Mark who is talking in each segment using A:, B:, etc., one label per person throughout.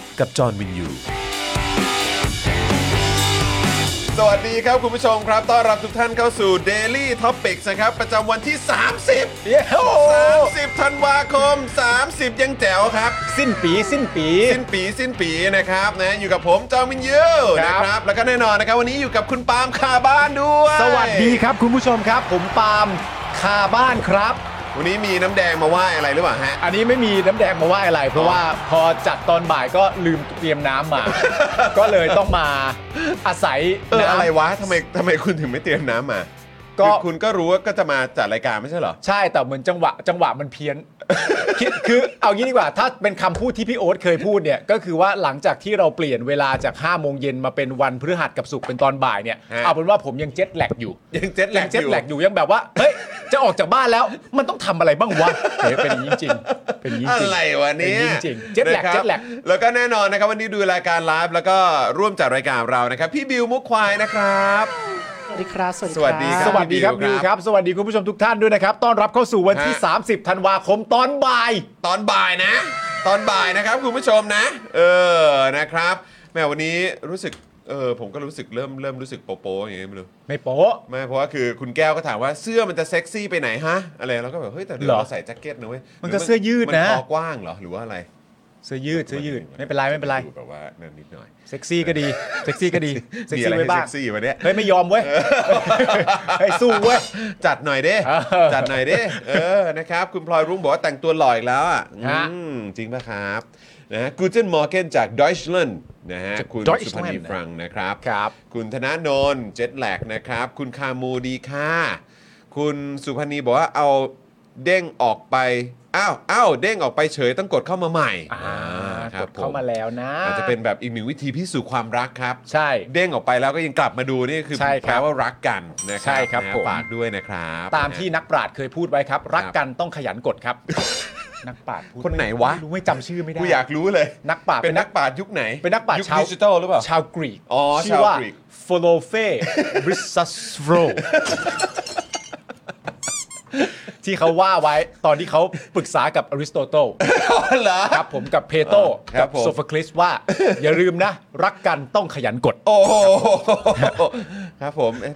A: กับจอห์นวินยู
B: สวัสดีครับ คุณผู้ชมครับ ต้อนรับทุกท่านเข้าสู่ Daily Topics นะครับ ประจำวันที่ 30
C: เย้โอ้โห
B: 30ธันวาคม 30 ยังแจ๋วครับ
C: สิ้นปีสิ้นปี
B: สิ้นปีสิ้นปีนะครับนะอยู่กับผมจอมินยู
C: ครั
B: นะ
C: บ
B: ครับ แล้วก็แน่นอนนะครับ วันนี้อยู่กับคุณปาล์มคาบ้านด้วย
C: สวัสดีครับคุณผู้ชมครับ ผมปาล์มคาบ้านครับ
B: วันนี้มีน้ำแดงมาไหว้อะไรหรือเปล่าฮะ
C: อันนี้ไม่มีน้ำแดงมาไหว้อะไร เพราะว่าพอจัดตอนบ่ายก็ลืมเตรียม น้ำมา ก็เลยต้องมาอาศัย
B: เออ
C: น้ำ
B: อะไรวะทำไมทำไมคุณถึงไม่เตรียมน้ำมา
C: ก็
B: คือคุณก็รู้ว่าก็จะมาจัดรายการไม่ใช่เหรอ
C: ใช่แต่เหมือนจังหวะจังหวะมันเพี้ยน คือคือเอางี้ดีกว่า ถ้าเป็นคำพูดที่พี่โอ๊ตเคยพูดเนี่ย ก็คือว่าหลังจากที่เราเปลี่ยนเวลาจาก5้าโมงเย็นมาเป็นวันพฤหัสกับศุกร์เป็นตอนบ่ายเนี่ย
B: ฮะ
C: เอาเป็นว่าผมยังเจ็ตแลกอยู่
B: ยังเจ็ดแหล
C: ยั
B: ก
C: ง
B: อ
C: เจ็ต
B: ยู่
C: แลกอยู่ยังแบบว่า เฮ้ย จะออกจากบ้านแล้วมันต้องทำอะไรบ้างวะเฮ้ยเป็นอย่างนี้จริง เป็นอย่างนี้
B: อะ
C: จริง
B: ไรวะเนี่ย
C: เป็นจริงๆ jet lag
B: นะครับ
C: jet lag
B: แล้วก็แน่นอนนะครับ วันนี้ดูรายการไลฟ์แล้วก็ร่วมจัดรายการเรานะครับ พี่บิวมุกควายนะครับ
D: สวัสดีครับ
B: สวัสดีค
C: ส
B: รับ
C: วัสดีครับ
B: พี่
C: ยู
B: บิว
C: ครับ สวัสดีคุณผู้ชมทุกท่านด้วยนะครับ ต้อนรับเข้าสู่วันที่
B: ฮะ
C: 30 ธันวาคมตอนบ่าย
B: ตอนบ่ายนะ ตอนบ่ายนะครับคุณผู้ชมนะ เออนะครับแหม่วันนี้รู้สึกเออผมก็รู้สึกเริ่มเริ่มรู้สึกโป๊ะๆอย่างเงี้ยไม่รู้
C: ไม่โป๊ะ
B: ไม่เพราะว่าคือคุณแก้วก็ถามว่าเสื้อมันจะเซ็กซี่ไปไหนฮะอะไรเราก็แบบเฮ้ยแต่เดี๋ยว
C: เหรอ
B: เราใส่แจ็คเก็ตนะเว้ย
C: มัน
B: หรื
C: ก็เสื้อยืดนะ
B: มันคอกว้างเหรอหรือว่าอะไร
C: เสื้อยืดเสื้อยืดไม่เป็นไรไม่เป็นไร
B: แบบว่านั่นนิดหน่อย
C: เซ็กซี่ก็ดีเซ็กซี่ก็ดีเซ็ก
B: มีอะไร
C: ซี่
B: ให้
C: ไว้บ้า
B: เซ็
C: ง
B: กซี่วะเนี่ย
C: เฮ้ยไม่ยอมเว้ย เฮ้ยสู้เว้ย
B: จัดหน่อย เด้
C: เออ
B: จัดหน่อยเด้เออนะครับคุณพลอยรุ้งบอกว่าแต่งตัวหล่ออีกแล้วอ่ะ
C: ฮะ
B: อืมจริงป่ะครับนะกูเจนมอร์เกนจากดอยช์แลนด์นะฮะ
C: จาก
B: คุณสุ
C: Deutschland
B: พนีฟรังนะครับ
C: ครับ
B: คุณธนาโนนเจ็ตแลกนะครับ คุณคามูดีค่ะ คุณสุพนีบอกว่าเอาเด้งออกไป อ้าวอ้าวเด้งออกไปเฉยต้องกดเข้ามาใหม่
C: อ่า
B: ค
C: ก
B: รับ
C: ดเข้ามาแล้วนะ
B: อาจจะเป็นแบบอีกหนึ่งวิธีพิสูจน์ความรักครับ
C: ใช่
B: เด้งออกไปแล้วก็ยังกลับมาดูนี่คือ
C: ใช่ครับ
B: แปลว่ารักกันนะครั
C: ใช่ครับ
B: นะ
C: ผม
B: ฝากด้วยนะครับ
C: ตามที่
B: นะ
C: นักปราชญ์เคยพูดไว้ครับ รัก
B: ครับ
C: กันต้องขยันกดครับ นักปราชญ์พูด
B: คนไหนวะ
C: ไม่รู้ไม่จำชื่อไม่ได้
B: กูอยากรู้เลย
C: นักปราชญ์
B: เป็นนัก
C: เป็นนัก
B: ปราชญ์ยุคไหน
C: เป็นนักปราชญ์
B: ยุค
C: ชาว
B: ดิจิตอลหรือเปล่า
C: ชาวกรีก
B: อ๋อ
C: ชื่อว่า
B: ชาวกรีก
C: โฟโลเฟบริซัสโฟร ที่เขาว่าไว้ตอนที่เขาปรึกษากับอริสโตเติล
B: อ๋อเหรอ
C: ครับผมกับเพโตร
B: ครั
C: กับ บโซฟคลิสว่า อย่าลืมนะ รักกันต้องขยันกด
B: โอ้โหครับผมเอ๊ะ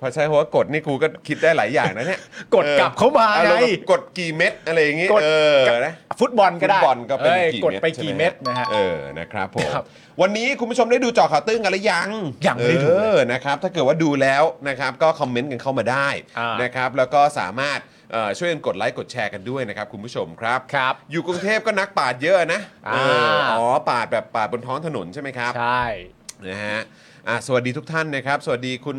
B: พอใช้หัวากดนี่กูก็คิดได้หลายอย่างนะเนี่ย
C: กดกลับเข้ามาไง
B: อรมณ์แบบกดกี่เม็ดอะไรอย่างงี้
C: กด
B: เออนะ
C: ฟุตบอลก็ได้
B: ฟุตบอลก็เป็น
C: อ้ย
B: กี่
C: กด
B: เม็ด
C: ไปกี่เม็ดนะฮะ
B: เออนะครับผม
C: ครับ
B: วันนี้คุณผู้ชมได้ดูเจอข่าวตื้นกันหรือยัง
C: ยังไม่ได้ดูเลย
B: เออนะครับถ้าเกิดว่าดูแล้วนะครับก็คอมเมนต์กันเข้ามาได้
C: อ่าน
B: นะครับแล้วก็สามารถเอ่อช่วยกันกดไลค์กดแชร์กันด้วยนะครับคุณผู้ชมครับ
C: ครับ
B: อยู่กรุงเทพก็นักปาดเยอะนะเอ
C: อ่า
B: ออ๋อปาดแบบปาดบนท้องถนนใช่ไหมครับ
C: ใช่
B: นะฮะอ่ะสวัสดีทุกท่านนะครับ สวัสดีคุณ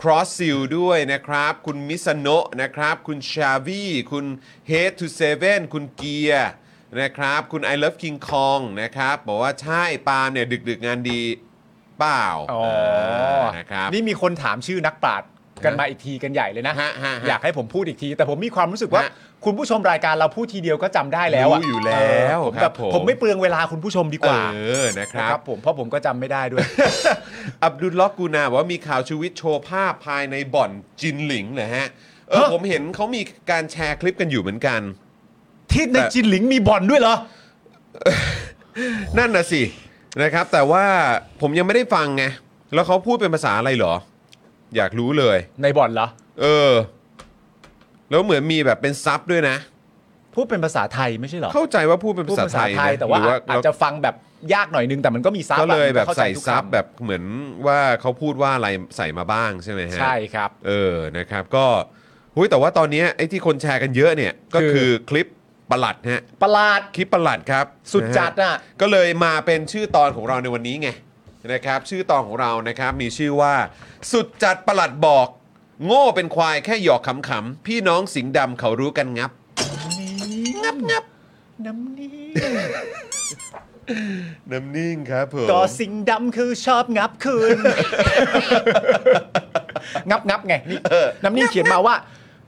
B: Cross s e a l ด้วยนะครับ คุณมิสโนะนะครับ คุณชาวีคุณ Head to Seven คุณเกียร์นะครับ คุณ I Love King Kong นะครับ บอกว่าใช่ปาล์มเนี่ย ดึกดึกๆงานดีเปล่า
C: อ๋อ
B: เออนะครับ
C: นี่มีคนถามชื่อนักปราชญ์กันมาอีกทีกันใหญ่เลยนะ
B: ฮะฮะฮะ
C: อยากให้ผมพูดอีกที แต่ผมมีความรู้สึกว่า
B: ฮะ
C: คุณผู้ชมรายการเราพูดทีเดียวก็จำได้แล้วะ
B: รู้อยู่แล้ว
C: เออผม
B: ค
C: แบ
B: รับบ ผม
C: ผมไม่เปลืองเวลาคุณผู้ชมดีก
B: เอ
C: ว่า
B: อนะครับ
C: นะครับผมเพราะผมก็จำไม่ได้ ด้วย
B: อับดุลล็อกกูนาบอกว่ามีข่าวชูวิทย์โชว์ภาพภายในบ่อนจินหลิงเหรอฮะเออ
C: ฮะ
B: ผมเห็นเขามีการแชร์คลิปกันอยู่เหมือนกัน
C: ที่ในจินหลิงมีบ่อนด้วยเหรอ
B: นั่นน่ะสินะครับแต่ว่าผมยังไม่ได้ฟังไงแล้วเขาพูดเป็นภาษาอะไรเหรอ อยากรู้เลย
C: ในบ่อนเหรอ
B: เออ แล้วเหมือนมีแบบเป็นซับด้วยนะ
C: พูดเป็นภาษาไทยไม่ใช่เหรอ
B: เข้าใจว่าพูดเป็น
C: พูด
B: ภาษาไท
C: ภาษายไทย
B: นะ
C: แต่ว่า
B: หรือ
C: อาจจะฟังแบบยากหน่อยนึงแต่มันก็มีซับ
B: ก็เลยแบบ
C: อะมันข้าจ
B: ใส่
C: ทุก
B: ซับ
C: คำ
B: แบบเหมือนว่าเขาพูดว่าอะไรใส่มาบ้างใช่ไหมฮะ
C: ใช่ครับ
B: เออ นะครับ ก็หุ้ยแต่ว่าตอนเนี้ยไอ้ที่คนแชร์กันเยอะเนี่ย ก็
C: คื
B: คือ
C: อ
B: คลิปประหลัดฮะ
C: ประหลาด
B: คลิปประหลัดครับ
C: สุดจัด
B: นะ
C: อะ
B: ฮะก็เลยมาเป็นชื่อตอนของเราในวันนี้ไงนะครับ ชื่อตอนของเรานะครับ มีชื่อว่า สุดจัดประหลัดบอก โง่เป็นควายแค่หยอกขำๆพี่น้องสิงห์ดำเขารู้กันงับ งับงับ
C: น้ำนิ่ง
B: น้ำนิ่งครับผม
C: ก็สิ่งดำคือชอบงับคืน งับงับไงนี่น้ำนิ่งเขียนมาว่า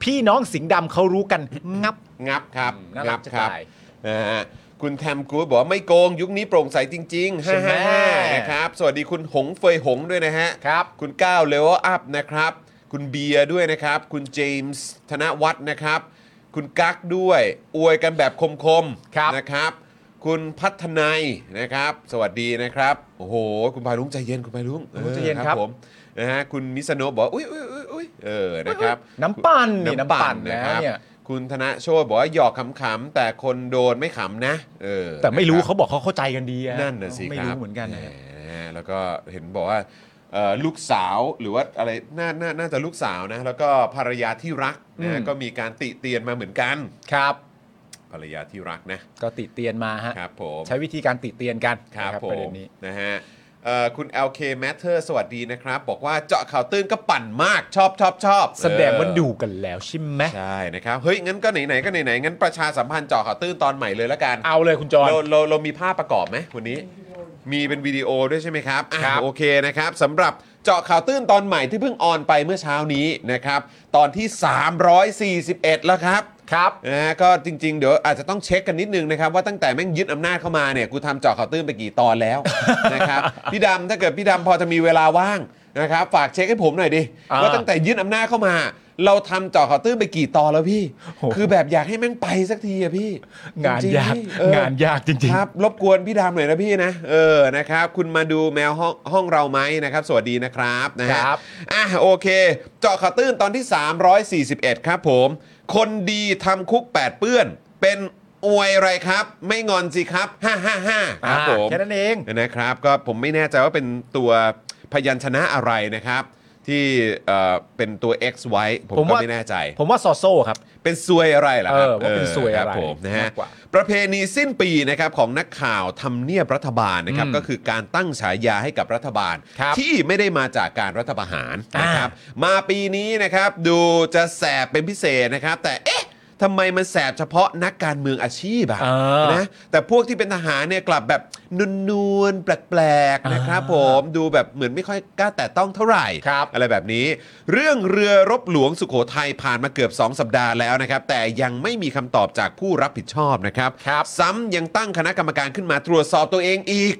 C: พี่น้องสิงห์ดำเขารู้กันงับ
B: งับครับ
C: น่ารักจะ
B: ครั
C: ตาย
B: นะฮะคุณแทมกูดบอกว่าไม่โกงยุคนี้โปร่งใสจริงๆ
C: ใช่ไหม
B: ฮ่าๆๆนะครับ สวัสดีคุณหงเฟยหงด้วยนะฮะ
C: ครับ
B: คุณก้าวเลเวลอัพนะครับ คุณเบียร์ด้วยนะครับ คุณเจมส์ธนวัฒน์นะครับ คุณกั๊กด้วย อวยกันแบบคม
C: ครับ
B: ๆนะครับ คุณพัฒนายนะครับ สวัสดีนะครับ โอ้โห คุณพาลุงใจเย็นคุณพาลุง
C: คุณพาลุงใจเย็นครับ
B: ออผมนะฮะคุณมิสโนะบอกว่าอุ้ยอุ้ยอุ้ยอุ้ยเออนะครับ
C: น้ำปั่นนี่น้ำ
B: น้ำ
C: ปั่
B: ปั่
C: น
B: น
C: นะ
B: นะครับ
C: เนี่ย
B: คุณธนโชตบอกว่าหยอกขำๆแต่คนโดนไม่ขำนะเออ
C: แต่ไม่รู้
B: นะคบ
C: เขาบอกเขาเข้าใจกันดีอะ
B: นั่นน่ะสิ
C: ไม่
B: ครั
C: รู้
B: บ
C: เหมือนกันนะ
B: แหมแล้วก็เห็นบอกว่าเอ่อลูกสาวหรือว่าอะไรน่าน่าน่าจะลูกสาวนะ แล้วก็ภรรยาที่รัก
C: อืม
B: นะก็มีการติเตียนมาเหมือนกัน
C: ครับ
B: ภรรยาที่รักนะ
C: ก็ติเตียนมาฮะ
B: ครับผม
C: ใช้วิธีการติเตียนกัน
B: ครับ
C: นะ
B: ผ
C: ประเด็
B: ม
C: นนี้
B: นะฮะเอ่อคุณ LK Matter สวัสดีนะครับ บอกว่าเจาะข่าวตื้นก็ปั่นมากชอบชอบชอบ
C: แสดงว่า
B: เออ
C: ดูกันแล้วใช่ไหม
B: ใช่นะครับ เฮ้ย งั้นก็ไหน ๆ ก็ไหน ๆ งั้นประชาสัมพันธ์เจาะข่าวตื้นตอนใหม่เลยละกัน
C: เอาเลยคุณจอน
B: เราเราเรามีภาพประกอบไหมวันนี้ มีเป็นวิดีโอด้วยใช่ไหมครับอ่ะ
C: ครับ
B: โอเคนะครับสำหรับเจาะข่าวตื้นตอนใหม่ที่เพิ่งออนไปเมื่อเช้านี้นะครับ ตอนที่ 341 แล้วครับ
C: ครับ
B: นะฮะก็จริง ๆ เดี๋ยวอาจจะต้องเช็คกันนิดนึงนะครับ ว่าตั้งแต่แม่งยึดอำนาจเข้ามาเนี่ยกูทำเจาะข่าวตื้นไปกี่ตอนแล้ว นะครับพี่ดำถ้าเกิดพี่ดำพอจะมีเวลาว่างนะครับฝากเช็คให้ผมหน่อยดิ
C: อ่า
B: ว่าตั้งแต่ยึดอำนาจเข้ามา เราทำเจาะข่าวตื้นไปกี่ตอนแล้วพี่
C: โห
B: คือแบบอยากให้แม่งไปสักทีอะพี่
C: งาน
B: จริๆ
C: ยาก
B: พี่เออ
C: งานยากจริง
B: ครับรบกวนพี่ดำหน่อยนะพี่นะเออนะครับคุณมาดูแมวห้องห้องเราไหมนะครับ สวัสดีนะครับนะฮะ
C: ครับ
B: อ่ะโอเค เจาะข่าวตื้นตอนที่ 341 ครับผม คนดีทำคุก 8 เปื้อน เป็นอวยอะไรครับ ไม่งอนสิครับ 5 5 5ครับ
C: อ่า
B: ผม
C: แค่นั้นเอง
B: นะครับ ก็ผมไม่แน่ใจว่าเป็นตัวพยัญชนะอะไรนะครับ ที่เอ่อเป็นตัว X ไว้ ผม
C: ผม
B: ก็
C: ว่า
B: ไม่แน่ใจ
C: ๆ ผมว่าซอโซ่ครับ
B: เป็นซวยอะไรล่ะครับ
C: เออว่าเป็นซวยอะไร
B: คบผมนะฮะ
C: มากกว่า
B: ประเพณีสิ้นปีนะครับของนักข่าวทำเนียบรัฐบาลนะครับ
C: อืม
B: ก็คือการตั้งฉายาให้กับรัฐบาล
C: ครับ
B: ที่ไม่ได้มาจากการรัฐประหาร
C: อ่าน
B: นะครับ มาปีนี้นะครับดูจะแสบเป็นพิเศษนะครับ แต่เอ๊ะทำไมมันแสบเฉพาะนักการเมืองอาชีพอะ
C: เออ
B: นะแต่พวกที่เป็นทหารเนี่ยกลับแบบนวลๆแปลกๆนะครับ
C: อ่า
B: ผมดูแบบเหมือนไม่ค่อยกล้าแตะต้องเท่าไหร่
C: ครับ
B: อะไรแบบนี้ เรื่องเรือรบหลวงสุโขทัยผ่านมาเกือบ 2 สัปดาห์แล้วนะครับ แต่ยังไม่มีคำตอบจากผู้รับผิดชอบนะครับ
C: ครับ
B: ซ้ำยังตั้งคณะกรรมการขึ้นมาตรวจสอบตัวเองอีก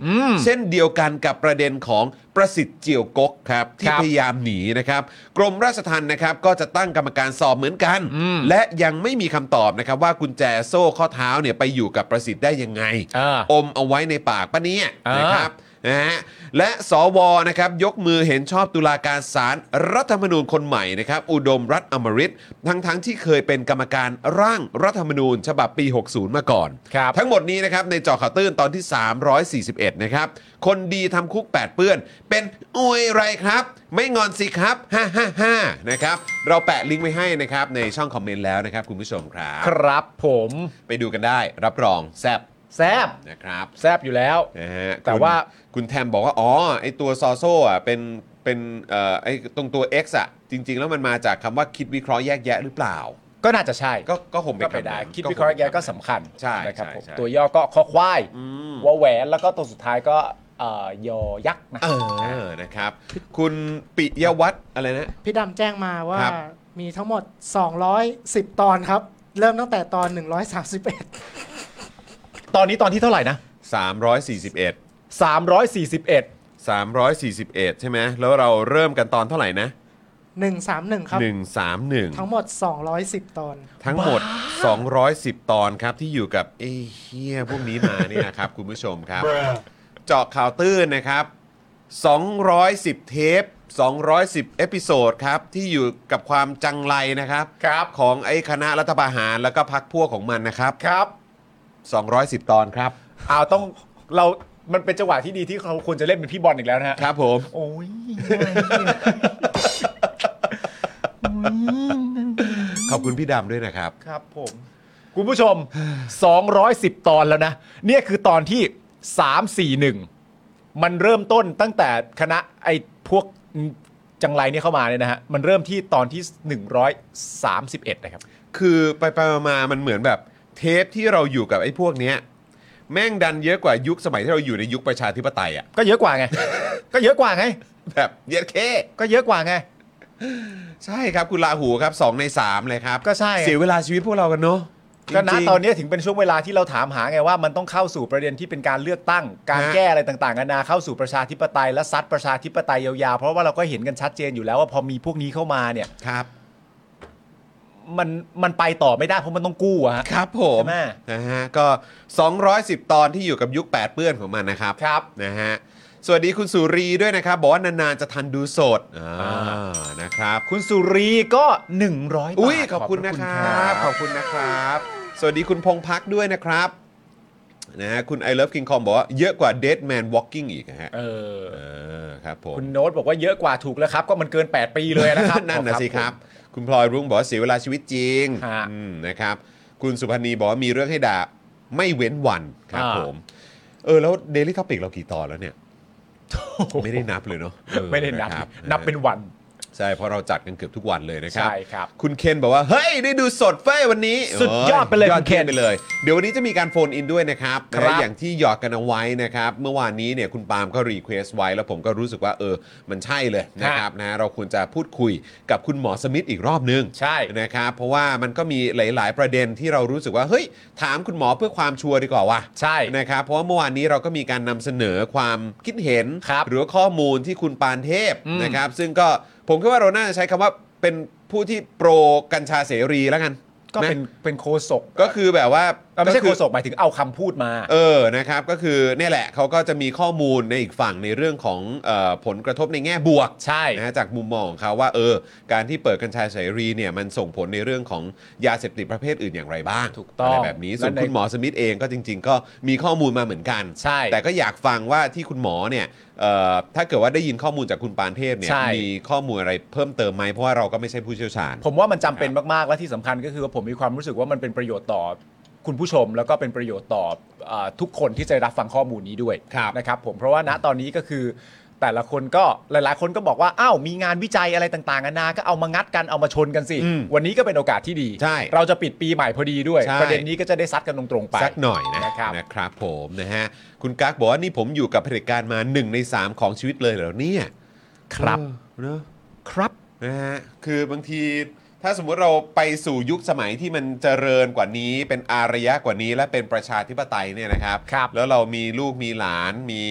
B: เช่นเดียวกันกับประเด็นของประสิทธิ์เจียวกกครับ ที่
C: ครับ
B: พยายามหนีนะครับ กรมราชทัณฑ์นะครับก็จะตั้งกรรมการสอบเหมือนกัน
C: อืม
B: และยังไม่มีคำตอบนะครับว่ากุญแจโซ่ข้อเท้าเนี่ยไปอยู่กับประสิทธิ์ได้ยังไง
C: อ่า
B: อมเอาไว้ในปากปะเนี่ย
C: อ่าน
B: นะครับ นะฮะและสวนะครับยกมือเห็นชอบตุลาการศาลรรัฐธรรมนูญคนใหม่นะครับอุดมรัฐอมริตทั้งทั้งๆที่เคยเป็นกรรมการร่างรัฐธรรมนูญ ฉบับปี 60 มาก่อน
C: ครับ
B: ทั้งหมดนี้นะครับในเจอข่าวตื้นตอนที่ 341 นะครับ คนดีทำคุก 8 เปื้อน เป็นอวยไรครับ ไม่งอนสิครับฮ่าฮ่าฮ่านะครับเราแปะลิงก์ไว้ให้นะครับในช่องคอมเมนต์แล้วนะครับคุณผู้ชมครับ
C: ครับผม
B: ไปดูกันได้รับรองแซบ
C: แซบ
B: นะครับ
C: แซบอยู่แล้ว
B: นะฮะ
C: แต่
B: คุณ
C: ว่า
B: คุณแทมบอกว่า อ๋อ ไอตัวซอโซ่อะเป็นเป็นเอ่อไอตรงตัว X อ่ะ จริง ๆ แล้วมันมาจากคำว่าคิดวิเคราะห์แยกแยะหรือเปล่า
C: ก็น่าจะใช่
B: ก็ก็ผมเป็น
C: ก็ไป
B: คำ
C: ได้
B: นั้น
C: คิด
B: ผม
C: วิเคราะห์แยะก็สำคัญ
B: ใช่
C: นะครับ
B: ใช่
C: ผม
B: ใช่
C: ตัวย่อก็คอควายวัวแหวนแล้วก็ตัวสุดท้ายก็เอ่อยอยักษ์นะ
B: เออนะครับ คุณปิยวัฒน์อะไรนะ
D: พี่ดำแจ้งมาว่า
B: ครับ
D: มีทั้งหมด 210 ตอนครับ เริ่มตั้งแต่ตอน 131
C: ตอนนี้ตอนที่เท่าไหร่นะ
B: 341
C: 341
B: 341 ใช่ไหมแล้วเราเริ่มกันตอนเท่าไหร่นะ
D: 131 ครับ
B: 131
D: ทั้งหมด 210 ตอน
B: ทั้งหมด 210 ตอนครับ ที่อยู่กับไอ้เฮียพวกนี้มาเนี่ยครับ คุณผู้ชมครับ เจาะข่าวตื้นนะครับ 210 เทป 210 เอพิโซดครับ ที่อยู่กับความจังไรนะครับ
C: ครับ
B: ของไอ้คณะรัฐประหารแล้วก็พักพวกของมันนะครับ
C: ครับ
B: บ210 ตอนครับ
C: เอาต้องเรามันเป็นจังหวะที่ดีที่เขาควรจะเล่นเป็นพี่บอลอีกแล้วนะฮะ
B: ครับผม
C: โอ้ย
B: ขอบคุณพี่ดำด้วยนะครับ
C: ครับผม คุณผู้ชม 210 ตอนแล้วนะ เนี่ยคือตอนที่ 341 มันเริ่มต้นตั้งแต่คณะไอ้พวกจังไรเนี่ยเข้ามาเนี่ยนะฮะ มันเริ่มที่ตอนที่ 131 นะครับ
B: คือไปไปๆมาๆมันเหมือนแบบเทปที่เราอยู่กับไอ้พวกเนี้ยแม่งดันเยอะกว่ายุคสมัยที่เราอยู่ในยุคประชาธิปไตยอ่ะ
C: ก็เยอะกว่าไง ก็เยอะกว่าไง
B: แบบเย็ดเค
C: ก็เยอะกว่าไง
B: ใช่ครับ คุณลาหูครับ 2 ใน 3 เลยครับ
C: ก็ใช่ไง
B: เสียเวลาชีวิตพวกเรากันเนาะ
C: ก็
B: จ
C: นะ
B: ริงๆ
C: ตอนนี้ถึงเป็นช่วงเวลาที่เราถามหาไงว่ามันต้องเข้าสู่ประเด็นที่เป็นการเลือกตั้ง การ
B: ฮะ
C: แก้อะไรต่างๆนานาเข้าสู่ประชาธิปไตยและซัดประชาธิปไตยยาวๆ เพราะว่าเราก็เห็นกันชัดเจนอยู่แล้วว่าพอมีพวกนี้เข้ามาเนี่ย
B: ครับ
C: มันมันไปต่อไม่ได้เพราะมันต้องกู้อะฮะ
B: ครับผม
C: ใช่ไหม
B: นะฮะก็ 210 ตอนที่อยู่กับยุค 8 เปื้อนของมันนะครับ
C: ครับ
B: นะฮะสวัสดีคุณสุรีด้วยนะครับ บอกว่านานๆจะทันดูสดอ่า
C: อ่
B: นะครับ
C: คุณสุรีก็ 100
B: อุ้ย
C: บาท
B: ขอบคุณนะครับ ข
C: ข
B: อ
C: อ
B: บบ คุณนะครับ สวัสดีคุณพงพักด้วยนะครับนะฮะคุณ I Love King Kong บอกว่าเยอะกว่า Dead Man Walking อีกนะฮะ
C: เออ
B: เออครับผม
C: คุณโน้ตบอกว่าเยอะกว่าถูกแล้วครับ ก็มันเกิน 8 ปีเลยนะครับ
B: นั่นนะสิครับ คุณพลอยรุ้งบอกว่าเสียเวลาชีวิตจริง
C: ฮะ
B: อืมนะครับ คุณสุพันธ์นีบอกว่ามีเรื่องให้ด่าไม่เว้นวันครับ
C: อ่า
B: ผม เออ แล้ว Daily Topic เรากี่ตอนแล้วเนี่ย ไม่ได้นับเลยเนาะเออ
C: ไม่ได้นับ
B: ะครั
C: นับเป็นวัน
B: ใช่เพราะเราจัดกันเกือบทุกวันเลยนะครับ
C: ใช่ครับ
B: คุณเคนบอกว่า เฮ้ย ได้ดูสดเฟ้ยวันนี้
C: สุดยอดไปเลย
B: โยอ
C: คุ
B: ด
C: ณเคน
B: ไปเลย เดี๋ยววันนี้จะมีการโฟนอินด้วยนะครับ
C: ครับ
B: นะฮะอย่างที่หยอกกันเอาไว้นะครับ เมื่อวานนี้เนี่ยคุณปาล์มก็รีเควสไว้ แล้วผมก็รู้สึกว่าเออ มันใช่เลยนะครับนะฮะเราควรจะพูดคุยกับคุณหมอสมิธอีกรอบนึง
C: ใช่
B: นะครับเพราะว่ามันก็มีหลาย ๆ ประเด็นที่เรารู้สึกว่าเฮ้ยถามคุณหมอเพื่อความชัวร์ดีกว่าว่ะ
C: ใช่
B: นะครับเพราะว่าเมื่อวานนี้เราก็มีการนำเสนอความคิดเห็น
C: ครับ
B: หรือว่าข้อมูลที่คุณปานเทพ
C: อืม
B: นะครับ ซึ่งก็ผมคิดว่าเราน่าจะใช้คำว่าเป็นผู้ที่โปรกัญชาเสรีแล้วกัน
C: ก็เป็น
B: ไหม
C: เป็นโคศก
B: ก็คือแบบว่า
C: เอ่อไม่ใช่
B: อ
C: โคศกหมายถึงเอาคำพูดมา
B: เออนะครับก็คือเนี่ยแหละเขาก็จะมีข้อมูลในอีกฝั่งในเรื่องของเออผลกระทบในแง่บวก
C: ใช่
B: นะฮะจากมุมมองของเขาว่าเออการที่เปิดกัญชาเสรีเนี่ยมันส่งผลในเรื่องของยาเสพติดประเภทอื่นอย่างไรบ้าง
C: ถูกต้อง
B: อะไรแบบนี้ส่วน
C: และใน
B: คุณหมอสมิธเองก็จริง ๆ ก็มีข้อมูลมาเหมือนกัน
C: ใช่
B: แต่ก็อยากฟังว่าที่คุณหมอเนี่ยเอ่อถ้าเกิดว่าได้ยินข้อมูลจากคุณปานเทพเนี่ย
C: ใช่
B: มีข้อมูลอะไรเพิ่มเติมไหมเพราะว่าเราก็ไม่ใช่ผู้เชี่ยวชาญ
C: ผมว่ามันจำเป็นมาก ๆ และที่สำคัญก็คือว่าผมมีความรู้สึกว่ามันเป็นประโยชน์ต่อคุณผู้ชม แล้วก็เป็นประโยชน์ต่อเอ่อทุกคนที่จะได้รับฟังข้อมูลนี้ด้วย
B: ครับ
C: นะครับผมเพราะว่าณตอนนี้ก็คือแต่ละคนก็หลาย ๆ คนก็บอกว่าอ้าวมีงานวิจัยอะไรต่างๆนานาก็เอามางัดกันเอามาชนกันสิ วันนี้ก็เป็นโอกาสที่ดี
B: ใช่
C: เราจะปิดปีใหม่พอดีด้วย
B: ใช่
C: ประเด็นนี้ก็จะได้ซัดกันตรงๆไป
B: สักหน่อยนะ
C: นะครับ
B: นะครับผมนะฮะคุณกั๊กบอกว่านี่ผมอยู่กับเผด็จการมาหนึ่งในสามของชีวิตเลยเหรอเนี่ย
C: ครับ
B: เออเนอะ
C: ครับ
B: นะฮะคือบางทีถ้าสมมุติเราไปสู่ยุคสมัยที่มันเจริญกว่านี้ เป็นอารยะกว่านี้และเป็นประชาธิปไตยเนี่ยนะครับ
C: ครับ
B: แล้วเรามีลูกมีหลานมี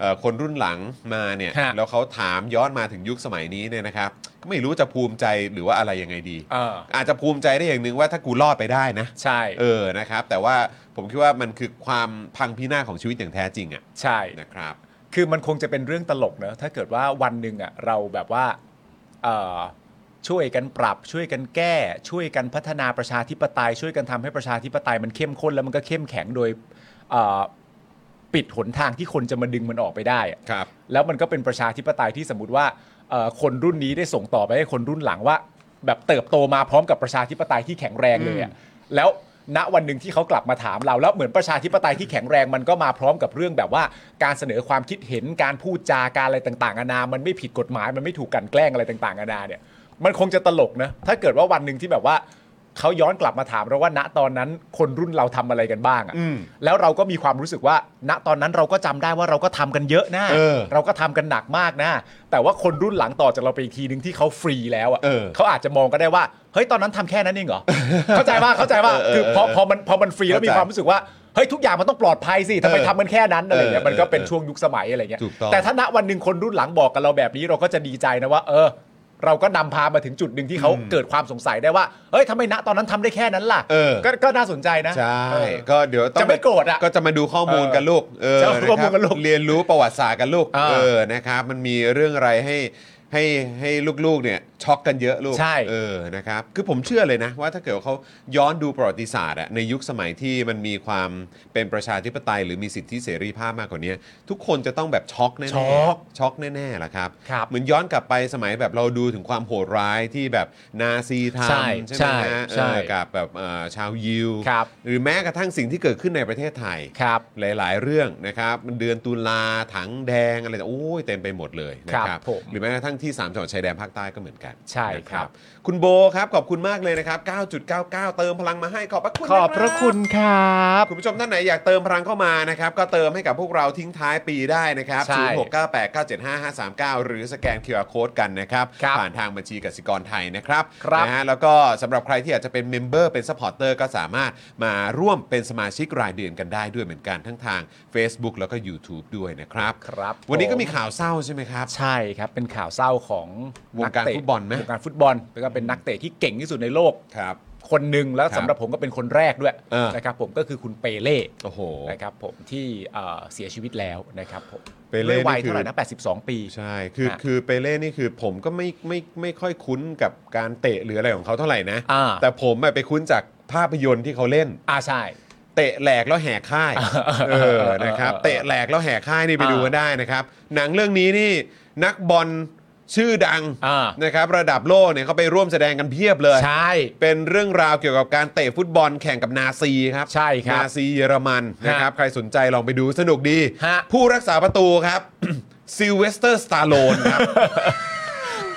B: เอ่อคนรุ่นหลังมาเนี่ย
C: ฮะ
B: แล้วเขาถามย้อนมาถึงยุคสมัยนี้เนี่ยนะครับ ก็ไม่รู้จะภูมิใจหรือว่าอะไรยังไงดี
C: เออ
B: อาจจะภูมิใจได้อย่างหนึ่งว่าถ้ากูรอดไปได้นะ
C: ใช่
B: เออนะครับ แต่ว่าผมคิดว่ามันคือความพังพินาศของชีวิตอย่างแท้จริงอะ
C: ใช่
B: นะครับ
C: คือมันคงจะเป็นเรื่องตลกเนอะถ้าเกิดว่าวันหนึ่งอ่ะเราแบบว่าเอ่อช่วยกันปรับ ช่วยกันแก้ ช่วยกันพัฒนาประชาธิปไตย ช่วยกันทำให้ประชาธิปไตยมันเข้มข้นแล้วมันก็เข้มแข็งโดยเอ่อปิดหนทางที่คนจะมาดึงมันออกไปได้อะ
B: ครับ
C: แล้วมันก็เป็นประชาธิปไตยที่สมมติว่าเอ่อคนรุ่นนี้ได้ส่งต่อไปให้คนรุ่นหลังว่า แบบเติบโตมาพร้อมกับประชาธิปไตยที่แข็งแรงเลยอะแล้วณวันหนึ่งที่เขากลับมาถามเรา แล้วเหมือนประชาธิปไตยที่แข็งแรงมันก็มาพร้อมกับเรื่องแบบว่า การเสนอความคิดเห็นการพูดจาการอะไรต่างๆนานา มันไม่ผิดกฎหมาย มันไม่ถูกกลันแกล้งอะไรต่างๆนานาเนี่ย มันคงจะตลกนะถ้าเกิดว่าวันหนึ่งที่แบบว่าเขาย้อนกลับมาถามเราว่าณตอนนั้นคนรุ่นเราทำอะไรกันบ้าง
B: อืม
C: อะ่ะแล้วเราก็มีความรู้สึกว่า ณตอนนั้นเราก็จำได้ว่าเราก็ทำกันเยอะนะ
B: เออ
C: ก็ทำกันหนักมากนะ แต่ว่าคนรุ่นหลังต่อจากเราไปอีกทีหนึ่งที่เขาฟรีแล้วอะ
B: เออ
C: เขาอาจจะมองก็ได้ว่า เฮ้ยตอนนั้นทำแค่นั้นเองเหรอ เข้าใจว่าเข้าใจว่า
B: เออเออ
C: คือพอ
B: เออ
C: พอมันพอมันฟรีแล้วมี
B: เข้าใจ
C: ความรู้สึกว่าเฮ้ยทุกอย่างมันต้องปลอดภัยสิทำไม
B: เออ
C: ทำกันแค่นั้นอะไร
B: เอ
C: เงี้
B: ย อ
C: มันก็เป็น
B: เออ
C: ช่วงยุคสมัยอะไรเงี้ย
B: ถูกต้อง
C: แต่ถ้าณวันหนึ่งคนรุ่นหลังบอกกับเราแบบนี้เราก็จะดีใจนะว่า เออ เราก็นำพามาถึงจุดหนึ่งที่เขาเกิดความสงสัยได้ว่าเฮ้ยทำไมณตอนนั้นทำได้แค่นั้นล่ะ
B: เออ
C: ก็ก็น่าสนใจนะ
B: ใช่
C: เออ
B: ก็เดี๋ยวต้อง
C: จะไม่โกรธอะ
B: ก็จะมาดูข้อมูลกันลูกเออ
C: จะมาดูข้อมูลกันลูก
B: ะครับเรียนรู้ประวัติศาสตร์กันลูก
C: อ่า
B: เออนะครับ มันมีเรื่องอะไรให้ ให้ให้ลูกๆเนี่ยช็อกกันเยอะลูก
C: ใช่
B: เออนะครับคือผมเชื่อเลยนะว่าถ้าเกิดว่าเขาย้อนดูประวัติศาสตร์อะในยุคสมัยที่มันมีความเป็นประชาธิปไตย หรือมีสิทธิเสรีภาพมากกว่านี้ทุกคนจะต้องแบบช็อกแน่ๆ
C: ช็อก
B: ช็อกแน่ๆล่ะครับ
C: ครับ
B: เหมือนย้อนกลับไปสมัยแบบเราดูถึงความโหดร้ายที่แบบนาซีท
C: ใช่
B: ำใช่ไหมฮะ
C: ใช่
B: เออกับแบบเอ่อชาวยิว
C: ครับ
B: หรือแม้กระทั่งสิ่งที่เกิดขึ้นในประเทศไทย
C: ครับ
B: หลาย ๆ เรื่องนะครับเดือนตุลาถังแดงอะไรโอ้ยเต็มไปหมดเลยนะค
C: ครั
B: รับบ
C: ผม
B: หรือแม้กระทั่งที่ 3 จังหวัดชายแดนภาคใต้ก็เหมือนกัน
C: ใช่
B: นะครับ คุณโบครับ ขอบคุณมากเลยนะครับ 9.99 เติมพลังมาให้ขอบพระคุณน
C: ขอบพระคุณครับ
B: คุณผู้ชมท่านไหนอยากเติมพลังเข้ามานะครับ ก็เติมให้กับพวกเราทิ้งท้ายปีได้นะครับ
C: ใช่
B: 0698975539 หรือสแกน QR Code กันนะครับ
C: ครับ
B: ผ่านทางบัญชีกสิกรไทยนะครับ
C: ครับ
B: นะฮะแล้วก็สำหรับใครที่อยากจะเป็นเมมเบอร์เป็นสปอร์เตอร์ก็สามารถมาร่วมเป็นสมาชิกรายเดือนกันได้ด้วยเหมือนกันทั้งทาง Facebook แล้วก็ YouTube ด้วยนะครับ
C: ครับ
B: วันนี้ก็มี
C: ผ
B: ข่าวเศร้าใช่ไหมครับ
C: ใช่ครับ เป็นข่าวเศร้าของ
B: วงการ
C: นัเตะ
B: ฟุตบอลไหม
C: วงการฟุตบอลแล้วก็เป็นนักเตะที่เก่งที่สุดในโลก
B: ครับ
C: คนหนึ่งแล้ว
B: ครับ
C: สำหรับผมก็เป็นคนแรกด้วย
B: เออ
C: นะครับผมก็คือคุณเปเล่
B: โอ้โห
C: นะครับผมที่เอ่อเสียชีวิตแล้วนะครับผม
B: เปเล่
C: ด้วยวัย
B: นี่คือ
C: เท่าไหร่นะ82 ปี
B: ใช่ คือ
C: ฮะ
B: คือเปเล่นี่คือผมก็ไม่ไม่ไม่ค่อยคุ้นกับการเตะหรืออะไรของเขาเท่าไหร่นะ
C: อ่า
B: แต่ผมอะไปคุ้นจากภาพยนตร์ที่เขาเล่น
C: อ่าใช่
B: เตะแหลกแล้วแหกค่าย เออ นะครับ
C: เออ
B: เตะแหลกแล้วแหกค่ายนี่ไป
C: อ่า
B: ดูกันได้นะครับ หนังเรื่องนี้นี่นักบอลชื่อดัง
C: อ่า
B: นะครับ ระดับโลกเนี่ยเขาไปร่วมแสดงกันเพียบเลย
C: ใช่
B: เป็นเรื่องราวเกี่ยวกับการเตะฟุตบอลแข่งกับนาซีครับ
C: ใช่ครับ
B: นาซีเยอรมันนะครับ ใครสนใจลองไปดูสนุกดี
C: ฮะ
B: ผู้รักษาประตูครับ ซิลเวสเตอร์สตาโลนครับ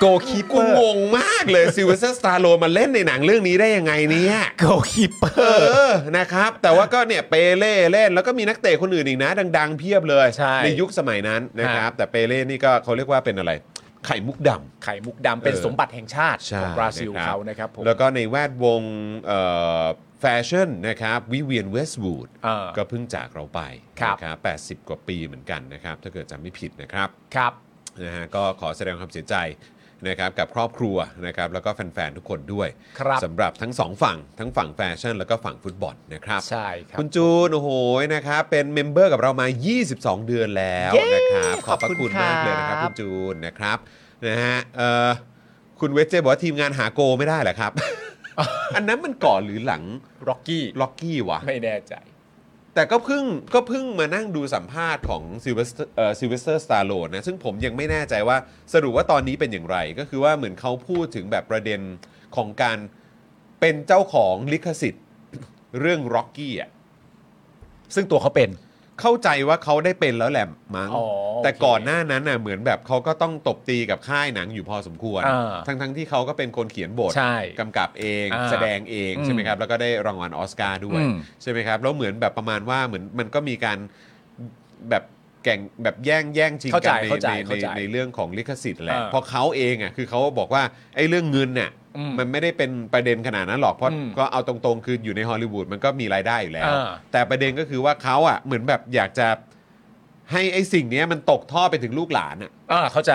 C: โกคีเป
B: กู
C: อง
B: ง
C: ร์
B: มากเลยซิลเวสเตอร์สตาโลนมาเล่นในหนังเรื่องนี้ได้ยังไงเนี่ย
C: โกคีเปอ
B: เอ
C: ร์
B: อ นะครับ แต่ว่าก็เนี่ยเปเล่เล่น แล้วก็มีนักเตะคนอื่นอีกนะ ดัง ๆ เพียบเลย
C: ใช่
B: ยุคสมัยนั้นนะครับ
C: ฮะ
B: แต่เปเล่นี่ก็เขาเรียกว่าเป็นอะไร ไข่มุกดำ
C: ไข่มุกดำเป็น
B: เออ
C: สมบัติแห่งชาติ
B: ใช่
C: ของบราซิล
B: นะ
C: เขานะครับผม
B: แล้วก็ในแวดวงเอ่อแฟชั่นนะครับวิเวียนเวสต์วูด
C: เออ
B: ก็เพิ่งจากเราไป
C: ครับ
B: นะ80 กว่าปีเหมือนกันนะครับ ถ้าเกิดจำไม่ผิดนะครับ
C: ครับ
B: นะฮะก็ขอแสดงความเสียใจนะครับกับครอบครัวนะครับแล้วก็แฟน ๆ ทุกคนด้วย
C: ครับ
B: สำหรับทั้งสองฝั่ง ทั้งฝั่งแฟชั่น แล้วก็ฝั่งฟุตบอลนะครับ
C: ใช่ครับ
B: คุณจูน โอ้โหนะครับเป็นเมมเบอร์กับเรามา 22 เดือนแล้ว
C: เย้
B: นะครับขอบพ
C: ขอบคุ
B: ระ
C: ณ
B: คุณมากเลยนะครับ
C: ครับ
B: คุณจูนนะครับนะฮะเอ่อ คุณเวจเจบอกว่าทีมงานหาโกไม่ได้เหรอครับ อันนั้นมันก่อนหรือหลัง
C: ร็อกกี้
B: ล็อกกี้วะ
C: ไม่แน่ใจ
B: แต่ก็เพิ่งก็เพิ่งมานั่งดูสัมภาษณ์ของซิลเวสเตอร์เอ่อซิลเวสเตอร์สตาร์โลนนะซึ่งผมยังไม่แน่ใจว่าสรุปว่าตอนนี้เป็นอย่างไร ก็คือว่าเหมือนเขาพูดถึงแบบประเด็นของการเป็นเจ้าของลิขสิทธิ์ เรื่องร็อกกี้อ่ะ
C: ซึ่งตัวเขาเป็น
B: เข้าใจว่าเขาได้เป็นแล้วแหละมั้ง
C: อ๋อโอเค
B: แต่ก่อนหน้านั้นน่ะเหมือนแบบเขาก็ต้องตบตีกับค่ายหนังอยู่พอสมควร
C: อ่า
B: ทั้งทั้งๆที่เขาก็เป็นคนเขียนบท
C: ใช่
B: กำกับเอง
C: อ่า
B: แสดงเอง
C: อืม
B: ใช่ไหมครับแล้วก็ได้รางวัลออสการ์ด้วย
C: อืม
B: ใช่ไหมครับแล้วเหมือนแบบประมาณว่าเหมือนมันก็มีการแบบแก่งแบบแย่งแย่งชิงกั
C: เข้าใจ
B: ใน
C: เข้าใจ
B: ในใน
C: เข้าใจ
B: ในเรื่องของลิขสิทธิ์แหละ
C: อ่า
B: เพราะเขาเองอ่ะคือเขาบอกว่าไอ้เรื่องเงินเนี่ย
C: อืม
B: มันไม่ได้เป็นประเด็นขนาดนั้นหรอกเพราะ
C: อืม
B: ก็เอาตรงๆ คืออยู่ในฮอลลีวูดมันก็มีรายได้อยู่แล้ว
C: อ่า
B: แต่ประเด็นก็คือว่าเขาอ่ะเหมือนแบบอยากจะให้ไอ้สิ่งเนี้ยมันตกท่อดไปถึงลูกหลานอ่ะ
C: อ่าเข้าใจ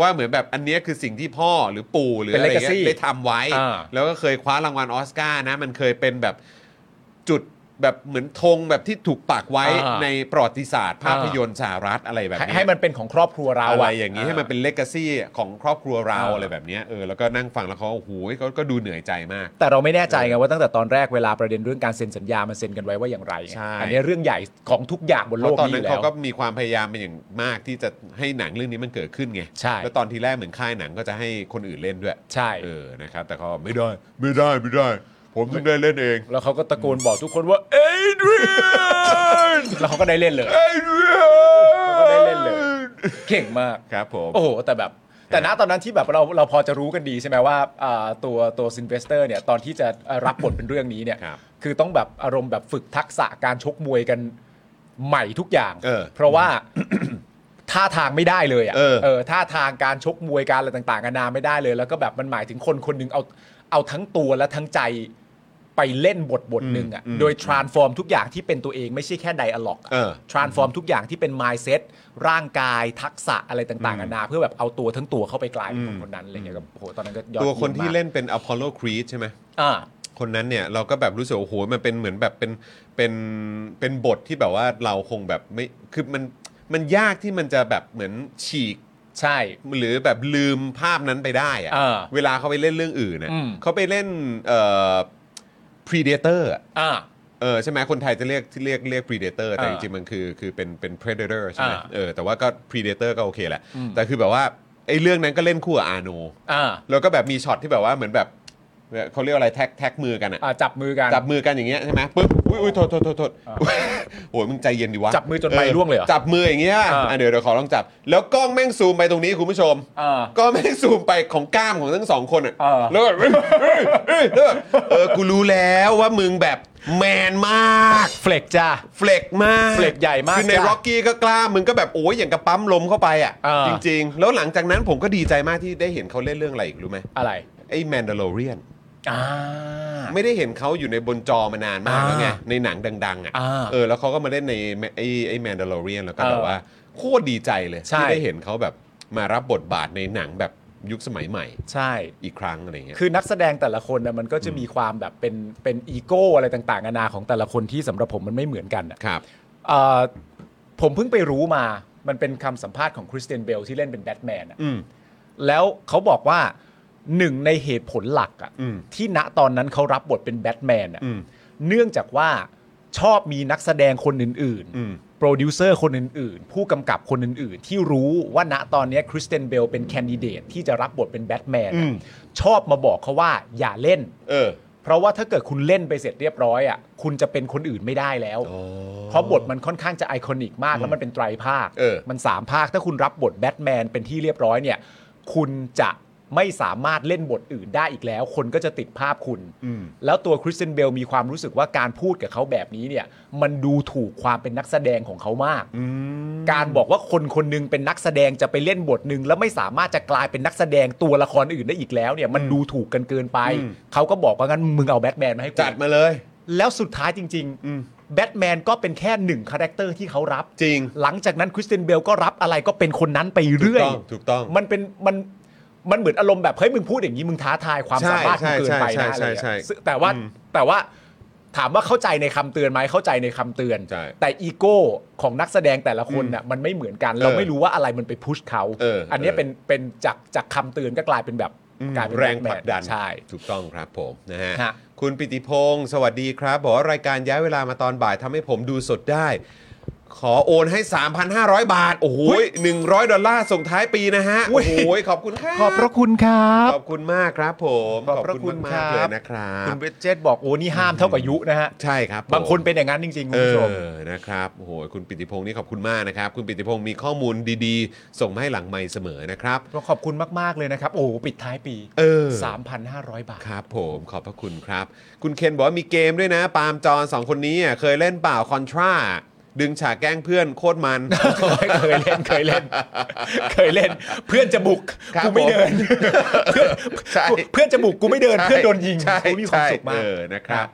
B: ว่าเหมือนแบบอันเนี้ยคือสิ่งที่พ่อหรือปู่หรือ
C: เป็น
B: อะไรเงี้
C: legacy
B: ยได้ทำไว้
C: อ่า
B: แล้วก็เคยคว้ารางวัลออสการ์นะ มันเคยเป็นแบบจุดแบบเหมือนธงแบบที่ถูกปักไว้
C: อ่า
B: ในประวัติศาสตร์ ภาพ
C: อ่าย
B: ยนตร์สหรัฐอะไรแบบ
C: ให้
B: เนี้ย
C: ให้มันเป็นของครอบครัวเรา
B: อะไรอย่างนี้ให้มัน
C: น
B: เป็นเลกาซีของครอบครัวเรา
C: อ่า
B: อะไรแบบเนี้ยเออแล้วก็นั่งฟังแล้วเขาโอ้โหเขาก็ดูเหนื่อยใจมาก
C: แต่เราไม่แน่ใจไงว่าตั้งแต่ตอนแรกเวลาประเด็นเรื่องการเซ็นสัญญามันเซ็นกันไว้ว่าอย่างไรไง
B: ใช่
C: อันี้เรื่องใหญ่ของทุกอย่างบน
B: เพ
C: โลก
B: ราะตอน
C: นี้อ
B: นั้น
C: ยู่แล้
B: เขา
C: ว
B: ก็มีความพยายามเป็นอย่างมากที่จะให้หนังเรื่องนี้มันเกิดขึ้นไง
C: ใช่
B: แล้วตอนทีแรกเหมือนค่ายหนังก็จะให้คนอื่นเล่นด้วย
C: ใช่
B: เออ นะครับ แต่เขาไม่ได้ ไม่ได้ ไม่ได้ ผมถึงได้เล่นเอง
C: แล้วเขาก็ตะโกนบอกทุกคนว่าเอเดรียนแล้วเขาก็ได้เล่นเลย
B: ไอ้เรื่อ
C: ก็ได้เล่นเลย เก่งมาก
B: ครับผม
C: โอ้โห แต่แบบ แต่ณตอนนั้นที่แบบเราเราพอจะรู้กันดีใช่ไหมว่าอ่าตัวตัวซินเวสเตอร์เนี่ยตอนที่จะรับบทเป็นเรื่องนี้เนี่ย
B: ครับ
C: อต้องแบบอารมณ์แบบฝึกทักษะการชกมวยกันใหม่ทุกอย่าง
B: เออ
C: ราะว่า ท่าทางไม่ได้เลยอะ
B: เออ
C: เออท่าทางการชกมวยการอะไรต่างๆกันานาไม่ได้เลย แล้วก็แบบมันหมายถึงคนคนหนึงเอาเอาทั้งตัวและทั้งใจไปเล่นบทบทหนึ่งอะโดย transform ทุกอย่างที่เป็นตัวเองไม่ใช่แค่ไดอะล็อก
B: เออ
C: transform ทุกอย่างที่เป็น mindset ร่างกายทักษะอะไรต่างๆนานาเพื่อแบบเอาตัวทั้งตัวเข้าไปกลายเป็นคนคนนั้นอะไรเงี้ยก็โอ้โหตอนนั้นก็ยอด
B: ตัว
C: ยี่ยม
B: คนที่
C: มาก
B: เล่นเป็นอพอลโลครีดใช่ไหม
C: อ่า
B: คนนั้นเนี่ยเราก็แบบรู้สึกว่าโอ้โหมันเป็นเหมือนแบบเป็นเป็นเป็นบทที่แบบว่าเราคงแบบไม่คือมันมันยากที่มันจะแบบเหมือนฉีก
C: ใช่
B: หรือแบบลืมภาพนั้นไปได้อะ
C: เออ
B: เวลาเขาไปเล่นเรื่องอื่นเนี่ย
C: อืม
B: เขาไปเล่นเอ่อ Predator อะ
C: อ่า
B: เออใช่ไหมคนไทยจะเรียกที่เรียกเรียก Predator แต่
C: เออ
B: จริงๆมันคือคือเป็นเป็น Predator ใช่ไหม
C: อ่า
B: เออแต่ว่าก็ Predator ก็โอเคแหละ แต่คือแบบว่าไอ้เรื่องนั้นก็เล่นคู่กับอาโน
C: อ่า
B: แล้วก็แบบมีช็อตที่แบบว่าเหมือนแบบเขาเรียกอะไรแท็กแท็กมือกันอะ
C: อ่าจับมือกัน
B: จับมือกันอย่างเงี้ยใช่ไหมปุ๊บอุ้ยอุ้ยโทษโทษโทษโทษโอ้ยมึงใจเย็นดีวะ
C: จับมือจนไฟร่วงเลยเหรอ
B: จับมืออย่างเงี้ย
C: อ่า
B: อ่ะเดี๋ยวเดี๋ยวขอลองจับ แล้วกล้องแม่งซูมไปตรงนี้คุณผู้ชม
C: อ่าก
B: ล้องแม่งซูมไปของกล้ามของทั้งสองคนอะ
C: อ่า
B: แล้วแบบเอ้ยเอ้ยเอ้ยแล้วแบบเออกูรู้แล้วว่ามึงแบบแมนมาก
C: เฟลกจ้า
B: เฟลกมาก
C: flex ใหญ่มาก
B: คือใน
C: จ้ะ
B: ร็อกกี้ก็กล้ามึงก็แบบโอ้ยอย่างกระปั๊มลมเข้าไปอ่ะ
C: อ่า
B: จริง ๆ แล้วหลังจากนั้นผมก็ดีใจมากที่ได้เห็นเขาเล่นเรื่องอะไรอีกรู้ไหม
C: อะไร
B: ไอ้แมนดา l ลเรียน
C: อ่า
B: ไม่ได้เห็นเขาอยู่ในบนจอมานานมากแล้วไง
C: อ่า
B: ในหนังดัง ๆ อ่ะ
C: อ่า
B: เออแล้วเขาก็มาเล่นในไอ้ไอ้แมนดา l ลเรียนแล้วก็
C: เออ
B: แบบว่า โคตรดีใจเลย
C: ใช่
B: ที่ได้เห็นเขาแบบมารับบทบาทในหนังแบบยุคสมัยใหม่
C: ใช่
B: อีกครั้งอะไรเงี้ย
C: คือนักแสดงแต่ละคนนะมันก็จะมีความแบบเป็นเป็นอีโก้อะไรต่างๆนานาของแต่ละคนที่สำหรับผมมันไม่เหมือนกันอะ
B: ครับ
C: เอ่อผมเพิ่งไปรู้มา มันเป็นคำสัมภาษณ์ของคริสเตียนเบลที่เล่นเป็นแบทแมนอะ
B: อืม
C: แล้วเขาบอกว่าหนึ่งในเหตุผลหลักอะ
B: อืม
C: ที่ณตอนนั้นเขารับบทเป็นแบทแมนอะ
B: อืม
C: เนื่องจากว่าชอบมีนักแสดงคนอื่น
B: อืม
C: โปรดิวเซอร์คนอื่นๆ ผู้กำกับคนอื่นๆ ที่รู้ว่าณตอนเนี้ยคริสเตียนเบลเป็นแคนดิเดตที่จะรับบทเป็นแบทแมนอะชอบมาบอกเขาว่าอย่าเล่น
B: เออ
C: เพราะว่าถ้าเกิดคุณเล่นไปเสร็จเรียบร้อยอ่ะคุณจะเป็นคนอื่นไม่ได้แล้ว เพราะบทมันค่อนข้างจะไอคอนิกมาก แล้วมันเป็นไตรภาค
B: เออ
C: มันสามภาคถ้าคุณรับบทแบทแมนเป็นที่เรียบร้อยเนี่ย คุณจะไม่สามารถเล่นบทอื่นได้อีกแล้ว คนก็จะติดภาพคุณ แล้วตัวคริสเตนเบลมีความรู้สึกว่าการพูดกับเขาแบบนี้เนี่ย มันดูถูกความเป็นนักแสดงของเขามาก การบอกว่าคนคนหนึงเป็นนักแสดงจะไปเล่นบทหนึ่งแล้วไม่สามารถจะกลายเป็นนักแสดงตัวละครอื่นได้อีกแล้วเนี่ยมันดูถูกกันเกินไป เขาก็บอกว่างั้นมึงเอาแบทแมนมาให้กู
B: จัดมาเลย
C: แล้วสุดท้ายจริงๆแบทแมนก็เป็นแค่หนึ่งคาแรคเตอร์ที่เขารับ
B: จริง
C: หลังจากนั้นคริสเตนเบลก็รับอะไรก็เป็นคนนั้นไปเรื่อย
B: ถูกต้องถูกต้อง
C: มันเป็นมันมันเหมือนอารมณ์แบบเฮ้ยมึงพูดอย่างนี้มึงท้าทายความ
B: ใช่
C: สามารถมึงเกินไป
B: ใช่
C: นะ
B: ใช่
C: อะไรอย่าง
B: ใช่
C: เงี้ย
B: ใช่
C: ซึ่งแต่ว่า
B: อืม
C: แต่ว่าถามว่าเข้าใจในคำเตือนไหมเข้าใจในคำเตือน
B: ใช่
C: แต่อีโก้ของนักแสดงแต่ละคนน่ะมันไม่เหมือนกัน เราไม่รู้ว่าอะไรมันไปพุชเขา
B: เอออั
C: นเนี้ยเป็นเป็นจากจากคำเตือนก็กลายเป็นแบบกลายเป็น
B: แรง
C: แบ
B: ผ
C: ทแม
B: ลักดัน
C: ใช่
B: ถูกต้องครับผมนะฮะ
C: ฮะ
B: คุณปิติพงศ์สวัสดีครับ บอกว่ารายการย้ายเวลามาตอนบ่ายทำให้ผมดูสดได้ ขอโอนให้ 3,500 บาท โอ้โห100 ดอลลาร์ส่งท้ายปีนะฮะ
C: อุ๊
B: โอ้
C: ย
B: โหขอบคุณครับ
C: ขอบพระคุณครับ
B: ขอบคุณมากครับผม
C: ขอบพระคุณ
B: มากๆ
C: ค
B: เล
C: รั
B: ย
C: บ
B: นะครับ
C: คุณเวจเจตบอกโอ้นี่ห้ามเท่ากับยุนะฮะ
B: ใช่ครับผม
C: บางคนเป็นอย่างนั้นจริงๆคุณผู้ชม
B: เออ นะครับ โอ้โห คุณปิติพงศ์นี่ขอบคุณมากนะครับ คุณปิติพงศ์มีข้อมูลดีๆ ส่งมาให้หลังไมค์เสมอนะครับ
C: ก็ขอบคุณมาก ๆ เลยนะครับ โอ้โหปิดท้ายปี
B: เออ
C: 3,500 บาท
B: ครับผมขอบพระคุณครับ คุณเคนบอกว่ามีเกมด้วยนะ ปาล์มจอนสองคนนี้อ่ะเคยเล่นเปล่าคอนทราดึงฉากแกล้งเพื่อนโคตรมัน
C: เคยเล่นเคยเล่น เคยเล่น เพื่อนจะบุก
B: ครับ
C: กูไม่เดินเพื่อน
B: ใช่
C: เพื่อนจะบุกกูไม่เดิน เพื่อนโดนยิง
B: ใช่
C: กูมีความสุขมา
B: ใช่
C: ก
B: เออนะครับ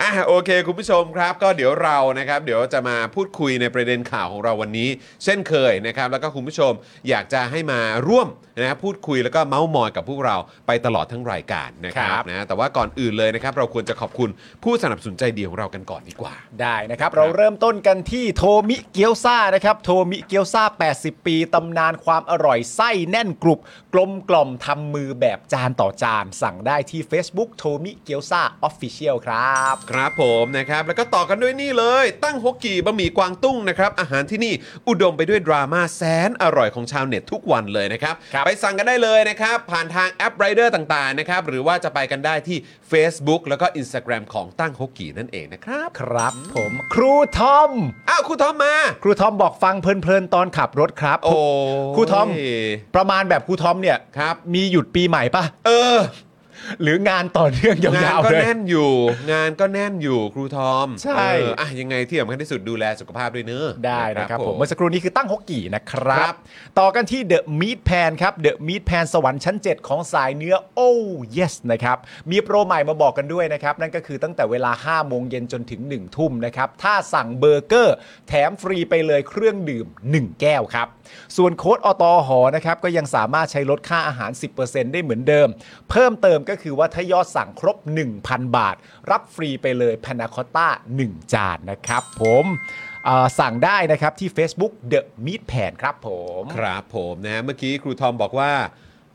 B: อ่ะโอเค คุณผู้ชมครับ ก็เดี๋ยวเรานะครับ เดี๋ยวจะมาพูดคุยในประเด็นข่าวของเราวันนี้ เช่นเคยนะครับ แล้วก็คุณผู้ชมอยากจะให้มาร่วมนะพูดคุยแล้วก็เมาส์มอยกับพวกเราไปตลอดทั้งรายการนะค
C: ครั
B: รับบ นะแต่ว่าก่อนอื่นเลยนะครับ เราควรจะขอบคุณผู้สนับสนุนใจดีของเรากันก่อนดีกว่า
C: ได้นะครับ เราเริ่มต้นกันที่โทมิเกียวซานะครับ โทมิเกียวซา80 ปีตำนานความอร่อยไส้แน่นกรุบ กลมกล่อมทำมือแบบจานต่อจาน สั่งได้ที่ Facebook โทมิเกียวซาออฟฟิเชียลครับ
B: ครับผมนะครับ แล้วก็ต่อกันด้วยนี่เลย ตั้งฮกกีบะหมี่กวางตุ้งนะครับ อาหารที่นี่อุดมไปด้วยดราม่าแสนอร่อยของชาวเน็ตทุกวันเลยนะครับ
C: ครับ
B: ไปสั่งกันได้เลยนะครับ ผ่านทางแอปไรเดอร์ต่างๆนะครับ หรือว่าจะไปกันได้ที่ Facebook แล้วก็ Instagram ของตั้งฮกกีนั่นเองนะครับ
C: ครับผมครูทอม
B: อ้าวครูทอมมา
C: ครูทอมบอกฟังเพลินๆ ตอนขับรถครับ
B: โอ้
C: ครูทอม ประมาณแบบครูทอมเนี่ย
B: ครับ
C: มีหยุดปีใหม่ปะ
B: เออ
C: หรืองานต่อเนื่องยาง
B: าน
C: ว
B: ก็
C: ๆเลย
B: แน่นอยู่ งานก็แน่นอยู่ครูทอม
C: ใช่
B: เอออ่ะยังไงที่สำคัญที่สุดดูแลสุขภาพด้วยเนอะ
C: ได้นะครับผม
B: ผม
C: เมื่อสักครู่นี้คือตั้งฮกกี่นะครั
B: ครับ บ
C: ต่อกันที่เดอะมีทแพนครับเดอะมีทแพนสวรรค์ชั้น 7 ของสายเนื้อโอ้ yes นะครับมีโปรใหม่มาบอกกันด้วยนะครับ นั่นก็คือตั้งแต่เวลา 5 โมงเย็นจนถึง 1 ทุ่มนะครับ ถ้าสั่งเบอร์เกอร์ แถมฟรีไปเลยเครื่องดื่ม 1 แก้วครับ ส่วนโค้ดอตอหอนะครับก็ยังสามารถใช้ลดค่าอาหาร 10%ได้เหมือนเดิม เพิ่มเติมก็คือว่าถ้ายอดสั่งครบ 1,000 บาท รับฟรีไปเลยพานาคอต้า1จานนะครับผม เอ่อสั่งได้นะครับที่ Facebook The Meat Pan ครับผม
B: ครับผมนะฮะเมื่อกี้ครูทอมบอกว่า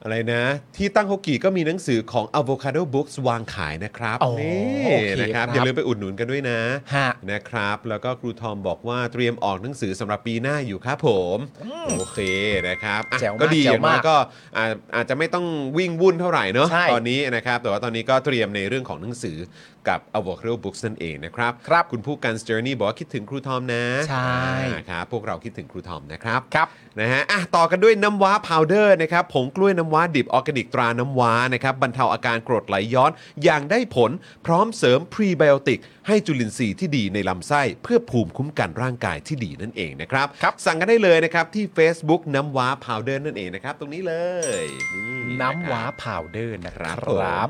B: อะไรนะ ที่ตั้งฮกกี้ก็มีหนังสือของ Avocado Books วางขายนะครับ
C: อ๋อโอ
B: นี่
C: เค
B: นะครับ
C: ครับ
B: อย่าลืมไปอุดหนุนกันด้วยนะ
C: ฮะ
B: นะครับ แล้วก็ครูทอมบอกว่าเตรียมออกหนังสือสำหรับปีหน้าอยู่ครับผม โอเคนะครับอ่ะ
C: แจ๋วมาก
B: ก็ดี
C: แจ๋
B: อ
C: ว
B: ย่างน้อย
C: มาก
B: ก็อาอาจจะไม่ต้องวิ่งวุ่นเท่าไหร่เนอะ
C: ใช่
B: ตอนนี้นะครับแต่ว่าตอนนี้ก็เตรียมในเรื่องของหนังสือกับ Avocado Books นั่นเองนะครับ
C: ครับ
B: คุณผู้กัน Journey บอกว่าคิดถึงครูทอมนะ
C: ใช่
B: อ่าครับพวกเราคิดถึงครูทอมนะครับ
C: ครับ
B: นะฮะอ่ะต่อกันด้วยน้ำว้าพาวเดอร์นะครับ ผงกล้วยน้ำว้าดิบออร์แกนิกตราน้ำว้านะครับ บรรเทาอาการกรดไหลย้อน อย่างได้ผล พร้อมเสริมพรีไบโอติก ให้จุลินทรีย์ที่ดีในลำไส้ เพื่อภูมิคุ้มกันร่างกายที่ดีนั่นเองนะครับ
C: ครับ
B: สั่งกันได้เลยนะครับ ที่ Facebook น้ำว้าพาวเดอร์นั่นเองนะครับ ตรงนี้เลยนี่ะครับ
C: น้ำว้าพาวเดอร์นะครั
B: ครับ บผม
C: ครับ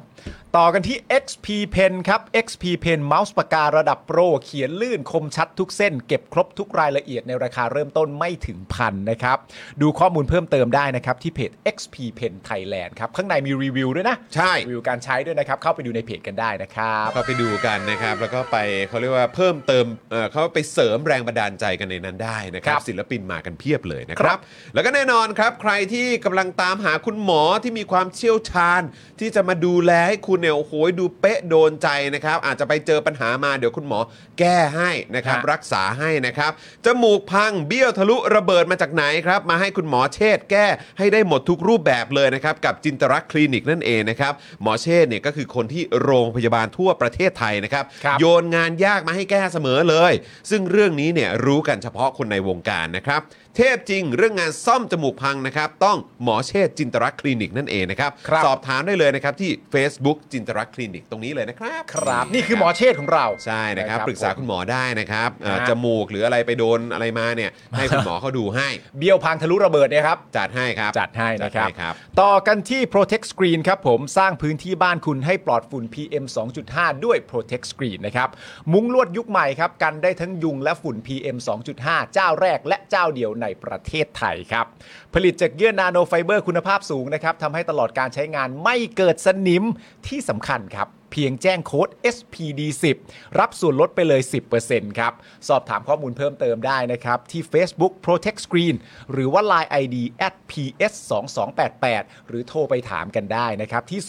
C: ต่อกันที่ XP Pen ครับ XP Pen เมาส์ปากการะดับโปร เขียนลื่นคมชัดทุกเส้น เก็บครบทุกรายละเอียดในราคาเริ่มต้นไม่ถึงพันนะครับ ดูข้อมูลเพิ่มเติมได้นะครับ ที่เพจ XP Pen Thailand ครับ ข้างในมีรีวิวด้วยนะ
B: ใช่
C: รีวิวการใช้ด้วยนะครับ เข้าไปดูในเพจกันได้นะครับ
B: ก็ไปดูกันนะครับ แล้วก็ไปเขาเรียกว่าเพิ่มเติมเอ่อเขาไปเสริมแรงบันดาลใจกันในนั้นได้นะครับ
C: ครับ
B: ศิลปินมากันเพียบเลยนะครับ
C: ครับ
B: แล้วก็แน่นอนครับ ใครที่กำลังตามหาคุณหมอที่มีความเชี่ยวชาญ ที่จะมาดูแลให้คุณเนี่ยโอ้โหดูเป๊ะโดนใจนะครับ อาจจะไปเจอปัญหามาเดี๋ยวคุณหมอแก้ให้นะครับ
C: ฮะ
B: รักษาให้นะครับ จมูกพังเบี้ยวทะลุระเบิดมาจากไหนครับ มาให้คุณหมอเชษฐ์แก้ให้ได้หมดทุกรูปแบบเลยนะครับ กับจินตรักษณ์คลินิกนั่นเองนะครับ หมอเชษฐ์เนี่ยก็คือคนที่โรงพยาบาลทั่วประเทศไทยนะครับ
C: ครับ
B: โยนงานยากมาให้แก้เสมอเลย ซึ่งเรื่องนี้เนี่ยรู้กันเฉพาะคนในวงการนะครับ เทพจริงเรื่องงานซ่อมจมูกพังนะครับ ต้องหมอเชษฐ์จินตรักษณ์คลินิกนั่นเองนะครับ
C: ครับ
B: สอบถามได้เลยนะครับที่ Facebook จินตรักษณ์คลินิกตรงนี้เลยนะครับ
C: ครับนี่
B: ะ
C: คือหมอเชษฐ์ของเรา
B: ใช่นะครับปรึกษา
C: ผม
B: คุณหมอได้นะครับเอ่อ
C: ฮะ
B: จมูกหรืออะไรไปโดนอะไรมาเนี่ยให้คุณหมอเขาดูให้
C: เบี้ยวพังทะลุระเบิดเนี่ยครับ
B: จัดให้ครับ
C: จัดให้นะครับ
B: จัดให้ครับ
C: ต่อกันที่ Protect Screen ครับผม สร้างพื้นที่บ้านคุณให้ปลอดฝุ่น PM 2.5 ด้วย Protect Screen นะครับ มุ้งลวดยุคใหม่ครับ กันได้ทั้งยุงและฝุ่น PM 2.5 เจ้าแรกและเจ้าเดียวในประเทศไทยครับ ผลิตจากเยื่อนาโนไฟเบอร์คุณภาพสูงนะครับทำให้ตลอดการใช้งานไม่เกิดสนิมที่สำคัญครับ เพียงแจ้งโค้ด SPD10 รับส่วนลดไปเลย 10%ครับ สอบถามข้อมูลเพิ่มเติมได้นะครับ ที่ Facebook Protect Screen หรือว่า Line ID at ps 2 2 8 8หรือโทรไปถามกันได้นะครับ ที่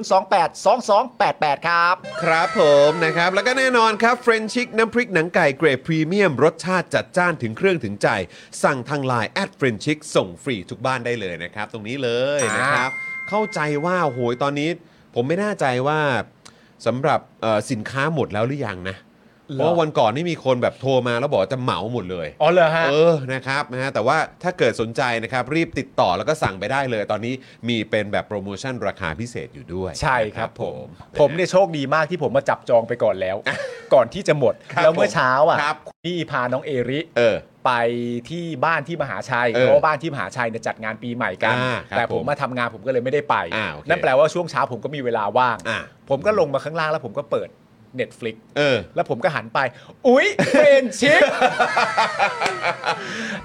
C: 02 028 2288 ครับ
B: ครับผมนะครับ แล้วก็แน่นอนครับเฟรนชิกน้ำพริกหนังไก่เกรดพรีเมียม รสชาติจัดจ้านถึงเครื่องถึงใจ สั่งทางไลน์แอดเฟรนชิกส่งฟรีทุกบ้านได้เลยนะครับ ตรงนี้เลย
C: อ่าน
B: นะครับ เข้าใจว่าโอ้โหยตอนนี้ ผมไม่แน่ใจว่าสำหรับเอ่อสินค้าหมดแล้วหรือยังนะ
C: เหรอ
B: เพราะว่าวันก่อนนี่มีคนแบบโทรมาแล้วบอกว่าจะเหมาหมดเลย
C: อ๋อเหรอฮะ
B: เออ นะครับนะฮะ แต่ว่าถ้าเกิดสนใจนะครับ รีบติดต่อแล้วก็สั่งไปได้เลย ตอนนี้มีเป็นแบบโปรโมชั่นราคาพิเศษอยู่ด้วย
C: ใช่ครับ
B: นะ
C: ผม ผมเนี่ยโชคดีมากที่ผมมาจับจองไปก่อนแล้ว ก่อนที่จะหมด
B: ครับ
C: แล้วเมื่อเช้าอ่ะ
B: ครับ
C: นี่พาน้องเอริ
B: เออ
C: ไปที่บ้านที่มหาชัย
B: เออ
C: เพราะว่าบ้านที่มหาชัยเนี่ยจัดงานปีใหม่กัน
B: อ่าครับ
C: แต่ผมมาทำงานผมก็เลยไม่ได้ไป
B: อ่าโอเค
C: นั่นแปลว่าช่วงเช้าผมก็มีเวลาว่าง
B: อ่า
C: ผมก็ลงมาข้างล่างแล้วผมก็เปิด Netflix
B: เออ
C: แล้วผมก็หันไป อุ๊ยเฟรนชิก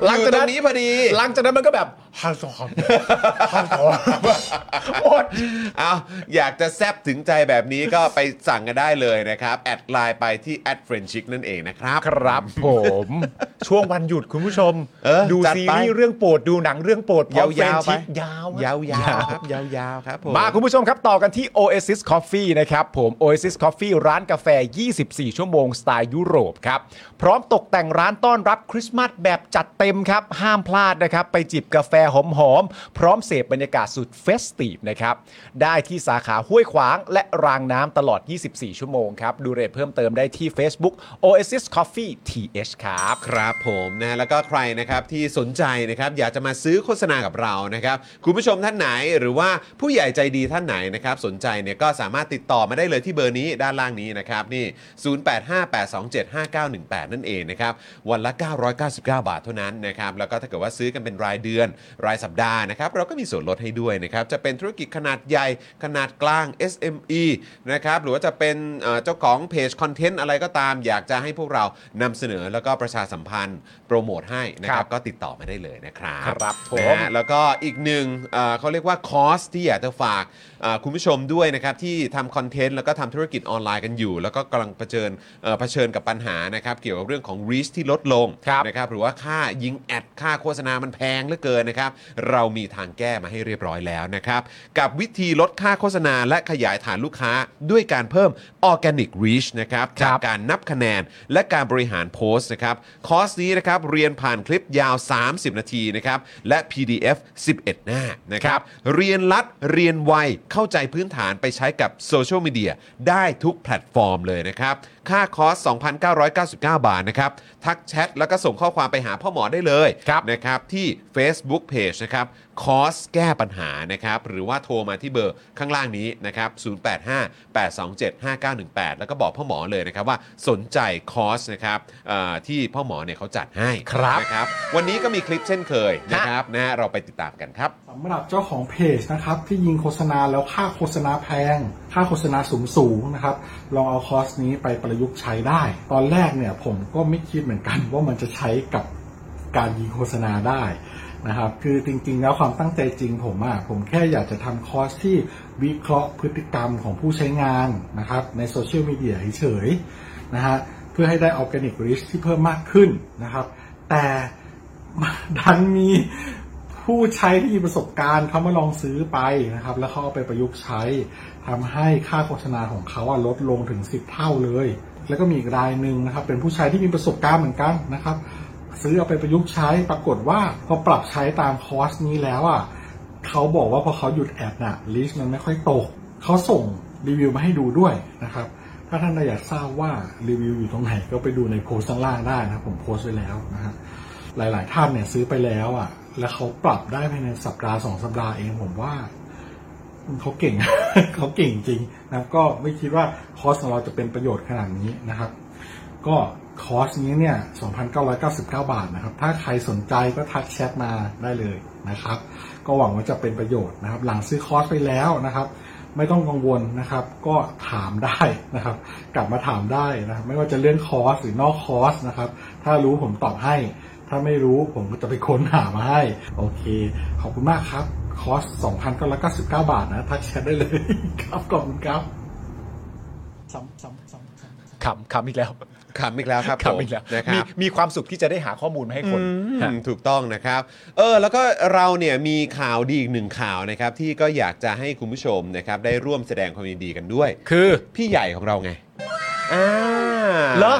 B: หลังจากนั้นนี้พอดี
C: หลังจากนั้นมันก็แบบฮันส องฮันสอง โอด
B: เอาอยากจะแซบถึงใจแบบนี้ก็ไปสั่งกันได้เลยนะครับ แอดไลน์ไปที่แอดเฟรนชิกนั่นเองนะครับ
C: ครับผม ช่วงวันหยุดคุณผู้ชม
B: เออ
C: ดู
B: จัดไป
C: ซีรีส์เรื่องโปรดดูหนังเรื่องโปรดพร้
B: ยา
C: อม
B: วๆ
C: เฟรนด์
B: ไป
C: ชิกยาวอะ
B: ยาวๆครับยาวๆครับผม
C: มาคุณผู้ชมครับต่อกันที่ Oasis Coffee นะครับผม Oasis Coffee ร้านกาแฟ 24 ชั่วโมง สไตล์ยุโรปครับ พร้อมตกแต่งร้านต้อนรับคริสต์มาสแบบจัดเต็มครับ ห้ามพลาดนะครับ ไปจิบกาแฟหอมๆ พร้อมเสพบรรยากาศสุดเฟสตีฟนะครับ ได้ที่สาขาห้วยขวางและรางน้ำตลอด 24 ชั่วโมงครับ ดูรายละเอียดเพิ่มเติมได้ที่ Facebook Oasis Coffee TH ครับ
B: ครับผมนะแล้วก็ใครนะครับที่สนใจนะครับอยากจะมาซื้อโฆษณากับเรานะครับคุณผู้ชมท่านไหนหรือว่าผู้ใหญ่ใจดีท่านไหนนะครับสนใจเนี่ยก็สามารถติดต่อมาได้เลยที่เบอร์นี้ด้านล่างนี้นะครับนี่ 0858275918 นั่นเองนะครับวันละ 999 บาทเท่านั้นนะครับแล้วก็ถ้าเกิดว่าซื้อกันเป็นรายเดือน รายสัปดาห์นะครับ เราก็มีส่วนลดให้ด้วยนะครับ จะเป็นธุรกิจขนาดใหญ่ขนาดกลาง SME นะครับหรือว่าจะเป็นเอ่อเจ้าของเพจคอนเทนต์อะไรก็ตาม อยากจะให้พวกเรานำเสนอแล้วก็ประชาสัมพันธ์โปรโมทให้นะครับ
C: ครับ
B: ก็ติดต่อมาได้เลยนะครับ
C: ครับผม
B: นะฮะ แล้วก็อีกหนึ่งเอ่อเขาเรียกว่าคอร์สที่อยากจะฝากเอ่อคุณผู้ชมด้วยนะครับ ที่ทำคอนเทนต์แล้วก็ทำธุรกิจออนไลน์กันอยู่ แล้วก็กำลังเผชิญเอ่อเผชิญกับปัญหานะครับ เกี่ยวกับเรื่องของ reach ที่ลดลง
C: ครับ
B: นะครับหรือว่าค่ายิงแอด ค่าโฆษณามันแพงเหลือเกินนะครับ เรามีทางแก้มาให้เรียบร้อยแล้วนะครับ กับวิธีลดค่าโฆษณาและขยายฐานลูกค้าด้วยการเพิ่ม organic reach นะครับ
C: ค
B: จากกา
C: รั
B: ร
C: บ
B: การนับคะแนนและการบริหารโพสต์นะครับ คอร์สนี้นะครับเรียนผ่านคลิปยาว 30 นาทีนะครับและ PDF 11 หน้านะค
C: ค
B: รั
C: รับ บ
B: เรียนรัดเรียนไวเข้าใจพื้นฐานไปใช้กับโซเชียลมีเดียได้ทุกแพลตฟอร์มเลยนะครับ ค่าคอร์ส 2,999 บาทนะครับ ทักแชทแล้วก็ส่งข้อความไปหาพ่อหมอได้เลยนะครับที่ Facebook Page นะครับคอร์สแก้ปัญหานะครับหรือว่าโทรมาที่เบอร์ข้างล่างนี้นะครับ 0858275918 แล้วก็บอกพ่อหมอเลยนะครับว่าสนใจคอร์สนะครับเอ่อที่พ่อหมอเนี่ยเขาจัดให้
C: ครับ
B: นะครับ วันนี้ก็มีคลิปเช่นเคยนะครับนะฮะเราไปติดตามกันครับ
E: สำหรับเจ้าของเพจนะครับที่ยิงโฆษณาแล้วค่าโฆษณาแพง ค่าโฆษณาสูงสูงๆนะครับลองเอาคอร์สนี้ไปประยุกต์ใช้ได้ ตอนแรกเนี่ยผมก็ไม่คิดเหมือนกัน ว่ามันจะใช้กับการยิงโฆษณาได้นะครับคือจริงๆแล้วความตั้งใจจริงผมอะผมแค่อยากจะทำคอร์สที่วิเคราะห์พฤติกรรมของผู้ใช้งานนะครับในโซเชียลมีเดียเฉยๆนะฮะเพื่อให้ได้ออร์แกนิกริชที่เพิ่มมากขึ้นนะครับแต่ ดันมีผู้ใช้ที่มีประสบการณ์เขามาลองซื้อไปนะครับ แล้วเขาเอาไปประยุกต์ใช้ทำให้ค่าโฆษณาของเขาอะลดลงถึง 10 เท่าเลย แล้วก็มีอีกรายหนึ่งนะครับ เป็นผู้ใช้ที่มีประสบการณ์เหมือนกันนะครับ ซื้อเอาไปประยุกต์ใช้ปรากฏว่าพอปรับใช้ตามคอร์สนี้แล้วอ่ะเขาบอกว่าพอเขาหยุดแอดน่ะลิสต์มันไม่ค่อยตกเขาส่งรีวิวมาให้ดูด้วยนะครับ ถ้าท่านอยากทราบว่ารีวิวอยู่ตรงไหนก็ไปดูในโพสต์ข้างล่างได้นะครับผมโพสต์ไว้แล้วนะฮะ หลาย ๆ ท่านเนี่ยซื้อไปแล้วอ่ะ แล้วเขาปรับได้ภายในสัปดาห์สองสัปดาห์เองผมว่าเขาเก่ง เขาเก่งจริงนะครับก็ไม่คิดว่าคอร์สของเราจะเป็นประโยชน์ขนาดนี้นะครับ ก็คอร์สนี้เนี่ย 2,999 บาทนะครับ ถ้าใครสนใจก็ทักแชทมาได้เลยนะครับ ก็หวังว่าจะเป็นประโยชน์นะครับ หลังซื้อคอร์สไปแล้วนะครับ ไม่ต้องกังวลนะครับ ก็ถามได้นะครับ กลับมาถามได้นะครับ ไม่ว่าจะเรื่องคอร์สหรือนอกคอร์สนะครับ ถ้ารู้ผมตอบให้ ถ้าไม่รู้ผมก็จะไปค้นหามาให้ โอเค ขอบคุณมากครับ คอร์ส 2,999 บาทนะ ทักแชทได้เลยครับ ขอบคุณครับ
D: ซ้ำซ้ำซ้ำซ้ำ
C: ขำขำอีกแล้ว
B: ขำอีกแล้วครับผม
C: ขำอีกแล้ว
B: นะครับ
C: มีมีความสุขที่จะได้หาข้อมูลมาให้คนฮะ
B: อืมถูกต้องนะครับ เออแล้วก็เราเนี่ยมีข่าวดีอีกหนึ่งข่าวนะครับ ที่ก็อยากจะให้คุณผู้ชมนะครับได้ร่วมแสดงความยินดีกันด้วย
C: คือ
B: พี่ใหญ่ของเราไงอ่า
C: เหรอ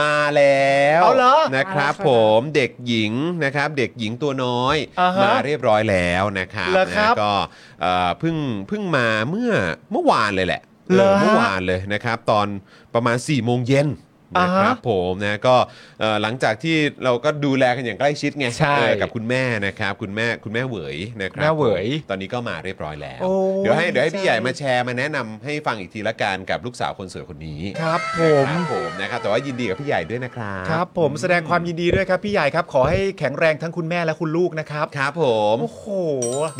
B: มาแล้ว
C: เอาเหรอ
B: นะครับ
D: มาแล้วใช่ไหม
B: ผมเด็กหญิงนะครับเด็กหญิงตัวน้อย
C: อ่าฮะ
B: มาเรียบร้อยแล้วนะครับ
C: เหรอครับ
B: นะก็เอ่อเพิ่งเพิ่งมาเมื่อเมื่อวานเลยแหละ
C: เหรอ
B: เออเมื่อวานเลยนะครับ ตอนประมาณ4ี่โมงเย็นนะ
C: อ่า
B: ค
C: ฮะ
B: รับผมนะก็เอ่อหลังจากที่เราก็ดูแลกันอย่างใกล้ชิดไง
C: ใช่
B: เออกับคุณแม่นะครับ คุณแม่คุณแม่เหวยนะครับ
C: แม่เหวย
B: ตอนนี้ก็มาเรียบร้อยแล้ว
C: โอ้
B: เดี๋ยวให้เดี๋ยวให้พี่ใหญ่
D: ใจ
B: มา แชร์มาแนะนำให้ฟังอีกทีละกันกับลูกสาวคนสวยคนนี้
C: ครับ
B: ค
C: ผม
B: รับผมนะครับแต่ว่ายินดีกับพี่ใหญ่ด้วยนะครับ
C: ครับผมแสดงความยินดีด้วยครับ พี่ใหญ่ครับ ขอให้แข็งแรงทั้งคุณแม่และคุณลูกนะครับ
B: ครับผม
C: โอ้โห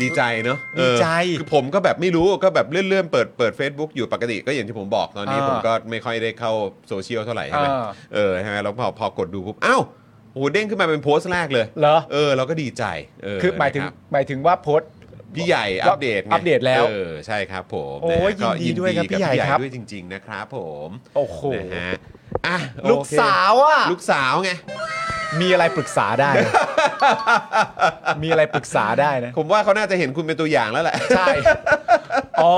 B: ดีใจเนอะเออ
C: ดีใจ
B: คือผมก็แบบไม่รู้ก็แบบเลื่อนๆเปิดเปิด Facebook อยู่ปกติก็อย่างที่ผมบอกตอนนี้
C: อ่า
B: ผมก็ไม่ค่อยได้เข้าโซเชียลเท่าไหร่ใช่ไหม
C: อ่า
B: เออใช่ไหมแล้วพอพอกดดูปุ๊บอ้าวโอ้โหเด้งขึ้นมาเป็นโพสต์แรกเลย
C: เหรอ
B: เออเราก็ดีใจเออ
C: คือหมายถึง
B: นะครับ
C: หมายถึงว่าโพสต์
B: พี่ใหญ่อัปเดตไง
C: อัปเดตแล้ว
B: เออใช่ครับผม
C: โอ้
B: ะ
C: ย
B: ฮะก็
C: ยินดีด้วยครับพี่ใหญ่ครับ
B: ด้วยจริง ๆนะครับ ผม
C: โอ้โห
B: นะฮะอ่ะโอเค
C: ลูกสาวอ่ะ
B: ลูกสาวไง
C: มีอะไรปรึกษาได้ มีอะไรปรึกษาได้นะ
B: ผมว่าเขาน่าจะเห็นคุณเป็นตัวอย่างแล้วแหละ
C: ใช่ อ๋อ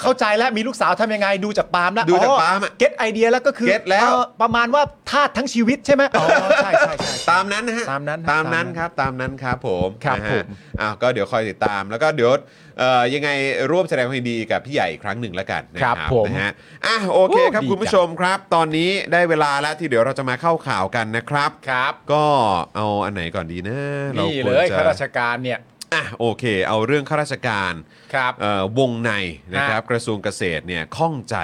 C: เข้าใจแล้ว มีลูกสาวทำยังไง ดูจากปาล์มแล้ว
B: ดูจากปาล์มอะ
C: เก็ตไอเดียแล้วก็คือ
B: get แล้ว
C: เอ่อประมาณว่าทาสทั้งชีวิตใช่ไหมอ๋อ ใช่ใช่ใช่
B: ตามนั้นนะฮะ
C: ตามนั้นฮะ
B: ตามนั้น
C: ตามนั้น
B: ครับตามนั้นครับผม
C: ครับ
B: นะฮะ
C: ผม
B: อ้าวก็เดี๋ยวคอยติดตามแล้วก็เดี๋ยวเอ่อยังไงร่วมแสดงความยินดีกับพี่ใหญ่อีกครั้งหนึ่งแล้วกันนะค
C: ครั
B: รับบ
C: ผม
B: นะฮะอ่ะโอเค
C: โอ้
B: ครับ
C: ดี
B: คุณผู้ชมครับ ตอนนี้ได้เวลาแล้วที่เดี๋ยวเราจะมาเข้าข่าวกันนะครับ
C: ครับ
B: ก็เอาอันไหนก่อนดีนะเรา
C: นี่
B: คว
C: เล
B: ร
C: ย
B: จะ
C: ข้าราชการเนี่ย
B: อ่ะโอเค เอาเรื่องข้าราชการ
C: ครับ
B: เอ่อวงในนะครับกระทรวงเกษตรเนี่ยข้องใจ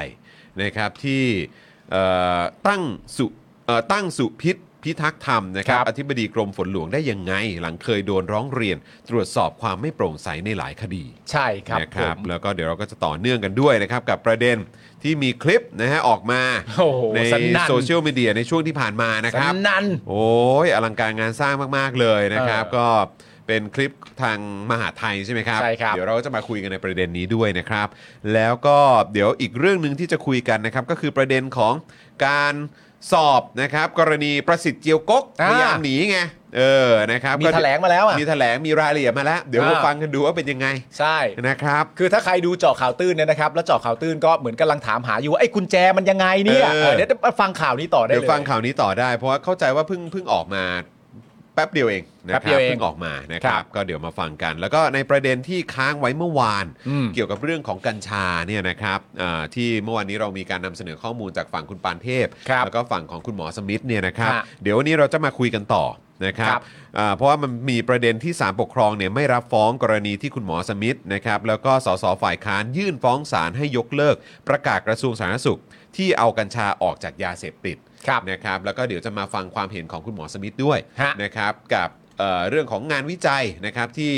B: นะครับที่เอ่อตั้งสุเอ่อตั้งสุพิษ พิทักษ์ธรรมนะครับ
C: ครับ
B: อธิบดีกรมฝนหลวงได้ยังไง หลังเคยโดนร้องเรียน ตรวจสอบความไม่โปร่งใสในหลายคดี
C: ใช่ครับ
B: นะครับ
C: ผม
B: แล้วก็เดี๋ยวเราก็จะต่อเนื่องกันด้วยนะครับกับประเด็นที่มีคลิปนะฮะออกมา
C: โอ้โห
B: ใน
C: สนั่น
B: โซเชียลมีเดียในช่วงที่ผ่านมานะครับ
C: สำนัน
B: โอ้ยอลังการงานสร้างมาก ๆ เลยนะครับ
C: เออ
B: ก็เป็นคลิปทางมหาไทยใช่ไหมครับ
C: ใช่ครับ
B: เดี๋ยวเราก็จะมาคุยกันในประเด็นนี้ด้วยนะครับ แล้วก็เดี๋ยวอีกเรื่องหนึ่งที่จะคุยกันนะครับ ก็คือประเด็นของการสอบนะครับ กรณีประสิทธิ์เจียวกก
C: อ่า
B: พยายามหนีไงเออนะครับ
C: มี
B: ก็เดี๋ย
C: แถลงมาแล้วอะ
B: มีแถลงมีรายละเอียดมาแล้ว เดี๋ยว
C: อ่า
B: มาฟังกันดูว่าเป็นยังไง
C: ใช่
B: นะครับ
C: คือถ้าใครดูเจาะข่าวตื้นเนี่ยนะครับ แล้วเจาะข่าวตื้นก็เหมือนกำลังถามหาอยู่ว่าไอ้กุญแจมันยังไงเนี่ย
B: เออ
C: เออเดี๋ยวเดี๋ยวฟังข่าวนี้ต่อได้
B: เดี๋ย
C: เล
B: วย ฟังข่าวนี้ต่อได้ เพราะว่าเข้าใจว่าเพิ่งเพิ่งออกมาแป๊บเดียวเองนะครับบ
C: แป๊เดียวเอง
B: เพิ่งออกมานะครั
C: ครับ บ
B: ก็เดี๋ยวมาฟังกัน แล้วก็ในประเด็นที่ค้างไว้เมื่อวาน
C: อืม
B: เกี่ยวกับเรื่องของกัญชาเนี่ยนะครับอ่าที่เมื่อวานนี้เรามีการนำเสนอข้อมูลจากฝั่งคุณปานเทพ
C: ครับ
B: แล้วก็ฝั่งของคุณหมอสมิธเนี่ยนะครับ
C: ฮะ
B: เดี๋ยววันนี้เราจะมาคุยกันต่อนะครับ
C: ครับ
B: อ่าเพราะว่ามันมีประเด็นที่ศาลปกครองเนี่ยไม่รับฟ้องกรณีที่คุณหมอสมิธนะครับแล้วก็สสฝ่ายค้านยื่นฟ้องศาลให้ยกเลิก ประกาศกระทรวงสาธารณสุข ที่เอากัญชาออกจากยาเสพติด
C: ครับ
B: นะครับแล้วก็เดี๋ยวจะมาฟังความเห็นของคุณหมอสมิธด้วย
C: ฮะ
B: นะครับกับเอ่อเรื่องของงานวิจัยนะครับที่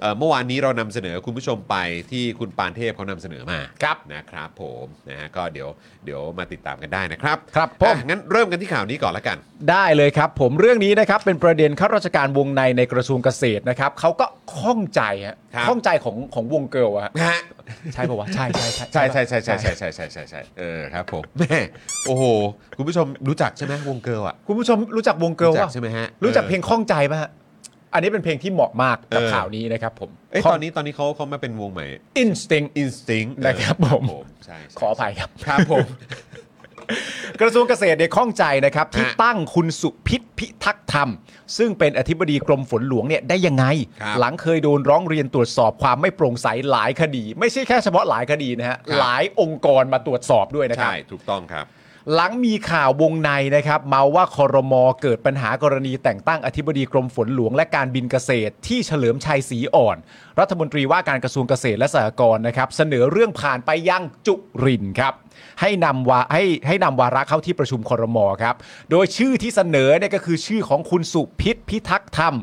B: เอ่อเมื่อวานนี้เรานำเสนอคุณผู้ชมไปที่คุณปานเทพเขานำเสนอมา
C: ครับ
B: นะครับผมนะฮะก็เดี๋ยวเดี๋ยวมาติดตามกันได้นะครับ
C: ครับผม
B: อ่ะงั้นเริ่มกันที่ข่าวนี้ก่อนละกัน
C: ได้เลยครับ ผมเรื่องนี้นะครับเป็นประเด็นข้าราชการวงในในกระทรวงเกษตรนะครับเขาก็ข้องใจฮะ
B: ครับ
C: ข้องใจของของวงเกิร์ลอะฮะ
B: นะฮะ
C: ใช่ป่าวะใช่ใช่
B: ใช่ใช่ใช่ใช่ใช่ใช่ใช่ใช่ใช่เออครับผมแม่โอ้โหคุณผู้ชมรู้จักใช่ไหมวงเกิร์ลอ่ะ
C: คุณผู้ชมรู้จักวงเกิร์ล
B: รู้จัก
C: ปะ
B: ใช่ไหมฮะ
C: รู้จักเพล
B: ง
C: งข้องใจป่ะฮะอันนี้เป็นเพลงที่เหมาะมากกับ
B: เออ
C: ข่าวนี้นะครับผม
B: ตอนนี้ตอนนี้เขาเขามาเป็นวงใหม่
C: instinct
B: Instinct
C: นะครับผม
B: เออใช่ใช่
C: ขออภัยครับ
B: ครับผม
C: กระทรวงเกษตรเนี่ยข้องใจนะครับ ที่
B: ฮะ
C: ตั้งคุณสุพิษพิทักษ์ธรรม ซึ่งเป็นอธิบดีกรมฝนหลวงเนี่ยได้ยังไง
B: ครับ
C: หลังเคยโดนร้องเรียนตรวจสอบความไม่โปร่งใสหลายคดี ไม่ใช่แค่เฉพาะหลายคดีนะฮะ
B: ครับ
C: หลายองค์กรมาตรวจสอบด้วยนะครับ
B: ใช่ ถูกต้องครับ
C: หลังมีข่าววงในนะครับเมาว่าคอรมอเกิดปัญหากรณีแต่งตั้งอธิบดีกรมฝนหลวงและการบินเกษตร ที่เฉลิมชัยศรีอ่อน รัฐมนตรีว่าการกระทรวงเกษตรและสหกรณ์นะครับเสนอเรื่องผ่านไปยังจุรินทร์ครับให้นำวาให้ให้นำวาระเข้าที่ประชุมคอรมอครับโดยชื่อที่เสนอเนี่ยก็คือชื่อของคุณสุพิษพิทักษ์ธรรม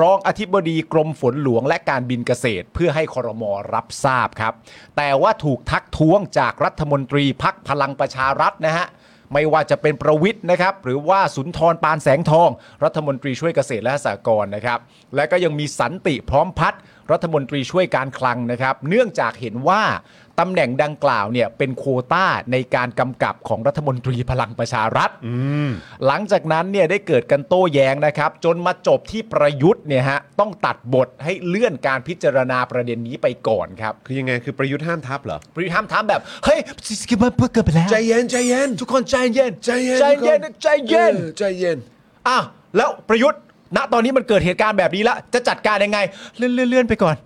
C: รองอธิบดีกรมฝนหลวงและการบินเกษตร เพื่อให้คอรมอรับทราบครับแต่ว่าถูกทักท้วงจากรัฐมนตรีพักพลังประชารัฐนะฮะ ไม่ว่าจะเป็นประวิทย์นะครับ หรือว่าสุนทรปานแสงทอง รัฐมนตรีช่วยเกษตรและสหกรณ์นะครับ และก็ยังมีสันติพร้อมพัฒน์รัฐมนตรีช่วยการคลังนะครับ เนื่องจากเห็นว่าตำแหน่งดังกล่าวเนี่ยเป็นโควต้าในการกำกับของรัฐมนตรีพลังประชารัฐ หลังจากนั้นเนี่ยได้เกิดกันโต้แย้งนะครับ จนมาจบที่ประยุทธ์เนี่ยฮะต้องตัดบทให้เลื่อนการพิจารณาประเด็นนี้ไปก่อนครับ
B: คือยังไง คือประยุทธ์ห้ามทับเหรอ
C: ประยุทธ์ห้ามถามแบบเฮ้ยมันเพิ่งเกิดไปแล้ว
B: ใจเย็น ใจเย็น
C: ทุกคนใจเย็น
B: ใจเย็น
C: ใจเย็น
B: ทุกคน
C: ใจเย็น
B: ออใจเย็น
C: อ่ะแล้วประยุทธ์ณตอนนี้มันเกิดเหตุการณ์แบบนี้แล้วจะจัดการยังไง เลื่อนเลื่อนเลื่อนไป ก่อน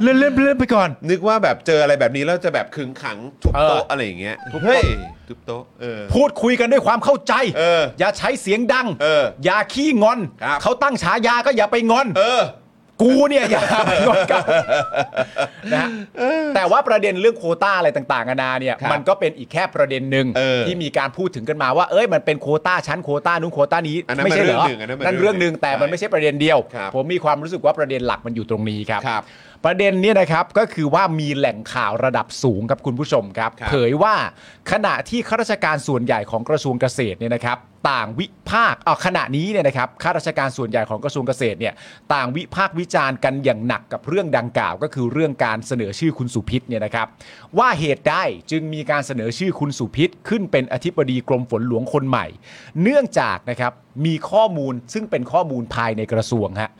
C: เลื่อนเลื่อนเลื่อนไปก่อน
B: นึกว่าแบบเจออะไรแบบนี้แล้วจะแบบขึงขังทุบโต๊ะ
C: เอออ
B: อะไรอย่างเงี้ย
C: ทุบโต๊ะ
B: เฮ้ยทุบโต๊ะเออ
C: พูดคุยกันด้วยความเข้าใจ
B: เออ
C: อย่าใช้เสียงดัง
B: เอออ
C: อย่าขี้งอน
B: ครับ
C: เขาตั้งฉายาก็อย่าไปงอน
B: เออ
C: กูเนี่ยอย่าไปงอนกันนะฮะแต่ว่าประเด็นเรื่องโควต้าอะไรต่างๆนานาเนี่ย
B: ครับ
C: มันก็เป็นอีกแค่ประเด็นหนึ่ง
B: เออ
C: ที่มีการพูดถึงกันมาว่า เอ้ยมันเป็นโควต้าชั้นโควต้านู้นโควต้านี้
B: อันนั้น
C: ไม่ใช่เหรอ
B: มันเรื่องหนึ่งอันนั้นมัน
C: นั่นเรื่องหนึ่งแต่มันไม่ใช่ประเด็นเดียว
B: ครับ
C: ผมมีความรู้สึกว่าประเด็นหลักมันอยู่ตรงนี้ครับ
B: ครับ
C: ประเด็นเนี้นะครับก็คือว่ามีแหล่งข่าวระดับสูงครับคุณผู้ชมครับ
B: ครับ
C: เผยว่าขณะที่ข้าราชการส่วนใหญ่ของกระทรวงเกษตรเนี่ยนะครับ ต่างวิพากษ์เอาขณะนี้เนี่ยนะครับข้าราชการส่วนใหญ่ของกระทรวงเกษตรเนี่ยต่างวิพากษ์วิจารณ์กันอย่างหนักกับเรื่องดังกล่าว ก็คือเรื่องการเสนอชื่อคุณสุพิษเนี่ยนะครับ ว่าเหตุใดจึงมีการเสนอชื่อคุณสุพิษขึ้นเป็นอธิบดีกรมฝนหลวงคนใหม่ เนื่องจากนะครับมีข้อมูลซึ่งเป็นข้อมูลภายในกระทรวงฮะ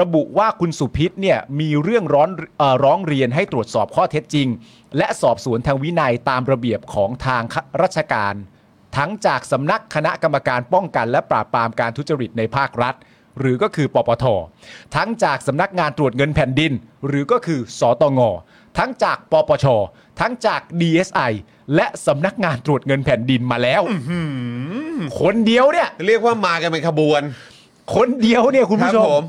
C: ระบุว่าคุณสุพิษเนี่ยมีเรื่องร้อนเออร้องเรียนให้ตรวจสอบข้อเท็จจริง และสอบสวนทางวินัยตามระเบียบของทางราชการ ทั้งจากสำนักคณะกรรมการป้องกันและปราบปรามการทุจริตในภาครัฐ หรือก็คือปปท ทั้งจากสำนักงานตรวจเงินแผ่นดิน หรือก็คือสตงทั้งจากปปช ทั้งจาก DSI และสำนักงานตรวจเงินแผ่นดินมาแล้วคนเดียวเนี่ย
B: เรียกว่ามากันเป็นขบวน
C: คนเดียวเนี่ยคุณผู้ช
B: รับผม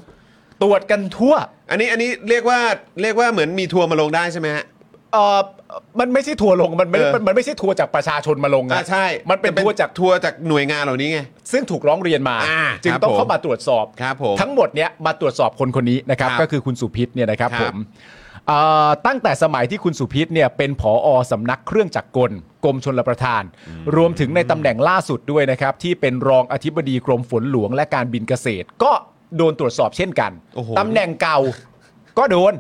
C: ตรวจกันทั่ว
B: อันนี้อันนี้เรียกว่าเรียกว่าเหมือนมีทัวร์มาลงได้ใช่ไหมฮะ
C: เออมันไม่ใช่ทัวร์ลงมันไม่ได้
B: เออ
C: มันมันไม่ใช่ทัวร์จากประชาชนมาลง
B: อ่า
C: นะ
B: ใช่
C: มันเป็นทัวร์จาก
B: ทัวร์จากหน่วยงานเหล่านี้ไง
C: ซึ่งถูกร้องเรียนมา
B: อ่า
C: จึง
B: ครับ
C: ต้อง
B: ผม
C: เข้ามาตรวจสอบ
B: ครับผม
C: ทั้งหมดเนี้ยมาตรวจสอบคนคนนี้นะครับ
B: ครับ
C: ก็คือคุณสุพิษเนี่ยนะครับ
B: ครับ
C: ผมเอ่อตั้งแต่สมัยที่คุณสุพิษเนี่ยเป็นผอสำนักเครื่องจักรกลกรมชนรประทาน รวมถึงในตำแหน่งล่าสุดด้วยนะครับ ที่เป็นรองอธิบดีกรมฝนหลวงและการบินเกษตร ก็โดนตรวจสอบเช่นกันตำแหน่งเก่าก็โดน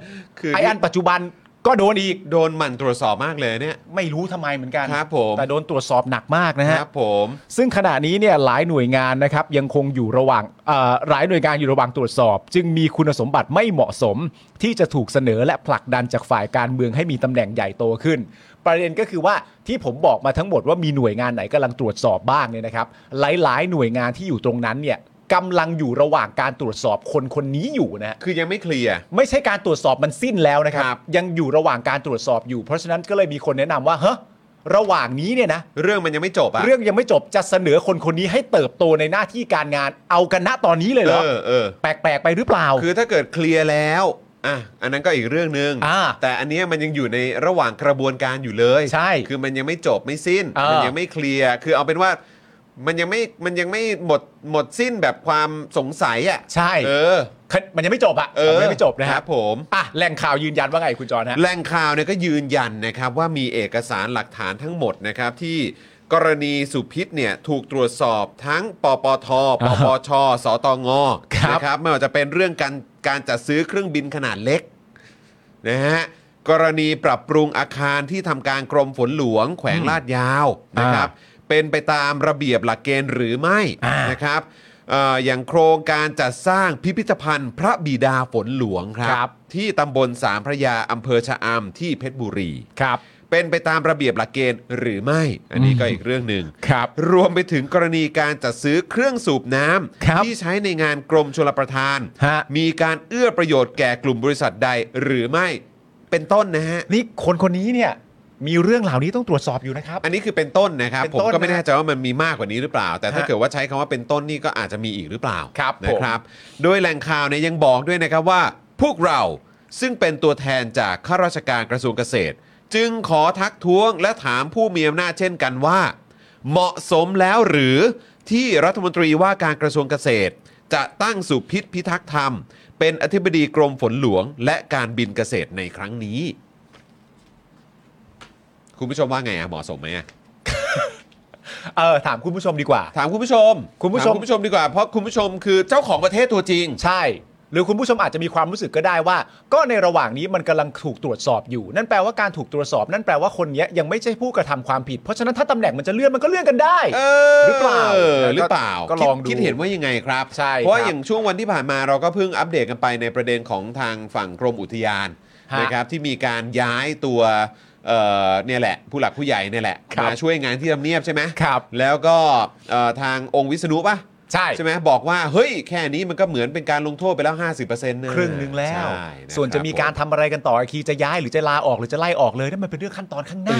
C: ไออันปัจจุบันก็โดนอีก
B: โดนหมั่นตรวจสอบมากเลยเนี่ย
C: ไม่รู้ทำไมเหมือนกัน
B: ครับผม
C: แต่โดนตรวจสอบหนักมากนะ
B: ค
C: ฮะ
B: รับผม
C: ซึ่งขณะนี้เนี่ยหลายหน่วยงานนะครับยังคงอยู่ระหว่างเอ่อหลายหน่วยงานอยู่ระหว่างตรวจสอบ จึงมีคุณสมบัติไม่เหมาะสม ที่จะถูกเสนอและผลักดันจากฝ่ายการเมืองให้มีตำแหน่งใหญ่โตขึ้น ประเด็นก็คือว่าที่ผมบอกมาทั้งหมดว่ามีหน่วยงานไหนกำลังตรวจสอบบ้างเนี่ยนะครับ หลาย ๆ หน่วยงานที่อยู่ตรงนั้นเนี่ยกำลังอยู่ระหว่างการตรวจสอบคนคนนี้อยู่นะ
B: คือยังไม่เคลียร์
C: ไม่ใช่การตรวจสอบมันสิ้นแล้วนะครับ
B: ครับ
C: ยังอยู่ระหว่างการตรวจสอบอยู่ เพราะฉะนั้นก็เลยมีคนแนะนำว่าเฮ้อระหว่างนี้เนี่ยนะ
B: เรื่องมันยังไม่จบอะ
C: เรื่องยังไม่จบจะเสนอคนคนนี้ให้เติบโตในหน้าที่การงาน เอากันณตอนนี้เลยเหร
B: เอ
C: อ
B: อเออ
C: แปลกๆไปหรือเปล่า
B: คือถ้าเกิดเคลียร์แล้วอ่ะอันนั้นก็อีกเรื่องหนึง่ง
C: อ่า
B: แต่อันเนี้ยมันยังอยู่ในระหว่างกระบวนการอยู่เลย
C: ใช่
B: คือมันยังไม่จบไม่สิน
C: เอ้อ
B: มัยังไม่เคลียร์ คือเอาเป็นว่ามันยังไม่ มันยังไม่หมดหมดสิ้นแบบความสงสัยอ่ะ
C: ใช่
B: เออ
C: มันยังไม่จบอ่ะ
B: เออ
C: มันยังไม่จบนะ
B: ค
C: ค
B: รั
C: รั
B: บบ ผม
C: อ่ะแหล่งข่าวยืนยันว่าไงคุณจรฮะ
B: แหล่งข่าวเนี่ยก็ยืนยันนะครับว่ามีเอกสารหลักฐานทั้งหมดนะครับที่กรณีสุพิษเนี่ยถูกตรวจสอบทั้งปปท ปปช สตง
C: ครับ
B: นะครับไม่ว่าจะเป็นเรื่องการการจัดซื้อเครื่องบินขนาดเล็กนะฮะกรณีปรับปรุงอาคารที่ทำการกรมฝนหลวง แขวงลาดยาวนะครับเป็นไปตามระเบียบหลักเกณฑ์หรือไม่นะครับเอออย่างโครงการจัดสร้างพิพิธภัณฑ์ พระบิดาฝนหลวงครั
C: ครับ
B: ที่ตำบลสามพระยาอำเภอชะอำที่เพชรบุรี
C: ครับ
B: เป็นไปตามระเบียบหลักเกณฑ์หรือไม่ อันนี้ก็อีกเรื่องหนึ่ง
C: ครับ
B: รวมไปถึงกรณีการจัดซื้อเครื่องสูบน้
C: ครับ
B: ำที่ใช้ในงานกรมชลประทาน
C: ฮะ
B: มีการเอื้อประโยชน์แก่กลุ่มบริษัทใดหรือไม่เป็นต้นนะฮะ
C: นี่คนคนนี้เนี่ยมีเรื่องเหล่านี้ต้องตรวจสอบอยู่นะครับ
B: อันนี้คือเป็นต้นนะครับ
C: เป็น
B: ผม
C: ต้น
B: ก็ไม่
C: นะ
B: แน่ใจว่ามันมีมากกว่านี้หรือเปล่า แต่ถ้า
C: ฮะ
B: เกิดว่าใช้คำว่าเป็นต้นนี่ก็อาจจะมีอีกหรือเปล่า
C: ครับผม
B: นะครับ โดยแหล่งข่าวเนี่ยยังบอกด้วยนะครับว่า พวกเราซึ่งเป็นตัวแทนจากข้าราชการกระทรวงเกษตร จึงขอทักท้วงและถามผู้มีอำนาจเช่นกันว่า เหมาะสมแล้วหรือที่รัฐมนตรีว่าการกระทรวงเกษตร จะตั้งสุพิษพิทักษ์ธรรม เป็นอธิบดีกรมฝนหลวง และการบินเกษตรในครั้งนี้ คุณผู้ชมว่าไงอะเหมาะสมไหมอะ
C: เออถามคุณผู้ชมดีกว่า
B: ถามคุณผู้ชม
C: คุณผู้ชม
B: ถาคุณผู้ชมดีกว่า เพราะคุณผู้ชมคือเจ้าของประเทศตัวจริง
C: ใช่ หรือคุณผู้ชมอาจจะมีความรู้สึกก็ได้ว่า ก็ในระหว่างนี้มันกำลังถูกตรวจสอบอยู่ นั่นแปลว่าการถูกตรวจสอบ นั่นแปลว่าคนเนี้ยยังไม่ใช่ผู้กระทำความผิด เพราะฉะนั้นถ้าตำแหน่งมันจะเลื่อนมันก็เลื่อนกันได้
B: เออ
C: หรือเปล่า
B: หรือเปล่า
C: ก็ลองดู
B: คิดเห็นว่ายังไงครับ
C: ใช่
B: เพราะว่า
C: ครับ
B: อย่างช่วงวันที่ผ่านมาเราก็เพิ่งอัปเดตกันไปในประเด็นของทางฝั่งกรมอุทยาน
C: ฮะ
B: นะครับที่มีการย้ายตัวเอ่อเนี่ยแหละ ผู้หลักผู้ใหญ่เนี่ยแหละ
C: ครับ
B: มาช่วยงานที่ทำเนียบใช่ไหม
C: ครับ
B: แล้วก็เอ่อทางองค์วิษณุป่ะ
C: ใช่
B: ใช่ไหมบอกว่าเฮ้ยแค่นี้มันก็เหมือนเป็นการลงโทษไปแล้ว 50%นะ
C: ครึ่งหนึ่งแล้ว
B: ใช่คบ
C: ส่วนจะมีการ
B: ผ
C: ทำอะไรกันต่ออีกทีจะย้ายหรือจะลาออกหรือจะไล่ออกเลยนั่นมันเป็นเรื่องขั้นตอนข้างหน้า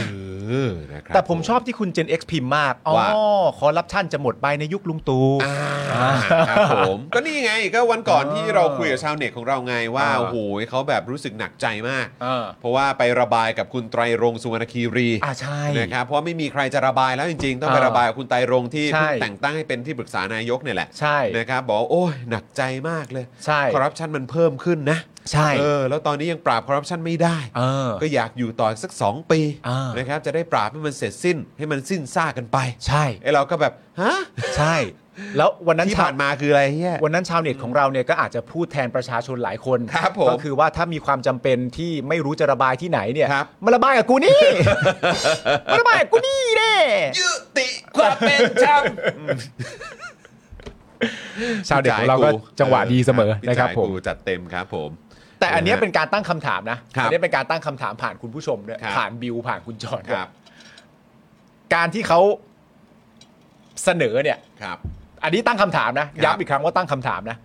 B: เออนะครับ
C: แต่ผมชอบที่คุณเจน X พิมพ์มาก อ๋อ
B: ว่า
C: คอร์รัปชันจะหมดไปในยุคลุงตู่
B: อ่าครับผมก็นี่ไงก็วันก่อน
C: อ่า
B: ที่เราคุยกับชาวเน็ตของเราไงว่า
C: อ่า
B: โอ้โหเขาแบบรู้สึกหนักใจมาก
C: อ่า
B: เพราะว่าไประบายกับคุณไตรรงค์สุวรรณคีรี
C: อ่าใช่
B: นะครับเพราะไม่มีใครจะระบายแล้วจริง ๆ ต้องไประบายกับคุณไตรรงค์ที่
C: ใช่
B: เพิ่งแต่งตั้งให้เป็นที่ปรึกษานายกเนี่ยแหละ
C: ใช่
B: นะครับบอกว่าโอ้ยหนักใจมากเลย
C: ใช่
B: คอร์รัปชันมันเพิ่มขึ้นนะ
C: ใช่
B: เออแล้วตอนนี้ยังปราบคอร์รัปชันไม่ได้
C: เออ
B: ก็อยากอยู่ต่ออีกสักสองปี
C: อ่าน
B: นะครับจะได้ปราบให้มันเสร็จสิ้นให้มันสิ้นซากกันไป
C: ใช่
B: ไอ้เราก็แบบฮะ
C: ใช่ แล้ววันนั้น
B: ที่
C: ชาว
B: ผ่านมาคืออะไรเฮีย
C: วันนั้นชาวเน็ตของเราเนี่ยก็อาจจะพูดแทนประชาชนหลายคน
B: ครับผม
C: ก็คือว่าถ้ามีความจำเป็นที่ไม่รู้จะระบายที่ไหนเนี่ย
B: ครับ
C: มาระบายกับกู นี่ มาระบายกับกูนี่แน่
B: ยุติความเป็นธรรม
C: ชาวเด็กของเราก็จังหวะดีเสมอนะครับผม
B: จัดเต็มครับผม
C: แต่อันเนี้ยเป็นการตั้งคำถามนะครับ อัเนี้ยเป็นการตั้งคำถามผ่านคุณผู้ชมด้วย
B: ครับ
C: ผ่านบิวผ่านคุณจอห์น
B: ครับ
C: การที่เขาเสนอเนี่ย
B: ครับ
C: อันนี้ตั้งคำถามนะครับ ย้ำอีกครั้งว่าตั้งคำถามนะ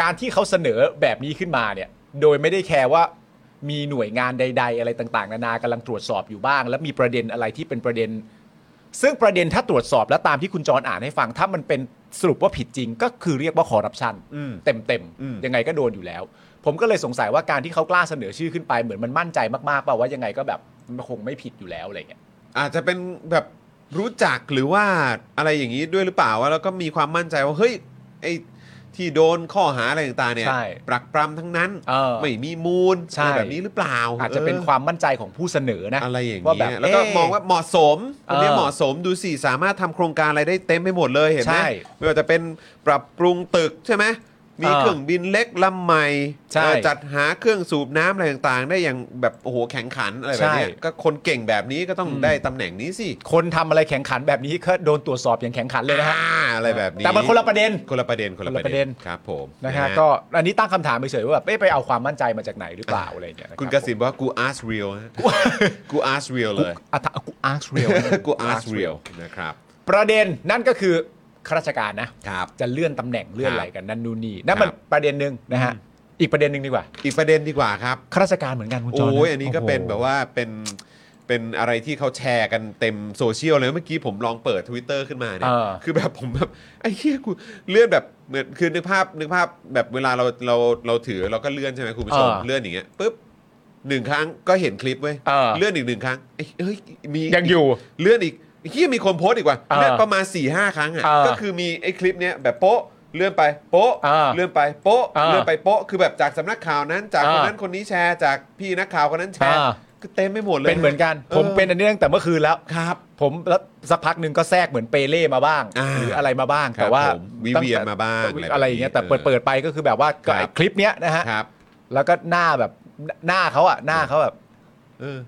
C: การที่เขาเสนอแบบนี้ขึ้นมาเนี่ย โดยไม่ได้แคร์ว่ามีหน่วยงานใด ๆ อะไรต่าง ๆ นานากำลังตรวจสอบอยู่บ้าง และมีประเด็นอะไรที่เป็นประเด็น ซึ่งประเด็นถ้าตรวจสอบและตามที่คุณจรอ่านให้ฟัง ถ้ามันเป็นสรุปว่าผิดจริง ก็คือเรียกว่าคอร์รัปชัน
B: อืม
C: เต็มเต็ม
B: อืม
C: ยังไงก็โดนอยู่แล้ว ผมก็เลยสงสัยว่าการที่เขากล้าเสนอชื่อขึ้นไปเหมือนมันมั่นใจมากๆเปล่าว่ายังไงก็แบบ มันคงไม่ผิดอยู่แล้วอะไรเงี้ย
B: อาจจะเป็นแบบรู้จักหรือว่าอะไรอย่างนี้ด้วยหรือเปล่าว่าแล้วก็มีความมั่นใจว่า เฮ้ยไอ้ที่โดนข้อหาอะไรต่างๆเนี่ย
C: ใช่
B: ปรักปรำทั้งนั้น
C: เออ
B: ไม่มีมูล
C: ใช่
B: อะไรแบบนี้หรือเปล่า
C: อาจจะเป็นความมั่นใจของผู้เสนอ
B: เอ
C: นะ
B: ออะไรอย่าง
C: ว่าแบ
B: เงี้
C: บ
B: ยแล้วก็
C: เะ
B: มองว่าเหมาะสมคนเนี้ย
C: เออ
B: เหมาะสมดูสิสามารถทำโครงการอะไรได้เต็มไปหมดเลยเห็นไหม
C: ใช่
B: ไม่ว่าจะเป็นปรับปรุงตึกใช่ไหมมี
C: เออ
B: เครื่องบินเล็กลำใหม่
C: ใช่
B: เออจัดหาเครื่องสูบน้ำอะไรต่างๆ ได้อย่างแบบโอ้โหแข่งขันอะไรแบบเนี้ย
C: ใช่
B: ก็คนเก่งแบบนี้ก็ต้องได้ตำแหน่งนี้สิ
C: คนทำอะไรแข่งขันแบบนี้ก็โดนตรวจสอบอย่างแข่งขันเลยนะฮะ
B: อ่าอะไรแบบนี้
C: แต่มันคนละประเด็น
B: คนละประเด็นคนละ
C: คน
B: ป
C: ละประ ระ
B: เด็
C: เด็
B: น
C: น
B: ครับผม
C: นะฮะก็อันนี้ตั้งคำถามเฉยๆว่าแบบเอ๊ะไปเอาความมั่นใจมาจากไหนหรือเปล่าอะไรอย่างเงี้ยนะรับ
B: คุณกสินบอกว่ากู ask real ฮะกู ask real เลย
C: อ่ะถ้ากูอาร์คเรียล
B: กู ask real นะครับ
C: ประเด็นนั่นก็คือข้าราชการนะ
B: ครับ
C: จะเลื่อนตำแหน่งเลื่อน
B: ครับ
C: อะไรกันนั่นนู่นนี่นั่นมัน
B: ครับ
C: ประเด็นหนึ่งนะฮะอีกประเด็นหนึ่งดีกว่า
B: อีกประเด็นดีกว่าครับ
C: ข้าราชการเหมือนกันคุณจอห์
B: โอ้ย
C: นะ
B: อันนี้ก็เป็น
C: โโห
B: แบบว่าเป็นเป็นอะไรที่เขาแชร์กันเต็มโซเชียลเลยเมื่อกี้ผมลองเปิด Twitter ขึ้นมาเนี่ย
C: เออ
B: คือแบบผมแบบไอ้เหี้ยกูเลื่อนแบบเหมือนคือนึกภาพนึกภาพแบบเวลาเราเราเราถือเราก็เลื่อนใช่ไหมคุณผู้ชม
C: เออ
B: เลื่อนอย่างเงี้ยปุ๊บหนึ่งครั้งก็เห็นคลิปเว้ย
C: เออ
B: เลื่อนอีกหนึ่งครั้งเอ้ยเอ้ยมี
C: ยังอยู่
B: เลื่อนอีกไอ้เฮียมีคนโพสต์อีกว่า
C: เออ
B: เลื่อนประมาณ4ี่ห้าครั้งอ่ะ
C: เออ
B: ก็คือมีไอ้คลิปเนี้ยแบบโป๊ะเลื่อนไปโป๊ะ
C: เออ
B: เลื่อนไปโป๊ะ
C: เออ
B: เลื่อนไปโป๊ะคือแบบจากสำนักข่าวนั้น จากคน
C: เออ
B: นั้นคนนี้แชร์จากพี่นักข่าวคนนั้นแชร์
C: อ่า
B: คือเต็มไม่หมดเลย
C: เป็นเหมือนกัน ผมเป็นอันนี้ตั้งแต่เมื่อคืนแล้ว
B: ครับ
C: ผมแล้วสักพักหนึ่งก็แทรกเหมือนเปเล่มาบ้าง
B: อ่า
C: หรืออะไรมาบ้าง
B: ครับ
C: แต่ว่า
B: ผมวิเวียน
C: ตั้แต่
B: มาบ้างอะไรแบบนี้
C: อะไรอย่างเงี้ยแต่เปิดเปิดไปก็คือแบบว่าก็
B: ค
C: ไอ้
B: รับ
C: คลิปเนี้ยนะฮะ
B: ครับ
C: แล้วก็หน้าแบบหน้าเขาอะหน้าเขาแบบ
B: เออ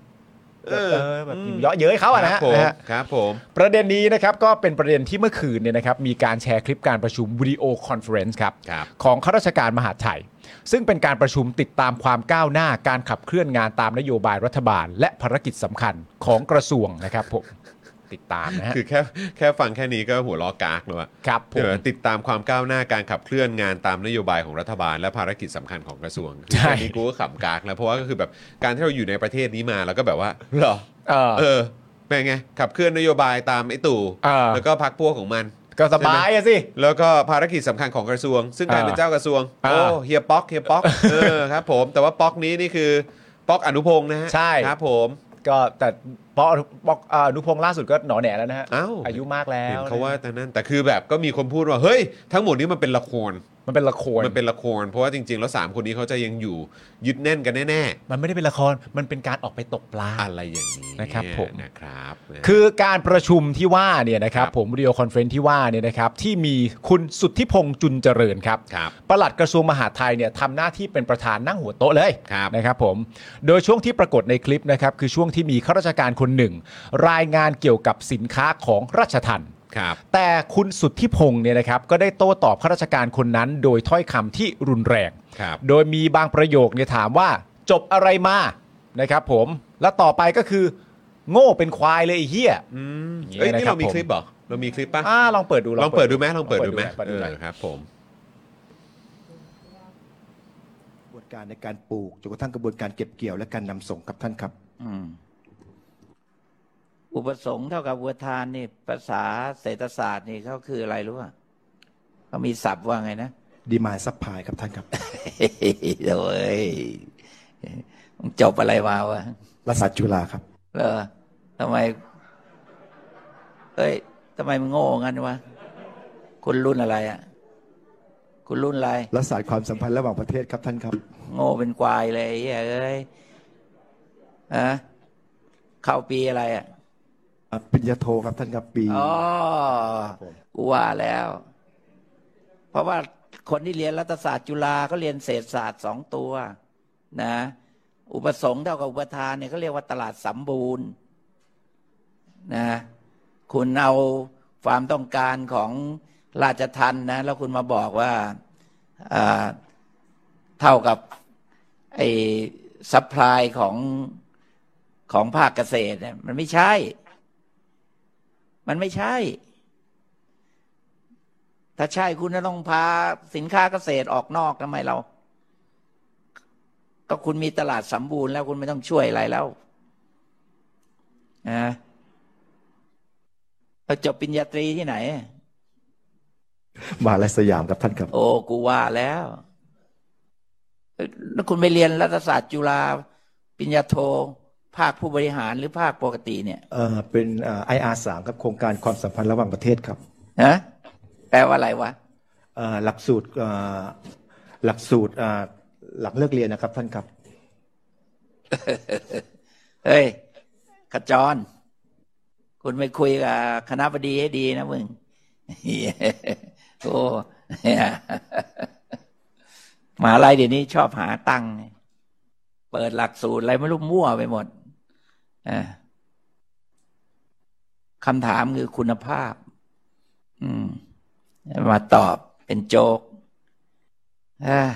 C: เออแบบเยาะเย้ยเขาอะนะ
B: ครั
C: ฮะ
B: บผม
C: นะฮะ
B: ครับผม
C: ประเด็นนี้นะครับก็เป็นประเด็นที่เมื่อคืนเนี่ยนะครับมีการแชร์คลิปการประชุมวิดีโอคอนเฟอเรนซ์ครับ
B: ครับ
C: ของข้าราชการมหาดไทย ซึ่งเป็นการประชุมติดตามความก้าวหน้าการขับเคลื่อนงานตามนโยบายรัฐบาล และภารกิจสำคัญของกระทรวงนะครับผมติดตามนะฮะ
B: คือแค่แค่ฟังแค่นี้ก็หัวล้อกากแล้วอะ
C: ครับผ
B: เดี๋ย
C: ม
B: วติดตามความก้าวหน้าการขับเคลื่อนงานตามนโยบายของรัฐบาล และภารกิจสำคัญของกระทรวงคือ
C: ใช่
B: แค่นี้กูก็ขำกากแล้วเพราะว่าก็คือแบบการที่เราอยู่ในประเทศนี้มาแล้วก็แบบว่าเหรอ
C: เออ
B: เออเป็นไงขับเคลื่อนนโยบายตามไอ้ตู่
C: อ่า
B: แล้วก็พักพวกของมัน
C: ก็สบายอะสิ
B: แล้วก็ภารกิจสำคัญของกระทรวง ซึ่งใคร
C: อ่า
B: เป็นเจ้ากระทรวง
C: อ่า
B: โอ้เฮียป๊อกเฮีย ป๊อกเออครับผมแต่ว่าป๊อกนี้นี่คือป๊อกอนุพงศ์นะฮะ
C: ใช่
B: ครับผม
C: ก็แต่ปอบอกอ่าอนุพงษ์ล่าสุดก็หนอแหน่แล้วนะฮะ
B: อ้าว
C: อายุมากแล้
B: เห็น
C: ว
B: เขาว่าแต่นั้นแต่คือแบบก็มีคนพูดว่าเฮ้ย ทั้งหมดนี้มันเป็นละคร
C: มันเป็นละคร
B: มันเป็นละครเพราะว่าจริง ๆ แล้วสามคนนี้เขาจะยังอยู่ยึดแน่นกันแน่
C: มันไม่ได้เป็นละครมันเป็นการออกไปตกปลา
B: ๆ อะไรอย่างนี้
C: นะครับผม
B: นะครับ
C: คือการประชุมที่ว่าเนี่ยนะครับ
B: ครับ
C: ผมวิดีโอคอนเฟรนที่ว่าเนี่ยนะครับที่มีคุณสุทธิพงษ์จุนเจริญครับ
B: ครับ
C: ปลัดกระทรวงมหาดไทยเนี่ยทำหน้าที่เป็นประธานนั่งหัวโต๊ะเลย
B: ครับ
C: นะครับผมโดยช่วงที่ปรากฏในคลิปนะครับคือช่วงที่มีข้าราชการคนหนึ่ง รายงานเกี่ยวกับสินค้าของราชทัน
B: ครับ
C: แต่คุณสุทธิพงษ์เนี่ยนะครับก็ได้โต้ตอบข้าราชการคนนั้น โดยถ้อยคำที่รุนแรง
B: ครับ
C: โดยมีบางประโยคเนี่ยถามว่าจบอะไรมานะครับผมและต่อไปก็คือ โง่เป็นควายเลยไอ้เหี้ยางงี้
B: เอ้ยนี่
C: ะ
B: เรามี
C: ผ
B: คลิปเหรอเรามีคลิปปะ
C: อ่าลองเปิดดู
B: ลองเปิดดูไหมลองเปิดดูไหม
C: เปิด
B: เอ
C: ดูหน่อย
B: อครับผม
F: กระบวนการในการปลูกจนกระทั่งกระบวนการเก็บเกี่ยวและการนำส่งครับท่านครับ
G: อืมอุปสงค์เท่ากับอุปทานนี่ภาษาเศรษฐศาสตร์นี่เขาคืออะไรรู้ป่ะเขามีศัพท์ว่าไงนะ
F: ดีมาซัพพลายครับท่านครับ
G: โอ้ยมึงจบอะไรมาวะ
F: รัฐศาสตร์จุฬาครับ
G: เหรอทำไมเอ้ยทำไมมึงโง่งั้นวะ คุณรุ่นอะไรอ่ะ คุณรุ่นอะไร
F: รัฐศาสตร์ความสัมพันธ์ระหว่างประเทศครับท่านครับ
G: โง่เป็นควายเลยไอ้เหี้ยเอ้ยอะเข้าปีอะไรอ่ะ
F: อ่ะปริญญาโทครับท่านครับปี
G: อ๋อ
F: ครับผม
G: กูว่าแล้ว เพราะว่าคนที่เรียนรัฐศาสตร์จุฬาเขาเรียนเศรษฐศาสตร์สองตัว นะ อุปสงค์เท่ากับอุปทานเนี่ยเขาเรียกว่าตลาดสมบูรณ์ นะ คุณเอาความต้องการของราชทันนะ แล้วคุณมาบอกว่าอ่าเท่ากับไอ้ซัพพลายของของภาคเกษตรเนี่ย มันไม่ใช่ มันไม่ใช่ ถ้าใช่คุณจะต้องพาสินค้าเกษตรออกนอกทำไมเรา ก็คุณมีตลาดสมบูรณ์แล้วคุณไม่ต้องช่วยอะไรแล้วนะเราจบปริญญาตรีที่ไหน
F: มหาลัยสยามครับท่านครับ
G: โอ้ กูว่าแล้วเอ้ยแล้วคุณไปเรียนรัฐศาสตร์จุฬาปริญญาโท ภาคผู้บริหารหรือภาคปกติเนี่ย
F: เอ่อเป็นเอ่อ IR 3ครับโครงการความสัมพันธ์ระหว่างประเทศครับ
G: ฮะแปลว่าอะไรวะ
F: เอ่อหลักสูตรเอ่อหลักสูตรเอ่อหลังเลิกเรียนนะครับท่านครับ
G: เฮ้ยขจร คุณไปคุยกับคณะบดีให้ดีนะมึง โอ้ เนี่ยมหาลัยเดี๋ยวนี้ชอบหาตังค์เนี่ยเปิดหลักสูตรอะไรไม่รู้มั่วไปหมดเออคำถามคือคุณภาพ อืม มาตอบเป็นโจกเอ้ย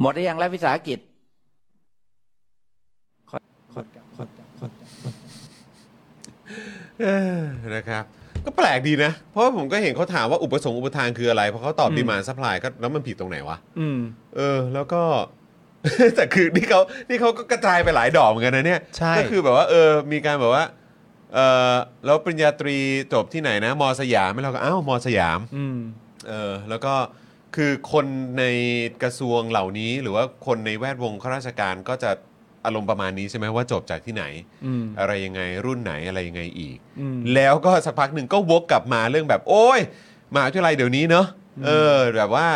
G: หมดหรือยังแล้ววิสาหกิจ
B: เออนะครับ ก็แปลกดีนะ เพราะว่าผมก็เห็นเขาถามว่าอุปสงค์อุปทานคืออะไร เพราะเขาตอบดีมาซัพพลายก็แล้วมันผิดตรงไหนวะ
C: อืม
B: เออ แล้วก็ แต่คือนี่เขานี่เขาก็กระจายไปหลายดอกเหมือนกันนะเนี่ย
C: ใช่
B: ก็คือแบบว่า เออ มีการแบบว่า เออแล้วปริญญาตรีจบที่ไหนนะมสยามไม่เราก็อ้าวมสยาม
C: อืม
B: เออแล้วก็คือคนในกระทรวงเหล่านี้ หรือว่าคนในแวดวงข้าราชการก็จะอารมณ์ประมาณนี้ใช่ไหมว่าจบจากที่ไหน
C: อืม
B: อะไรยังไงรุ่นไหนอะไรยังไงอีก
C: อืม
B: แล้วก็สักพักหนึ่งก็วกกลับมาเรื่องแบบโอ้ยมหาวิทยาลัยเดี๋ยวนี้เนอะเออ แบบว่า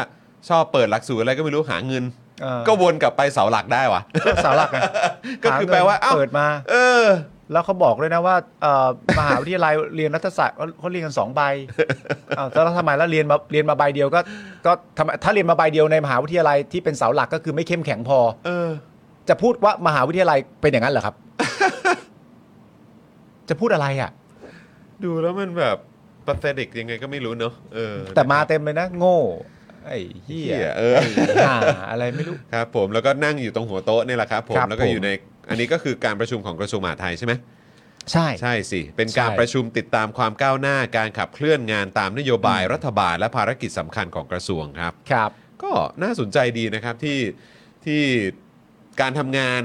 B: ชอบเปิดหลักสูตรอะไรก็ไม่รู้หาเงิน
C: เออ
B: ก็วนกลับไปเสาหลักได้วะ
C: ก็เสาหลักไง
B: ก็คือแปลว่า
C: ห
B: เอ้า
C: เงินเปิดมา
B: เออ
C: แล้วเขาบอกด้วยนะว่าเอ่อมหาวิทยาลัยเรียนรัฐศาสตร์เขาเรียนกันสองใบอ้าวแล้วทำไมแล้วเรียนมาเรียนมาใบเดียวก็ก็ทำไมถ้าเรียนมาใบเดียวในมหาวิทยาลัยที่เป็นเสาหลักก็คือไม่เข้มแข็งพอ
B: เออ
C: จะพูดว่ามหาวิทยาลัยเป็นอย่างนั้นเหรอครับ จะพูดอะไรอ่ะ
B: ดูแล้วมันแบบปาเติกยังไงก็ไม่รู้เนอะเออ
C: แต่มาเต็มเลยนะ โง่ไอ้เหี้
B: เหี้
C: ย
B: ยเออ
C: ไห่าอะไรไม่รู้
B: ครับผมแล้วก็นั่งอยู่ตรงหัวโต๊ะนี่แหละครับผม
C: ครับ
B: แล้วก็
C: ผม
B: อยู่ในอันนี้ก็คือการประชุมของกระทรวงมหาดไทยใช่ไหม
C: ใช่
B: ใช่สิ เป็นการ
C: ใช่
B: ประชุมติดตามความก้าวหน้าการขับเคลื่อนงานตามนโยบายรัฐบาลและภารกิจสำคัญของกระทรวงครับ
C: ครับ
B: ก็น่าสนใจดีนะครับที่ที่การทำงาน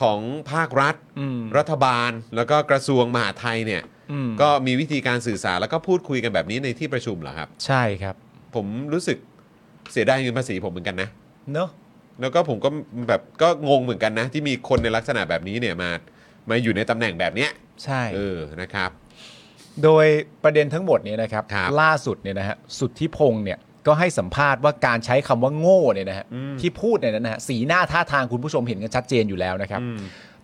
B: ของภาครัฐ
C: อืม
B: รัฐบาลแล้วก็กระทรวงมหาดไทยเนี่ย
C: อืม
B: ก็มีวิธีการสื่อสารแล้วก็พูดคุยกันแบบนี้ในที่ประชุมเหรอครับ
C: ใช่ครับ
B: ผมรู้สึกเสียดายเงินภาษีผมเหมือนกันนะ
C: เนอะ
B: แล้วก็ผมก็แบบก็งงเหมือนกันนะ ที่มีคนในลักษณะแบบนี้เนี่ยมามาอยู่ในตำแหน่งแบบเนี้ย
C: ใช่
B: เออนะครับ
C: โดยประเด็นทั้งหมดเนี่ยนะครับ
B: ครับ
C: ล่าสุดเนี่ยนะฮะสุทธิพงษ์เนี่ยก็ให้สัมภาษณ์ว่าการใช้คำว่าโง่เนี่ยนะฮะ
B: อืม
C: ที่พูดเนี่ยนะฮะสีหน้าท่าทางคุณผู้ชมเห็นกันชัดเจนอยู่แล้วนะครับ
B: อืม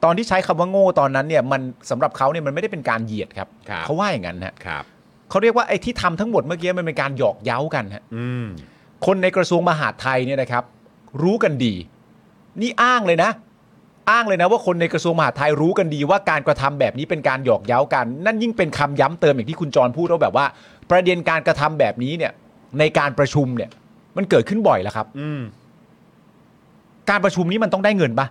C: ตอนที่ใช้คำว่าโง่ตอนนั้นเนี่ยมันสำหรับเขาเนี่ยมันไม่ได้เป็นการเหยียดครับ
B: ครับ
C: เขาว่าอย่างนั้นฮะ
B: ครับ
C: เขาเรียกว่าไอ้ที่ทำทั้งหมดเมื่อกี้มันเป็นการหยอกเย้ากันฮะ
B: อืม
C: คนในกระทรวงมหาดไทยเนี่ยนะครับ รู้กันดี นี่อ้างเลยนะ อ้างเลยนะว่าคนในกระทรวงมหาดไทยรู้กันดีว่าการกระทำแบบนี้เป็นการหยอกเย้ากัน นั่นยิ่งเป็นคำย้ำเติมอย่างที่คุณจรพูดว่าแบบว่า ประเด็นการกระทำแบบนี้เนี่ย ในการประชุมเนี่ย มันเกิดขึ้นบ่อยแล้วครับ
B: อืม
C: การประชุมนี้มันต้องได้เงินปะ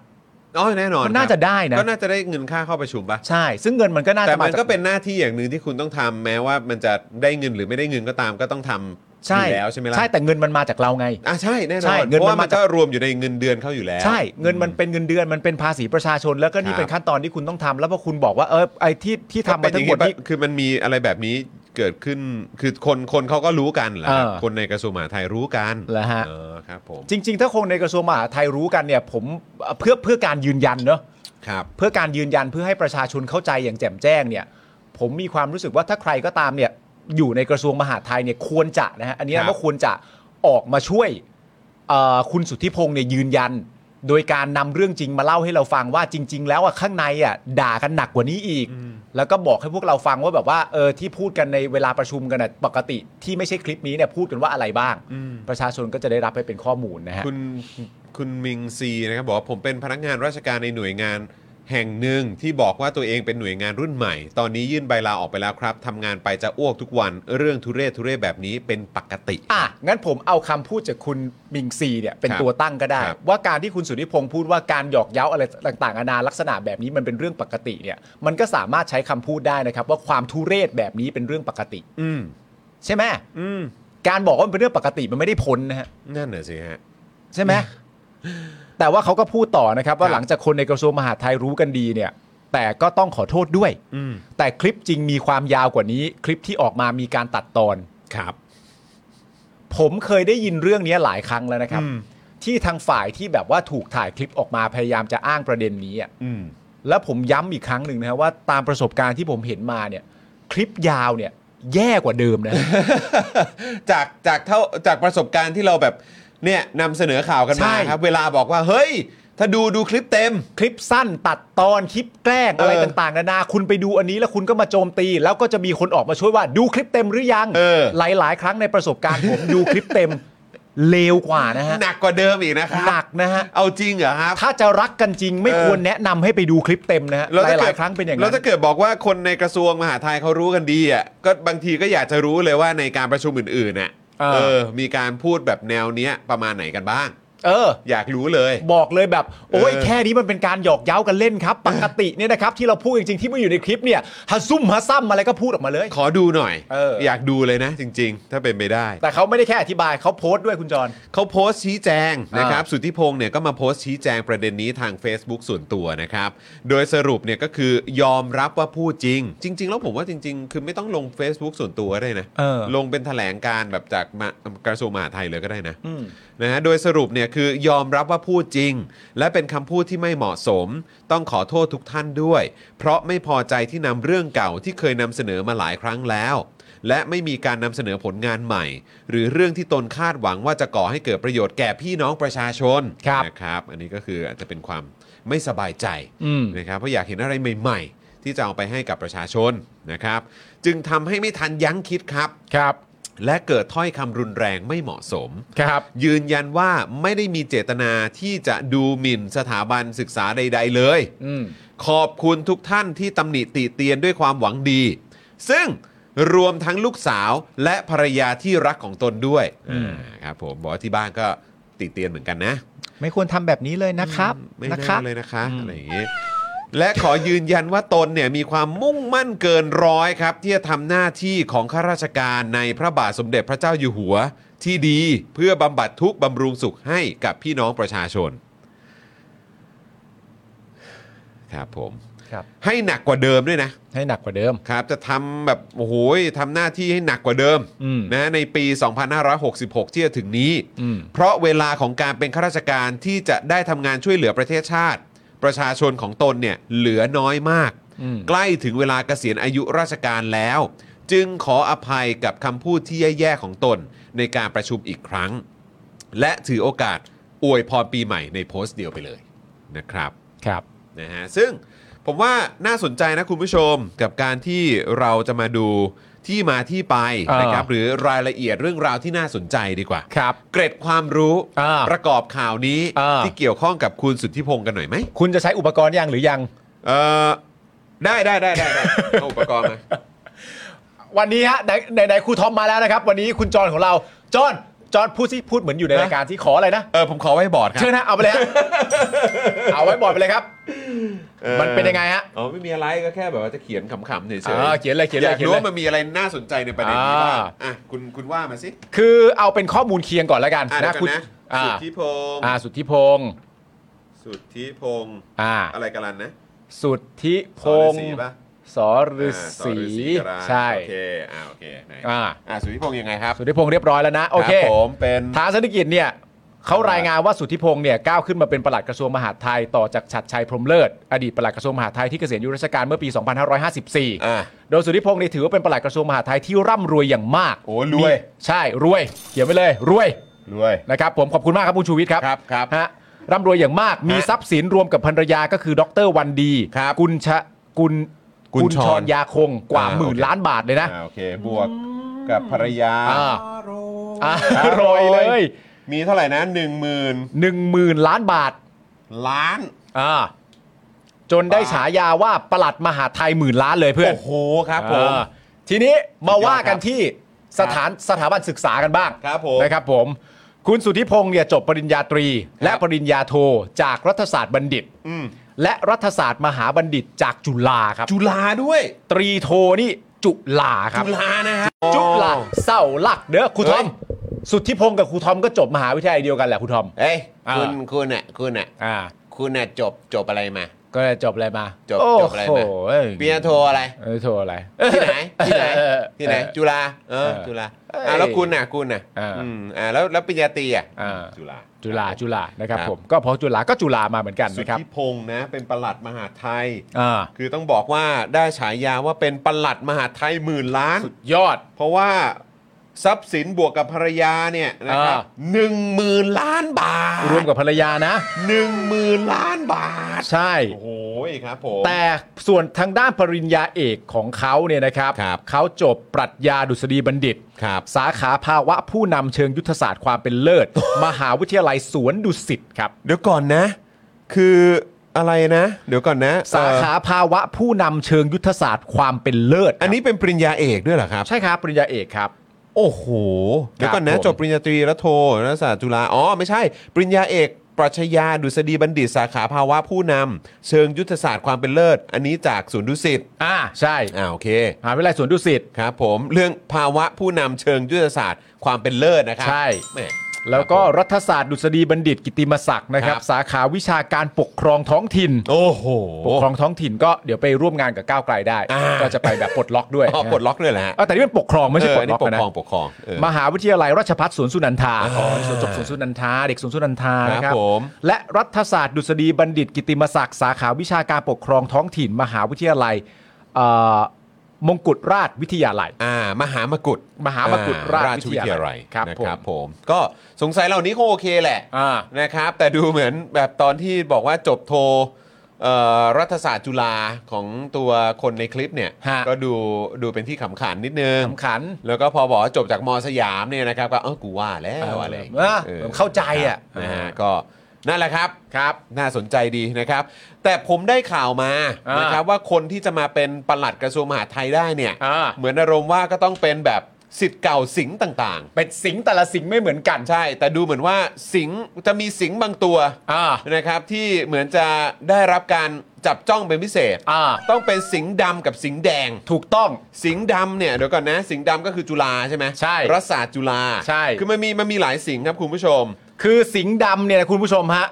B: อ๋อแน่นอน
C: มันน่าจะได้นะ
B: ก็น่าจะได้เงินค่าเข้าประชุมปะ
C: ใช่ ซึ่งเงินมันก็น่า
B: แต่
C: จะมา
B: มัน
C: จาก
B: ก็เป็นหน้าที่อย่างหนึ่งที่คุณต้องทำแม้ว่ามันจะได้เงินหรือไม่ได้เงินก็ตามก็ต้องทำ
C: ใช่
B: อยู่แล้วใช่ไหมล่ะ
C: ใช่แต่เงินมันมาจากเราไง
B: อ่ะใช่แน่น
C: ใช่
B: อน
C: เงิน
B: เพราะว่า
C: มัน
B: มั
C: มาน จาก
B: ก็รวมอยู่ในเงินเดือนเขาอยู่แล้ว
C: ใช่เงินมันเป็นเงินเดือนมันเป็นภาษีประชาชน แล้วก็
B: ค
C: นี่
B: รับ
C: เป็นขั้นตอนที่คุณต้องทำแล้วพอคุณบอกว่าเออไอ้ที่ที่ทำ
B: เป็
C: มาน
B: อ
C: ทั้
B: ย่าง
C: งหม
B: งี้
C: ด
B: ปะ
C: นี้
B: คือมันมีอะไรแบบนี้เกิดขึ้น คือคนคนเขาก็รู้กันแหละครับ
C: เออ
B: คนในกระทรวงมหาดไทยรู้กัน
C: เหรอฮะ
B: เออครับผม
C: จริง ๆ ถ้าคงในกระทรวงมหาดไทยรู้กันเนี่ย ผมเพื่อเพื่อการยืนยันเนอะ
B: ครับ
C: เพื่อการยืนยันเพื่อให้ประชาชนเข้าใจอย่างแจ่มแจ้งเนี่ย ผมมีความรู้สึกว่าถ้าใครก็ตามเนี่ยอยู่ในกระทรวงมหาดไทยเนี่ยควรจะนะฮะอันนี้
B: ครับ
C: ว่าควรจะออกมาช่วยเอ่อคุณสุทธิพงษ์เนี่ยยืนยัน โดยการนำเรื่องจริงมาเล่าให้เราฟังว่าจริง ๆ แล้วอะข้างในอ่ะด่ากันหนักกว่านี้อีก แล้วก็บอกให้พวกเราฟังว่าแบบว่าเออที่พูดกันในเวลาประชุมกันอะปกติที่ไม่ใช่คลิปนี้เนี่ยพูดกันว่าอะไรบ้าง ประชาชนก็จะได้รับไปเป็นข้อมูลนะฮะ
B: คุณคุณมิงซีนะครับบอกว่าผมเป็นพนักงานราชการในหน่วยงานแห่งหนึ่งที่บอกว่าตัวเองเป็นหน่วยงานรุ่นใหม่ ตอนนี้ยื่นใบลาออกไปแล้วครับทำงานไปจะอ้วกทุกวัน เรื่องทุเรศทุเรศแบบนี้เป็นปกติ
C: อ่ะ งั้นผมเอาคำพูดจากคุณมิงซีเนี่ยเป็น
B: ครับ
C: ตัวตั้งก็ได้
B: ครับ
C: ว่าการที่คุณสุทธิพงศ์พูดว่าการหยอกเย้าอะไรต่างๆนานาลักษณะแบบนี้มันเป็นเรื่องปกติเนี่ย มันก็สามารถใช้คำพูดได้นะครับ ว่าความทุเรศแบบนี้เป็นเรื่องปกติ
B: อืม
C: ใช่ไหม
B: อืม
C: การบอกว่ามันเป็นเรื่องปกติมันไม่ได้พ้นนะฮะ
B: นั่นน่ะสิฮะ
C: ใช่ไหม แต่ว่าเขาก็พูดต่อนะครับ ว่า
B: ครับ
C: หลังจากคนในกระทรวงมหาดไทยรู้กันดีเนี่ย แต่ก็ต้องขอโทษด้วย
B: อืม
C: แต่คลิปจริงมีความยาวกว่านี้ คลิปที่ออกมามีการตัดตอน
B: ครับ
C: ผมเคยได้ยินเรื่องนี้หลายครั้งแล้วนะครับ
B: อืม
C: จ ที่ทางฝ่ายที่แบบว่าถูกถ่ายคลิปออกมาพยายามจะอ้างประเด็นนี้อ่ะ
B: อืม
C: แล้วผมย้ำอีกครั้งหนึ่งนะครับว่าตามประสบการณ์ที่ผมเห็นมาเนี่ย คลิปยาวเนี่ย แย่กว่าเดิมนะ
B: จากจากเท่าจากประสบการณ์ที่เราแบบเนี่ยนำเสนอข่าวกัน
C: ใช่
B: มาครับ เวลาบอกว่าเฮ้ย ถ้าดูดูคลิปเต็ม
C: คลิปสั้นตัดตอนคลิปแกล้งอะไร
B: เออ
C: ต่างๆนานาคุณไปดูอันนี้แล้วคุณก็มาโจมตี แล้วก็จะมีคนออกมาช่วยว่าดูคลิปเต็มหรือยัง
B: เออ
C: หลายๆ ครั้งในประสบการณ์ ผมดูคลิปเต็มเลวกว่านะฮะ
B: หนักกว่าเดิมอีกนะครั
C: หนั
B: บ
C: กนะฮะ
B: เอาจริงเหรอครับ
C: ถ้าจะรักกันจริงไม่
B: เออ
C: ควรแนะนำให้ไปดูคลิปเต็มนะฮะ
B: แล้วถ้
C: ห
B: กิ
C: ลาย
B: ด
C: ๆครั้งเป็นอย่าง
B: แล้
C: นั้
B: วน ถ้าเกิดบอกว่าคนในกระทรวงมหาดไทยเขารู้กันดีอ่ะก็บางทีก็อยากจะรู้เลยว่าในการประชุมอื่นๆน่ะ
C: เออ
B: เออ มีการพูดแบบแนวเนี้ยประมาณไหนกันบ้าง
C: เออ
B: อยากรู้เลย
C: บอกเลยแบบ โอ้ย
B: เออ
C: แค่นี้มันเป็นการหยอกเย้ากันเล่นครับ ปกติเนี่ยนะครับ ที่เราพูดจริงๆ ที่ไม่อยู่ในคลิปเนี่ยฮัซุ่มฮัซ้ำอะไรก็พูดออกมาเลย
B: ขอดูหน่อย
C: เอออ
B: ยากดูเลยนะ จริง ๆ ถ้าเป็นไปได้
C: แต่เขาไม่ได้แค่อธิบายเขาโพสต์ด้วยคุณจร
B: เขาโพสต์ชี้แจงนะครับ
C: อ่า
B: สุทธิพงศ์เนี่ยก็มาโพสต์ชี้แจงประเด็นนี้ทาง Facebook ส่วนตัวนะครับ โดยสรุปเนี่ยก็คือยอมรับว่าพูดจริง จริง ๆ แล้วผมว่าจริง ๆ คือไม่ต้องลง Facebook ส่วนตัวก็ได้นะ
C: เออ
B: ลงเป็นแถลงการณ์แบบจากมากระทรวงมหาดไทยเลยก็ได้นะนะฮะโดยสรุปเนี่ยคือยอมรับว่าพูดจริง และเป็นคำพูดที่ไม่เหมาะสม ต้องขอโทษทุกท่านด้วย เพราะไม่พอใจที่นำเรื่องเก่าที่เคยนำเสนอมาหลายครั้งแล้ว และไม่มีการนำเสนอผลงานใหม่ หรือเรื่องที่ตนคาดหวังว่าจะก่อให้เกิดประโยชน์แก่พี่น้องประชาชน
C: ครับ
B: นะครับ อันนี้ก็คืออาจจะเป็นความไม่สบายใจ
C: อืม
B: นะครับเพราะอยากเห็นอะไรใหม่ๆ ที่จะเอาไปให้กับประชาชนนะครับ จึงทำให้ไม่ทันยั้งคิดครับ
C: ครับ
B: และเกิดถ้อยคำรุนแรงไม่เหมาะสม
C: ครับ
B: ยืนยันว่าไม่ได้มีเจตนาที่จะดูหมิ่นสถาบันศึกษาใด ๆ เลย
C: อืม
B: ขอบคุณทุกท่านที่ตำหนิติเตียนด้วยความหวังดี ซึ่งรวมทั้งลูกสาวและภรรยาที่รักของตนด้วย
C: อืม
B: อ่าครับผมบอกว่าที่บ้านก็ติเตียนเหมือนกันนะ
C: ไม่ควรทำแบบนี้เลยนะครับ
B: ไม่
C: นะครั
B: น่า
C: บ
B: เลยนะคะ
C: อืม
B: อะไรอย่างนี้ และขอยืนยันว่าตนเนี่ยมีความมุ่งมั่นเกินร้อยครับ ที่จะทำหน้าที่ของข้าราชการในพระบาทสมเด็จพระเจ้าอยู่หัว ที่ดีเพื่อบำบัดทุกข์บำรุงสุขให้กับพี่น้องประชาชน ครับผม
C: ครับ
B: ให้หนักกว่าเดิมด้วยนะ
C: ให้หนักกว่าเดิม
B: ครับ จะทำแบบโอ้โหทำหน้าที่ให้หนักกว่าเดิม
C: อืม
B: นะในปี 2566 ที่จะถึงนี้
C: อืม
B: เพราะเวลาของการเป็นข้าราชการที่จะได้ทำงานช่วยเหลือประเทศชาติ ประชาชนของตนเนี่ยเหลือน้อยมาก
C: อืม
B: ใกล้ถึงเวลาเกษียณอายุราชการแล้ว จึงขออภัยกับคำพูดที่แย่ๆของตนในการประชุมอีกครั้ง และถือโอกาสอวยพรปีใหม่ในโพสต์เดียวไปเลยนะครับ
C: ครับ
B: นะฮะซึ่งผมว่าน่าสนใจนะคุณผู้ชมกับการที่เราจะมาดูที่มาที่ไป
C: เออ
B: นะครับหรือรายละเอียดเรื่องราวที่น่าสนใจดีกว่า
C: ครับ
B: เกร็ดความรู้
C: อ่า
B: ประกอบข่าวนี้
C: อ่า
B: ที่เกี่ยวข้องกับคุณสุทธิพงศ์กันหน่อยไหม
C: คุณจะใช้อุปกรณ์ยังหรือยัง
B: เออได้ได้ได้ได้ได้ เอาอุปกรณ์มา
C: วันนี้ฮะไหนไหนไหนครูทอมมาแล้วนะครับ วันนี้คุณจรของเรา จรจรพูดสิพูดเหมือนอยู่ในรายการที่ขออะไรนะ
B: เออผมขอไว้บอร์ดครั
C: เชิญนะเอาไป เลยฮะ เอาไว้บอร์ดไปเลยครับ
B: ออ
C: มันเป็นยังไงฮะ
B: อ๋อไม่มีอะไรก็แค่แบบว่าจะเขียนขำๆเฉย
C: เออเขียนเลยเขียนเลย
B: อาย ก
C: เขียน
B: รู้
C: เลย
B: ว่ามันมีอะไรน่าสนใจในประเด็นนี้บ้าง
C: อ่า
B: อ่ะคุณคุณว่ามาสิ
C: คือเอาเป็นข้อมูลเคียงก่อนแล้วกัน
B: อ่ะเดี๋ยวกั
C: คุณ
B: นนะ
C: อ่า
B: สุทธิพงศ์
C: อ่าสุทธิพงศ์
B: สุทธิพงศ์
C: อ่า
B: อะไรกันล่ะนะ
C: สุทธิพ
B: สอง ฤา
C: ศ์
B: ษีปะ
C: สอฤ
B: อ่าส
C: ษี
B: ฤาษีกรา
C: ใช่
B: โอเคอ่าโอเคไหน
C: อ่า
B: อ่าสุทธิพงศ์ยังไงครับ
C: สุทธิพงศ์เรียบร้อยแล้วนะ โอ
B: ค
C: เค
B: รับผมเป็น
C: ฐานเศรษฐกิจเนี่ยเขารายงานว่าสุทธิพงศ์เนี่ยก้าวขึ้นมาเป็นปลัดกระทรวงมหาดไทยต่อจากชัดชัยพรหมเลิศ อดีตปลัดกระทรวงมหาดไทยที่เกษียณอายุราชการเมื่อปี
B: อ่า
C: 2554 โดยสุทธิพงศ์เนี่ยถือว่าเป็นปลัดกระทรวงมหาดไทยที่ร่ำรวยอย่างมาก
B: โอ้รวย
C: มีใช่รวยเขียนไว้เลยรวย
B: รวย
C: นะครับผมขอบคุณมากครับคุณชูวิทย์ครับ
B: ครับครับ
C: ฮะร่ำรวยอย่างมากมีทรัพย์สินรวมกับภรรยาก็คือดรวันดี
B: ครับ
C: กุลชะกุล
B: กุลชร
C: รยาคงกว่า
B: อ่า
C: หมื่น
B: โอเค
C: ล้านบาทเลยนะ
B: อ่าโอเคบวกกับภรรยา
C: อ่าอ่า
B: ครับ
C: รวยเลย
B: มีเท่าไหร่นะหนึ่งหมื่น
C: หนึ่งหมื่นล้านบาท
B: ล้าน
C: อ่าจนได้ฉายาว่าประหลัดมหาไทยหมื่นล้านเลยเพื่อน
B: โอ้โหครับผม
C: อ่าทีนี้มาว่ากัน
B: ครับ
C: ที่สถานสถาบันศึกษากันบ้าง
B: ครับผม
C: นะครับผม คุณสุทธิพงศ์เนี่ยจบปริญญาตรี และปริญญาโทจากรัฐศาสตร์บัณฑิต
B: อืม
C: และรัฐศาสตร์มหาบัณฑิตจากจุฬาครับ
B: จุฬาด้วย
C: ตรีโทนี่จุฬาครับ
B: จุฬานะฮะ
C: จุฬา
B: อ๋อ
C: เสาหลักเด้อครูทอม
B: เฮ้
C: สุทธิพงศ์กับครูทอมก็จบมหาวิทยาลัยเดียวกันแหละครูทอม
B: เอ้ย
C: อ่า
B: คุณคุณอ่ะคุณอ่ะ
C: อ่า
B: คุณอ่ะจบจบอะไรมา
C: ก็เลยจบอะไรมา
B: จบ
C: โอ้
B: จบอะไรมา
C: โหเอ้ย
B: ปริญญาโทอะไร
C: เอ้ยโทอะไร
B: ที่ไหนที่ไหน
C: เออ
B: ที่ไหน
C: เออ
B: จุฬาเออ
C: เออ
B: จุฬา
C: เอ้ย
B: อ่าแล้วคุณอ่ะคุณอ่ะ
C: อ่า
B: อืมอ่าแล้วแล้วปริญญาตรีอ่ะ
C: อ่า
B: จุฬา
C: จุฬาจุฬานะครับ
B: ครับ
C: ผมก็เพราะจุฬาก็จุฬามาเหมือนกัน
B: สุท
C: นะครับ
B: ธิพงษ์นะเป็นประหลัดมหาดไทย
C: อ่า
B: คือต้องบอกว่าได้ฉายาว่าเป็นประหลัดมหาดไทยหมื่นล้าน
C: สุดยอด
B: เพราะว่าทรัพย์สินบวกกับภรรยาเนี่ยนะครับ
C: อ่า
B: หนึ่งหมื่นล้านบาท
C: รวมกับภรรยานะ
B: หนึ่งหมื่นล้านบาท
C: ใช่
B: โอ้โหครับผม
C: แต่ส่วนทางด้านปริญญาเอกของเขาเนี่ยนะครับ
B: ครับ
C: เขาจบปรัชญาดุษฎีบัณฑิต
B: ครับ
C: สาขาภาวะผู้นำเชิงยุทธศาสตร์ความเป็นเลิศ มหาวิทยาลัยสวนดุสิตครับ
B: เดี๋ยวก่อนนะ คืออะไรนะ เดี๋ยวก่อนนะ
C: สาขา
B: เอ่อ
C: ภาวะผู้นำเชิงยุทธศาสตร์ความเป็นเลิศ
B: อันนี้เป็นปริญญาเอกด้วยเหรอครับ
C: ใช่ครับปริญญาเอกครับ
B: โอ้โห เดี๋ยวก่อนนะ
C: ผม
B: จบปริญญาตรีและโทนะศาสตร์จุฬาอ๋อ ไม่ใช่ ปริญญาเอก ปรัชญาดุษฎีบัณฑิต สาขาภาวะผู้นำเชิงยุทธศาสตร์ความเป็นเลิศ อันนี้จากศูนย์ดุสิต
C: อ่าใช่
B: อ่าโอเค
C: มหาวิทยาลัยสวนดุสิต
B: ครับ ผมเรื่องภาวะผู้นำเชิงยุทธศาสตร์ความเป็นเลิศนะครั
C: ใช่
B: แหม
C: แล้วก็รัฐศาสตร์ดุษฎีบัณฑิต กิติมศักดิ์นะครั
B: ค
C: บ
B: รับ
C: สาขาวิชาการปกครองท้องถิ่น
B: โอ้โห
C: ปกครองท้องถิ่นก็เดี๋ยวไปร่วมงานกับก้าวไกลได้
B: อ่า
C: ก็จะไปแบบปลดล็อกด้วย
B: อ๋อปลดล็อกด้วยแหละ
C: เออแต่นี่เป็นปกครองไม่ใช่ปลดล็อก
B: ปก
C: นะ
B: ครองปกครองเออ
C: มหาวิทยาลัยราชภัฏสวนสุนันทา
B: อ่า
C: อ๋อนี่จบสวนสุนันทาเด็กสวนสุนันทานะค
B: ครั
C: รับบ
B: ผม
C: และรัฐศาสตร์ดุษฎีบัณฑิต กิติมศักดิ์สาขาวิชาการปกครองท้องถิ่น มหาวิทยาลัยเอ่อมงกุฎราชวิทยาลัย
B: อ่ามหามกุฎ
C: มหามกุฏราช
B: อ่วิทยาลัย
C: วิทยาลัยครับ
B: นะครับ
C: ผม
B: ผม ก็สงสัยเหล่านี้คงโอเคแหละ
C: อ่า
B: นะครับ แต่ดูเหมือนแบบตอนที่บอกว่าจบโทเอ่อรัฐศาสตร์จุฬาของตัวคนในคลิปเนี่ย
C: ฮะ
B: ก็ดูดูเป็นที่ขำขันนิดนึง
C: สำคัญ
B: แล้วก็พอบอกว่าจบจากมสยามเนี่ยนะครับ ก็เออกูว่าแล้วอะไรย่างงี้ย
C: เออ
B: ออ
C: เข้าใจอ่ะ
B: นะฮะก็นั่นแหละครับครับ น่าสนใจดีนะครับ แต่ผมได้ข่าวมา
C: อ่าน
B: นะครับว่าคนที่จะมาเป็นปลัดกระทรวงมหาดไทยได้เนี่ย
C: อ่า
B: เหมือนอารมณ์ว่าก็ต้องเป็นแบบสิทธิ์เก่าสิงห์ต่าง
C: เป็นสิงห์แต่ละสิงห์ไม่เหมือนกัน
B: ๆ ใช่ แต่ดูเหมือนว่าสิงห์จะมีสิงห์บางตัว
C: อ่า
B: นะครับ ที่เหมือนจะได้รับการจับจ้องเป็นพิเศษ
C: อ่า
B: ต้องเป็นสิงห์ดำกับสิงห์แดง
C: ถูกต้อง
B: สิงห์ดำเนี่ยเดี๋ยวก่อนนะสิงห์ดำก็คือจุฬาใช่ไหม
C: ใช่
B: รัฐศาสตร์จุฬา
C: ใช่
B: คือมันมีมันมีหลายสิงห์ครับคุณผู้ชม
C: คือสิงห์ดำเนี่ยนะคุณผู้ชมฮะ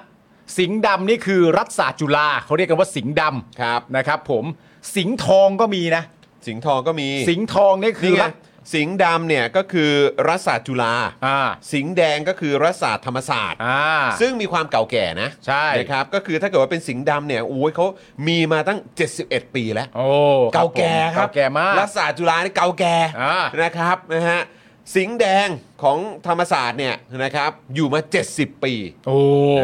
C: สิงห์ดำนี่คือรัฐศาสตร์จุฬาเขาเรียกกันว่าสิงห์ด
B: ครับ
C: ำนะครับ ผมสิงห์ทองก็มีนะ
B: สิงห์ทองก็มี
C: สิงห์ทองนี่คือ
B: นี่ไง
C: รัฐ
B: สิงห์ดำเนี่ยก็คือรัฐศาสตร์จุฬา
C: อ่า
B: สิงห์แดงก็คือรัฐศาสตร์ธรรมศาสตร์
C: อ่า
B: ซึ่งมีความเก่าแก่นะ
C: ใช่
B: นะครับก็คือถ้าเกิดว่าเป็นสิงห์ดำเนี่ยโอ้ยเขามีมาตั้ง 71 ปีแล้ว
C: โอ้
B: เก่าแก่
C: ผม
B: ครับ
C: เก่าแก่มาก
B: รัฐศาสตร์จุฬานี่เก่าแก่
C: อ่า
B: นะครับนะฮะสิงห์แดงของธรรมศาสตร์เนี่ยนะครับอยู่มา 70 ปี
C: โอ้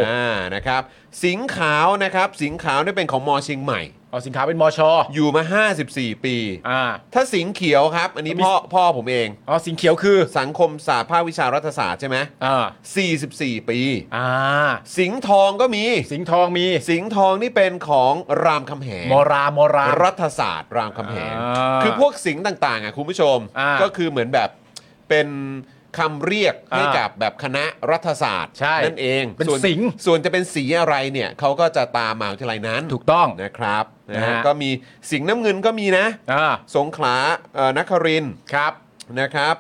B: อ่านะครับสิงขาวนะครับ สิงขาวเนี่ยเป็นของมอเชียงใหม่
C: เอาสินค้าเป็นมอชอ
B: อยู่มา 54 ปี
C: อ่า
B: ถ้าสิงเขียวครับ อันนี้
C: มี
B: พ่อพ่อผมเอง
C: อ๋อสิงเขียวคือ
B: สังคมศาสตร์ภาควิชารัฐศาสตร์ใช่ไหม
C: อ่า
B: 44 ปี
C: อ่า
B: สิงห์ทองก็มี
C: สิงห์ทองมี
B: สิงห์ทองนี่เป็นของรามคำแหง
C: มอรามอรา
B: รัฐศาสตร์รามคำแหง
C: อ่า
B: คือพวกสิงห์ต่างๆอ่ะคุณผู้ชม
C: อ่า
B: ก็คือเหมือนแบบเป็นคำเรียกให้
C: อ่า
B: กับแบบคณะรัฐศาสตร์
C: ใช่
B: นั่นเอง
C: เป็น
B: ส่ว
C: สิงห์
B: ส่วนจะเป็นสีอะไรเนี่ยเขาก็จะตามมหาวิทยาลัยนั้น
C: ถูกต้อง
B: นะครับนะ
C: นะฮะ
B: ฮะก็มีสิงห์น้ำเงินก็มีนะ
C: อ่า
B: สงขลาเอ่อนครินทร์
C: ครับ
B: นะครับ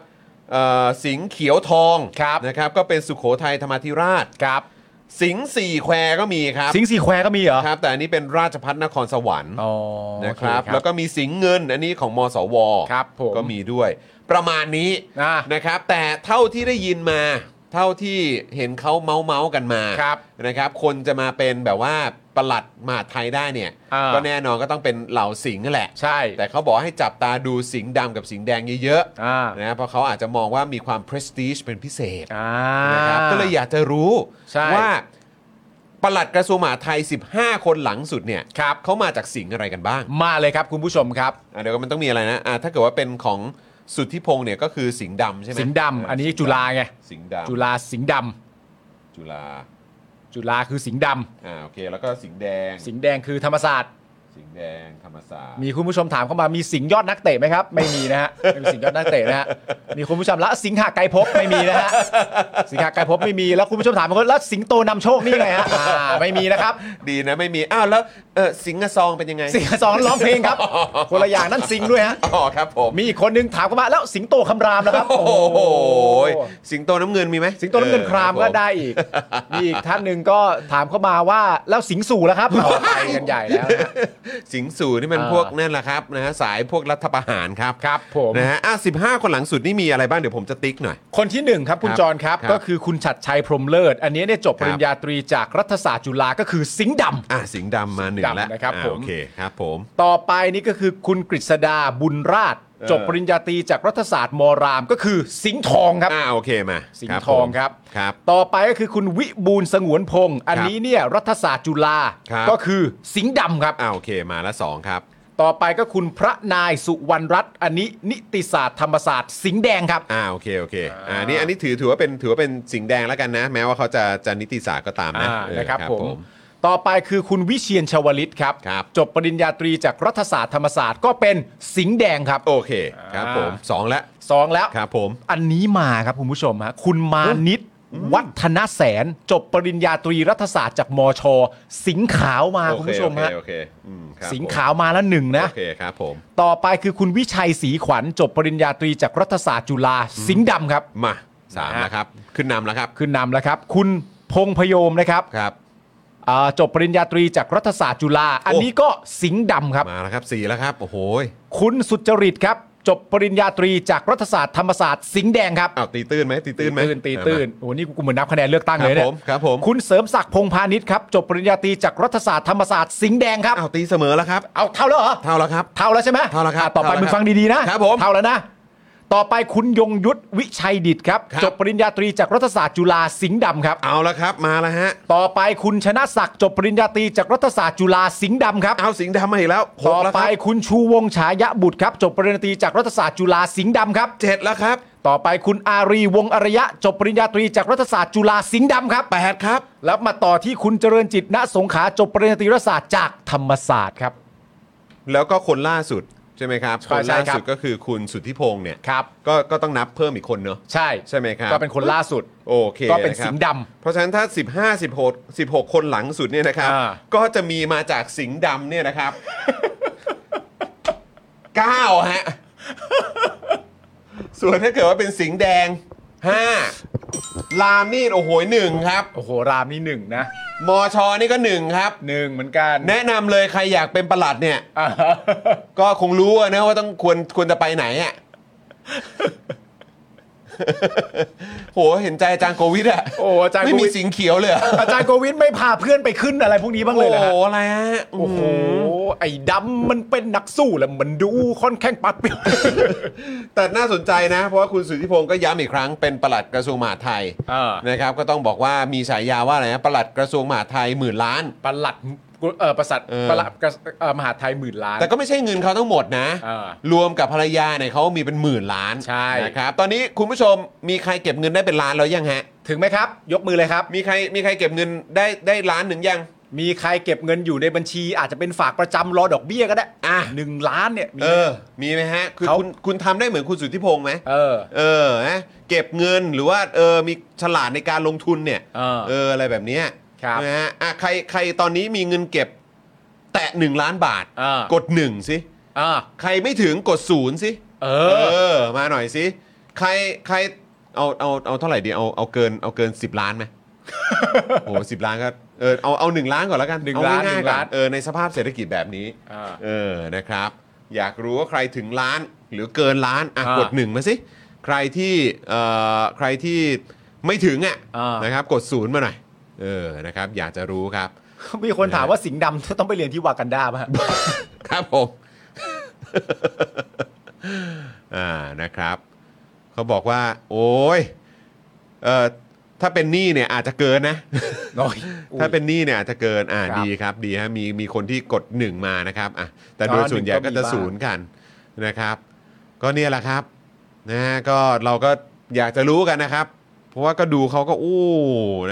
B: เอ่อสิงห์เขียวทอง
C: ครับ
B: นะครับ ก็เป็นสุขโขทัยธรรมาธิราช
C: ครับ
B: สิงห์สี่แควก็มีครับ
C: สิงห์สีแควก็มีเหรอ
B: ครับ แต่อันนี้เป็นราชพัฒนครสวรรค์
C: อ๋อ
B: นะครับ
C: โอเ
B: แล้วก็มีสิงห์เงินอันนี้ของมสว
C: ครับผม
B: ก็มีด้วย ประมาณนี้
C: อ่า
B: นะครับ แต่เท่าที่ได้ยินมา เท่าที่เห็นเขาเมาส์เมาส์ๆกันมา
C: ครับ
B: นะครับ คนจะมาเป็นแบบว่าประหลัดมหาดไทยได้เนี่ย
C: อ่า
B: ก็แน่นอนก็ต้องเป็นเหล่าสิงห์นั่นแหละ
C: ใช่
B: แต่เขาบอกให้จับตาดูสิงห์ดำกับสิงห์แดงเยอะ
C: อ่า
B: ๆนะเพราะเขาอาจจะมองว่ามีความ prestige เป็นพิเศษ
C: อ่า
B: นะครับก็เลยอยากจะรู้
C: ใช่
B: ว่าปลัดกระทรวงมหาดไทย 15 คนหลังสุดเนี่ยเขามาจากสิงห์อะไรกันบ้าง
C: มาเลยครับคุณผู้ชมครับ
B: อ่ะเดี๋ยวก็มันต้องมีอะไรนะอ่ะถ้าเกิดว่าเป็นของสุทธิพงษ์เนี่ยก็คือสิงห์ดำใช่ไหม
C: สิงห์ดำอันนี้จุฬาไง
B: สิงห์ดำ
C: จุฬาสิงห์ด
B: จุฬา
C: ำจุฬาคือสิงห์ด
B: อ่าโอเค แล้วก็สิงห์แดง
C: ำสิงห์แดงคือธรรมศาสตร์
B: สิงห์แดงธรรมศาสตร์
C: มีคุณผู้ชมถามเข้ามามีสิงห์ยอดนักเตะไหมครับ ไม่มีนะฮะไม่มีสิงห์ยอดนักเตะนะฮะมีคุณผู้ชมละสิงหาไกรภพไม่มีนะฮะสิงหาไกรภพไม่มีแล้วคุณผู้ชมถามมาว่าแล้วสิงโตนำโชคนี่ยังไงฮะอ่าไม่มีนะครับ
B: ดีนะไม่มีอ้าวแล้ว เออสิงห์กับซองเป็นยังไง
C: สิงห์สอนร้องเพลงครับ คนละอย่างนั่นสิงห์ด้วยฮะ
B: อ๋อครับผม
C: มีอีกคนนึงถามเข้ามาแล้วสิงโตคำรามนะครับ
B: โอ้โหสิงโตน้ำเงินมีไหม
C: สิงโตน้ำเงินครามก็ได้อีก มีอีกท่านหนึ่งก็ถามเข้ามาว่าแล้วสิงสู่แล้วครับเอาไปกันใหญ่แล้วนะฮะ
B: สิงสู่นี่มัน
C: อ่า
B: พวกนั่นแหละครับนะฮะสายพวกรัฐประหารครับ
C: ครับผม
B: นะฮะอ่ะสิบห้าคนหลังสุดนี่มีอะไรบ้างเดี๋ยวผมจะติ๊กหน่อย
C: คนที่หนึ่งครับคุณ
B: ครับ
C: จรครับ
B: ครับ
C: ก็คือคุณชัดชัยพรหมเลิศ อันนี้เนี่ยจบ
B: ครั
C: ป
B: บ
C: ริญญาตรีจากรัฐศาสตร์จุฬาก็คือสิงห์ดำ
B: อ่ะสิงห์ดำมาหนึ่ง
C: สิงห์ดำ
B: แล้ว
C: นะครับ
B: อ่า
C: ผม
B: โอเคครับผม
C: ต่อไปนี่ก็คือคุณกฤษดาบุญราช
B: เออ
C: จบปริญญาตรีจากรัฐศาสตร์มอราม ก็คือสิงห์ทองครับ
B: อ่าโอเคมา
C: สิง
B: ค
C: ห์
B: รับ
C: ทอ
B: ผ
C: ง
B: ม
C: ครับ
B: ครับ
C: ต่อไปก็คือคุณวิบูลย์สงวนพงศ์อันนี้เนี่ยรัฐศาสตร์จุฬา
B: ครับ
C: ก็คือสิงห์ดำครับ
B: อ่าโอเคมาละสองครับ
C: ต่อไปก็คุณพระนายสุวรรณรัตน์อันนี้นิติศาสตร์ธรรมศาสตร์สิงห์แดงครับ
B: อ่าโอเคโอเคอ่านี่อันนี้ถือถือว่าเป็นถือว่าเป็นสิงห์แดงแล้วกันนะ แม้ว่าเขาจะจะนิติศาสตร์ก็ตามนะ
C: อ่า
B: เออ
C: นะครับผม ต่อไปคือคุณวิเชียนชวลิตครับ
B: ครับ
C: จบปริญญาตรีจากรัฐศาสตร์ธรรมศาสตร์ก็เป็นสิงห์แดงครับ
B: โอเคครับผมสองแล้ว
C: สองแล้ว
B: ครับผม
C: อันนี้มาครับคุณผู้ชมฮะคุณมานิตวัฒนแสน จบปริญญาตรีรัฐศาสตร์จากมช สิงห์ขาวมาคุณผู้ชม
B: โอ
C: ฮะ
B: เคโอเคอืมครับ
C: สิงห์ขาวมาแล้วหนึ่งนะ
B: โอเคครับผม
C: ต่อไปคือคุณวิชัยศรีขวัญ จบปริญญาตรีจากรัฐศาสตร์จุฬาสิงห์ดำครับ
B: มาสาม
C: นะฮะ
B: นะครับ ขึ้นนำแล้วครับ
C: ขึ้นนำแล้วครับ คุณพงพยมนะครับ
B: ครับ
C: อ่าจบปริญญาตรีจากรัฐศาสตร์จุฬาอัน
B: โอ้
C: นี้ก็สิงห์ดำครับ
B: มาแล้วครับสี่แล้วครับโอ้โหย
C: คุณสุจริตครับ จบปริญญาตรีจากรัฐศาสตร์ธรรมศาสตร์สิงห์แดงครับ
B: อ้าวตีตื้นไหมตีตื้นไหม
C: ตื่นตีตื้น
B: อ่
C: โอ้โหนี่กูเหมือนนับคะแนนเลือกตั้งเลยเนี่
B: ครั
C: ย
B: บผมครับผม
C: คุณเสริมศักดิ์พงษ์พาณิชย์ครับ จบปริญญาตรีจากรัฐศาสตร์ธรรมศาสตร์สิงห์แดงครั
B: มา
C: บ
B: อ้าวตีเสมอแล้วครับ
C: เอาเท่าแล้วเหรอ
B: เท่าแล้วครับ
C: เท่าแล้วใช่ไหม
B: เท่าแล้วครับ
C: อ่ะต่อไป
B: เท่าแล้ว
C: มึงฟังดีๆนะครับ
B: ผม
C: เท่าแล้วนะ ต่อไปคุณยงยุทธวิชัยดิตครับ
B: ครับ
C: จบปริญญาตรีจากรัฐศาสตร์จุฬาสิงห์ดำครับ
B: เอาแล้วครับมาแล้วฮะ
C: ต่อไปคุณชนะศักดิ์จบปริญญาตรีจากรัฐศาสตร์จุฬาสิงห์ดำครับ
B: เอาสิงห์ดำมาอีกแล้วห
C: ต่
B: ก
C: อ
B: แล้ว
C: ไป
B: ครับ
C: คุณชูวงศ์ฉายะบุตรครับ จบปริญญาตรีจากรัฐศาสตร์จุฬาสิงห์ดำครับ
B: เจ็ดแล้วครับ
C: ต่อไปคุณอารีวงศ์อารยะ จบปริญญาตรีจากรัฐศาสตร์จุฬาสิงห์ดำครับ
B: แปดครับ
C: แล้วมาต่อที่คุณเจริญจิตณสงขลาจบปริญญาตรีรัฐศาสตร์จากธรรมศาสตร์ครับ
B: แล้วก็คนล่าสุดใช่ไหมครับ
C: ใช่
B: คนล่า
C: ใช่ครั
B: สุด
C: บ
B: ก็คือคุณสุทธิพงษ์เนี่ย
C: ครับ
B: ก็ก็ต้องนับเพิ่มอีกคนเนอะ
C: ใช่
B: ใช่ไหมครับ
C: ก็เป็นคนล่าสุด
B: โอเค
C: ก็เป็นะครับ สิงห์ดำ
B: เพราะฉะนั้นถ้า 15 16 16 คนหลังสุดเนี่ยนะครับ
C: อ่า
B: ก็จะมีมาจากสิงห์ดำเนี่ยนะครับ 9 ฮะ ส่วนถ้าเกิดว่าเป็นสิงห์แดง 5 ลามนี่โอ้โหหนึ่งครับ
C: โอ้โหรามนี่หนึ่งนะ
B: มอชอนี่ก็หนึ่งครับ
C: หนึ่งเหมือนกัน
B: แนะนำเลยใครอยากเป็นประหลัดเนี่ย
C: อ่า
B: ก็คงรู้อะนะว่าต้องควรควรจะไปไหนอ่ะ โหเห็นใจอาจารย์โควิดอ่ะ
C: โอ้อาจารย์
B: ไม่
C: โก
B: มี
C: วิน
B: สิงเขียวเลยอะ
C: อาจารย์โกวินไม่พาเพื่อนไปขึ้นอะไรพวกนี้บ้างเลยเหรอ
B: โอ้โหอะ
C: ฮะ
B: ไรฮะ
C: โอ้โหไอ้ดำมันเป็นนักสู้แล้วมันดูค่อนข้างปัดเป รียว
B: แต่น่าสนใจนะ เพราะว่าคุณสุทธิพงศ์ก็ย้ำอีกครั้งเป็นประหลัดกระทรวงมหาดไทย
C: อ่าน
B: นะครับ ก็ต้องบอกว่ามีฉายาว่าอะไรนะประหลัดกระทรวงมหาดไทยหมื่นล้าน
C: ประหลัดเออประสัด
B: เออ
C: ประหลัดกระเอ่อมหาดไทยหมื่นล้าน
B: แต่ก็ไม่ใช่เงินเขาทั้งหมดนะ
C: อ่าร
B: วมกับภรรยาเนี่ยเขามีเป็นหมื่นล้าน
C: ใช่
B: นะครับตอนนี้คุณผู้ชมมีใครเก็บเงินได้เป็นล้านแล้วยังฮะ
C: ถึงไหมครับ ยกมือเลยครับ
B: มีใครมีใครเก็บเงินได้ได้ล้านหนึ่งยัง
C: มีใครเก็บเงินอยู่ในบัญชี อาจจะเป็นฝากประจำรอดอกเบี้ยก็ได้
B: อ่ะ
C: หนึ่งล้านเนี่ยมี
B: เออ มีไหมฮะ คือ
C: เขา
B: คุณคุณทำได้เหมือนคุณสุทธิพงษ์ไหม
C: เออ
B: เออฮะเก็บเงินหรือว่าเออมีฉลาดในการลงทุนเนี่ย
C: เออ
B: อะไรแบบเนี้ย
C: ครับ
B: นะฮะอ่ะใครใครตอนนี้มีเงินเก็บแตะ 1 ล้านบาท
C: เออ
B: กดหนึ่งสิ
C: อ่า
B: ใครไม่ถึงกดศูนย์สิ
C: เอ
B: เอ
C: อ
B: อ มาหน่อยสิ ใครใครเอาเอาเอาเท่าไหร่ดีเอาเอาเกินเอาเกิน 10 ล้านไหม โอ้สิบล้านก็เออเอาเอาหนึ่งล้านก่อนแล้วกัน
C: หนึ่ง
B: เอ
C: ล้าน
B: ง่ย
C: ห
B: ๆ
C: นึ่ง
B: ก่อ
C: ล้าน
B: เออในสภาพเศรษฐกิจแบบนี้
C: อ่า
B: เออนะครับ อยากรู้ว่าใครถึงล้านหรือเกินล้านอ่ะ
C: อ่าก
B: ดหนึ่งมาสิ ใครที่เอ่อใครที่ไม่ถึงอ่ะ
C: อ่าน
B: นะครับกดศูนย์มาหน่อยเออนะครับ อยากจะรู้ครับ
C: มีคนถามว่าสิงห์ดำ ต้องไปเรียนที่วากันดาป่ะฮะ
B: ครับผม อ่านะครับ เขาบอกว่า โอ้ยเอ่อถ้าเป็นหนี้เนี่ยอาจจะเกินนะ
C: น้อย
B: ถ้าเป็นหนี้เนี่ยอาจจะเกินอ่า
C: ครับ
B: ดีครับดีฮะมีมีคนที่กดหนึ่งมานะครับอ่ะแต่โดย
C: อ๋อ
B: ส่วนใหญ่
C: หนึ่งก็
B: ก็จะ
C: มีบ้าง
B: ศูนย์กันนะครับ ก็เนี่ยแหละครับนะฮะก็เราก็อยากจะรู้กันนะครับ เพราะว่าก็ดูเขาก็อู้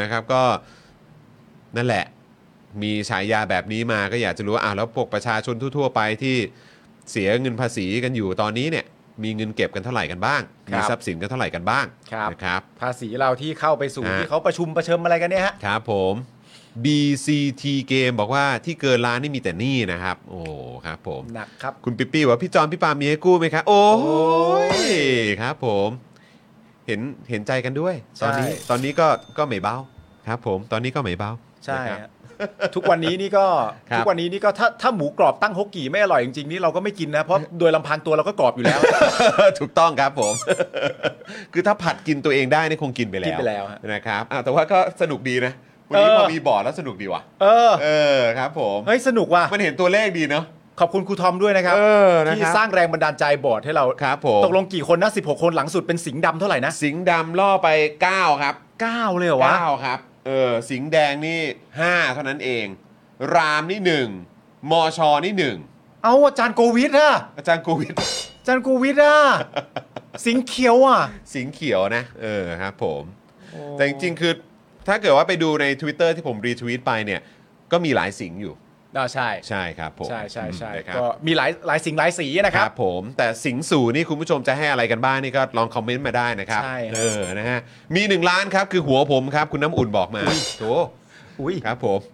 B: นะครับก็นั่นแหละ มีฉายาแบบนี้มาก็อยากจะรู้ว่าอ้าวแล้วพวกประชาชนทั่ว ๆ ไปที่เสียเงินภาษีกันอยู่ตอนนี้เนี่ย มีเงินเก็บกันเท่าไหร่กันบ้าง
C: ครับ
B: มีทรัพย์สินกันเท่าไหร่กันบ้าง
C: ครับ
B: นะครับ
C: ภาษีเราที่เข้าไปสู่
B: ฮะ
C: ที่เขาประชุมประเชิมอะไรกันเนี่ยฮะ
B: ครับผม น BCT เกมบอกว่าที่เกินล้านนี่มีแต่หนี้นะครับ โอ้ครับผม
C: หนักครับ
B: คุณปิ๊ปปี้บอกว่าพี่จอมพี่ปามีให้กู้ไหมครับโอ้ยครับผม เห็นเห็นใจกันด้วย ตอนนี้
C: ใช่
B: ตอนนี้ก็ก็ไม่เบาครับ ผมตอนนี้ก็ไม่เบา
C: ใช่
B: นะครั
C: ฮะ
B: บ
C: ทุกวันนี้นี่ก็
B: ครับ
C: ทุกวันนี้นี่ก็ถ้าถ้าหมูกรอบตั้งฮกกี่ไม่อร่อยจริงๆนี่เราก็ไม่กินนะเพราะโดยลำพังตัวเราก็กรอบอยู่แล้ว
B: ถูกต้องครับผม คือถ้าผัดกินตัวเองได้นี่คงกินไปแล้ว
C: กินไปแล้วฮะ
B: นะครับอ่ะแต่ว่าก็สนุกดีนะ วันนี้
C: เออ
B: พอมีบอร์ดแล้วสนุกดีว่ะ
C: เออ
B: เออครับผม
C: เฮ้ยสนุกว่ะ
B: มันเห็นตัวเลขดีเนาะ
C: ขอบคุณครูทอมด้วยนะครับ
B: เออนะครับ
C: ที่สร้างแรงบันดาลใจบอร์ดให้เรา
B: ครับผม
C: ตกลงกี่คนนะ16 คนหลังสุดเป็นสิงห์ดำเท่าไหร่นะ
B: สิงห์ดำล่อไป 9 ครับ
C: 9เลยเหรอวะ
B: เก้าครับ เออ สิงห์แดงนี่ห้าเท่านั้นเอง รามนี่หนึ่งมอชอนี่หนึ่ง
C: เอาอาจารย์โกวิทอะ
B: อาจารย์กูวิทย์
C: อาจารย์โกวิทอะสิงห์เขียวอะ
B: สิงห์เขียวนะ เออครับผม แต่จริงๆ คือ ถ้าเกิดว่าไปดูใน Twitter ที่ผมรีทวีตไปเนี่ย ก็มีหลายสิงห์อยู่
C: อ่าใช่
B: ใช่ครับผม
C: ใช่ใช่ใช่
B: นะครับ
C: ก็มีหลายหลายสิงห์หลายสีนะค
B: ค
C: รั
B: รับ บผมแต่สิงสู่นี่คุณผู้ชมจะให้อะไรกันบ้างนี่ก็ลองคอมเมนต์มาได้นะครับ
C: ใช่ครับ
B: เออนะฮะมีหนึ่งล้านครับคือหัวผมครับ คุณน้ำอุ่นบอกมาโถ
C: อุ้ย
B: ครับผม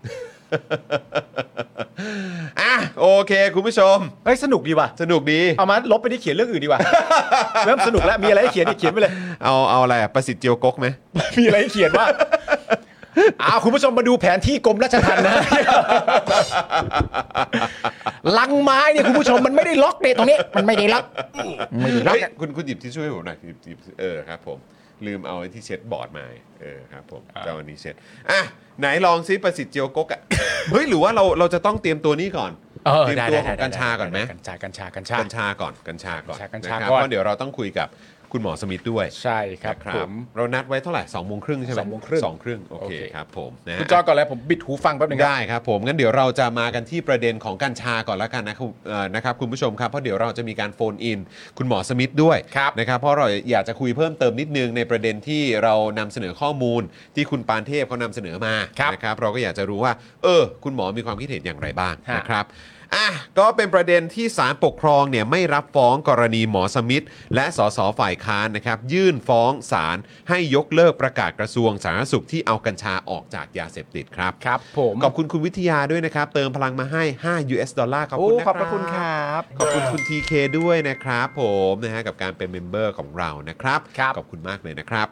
B: อ่ะโอเคคุณผู้ชม
C: เฮ้ยสนุกดีว่ะ
B: สนุกดี
C: เอามาลบไปที่เขียนเรื่องอื่นดี กว่า เริ่มสนุกแล้วมีอะไรให้เขียนอีกเขียนไปเลย
B: เอาเอาอะไรอะประสิทธิ์เจียวกกไหม
C: มีอะไรให้เขียนว่าอ้าวคุณผู้ชมมาดูแผนที่กรมราชทัณฑ์นะลังไม้เนี่ยคุณผู้ชมมันไม่ได้ล็อกเนี่ยตรงนี้ มันไม่ได้ล็อก
B: เฮ้ยคุณคุณหยิบที่ช่วยผมหน่อยหยิบหยิบเออครับผมลืมเอาไอ้ที่เช็ดบอร์ดมาเออครับผมจะเอาอันนี้เช็ดอ่ะไหนลองซิประสิทธิ์เจียวกกอ่ะ เฮ้ยหรือว่าเราเราจะต้องเตรียมตัวนี้ก่อน
C: เออ
B: เตรียม
C: ได้
B: ตัว
C: ได้
B: ของ
C: ได้
B: กัญชาก่อนไหม
C: กัญชากัญชากัญชา
B: กัญชาก่อนกัญชาก่อน
C: กัญชา
B: ะครับ
C: ก่อน
B: เพราะเดี๋ยวเราต้องคุยกับคุณหมอสมิธด้วย
C: ใช่ครับ
B: นะ
C: ผม
B: เรานัดไว้เท่าไหร่สองโมงครึ่งใช่ไหม
C: สองโมงครึ่ง
B: สองครึ่งโอ
C: โอ
B: เค
C: เค
B: ครับผมนะฮะ
C: คุณจอก่อนเลยผมบิดหูฟังแป๊บหนึงครับ
B: ได้ครับผมงั้นเดี๋ยวเราจะมากันที่ประเด็นของกัญชาก่อนละกันนะครับเอ่อนะครับคุณผู้ชมครับเพราะเดี๋ยวเราจะมีการโฟนอิน คุณหมอสมิธด้วย
C: ครับ
B: นะครับเพราะเราอยากจะคุยเพิ่มเติมนิดนึงในประเด็นที่เรานำเสนอข้อมูลที่คุณปานเทพเขานำเสนอมา
C: ครับ
B: นะครับเราก็อยากจะรู้ว่า เออ คุณหมอมีความคิดเห็นอย่างไรบ้าง
C: ฮะ
B: นะครับ ครับอ่ะก็เป็นประเด็นที่ศาลปกครองเนี่ยไม่รับฟ้องกรณีหมอสมิธและสสฝ่ายค้านนะครับ ยื่นฟ้องศาลให้ยกเลิกประกาศกระทรวงสาธารณสุขที่เอากัญชาออกจากยาเสพติดครับ
C: ครับ ผม
B: ขอบคุณคุณวิทยาด้วยนะครับ เติมพลังมาให้ 5 US ดอลลาร์ขอบ
C: โอ้
B: คุณนะ
C: ขอบพระคุณครับ
B: ขอบคุณคุณ TK ด้วยนะครับผมนะฮะกับการเป็นเมมเบอร์ของเรานะครับ
C: ครับ
B: ขอบคุณมากเลยนะครับ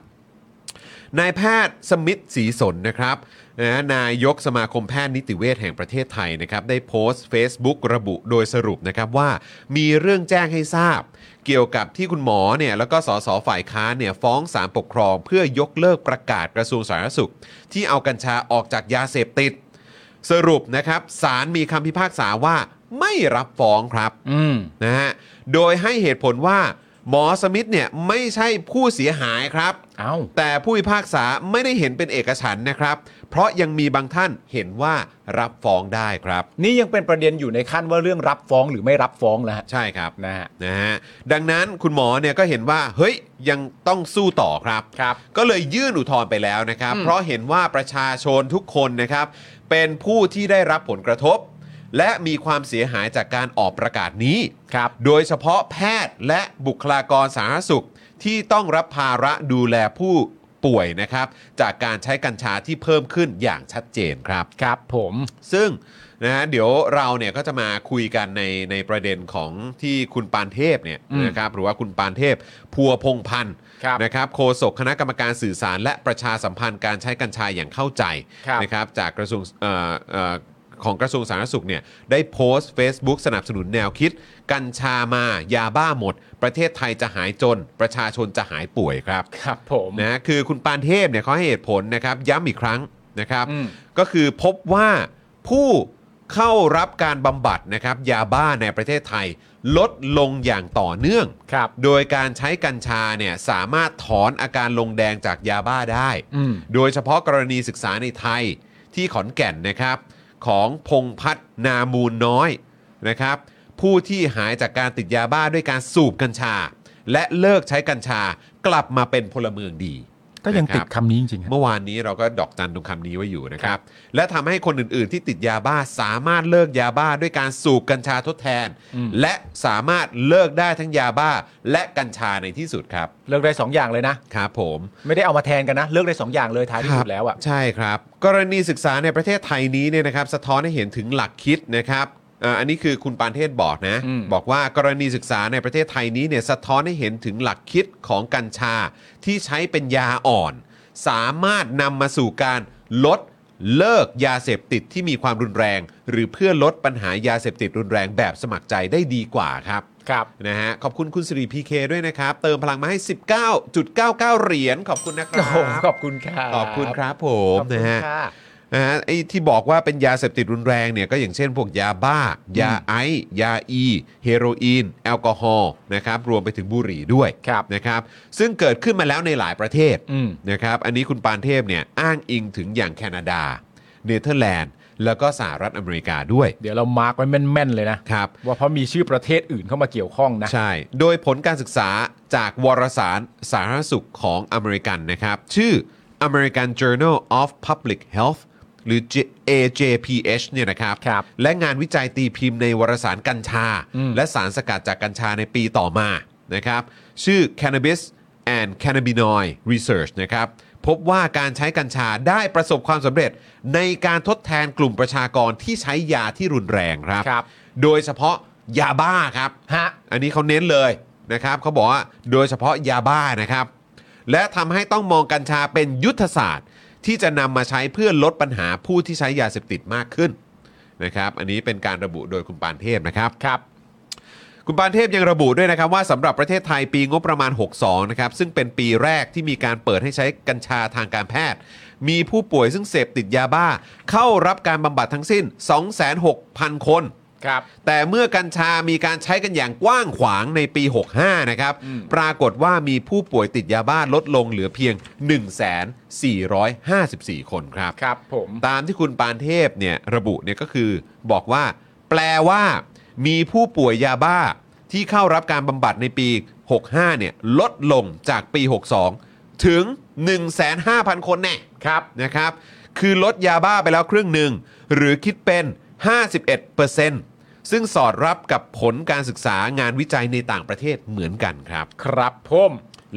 B: นายแพทย์สมิทธศรีสนนะครับนะฮะนายกสมาคมแพทย์นิติเวชแห่งประเทศไทยนะครับ ได้โพสต์ Facebook ระบุโดยสรุปนะครับว่า มีเรื่องแจ้งให้ทราบ เกี่ยวกับที่คุณหมอเนี่ยแล้วก็สสฝ่ายค้านเนี่ยฟ้องศาลปกครอง เพื่อยกเลิกประกาศกระทรวงสาธารณสุข ที่เอากัญชาออกจากยาเสพติด สรุปนะครับศาลมีคำพิพากษาว่าไม่รับฟ้องครับ
C: อืม
B: นะฮะ โดยให้เหตุผลว่า หมอสมิธเนี่ยไม่ใช่ผู้เสียหายครับ
C: เอ้า
B: แต่ผู้พิพากษาไม่ได้เห็นเป็นเอกฉันท์นะครับ เพราะยังมีบางท่านเห็นว่ารับฟ้องได้ครับ
C: นี่ยังเป็นประเด็นอยู่ในขั้นว่าเรื่องรับฟ้องหรือไม่รับฟ้องแล้วฮะ
B: ใช่ครับ
C: นะฮะ
B: นะฮะดังนั้นคุณหมอเนี่ยก็เห็นว่า เฮ้ยยังต้องสู้ต่อครับ
C: ครับ
B: ก็เลยยื่นอุทธรณ์ไปแล้วนะครับ เพราะเห็นว่าประชาชนทุกคนนะครับ เป็นผู้ที่ได้รับผลกระทบ และมีความเสียหายจากการออกประกาศนี้
C: ครับ
B: โดยเฉพาะแพทย์และบุคลากรสาธารณสุขที่ต้องรับภาระดูแลผู้ป่วยนะครับ จากการใช้กัญชาที่เพิ่มขึ้นอย่างชัดเจนครับ
C: ครับผม
B: ซึ่งนะฮะเดี๋ยวเราเนี่ยก็จะมาคุยกันในในประเด็นของที่คุณปานเทพเนี่ย
C: อืม
B: นะครับหรือว่าคุณปานเทพพัวพงพันธ์
C: ครับ
B: นะครับโฆษกคณะกรรมการสื่อสาร และประชาสัมพันธ์การใช้กัญชายอย่างเข้าใจ
C: ครับ
B: นะครับจากกระทรวงเอ่อเอ่อของกระทรวงสาธารณสุขเนี่ยได้โพสต์ Facebook สนับสนุนแนวคิด กัญชามายาบ้าหมด ประเทศไทยจะหายจน ประชาชนจะหายป่วยครับ
C: ครับผม
B: นะคือคุณปานเทพเนี่ยเขาให้เหตุผลนะครับย้ำอีกครั้งนะครับ
C: อืม
B: ก็คือพบว่าผู้เข้ารับการบำบัดนะครับยาบ้าในประเทศไทย ลดลงอย่างต่อเนื่อง
C: ครับ
B: โดยการใช้กัญชาเนี่ยสามารถถอนอาการลงแดงจากยาบ้าได้
C: อืม
B: โดยเฉพาะกรณีศึกษาในไทยที่ขอนแก่นนะครับ ของพงพัฒนามูลน้อยนะครับ ผู้ที่หายจากการติดยาบ้าด้วยการสูบกัญชา และเลิกใช้กัญชากลับมาเป็นพลเมืองดี
C: ก็ยัง
B: นะครับ
C: ติดคำนี้จริงๆฮะ
B: เมื่อวานนี้เราก็ดอกจันตรงคำนี้ไว้อยู่นะครับ และทำให้คนอื่นๆที่ติดยาบ้าสามารถเลิกยาบ้าด้วยการสูบกัญชาทดแทน และสามารถเลิกได้ทั้งยาบ้าและกัญชาในที่สุดครับ
C: เลิกได้สองอย่างเลยนะ
B: ครับผม
C: ไม่ได้เอามาแทนกันนะ เลิกได้สองอย่างเลยท้ายที่สุดแล้วอ่ะ
B: ครับใช่ครับ กรณีศึกษาในประเทศไทยนี้เนี่ยนะครับสะท้อนให้เห็นถึงหลักคิดนะครับเอ่ออันนี้คือคุณปานเทศบอกนะ
C: อืม
B: บอกว่ากรณีศึกษาในประเทศไทยนี้เนี่ยสะท้อนให้เห็นถึงหลักคิดของกัญชาที่ใช้เป็นยาอ่อน สามารถนำมาสู่การลดเลิกยาเสพติดที่มีความรุนแรง หรือเพื่อลดปัญหายาเสพติดรุนแรงแบบสมัครใจได้ดีกว่าครับ
C: ครับ
B: นะฮะขอบคุณคุณสิริพีเคด้วยนะครับ เติมพลังมาให้ 19.99 เหรียญขอบคุณนะครั
C: โอ้โห
B: บ
C: ขอบคุณครับ
B: ขอบคุณครับผม
C: ขอบคุณ
B: นะฮะ
C: ค่ะ
B: นะฮะไอ้ที่บอกว่าเป็นยาเสพติดรุนแรงเนี่ยก็อย่างเช่นพวกยาบ้า ยาไอซ์ยาอี เฮโรอีน แอลกอฮอล์นะครับรวมไปถึงบุหรี่ด้วย
C: ครับ
B: นะครับซึ่งเกิดขึ้นมาแล้วในหลายประเทศ
C: อืม
B: นะครับอันนี้คุณปานเทพเนี่ยอ้างอิงถึงอย่างแคนาดา เนเธอร์แลนด์ แล้วก็สหรัฐอเมริกาด้วย
C: เดี๋ยวเรามาร์กไว้แม่นๆเลยนะครับ ว่าเพราะมีชื่อประเทศอื่นเข้ามาเกี่ยวข้องนะ
B: ใช่ โดยผลการศึกษาจากวารสารสาธารณสุขของอเมริกันนะครับ ชื่อ American Journal of Public Health หรือ J- AJPH เนี่ยนะครับ
C: ครับ
B: และงานวิจัยตีพิมพ์ในวารสารกัญชา
C: อืม
B: และสารสกัดจากกัญชาในปีต่อมานะครับ ชื่อ Cannabis and Cannabinoid Research นะครับ พบว่าการใช้กัญชาได้ประสบความสำเร็จในการทดแทนกลุ่มประชากรที่ใช้ยาที่รุนแรงครับ
C: ครับ
B: โดยเฉพาะยาบ้าครับ
C: ฮะ
B: อันนี้เขาเน้นเลยนะครับเขาบอกว่าโดยเฉพาะยาบ้านะครับ และทำให้ต้องมองกัญชาเป็นยุทธศาสตร์ ที่จะนำมาใช้เพื่อลดปัญหาผู้ที่ใช้ยาเสพติดมากขึ้นนะครับ อันนี้เป็นการระบุโดยคุณปานเทพนะครับ
C: ครับ
B: คุณปานเทพยังระบุด้วยนะครับว่าสำหรับประเทศไทยปีงบประมาณ 62 นะครับ ซึ่งเป็นปีแรกที่มีการเปิดให้ใช้กัญชาทางการแพทย์ มีผู้ป่วยซึ่งเสพติดยาบ้า เข้ารับการบำบัดทั้งสิ้น 26,000 คน
C: ครับ
B: แต่เมื่อกัญชามีการใช้กันอย่างกว้างขวางในปี 65 นะครับ ปรากฏว่ามีผู้ป่วยติดยาบ้าลดลงเหลือเพียง 1,454 คนครับ
C: ครับผม
B: ตามที่คุณปานเทพเนี่ยระบุเนี่ยก็คือบอกว่า แปลว่ามีผู้ป่วยยาบ้าที่เข้ารับการบำบัดในปี 65 เนี่ยลดลงจากปี 62 ถึง 15,000 คนแน่
C: ครับ
B: นะครับ คือลดยาบ้าไปแล้วครึ่งหนึ่ง หรือคิดเป็น 51%ซึ่งสอดรับกับผลการศึกษางานวิจัยในต่างประเทศเหมือนกันครับ
C: ครับผม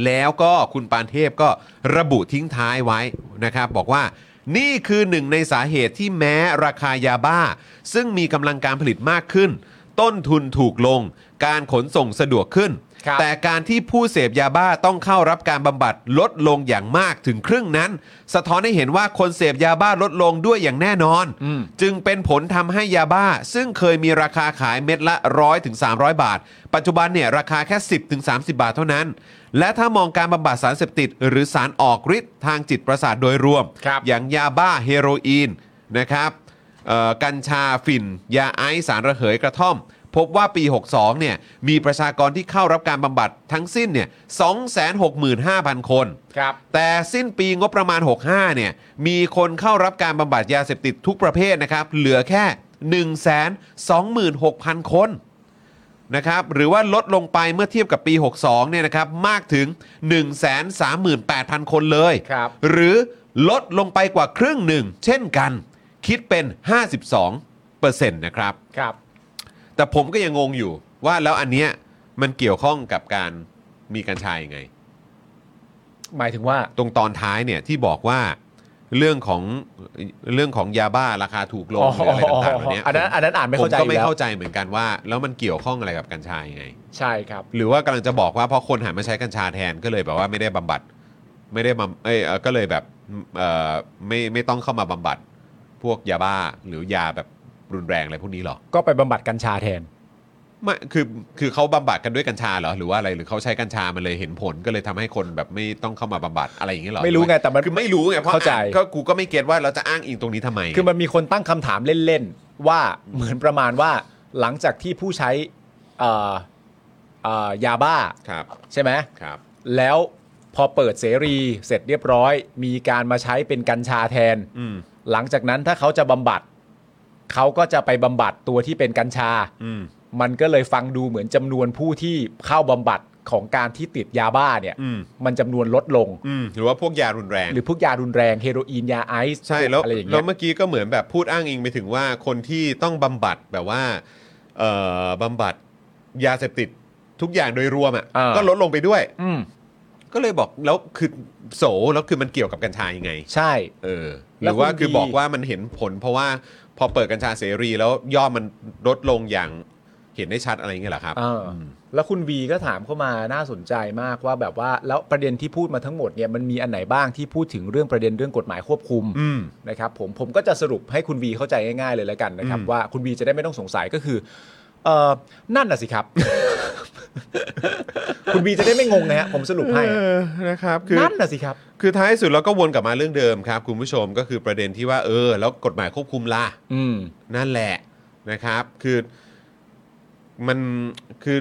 B: แล้วก็คุณปานเทพก็ระบุทิ้งท้ายไว้นะครับ บอกว่านี่คือหนึ่งในสาเหตุที่แม้ราคายาบ้า ซึ่งมีกำลังการผลิตมากขึ้น ต้นทุนถูกลง การขนส่งสะดวกขึ้น
C: ครับ
B: แต่การที่ผู้เสพยาบ้าต้องเข้ารับการบำบัดลดลงอย่างมากถึงครึ่งนั้น สะท้อนให้เห็นว่าคนเสพยาบ้าลดลงด้วยอย่างแน่นอน จึงเป็นผลทำให้ยาบ้า ซึ่งเคยมีราคาขายเม็ดละ 100ถึง300 บาท ปัจจุบันเนี่ยราคาแค่ 10ถึง30 บาทเท่านั้น และถ้ามองการบำบัดสารเสพติด หรือสารออกฤทธิ์ทางจิตประสาทโดยรวม
C: ครับ
B: อย่างยาบ้าเฮโรอีนนะครับเอ่อกัญชาฝิ่น ยาไอซ์สารระเหยกระท่อม พบว่าปี 62เนี่ยมีประชากรที่เข้ารับการบำบัดทั้งสิ้นเนี่ย265,000 คน
C: ครับ
B: แต่สิ้นปีงบประมาณ 65 เนี่ย มีคนเข้ารับการบำบัดยาเสพติดทุกประเภทนะครับ เหลือแค่ 126,000 คนนะครับ หรือว่าลดลงไปเมื่อเทียบกับปี 62 เนี่ยนะครับ มากถึง 138,000 คนเลย
C: ครับ
B: หรือลดลงไปกว่าครึ่งหนึ่ง เช่นกัน คิดเป็น 52%นะครับ
C: ครับ
B: แต่ผมก็ยังงงอยู่ว่าแล้วอันเนี้ยมันเกี่ยวข้องกับการมีกัญชายยังไง
C: หมายถึงว่า
B: ตรงตอนท้ายเนี่ยที่บอกว่าเรื่องของเรื่องของยาบ้าราคาถูกลง
C: อ๋อ
B: หรืออะไรต่างๆเหล่านี้
C: อันนั้นอันนั้นอ่านไม่เข้าใจ
B: ผมก็ไม่
C: อยู่แล้ว
B: เข้าใจเหมือนกันว่า แล้วมันเกี่ยวข้องอะไรกับกัญชายังไง
C: ใช่ครับ
B: หรือว่ากำลังจะบอกว่าเพราะคนหันมาใช้กัญชาแทนก็เลยแบบว่าไม่ได้บำบัด ไม่ได้บำเอ้ยเอ่อก็เลยแบบเอ่อไม่ไม่ต้องเข้ามาบำบัด พวกยาบ้าหรือยาแบบรุนแรงอะไรพวกนี้หรอ
C: ก็ไปบำบัดกัญชาแทน
B: ไม่คือคือเขาบำบัดกันด้วยกัญชาเหรอหรือว่าอะไรหรือเขาใช้กัญชามันเลยเห็นผลก็เลยทำให้คนแบบไม่ต้องเข้ามาบำบัดอะไรอย่างเงี้ยหรอ
C: ไม่รู้ไง แต่มัน
B: คือไม่รู้ไงเพราะ
C: เข้าใจ
B: อ่ะก็กูก็ไม่เก็ตว่าเราจะอ้างอิงตรงนี้ทำไมไง
C: คือมันมีคนตั้งคำถามเล่น ๆ ว่าเหมือนประมาณว่าหลังจากที่ผู้ใช้เอ่อเอ่อยาบ้า
B: ครับ
C: ใช่ไหม
B: ครับ
C: แล้วพอเปิดเสรีเสร็จเรียบร้อย มีการมาใช้เป็นกัญชาแทน
B: อืม
C: หลังจากนั้นถ้าเขาจะบำบัด เขาก็จะไปบำบัดตัวที่เป็นกัญชา
B: อืม
C: มันก็เลยฟังดูเหมือนจำนวนผู้ที่เข้าบำบัด ของการที่ติดยาบ้าเนี่ย
B: อืม
C: นจำนวนลดลง
B: อืมหรือว่าพวกยารุนแรง
C: หรือพวกยารุนแรงเฮโรอีนยาไอซ์
B: ใช่แล้ว
C: อะไรอย่าง
B: แล้
C: เงี้
B: วย เมื่อกี้ก็เหมือนแบบพูดอ้างอิงไปถึงว่าคนที่ต้องบำบัดแบบว่าเอ่อบำบัดยาเสพติดทุกอย่างโดยรวม
C: อ่า
B: อะ่ะก็ลดลงไปด้วย
C: อืม
B: ก็เลยบอกแล้วคือโสแล้วคือมันเกี่ยวกับกัญชายังไง
C: ใช่
B: เออห
C: แล้
B: รื
C: ว
B: อว่า
C: คุณ
B: คือ
C: ดี
B: บอกว่ามันเห็นผล เพราะว่าพอเปิดกัญชาเสรีแล้วยอดมันลดลงอย่างเห็นได้ชัดอะไรอย่างเงี้ยเหรอครับ
C: เอออแล้วคุณวีก็ถามเข้ามาน่าสนใจมากว่าแบบว่าแล้วประเด็นที่พูดมาทั้งหมดเนี่ยมันมีอันไหนบ้างที่พูดถึงเรื่องประเด็นเรื่องกฎหมายควบคุม
B: อืม
C: นะครับผมผมก็จะสรุปให้คุณวีเข้าใจง่ายๆเลยแล้วกันนะครับ
B: อืม
C: ว่าคุณวีจะได้ไม่ต้องสงสัยก็คือเออนั่นน่ะสิครับ คุณวีจะได้ไม่งงนะฮะผมสรุปให้
B: เออนะครับคือ
C: นั่นน่ะสิครับ
B: คือท้ายสุดเราก็วนกลับมาเรื่องเดิมครับ คุณผู้ชมก็คือประเด็นที่ว่าเออ แล้วกฎหมายควบคุมล่ะ
C: อืม
B: นั่นแหละนะครับ คือมันคือ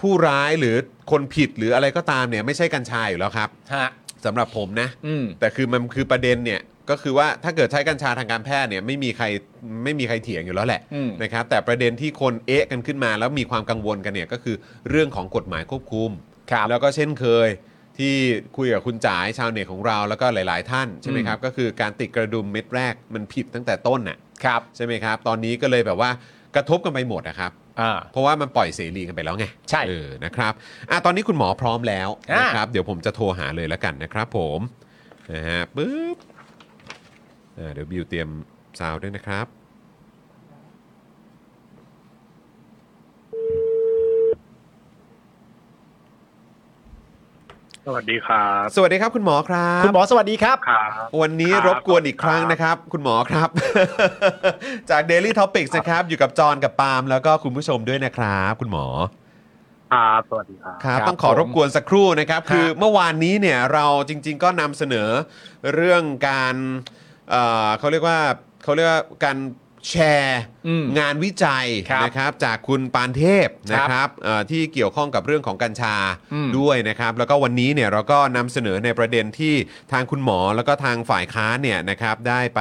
B: ผู้ร้ายหรือคนผิดหรืออะไรก็ตามเนี่ย ไม่ใช่กัญชาอยู่แล้วครับ
C: ฮะ
B: สำหรับผมนะ
C: อืม
B: แต่คือมันคือประเด็นเนี่ยก็คือว่าถ้าเกิดใช้กัญชาทางการแพทย์เนี่ยไม่มีใครไม่มีใครเถียงอยู่แล้วแหละ
C: อืม
B: นะครับแต่ประเด็นที่คนเอะกันขึ้นมา แล้วมีความกังวลกันเนี่ยก็คือเรื่องของกฎหมายควบคุม
C: ครับ
B: แล้วก็เช่นเคยที่คุยกับคุณจ๋ายชาวเน็ตของเราแล้วก็หลาย ๆ ท่านใช่ไหมครับก็คือการติดกระดุมเม็ดแรกมันผิดตั้งแต่ต้นน่ะ
C: ครับ
B: ใช่ไหมครับ ตอนนี้ก็เลยแบบว่ากระทบกันไปหมดนะครับ
C: อ่า
B: เพราะว่ามันปล่อยเสรีกันไปแล้วไง
C: ใช่
B: เออนะครับอ่ะตอนนี้คุณหมอพร้อมแล้ว
C: อ่าน
B: นะครับเดี๋ยวผมจะโทรหาเลยแล้วกันนะครับผมนะฮะปึ๊บอ่าเดี๋ยวบิวเตรียมซาวด์ด้วยนะครับ
E: สวัสดีครับ
B: สวัสดีครับคุณหมอครับ
C: คุณหมอสวัสดีครับ
E: ครับ
B: วันนี้
E: ครับ
B: รบกวนอีกครั้งนะครับ คุณหมอครับ จาก Daily Topics นะครับ อยู่กับจอห์นกับปาล์มแล้วก็คุณผู้ชมด้วยนะครับ คุณหมอ
E: ครับสวัสดีครับ
B: ครับ
C: ครับ
B: ต้องขอรบกวนสักครู่นะครับ
C: ครับ
B: คือเมื่อวานนี้เนี่ยเราจริง ๆ ก็นำเสนอเรื่องการเอ่อเขาเรียกว่าเขาเรียกว่าการแชร์
C: อืม
B: งานวิจัย
C: ครับ
B: นะครับจากคุณปานเทพนะครับเอ่อที่เกี่ยวข้องกับเรื่องของกัญชา
C: อืม
B: ด้วยนะครับ แล้วก็วันนี้เนี่ยเราก็นำเสนอในประเด็นที่ทางคุณหมอแล้วก็ทางฝ่ายค้านเนี่ยนะครับได้ไป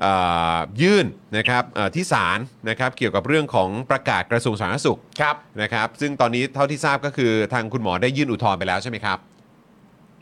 B: เอ่อยื่นนะครับเอ่อที่ศาลนะครับเกี่ยวกับเรื่องของประกาศกระทรวงสาธารณสุข
C: ครับ
B: นะครับซึ่งตอนนี้เท่าที่ทราบก็คือทางคุณหมอได้ยื่นอุทธรณ์ไปแล้วใช่ไหมครับ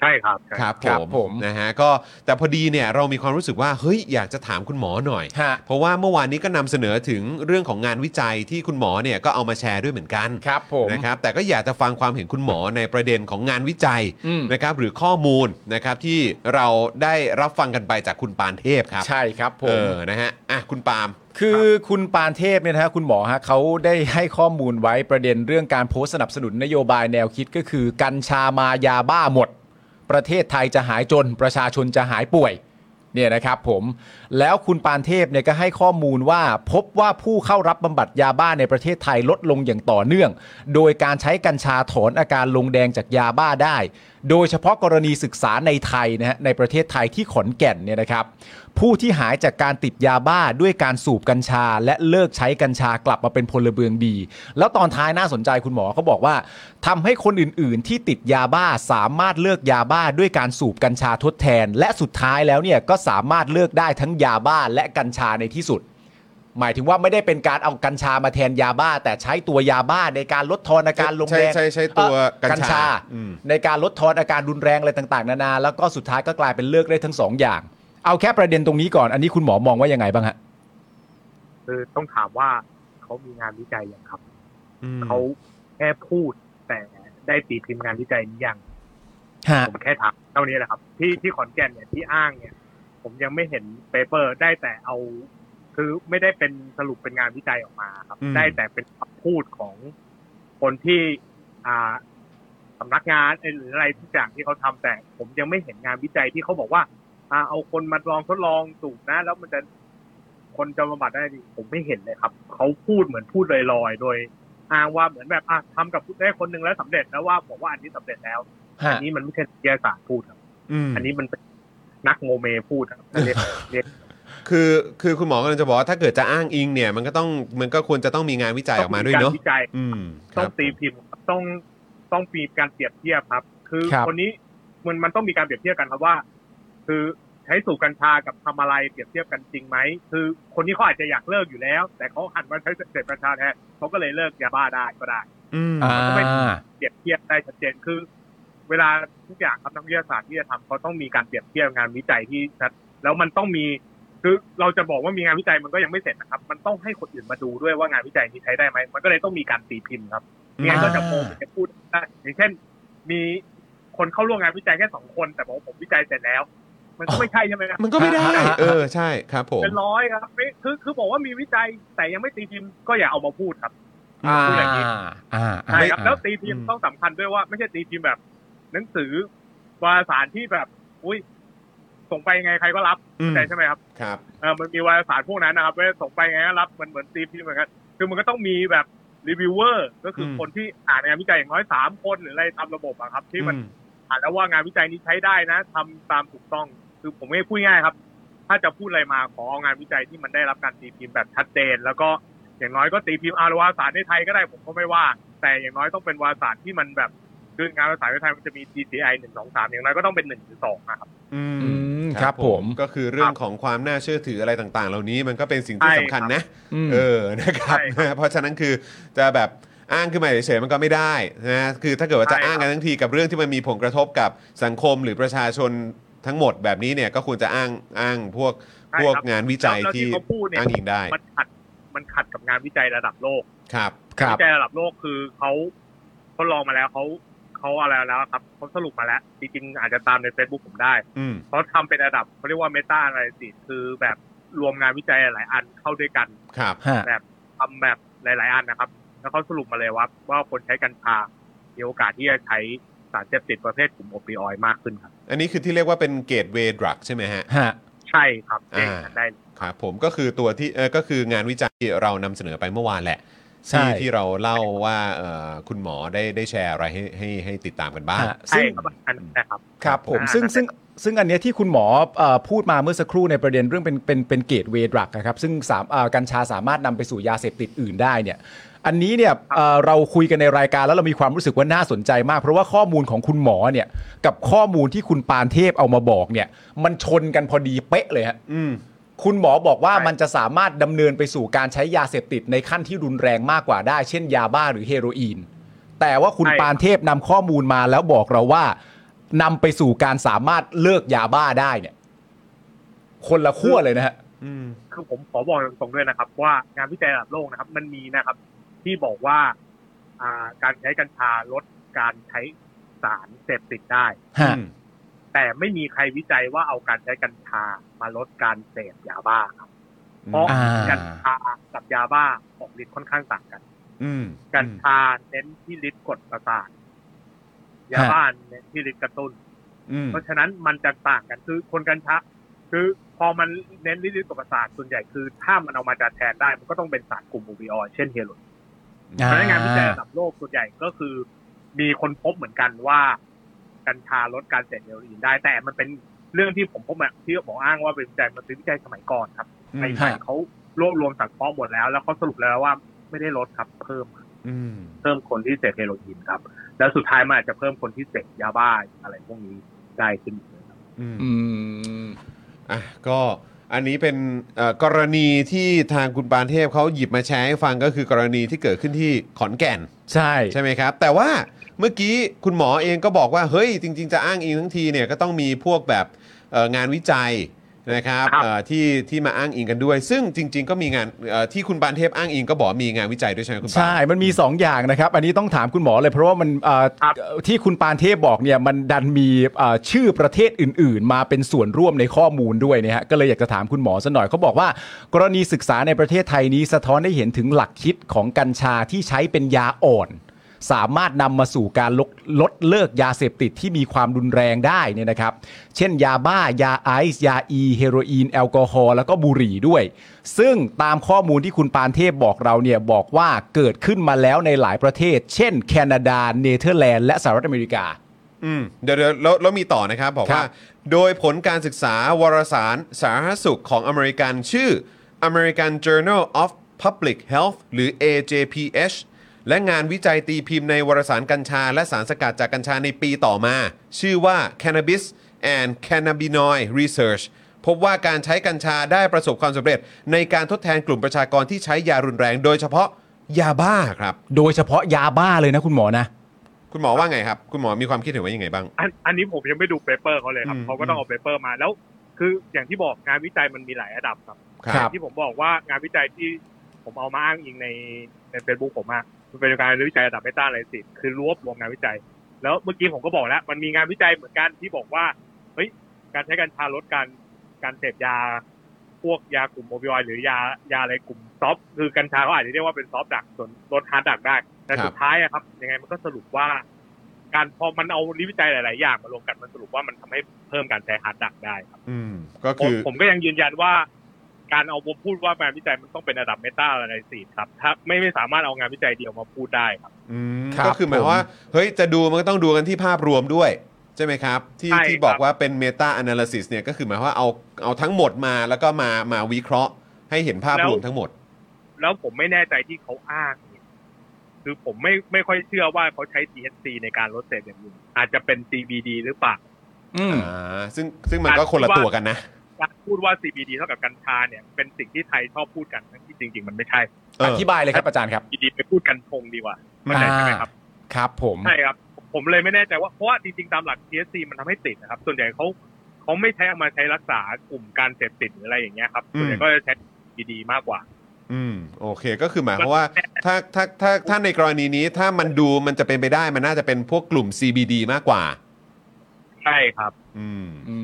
E: ใช่ครับใช่
B: ครับ
C: ครับ
B: ผม
C: ผม
B: นะฮะก็แต่พอดีเนี่ยเรามีความรู้สึกว่าเฮ้ยอยากจะถามคุณหมอหน่อย
C: ฮะ
B: เพราะว่าเมื่อวานนี้ก็นำเสนอถึงเรื่องของงานวิจัยที่คุณหมอเนี่ยก็เอามาแชร์ด้วยเหมือนกัน
C: ครับผม
B: นะครับแต่ก็อยากจะฟังความเห็นคุณหมอในประเด็นของงานวิจัย
C: อืม
B: นะครับหรือข้อมูลนะครับที่เราได้รับฟังกันไปจากคุณปานเทพครับ
C: ใช่ครับผ
B: เอ
C: ม
B: อนะฮะอ่ะคุณปาล์ม
C: คือคุณปานเทพเนี่ยนะฮะคุณหมอฮะเขาได้ให้ข้อมูลไว้ประเด็นเรื่องการโพสต์สนับสนุนนโยบายแนวคิดก็คือ กัญชามายาบ้าหมด ประเทศไทยจะหายจน ประชาชนจะหายป่วย เนี่ยนะครับผมแล้วคุณปานเทพเนี่ยก็ให้ข้อมูลว่า พบว่าผู้เข้ารับบำบัดยาบ้าในประเทศไทยลดลงอย่างต่อเนื่อง โดยการใช้กัญชาถอนอาการลงแดงจากยาบ้าได้ โดยเฉพาะกรณีศึกษาในไทยนะฮะในประเทศไทยที่ขอนแก่นเนี่ยนะครับผู้ที่หายจากการติดยาบ้าด้วยการสูบกัญชา และเลิกใช้กัญชากลับมาเป็นพลเมืองดี แล้วตอนท้ายน่าสนใจคุณหมอเขาบอกว่าทำให้คนอื่นๆ ที่ติดยาบ้าสามารถเลิกยาบ้าด้วยการสูบกัญชาทดแทน และสุดท้ายแล้วเนี่ยก็สามารถเลิกได้ทั้งยาบ้าและกัญชาในที่สุด หมายถึงว่าไม่ได้เป็นการเอากัญชามาแทนยาบ้า แต่ใช้ตัวยาบ้าในการลดทอนอาการลงแดง
B: ใช่ใช่ใช้ตัว
C: เอ่อ
B: กั
C: กั
B: ญ
C: ญ
B: ชา
C: ชา
B: อืม
C: ในการลดทอนอาการรุนแรงอะไรต่างๆ นานา แล้วก็สุดท้ายก็กลายเป็นเลิกได้ทั้งสองอย่าง เอาแค่ประเด็นตรงนี้ก่อนอันนี้คุณหมอมองว่ายังไงบ้างฮะ
E: คือต้องถามว่าเขามีงานวิจัยยังครับ
B: อืม
E: เขาแค่พูดแต่ได้ตีพิมพ์งานวิจัยนี้ยัง
C: ฮะ
E: ผมแค่ถามเท่านี้แหละครับ ที่ที่ขอนแก่นเนี่ยที่อ้างเนี่ย ผมยังไม่เห็นเปเปอร์ได้แต่เอา คือไม่ได้เป็นสรุปเป็นงานวิจัยออกมาครับ
B: อืม
E: ได้แต่เป็นคำพูดของคนที่อ่าสำนักงานเอ่อหรืออะไรทุกอย่างที่เขาทำแต่ ผมยังไม่เห็นงานวิจัยที่เขาบอกว่า อ่าเอาคนมาลองทดลองสูบนะ แล้วมันจะคนจะบำบัดได้ดีผมไม่เห็นเลยครับเขาพูดเหมือนพูดลอยๆ โดยอ้างว่าเหมือนแบบอ่ะทำกับได้คนหนึ่งแล้วสำเร็จแล้วว่าบอกว่าอันนี้สำเร็จแล้ว
C: ฮะ
E: อันนี้มันไม่ใช่วิทยาศาสตร์พูดครับ
B: อืม
E: อันนี้มันเป็นนักโมเมพูด ครับเรียกเรียก
B: คือคือคุณหมอกำลังจะบอกว่าถ้าเกิดจะอ้างอิงเนี่ย มันก็ต้องมันก็ควรจะต้องมีงานวิจัยออกมาด้วยเนาะ
E: ต้องมีกรวิจัย
B: อืมค
E: ต้
B: รั
E: อบ งตีพิมพ์ครับต้องต้องมีการเปรียบเทียบครับ คือ
C: ครับ
E: คนนี้มันมันต้องมีการเปรียบเทียบกันครับว่า คือใช้สูบกัญชากับทำอะไรเปรียบเทียบกันจริงไหมคือคนนี้เขาอาจจะอยากเลิกอยู่แล้ว แต่เขาหันมาใช้เสพกัญชาแทนเขาก็เลยเลิกยาบ้าได้ก็ได้
B: อืม
C: อ่า
E: เปรียบเทียบได้ชัดเจนคือ เวลาทุกอย่างครับนักวิทยาศาสตร์ที่จะทำเขาต้องมีการเปรียบเทียบงานวิจัยที่ชัดแล้วมันต้องมีคือเราจะบอกว่ามีงานวิจัยมันก็ยังไม่เสร็จนะครับ มันต้องให้คนอื่นมาดูด้วยว่างานวิจัยนี้ใช้ได้ไหมมันก็เลยต้องมีการตีพิมพ์ครับไม่งั้นก็จะโมจะพูดได้อย่างเช่น มีคนเข้าร่วมงานวิจัยแค่สองคน แต่บอกว่าผมวิจัยเสร็จแล้ว มันก็ไม่ใช่ใช่ไหมครับ
B: มันก็ไม่ได้
C: อ่า
B: เออ ใช่ครับผม
E: เป็นร้อยครับไม่คือคือบอกว่ามีวิจัยแต่ยังไม่ตีพิมพ์ก็อย่าเอามาพูดครับ
C: อ่า
E: พูดอย่างนี้
C: อ่า
E: ใช่ครับ
C: อ่า
E: แล้วตีพิมพ์
B: อืม
E: ต้องสำคัญด้วยว่าไม่ใช่ตีพิมพ์แบบ หนังสือวารสารที่แบบ อุ้ยส่งไปยังไงใครก็รับ
B: อืม
E: ใช่ใช่ไหมครับ
B: ครับ
E: เออมันมีวารสารพวกนั้นนะครับไม่ได้ส่งไปยังไงก็รับเหมือนเหมือนตีพิมพ์เหมือนกันคือมันก็ต้องมีแบบรีวิวเวอร์ก็คืออ
B: ม
E: คนที่อ่านงานวิจัยอย่างน้อยสามคนหรืออะไรตามระบบอะครับ ที่มัน
B: อืม
E: อ่านแล้วว่างานวิจัยนี้ใช้ได้นะทำตามถูกต้อง คือผมไม่พูดง่ายครับ ถ้าจะพูดอะไรมาขอเอางานวิจัยที่มันได้รับการตีพิมพ์แบบชัดเจน แล้วก็อย่างน้อยก็ตีพิมพ์อารวาสารในไทยก็ได้ผมก็ไม่ว่า แต่อย่างน้อยต้องเป็นวารสารที่มันแบบคืองานวารสารในไทยมันจะมี GCI หนึ่งสองสามอย่างน้อยก็ต้องเป็นหนึ่งหรือสองนะครับ
B: อืม
C: อืมครับผม
B: ก็คือเรื่องของความน่าเชื่อถืออะไรต่าง ๆ เหล่านี้มันก็เป็นสิ่งที่
E: ใช่
B: สำคัญนะ
C: ม
B: เออ นะครับ
E: ใช่ครับ
B: เพราะฉะนั้นคือจะแบบอ้างขึ้นมาเฉยๆมันก็ไม่ได้นะ คือถ้าเกิดว่าจะ
E: ใช่ครับ
B: อ้างกันทั้งทีกับเรื่องที่มันมีผลกระทบกับสังคมหรือประชาชนทั้งหมดแบบนี้เนี่ยก็ควรจะอ้างอ้างพวก
E: ใช่
B: พวก
E: ครับ
B: งานวิจัย
E: แล้ว
B: ที่
E: เขาพูดเนี่ย
B: อ้างอิงได้
E: มันขัดมันขัดกับงานวิจัยระดับโลก
B: ครับ
C: ครับ
E: วิจัยระดับโลกคือเขาทดลองมาแล้วเขาเขาอะไรแล้วครับเขาสรุปมาแล้วจริงๆอาจจะตามใน Facebook ผมได้
B: อืม
E: เขาทำเป็นระดับเขาเรียกว่าเมตาอะไรสิคือแบบรวมงานวิจัยหลายอันเข้าด้วยกัน
B: ครับ
C: ฮะ
E: ทำแบบหลาย ๆ อันนะครับ แล้วเขาสรุปมาเลยว่า ว่าคนใช้กัญชามีโอกาสที่จะใช้สารเสพติดประเภทกลุ่มโอปิออยด์มากขึ้นครับ
B: อันนี้คือที่เรียกว่าเป็นเกตเวดรักใช่ไหมฮะ
C: ฮะ
E: ใช่ครับ
B: อ่า
E: เองกันได้
B: ครับผมก็คือตัวที่เออก็คืองานวิจัยที่เรานำเสนอไปเมื่อวานแหละ
C: ใช่
B: ที่ที่เราเล่าว่าเอ่อคุณหมอได้ได้แชร์อะไรให้ให้ให้ติดตามกันบ้าง
C: ฮะ
E: ใช่
C: ซึ่ง
E: ครับอันนั้นนะครับ
C: ครับผม
E: อ่า
C: ซึ่งซึ่งซึ่งอันเนี้ยที่คุณหมอเอ่อพูดมาเมื่อสักครู่ในประเด็นเรื่องเป็นเป็นเป็นเกตเวดรักนะครับ ซึ่งสามเอ่อกัญชาสามารถนำไปสู่ยาเสพติดอื่นได้เนี่ย อันนี้เนี่ยเอ่อเราคุยกันในรายการแล้วเรามีความรู้สึกว่าน่าสนใจมาก เพราะว่าข้อมูลของคุณหมอเนี่ย กับข้อมูลที่คุณปานเทพเอามาบอกเนี่ย มันชนกันพอดีเป๊ะเลยฮะ
B: อืม
C: คุณหมอบอกว่า
E: ใช่
C: มันจะสามารถดำเนินไปสู่การใช้ยาเสพติดในขั้นที่รุนแรงมากกว่าได้ เช่นยาบ้าหรือเฮโรอีน แต่ว่าคุณ
E: ใช่
C: ปานเทพนำข้อมูลมาแล้วบอกเราว่านำไปสู่การสามารถเลิกยาบ้าได้เนี่ย คนละขั้วเลยนะฮะ
B: อืม
E: คือผมขอบอกตรงๆด้วยนะครับ ว่างานวิจัยระดับโลกนะครับ มันมีนะครับ ที่บอกว่าอ่าการใช้กัญชาลดการใช้สารเสพติดได้
C: ฮะ
E: แต่ไม่มีใครวิจัยว่าเอาการใช้กัญชามาลดการเสพยาบ้าครับ เพราะ
C: อ่า
E: กัญชากับยาบ้าออกฤทธิ์ค่อนข้างต่างกัน
B: อืม
E: กัญชาเน้นที่ฤทธิ์กดประสาท ยาบ้าเน้นที่ฤทธิ์กระตุ้น
B: อืม
E: เพราะฉะนั้นมันจะต่างกันคือคนกัญชาคือพอมันเน้นฤทธิ์กดประสาทส่วนใหญ่คือ ถ้ามันเอามาจัดแทนได้มันก็ต้องเป็นสารกลุ่มโอปิออยด์เช่นเฮโรอีน
C: อ่า
E: พนักงานวิจัยระดับโลกส่วนใหญ่ก็คือ มีคนพบเหมือนกันว่า กัญชาลดการเสพเฮโรอีนได้ แต่มันเป็นเรื่องที่ผมพบมาที่หมออ้างว่าเป็นวิจัยมันเป็นวิจัยสมัยก่อนครับ
B: อื
E: ใน
B: ม
E: ไทยเขารวบรวมสังเคราะห์หมดแล้ว แล้วเขาสรุปแล้วว่าไม่ได้ลดครับเพิ่ม
B: อืม
E: เพิ่มคนที่เสพเฮโรอีนครับ แล้วสุดท้ายมันอาจจะเพิ่มคนที่เสพยาบ้าอะไรพวกนี้ได้ขึ้นอีกนะครับ
B: อืม
C: อืม
B: อ่ะก็อันนี้เป็นเอ่อกรณีที่ทางคุณปานเทพเขาหยิบมาแชร์ให้ฟังก็คือกรณีที่เกิดขึ้นที่ขอนแก่น
C: ใช่
B: ใช่ไหมครับ แต่ว่าเมื่อกี้คุณหมอเองก็บอกว่าเฮ้ยจริง ๆ จะอ้างอิงทั้งทีเนี่ยก็ต้องมีพวกแบบเอ่องานวิจัยนะครับ
E: ครับ
B: เอ่อที่ที่มาอ้างอิงกันด้วย ซึ่งจริง ๆ ก็มีงานเอ่อที่คุณปานเทพอ้างอิงก็บอกมีงานวิจัยด้วยใช่ไหมคุณปาน
C: ใช่มันมี 2 อย่างนะครับ อันนี้ต้องถามคุณหมอเลยเพราะว่ามันเอ่อ
E: ครับ
C: ที่คุณปานเทพบอกเนี่ย มันดันมีเอ่อชื่อประเทศอื่น ๆ มาเป็นส่วนร่วมในข้อมูลด้วยนะฮะก็เลยอยากจะถามคุณหมอสักหน่อยเขาบอกว่า กรณีศึกษาในประเทศไทยนี้สะท้อนได้เห็นถึงหลักคิดของกัญชาที่ใช้เป็นยาอ่อน สามารถนำมาสู่การลดลดเลิกยาเสพติดที่มีความรุนแรงได้เนี่ยนะครับ เช่นยาบ้ายาไอซ์ยาอีเฮโรอีน แอลกอฮอล์แล้วก็บุหรี่ด้วย ซึ่งตามข้อมูลที่คุณปานเทพบอกเราเนี่ย บอกว่าเกิดขึ้นมาแล้วในหลายประเทศ เช่น แคนาดา เนเธอร์แลนด์ และสหรัฐอเมริกา
B: อืมเดี๋ยวเดี๋ยวแล้วแล้วมีต่อนะครับ บอก
C: ครับ
B: ว่า โดยผลการศึกษาวารสารสาธารณสุขของอเมริกันชื่อ American Journal of Public Health หรือ AJPH และงานวิจัยตีพิมพ์ในวารสารกัญชา และสารสกัดจากกัญชาในปีต่อมา ชื่อว่า Cannabis and Cannabinoid Research พบว่าการใช้กัญชาได้ประสบความสำเร็จในการทดแทนกลุ่มประชากรที่ใช้ยารุนแรง โดยเฉพาะ ยาบ้าครับ
C: โดยเฉพาะยาบ้าเลยนะคุณหมอนะ
B: คุณหมอว่าไงครับ คุณหมอมีความคิดเห็นว่ายังไงบ้าง
H: อันอันนี้ผมยังไม่ดูเปเปอร์เขาเลยครั
B: อื
H: บ
B: ม
H: เขาก็ต้องเอาเปเปอร์มาแล้ว คืออย่างที่บอกงานวิจัยมันมีหลายระดับครับ
B: ครับ
H: อย่างที่ผมบอกว่างานวิจัยที่ผมเอามาอ้างอิงในในเฟซบุ๊กผมอะมันเป็นการวิจัยระดับเมตาไลซิสคือรวบรวมงานวิจัย แล้วเมื่อกี้ผมก็บอกแล้ว มันมีงานวิจัยเหมือนกันที่บอกว่าเฮ้ยการใช้กัญชาลดการการเสพยา พวกยากลุ่มโอปิออยด์หรือยายาอะไรกลุ่มซอฟต์คือกัญชาเขาอาจจะเรียกว่าเป็นซอฟต์ดักส่วนลดฮาร์ดดักได้ แต่
B: ครับ
H: สุดท้ายอะครับยังไงมันก็สรุปว่า การพอมันเอานิวิจัยหลาย ๆ อย่างมารวมกันมันสรุปว่ามันทำให้เพิ่มการใช้ฮาร์ดดักได้ครับ
B: อืมก็
H: ผม
B: คือ
H: ผมก็ยังยืนยันว่า การเอาพูดว่างานวิจัยมันต้องเป็นระดับเมตาอะไรสิครับ ถ้าไม่ไม่สามารถเอางานวิจัยเดียวมาพูดได้ครับ
B: อืม
C: ครับ
B: ก็คือหมายความว่าเฮ้ยจะดูมันก็ต้องดูกันที่ภาพรวมด้วย ใช่ไหมครับ ที่
H: ใช่
B: ที่บอก
H: ครับ
B: ว่าเป็นเมตาแอนาลิซิสเนี่ยก็คือหมายความว่าเอาเอาทั้งหมดมาแล้วก็มามาวิเคราะห์ ให้เห็นภาพรวมทั้งหมด
H: แล้วผมไม่แน่ใจที่เขาอ้างเนี่ยคือผมไม่ไม่ค่อยเชื่อว่าเขาใช้ THC ในการลดเสพอย่างอื่นอาจจะเป็น CBD หรือเปล่า
C: อืม
B: อ่าซึ่งซึ่งมันก็คนละตัวกันนะ
H: การพูดว่า CBD เท่ากับกัญชาเนี่ยเป็นสิ่งที่ไทยชอบพูดกันทั้งที่จริง ๆ มันไม่ใช่
B: เออ
C: อธิบายเลยครับอาจารย์ครับ
H: CBD ไปพูดกันชงดีกว่าเข้าใจใช่ไหมครับ
C: ครับผม
H: ใช่ครับ ผมเลยไม่แน่ใจว่าเพราะว่าจริงๆตามหลัก THC มันทำให้ติดนะครับ ส่วนใหญ่เขาเขาไม่ใช้เอามาใช้รักษากลุ่มการเสพติดหรืออะไรอย่างเงี้ยครับ
B: อืม
H: ส่วนใหญ่ก็จะใช้ดีๆมากกว่า
B: อืมโอเคก็คือหมายความว่าถ้าถ้าถ้าถ้าในกรณีนี้ถ้ามันดูมันจะเป็นไปได้มันน่าจะเป็นพวกกลุ่ม CBD มากกว่า
H: ใช่ครับ
B: อืม
C: อื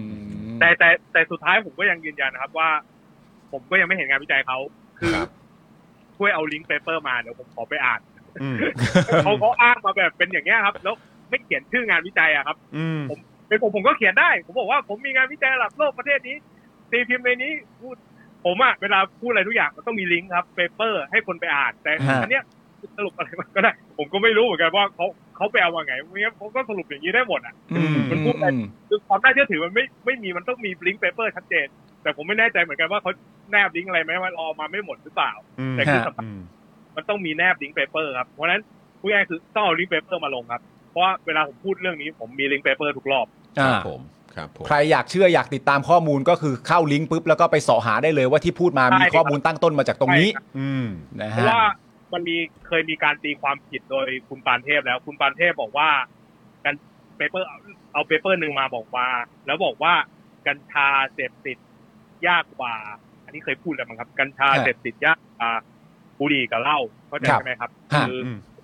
C: ม
H: แต่แต่แต่สุดท้ายผมก็ยังยืนยันนะครับว่า ผมก็ยังไม่เห็นงานวิจัยเขาคือ
B: ครับ
H: ช่วยเอาลิงก์เปเปอร์มาเดี๋ยวผมขอไปอ่าน
B: อืม
H: เขาเขาอ้างมาแบบเป็นอย่างเงี้ยครับ แล้วไม่เขียนชื่องานวิจัยอะครับ
B: อืม
H: เป็นผมผมก็เขียนได้ ผมบอกว่าผมมีงานวิจัยระดับโลกประเทศนี้ตีพิมพ์ในนี้พูดผมอะเวลาพูดอะไรทุกอย่างมันต้องมีลิงก์ครับเปเปอร์ให้คนไปอ่าน แต่อันเนี้ยสรุปอะไรมันก็ได้ ผมก็ไม่รู้เหมือนกันว่าเขาเขาไปเอามาไงเพราะงั้นผมก็สรุปอย่างนี้ได้หมดอะ
C: อืม
H: มันพูดอะไร
C: อืม
H: คือความน่าเชื่อถือมันไม่ไม่มีมันต้องมีลิงก์เปเปอร์ชัดเจน แต่ผมไม่แน่ใจเหมือนกันว่าเขาแนบลิงก์อะไรไหมว่าเอามาไม่หมดหรือเปล่า
B: อืม
H: แต่คือสำคัญ
B: อืม
H: มันต้องมีแนบลิงก์เปเปอร์ครับเพราะฉะนั้นพูดง่ายๆคือต้องเอาลิงก์เปเปอร์มาลงครับ เพราะว่าเวลาผมพูดเรื่องนี้ผมมีลิงก์เปเปอร์ทุกรอบ
B: ค
C: อ่า
B: รับผมครับผม
C: ใครอยากเชื่ออยากติดตามข้อมูลก็คือเข้าลิงก์ปุ๊บแล้วก็ไปเสาะหาได้เลยว่าที่พูดมา
H: ใช่
C: มีข้อมูลตั้งต้นมาจากตรงนี้
H: ใช่ครับ
B: อืม
C: นะ
H: เพ
C: ฮะ
H: ราะว่ามันมีเคยมีการตีความผิดโดยคุณปานเทพแล้ว คุณปานเทพบอกว่ากันเปเปอร์เอาเปเปอร์หนึ่งมาบอกว่า แล้วบอกว่ากัญชาเสพติดยากกว่า อันนี้เคยพูดแล้วมั้งครับ กัญชาเสพติดยากกว่าบุหรี่กับเหล้าเข้าใจใช่ไหมครับ
C: ฮะ
H: คือ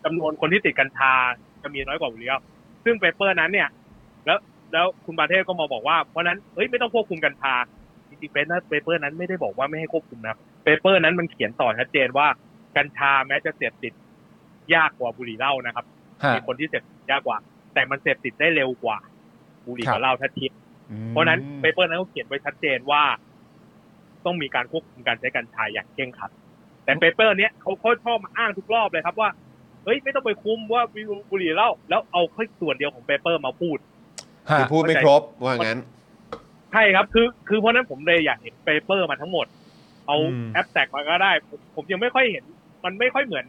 H: จำนวนคนที่ติดกัญชาจะมีน้อยกว่าบุหรี่แล้วซึ่งเปเปอร์นั้นเนี่ย แล้วแล้วคุณปาเทพก็มาบอกว่าเพราะฉะนั้นเอ้ยไม่ต้องควบคุมกัญชาจริงๆเปเปอร์เปเปอร์นั้นไม่ได้บอกว่าไม่ให้ควบคุมนะครับเปเปอร์นั้นมันเขียนต่อชัดเจนว่ากัญชาแม้จะเสพติดยากกว่าบุหรี่เหล้านะครับ
C: ฮะ
H: มีคนที่เสพติดยากกว่า แต่มันเสพติดได้เร็วกว่า บุหรี่
C: ครั
H: กับบ เหล้าถ้าเทียบ
B: อืม
H: เพราะฉะนั้นเปเปอร์นั้นก็เขียนไว้ชัดเจนว่า ต้องมีการควบคุมการใช้กัญชายอย่างเคร่งครัด แต่เปเปอร์เนี้ยเขาเขาชอบมาอ้างทุกรอบเลยครับว่าเฮ้ยไม่ต้องไปคุมว่าบุหรี่เหล้าแล้วเอาแค่ส่วนเดียวของเปเปอร์มาพูด
C: ฮะ
B: คือพูดไม่ครบว่างั้น
H: ใช่ครับคือคือเพราะฉะนั้นผมเลยอยากเห็นเปเปอร์มาทั้งหมด เอา
B: อืม
H: แอปแตกมาก็ได้ผมผมยังไม่ค่อยเห็น มันไม่ค่อยเหมือน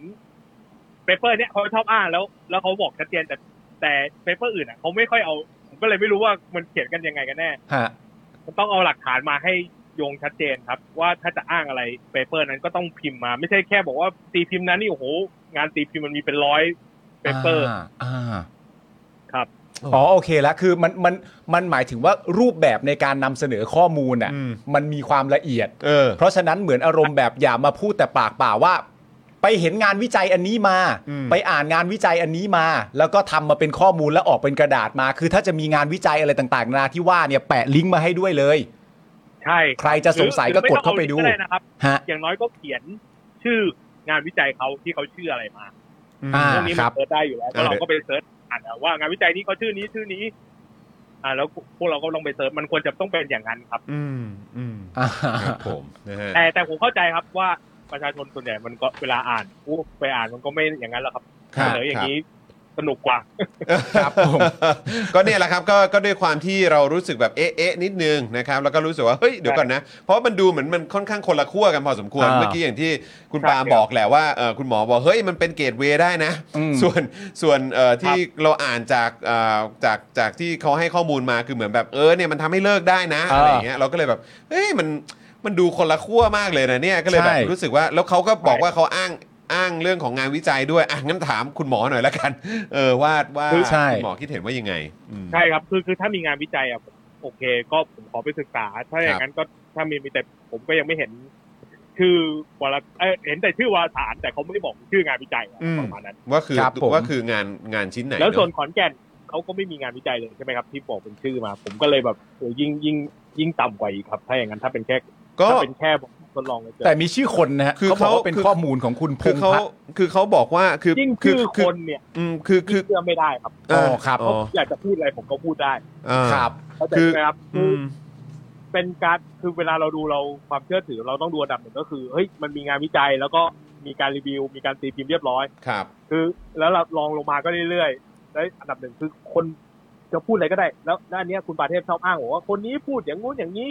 H: เปเปอร์เนี้ยเขาชอบอ้างแล้ว แล้วเขาบอกชัดเจนแต่แต่เปเปอร์อื่นอ่ะเขาไม่ค่อยเอา ผมก็เลยไม่รู้ว่ามันเขียนกันยังไงกันแน่
C: ฮะ
H: มันต้องเอาหลักฐานมาให้โยงชัดเจนครับ ว่าถ้าจะอ้างอะไรเปเปอร์นั้นก็ต้องพิมพ์มา ไม่ใช่แค่บอกว่าตีพิมพ์นั้นนี่โอ้โหงานตีพิมพ์มันมีเป็นร้อยเปเปอร์
C: าอ่า
H: ครับ
C: อ๋อโอเคแล้วคือมันมันมันหมายถึงว่ารูปแบบในการนำเสนอข้อมูลอ่ะ
B: อืม
C: มันมีความละเอียด
B: เออ
C: เพราะฉะนั้นเหมือนอารมณ์แบบอย่ามาพูดแต่ปากเปล่าว่า ไปเห็นงานวิจัยอันนี้มา
B: อืม
C: ไปอ่านงานวิจัยอันนี้มา แล้วก็ทำมาเป็นข้อมูลแล้วออกเป็นกระดาษมา คือถ้าจะมีงานวิจัยอะไรต่างๆนานาที่ว่าเนี่ยแปะลิงก์มาให้ด้วยเลย
H: ใช่
C: ใครจะสงสัยก็กดเข้าไปดู
H: หรือม่ต้องอลิงก์ก็ได้นะครับ
C: ฮะ
H: อย่างน้อยก็เขียนชื่องานวิจัยเขาที่เขาชื่ออะไรมา
B: อืม
C: อ่า
H: เรื่องนี้
C: ค
H: มั
C: รั
H: น
C: บ
H: เปิดได้อยู่แล้ว
B: อ่า
H: ก็เราก็ไปเสิร์ชอ่านเอาว่างานวิจัยนี้เขาชื่อนี้ชื่อนี้ อ่า แล้วพวกเราก็ลองไปเสิร์ชมันควรจะต้องเป็นอย่างนั้นครับ
B: อืมอืม
C: อ่า
B: ครับผมนะฮะ
H: แต่แต่ผมเข้าใจครับว่าประชาชนส่วนใหญ่มันก็เวลาอ่านอู้ไปอ่านมันก็ไม่อย่างนั้นหรอกครับ เสนออย่างนี้สนุกกว่า
C: ครับผม
B: ก็เนี่ยแหละครับก็ก็ด้วยความที่เรารู้สึกแบบเอ๊ะเอ๊ะนิดนึงนะครับแล้วก็รู้สึกว่าเฮ้ยเดี๋ยวก่อนนะ เพราะมันดูเหมือนมันค่อนข้างคนละขั้วกันพอสมควร
C: อ่า
B: เมื่อกี้อย่างที่คุณ
H: ใช่
B: ปาล์ม
H: ครับ
B: บอกแหละว่าเอ่อคุณหมอบอกเฮ้ยมันเป็นเกรดเวย์ได้นะ
C: อืม
B: ส่วนส่วนเอ่อที่เราอ่านจากเอ่อจากจากที่เขาให้ข้อมูลมาคือเหมือนแบบเออเนี่ยมันทำให้เลิกได้นะอะไรอย่างเงี้ยเราก็เลยแบบเฮ้ยมันมันดูคนละขั้วมากเลยนะเนี่ยก็เลยแบบ
C: ใช่
B: รู้สึกว่าแล้วเขาก็บอกว่าเขาอ้าง อ้างเรื่องของงานวิจัยด้วยอ่ะงั้นถามคุณหมอหน่อยละกัน เออว่าว่า
C: คือใช่
B: คุณหมอคิดเห็นว่ายังไงอืม
H: ใช่ครับคือคือถ้ามีงานวิจัยอ่ะผมโอเค ก็ผมขอไปศึกษา ถ้าอย่างนั้นก็ถ้ามีมีแต่ผมก็ยังไม่เห็น คือวารเอ่อเห็นแต่ชื่อวารสารแต่เขาไม่ได้บอกชื่องานวิจัยอะ
B: อืม
H: ประมาณนั้น
B: ว่าคือ
C: ครับผม
B: ว่าคืองานงานชิ้นไหน
H: แล้วส่วน
B: เอะ
H: ขอนแก่นเขาก็ไม่มีงานวิจัยเลยใช่ไหมครับที่บอกเป็นชื่อมา ผมก็เลยแบบเออยิ่งยิ่งยิ่งต่ำกว่าอีกครับ ถ้าอย่างนั้นถ้าเป็นแค่
B: ก็
H: ถ้าเป็นแค่ทดลองเลยเจอ
C: แต่มีชื่อคนนะฮะ
B: คือ
C: เขาบอ
B: เขา
C: กว่าเป็น
B: คือ
C: ข้อมูลของคุณพ
B: คือง
C: ษ์
B: เขา
C: พัฒน์
B: คือเขาบอกว่าคือ
H: ยิ่ง
B: คื
H: ชื่อ
B: คื
H: คนเนี่ย
B: อืมคือคื
H: ยิ่
B: อง
H: เชื่อไม่ได้ครับ
B: เ
C: อ๋อครับ
B: อ๋อ
H: อยากจะพูดอะไรผมก็พูดได้
B: อ่า
C: ครับ
H: เข้าใจ
B: คือ
H: ไหมครับคื
B: อื
H: อ
B: ม
H: เป็นการคือเวลาเราดูเราความเชื่อถือเราต้องดูอันดับหนึ่งก็คือเฮ้ยมันมีงานวิจัย แล้วก็มีการรีวิว มีการตีพิมพ์เรียบร้อย
B: ครับ
H: คือแล้วเราลองลงมาก็เรื่อยๆแล้วอันดับหนึ่งคือคนจะพูดอะไรก็ได้ แล้วด้านเนี้ยคุณปาเทพชอบอ้างบอกว่าคนนี้พูดอย่างงู้นอย่างนี้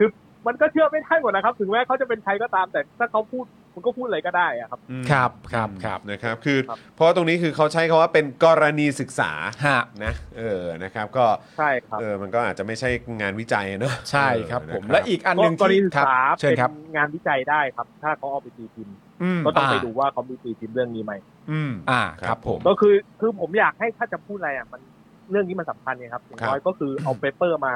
H: คือมันก็เชื่อไม่ได้หมดนะครับ ถึงแม้เขาจะเป็นใครก็ตาม แต่ถ้าเขาพูดมันก็พูดอะไรก็ได้อะครับ
B: อืม
C: ครับครับครับ
B: นะครับคือ
H: ครับ
B: เพราะว่าตรงนี้คือเขาใช้คาว่าเป็นกรณีศึกษา
C: ฮะ
B: นะเออนะครับก็
H: ใช่ครับ
B: เออมันก็อาจจะไม่ใช่งานวิจัยเนอะ
C: ใช่ครับผม
B: เออ
C: และ
B: นครับ
C: อีกอันหนึ่ง
H: กรณี
C: ที่
H: ศึก
C: ครับ
H: ษา
C: เชิญ
H: เป็น
C: ครับ
H: งานวิจัยได้ครับ ถ้าเขาเอาไปตีพิมพ์
B: อืม
H: ก็ต้องไป
C: อ่า
H: ดูว่าเขามีตีพิมพ์เรื่องนี้ไหม
B: อืม
C: อ่า
B: ค
C: ค
B: รั
C: รับ บผม
H: ก็คือคือผมอยากให้ถ้าจะพูดอะไรอ่ะมันเรื่องนี้มันสำคัญไงครับอย่างน้อยก็คือเอาเปเปอร์มา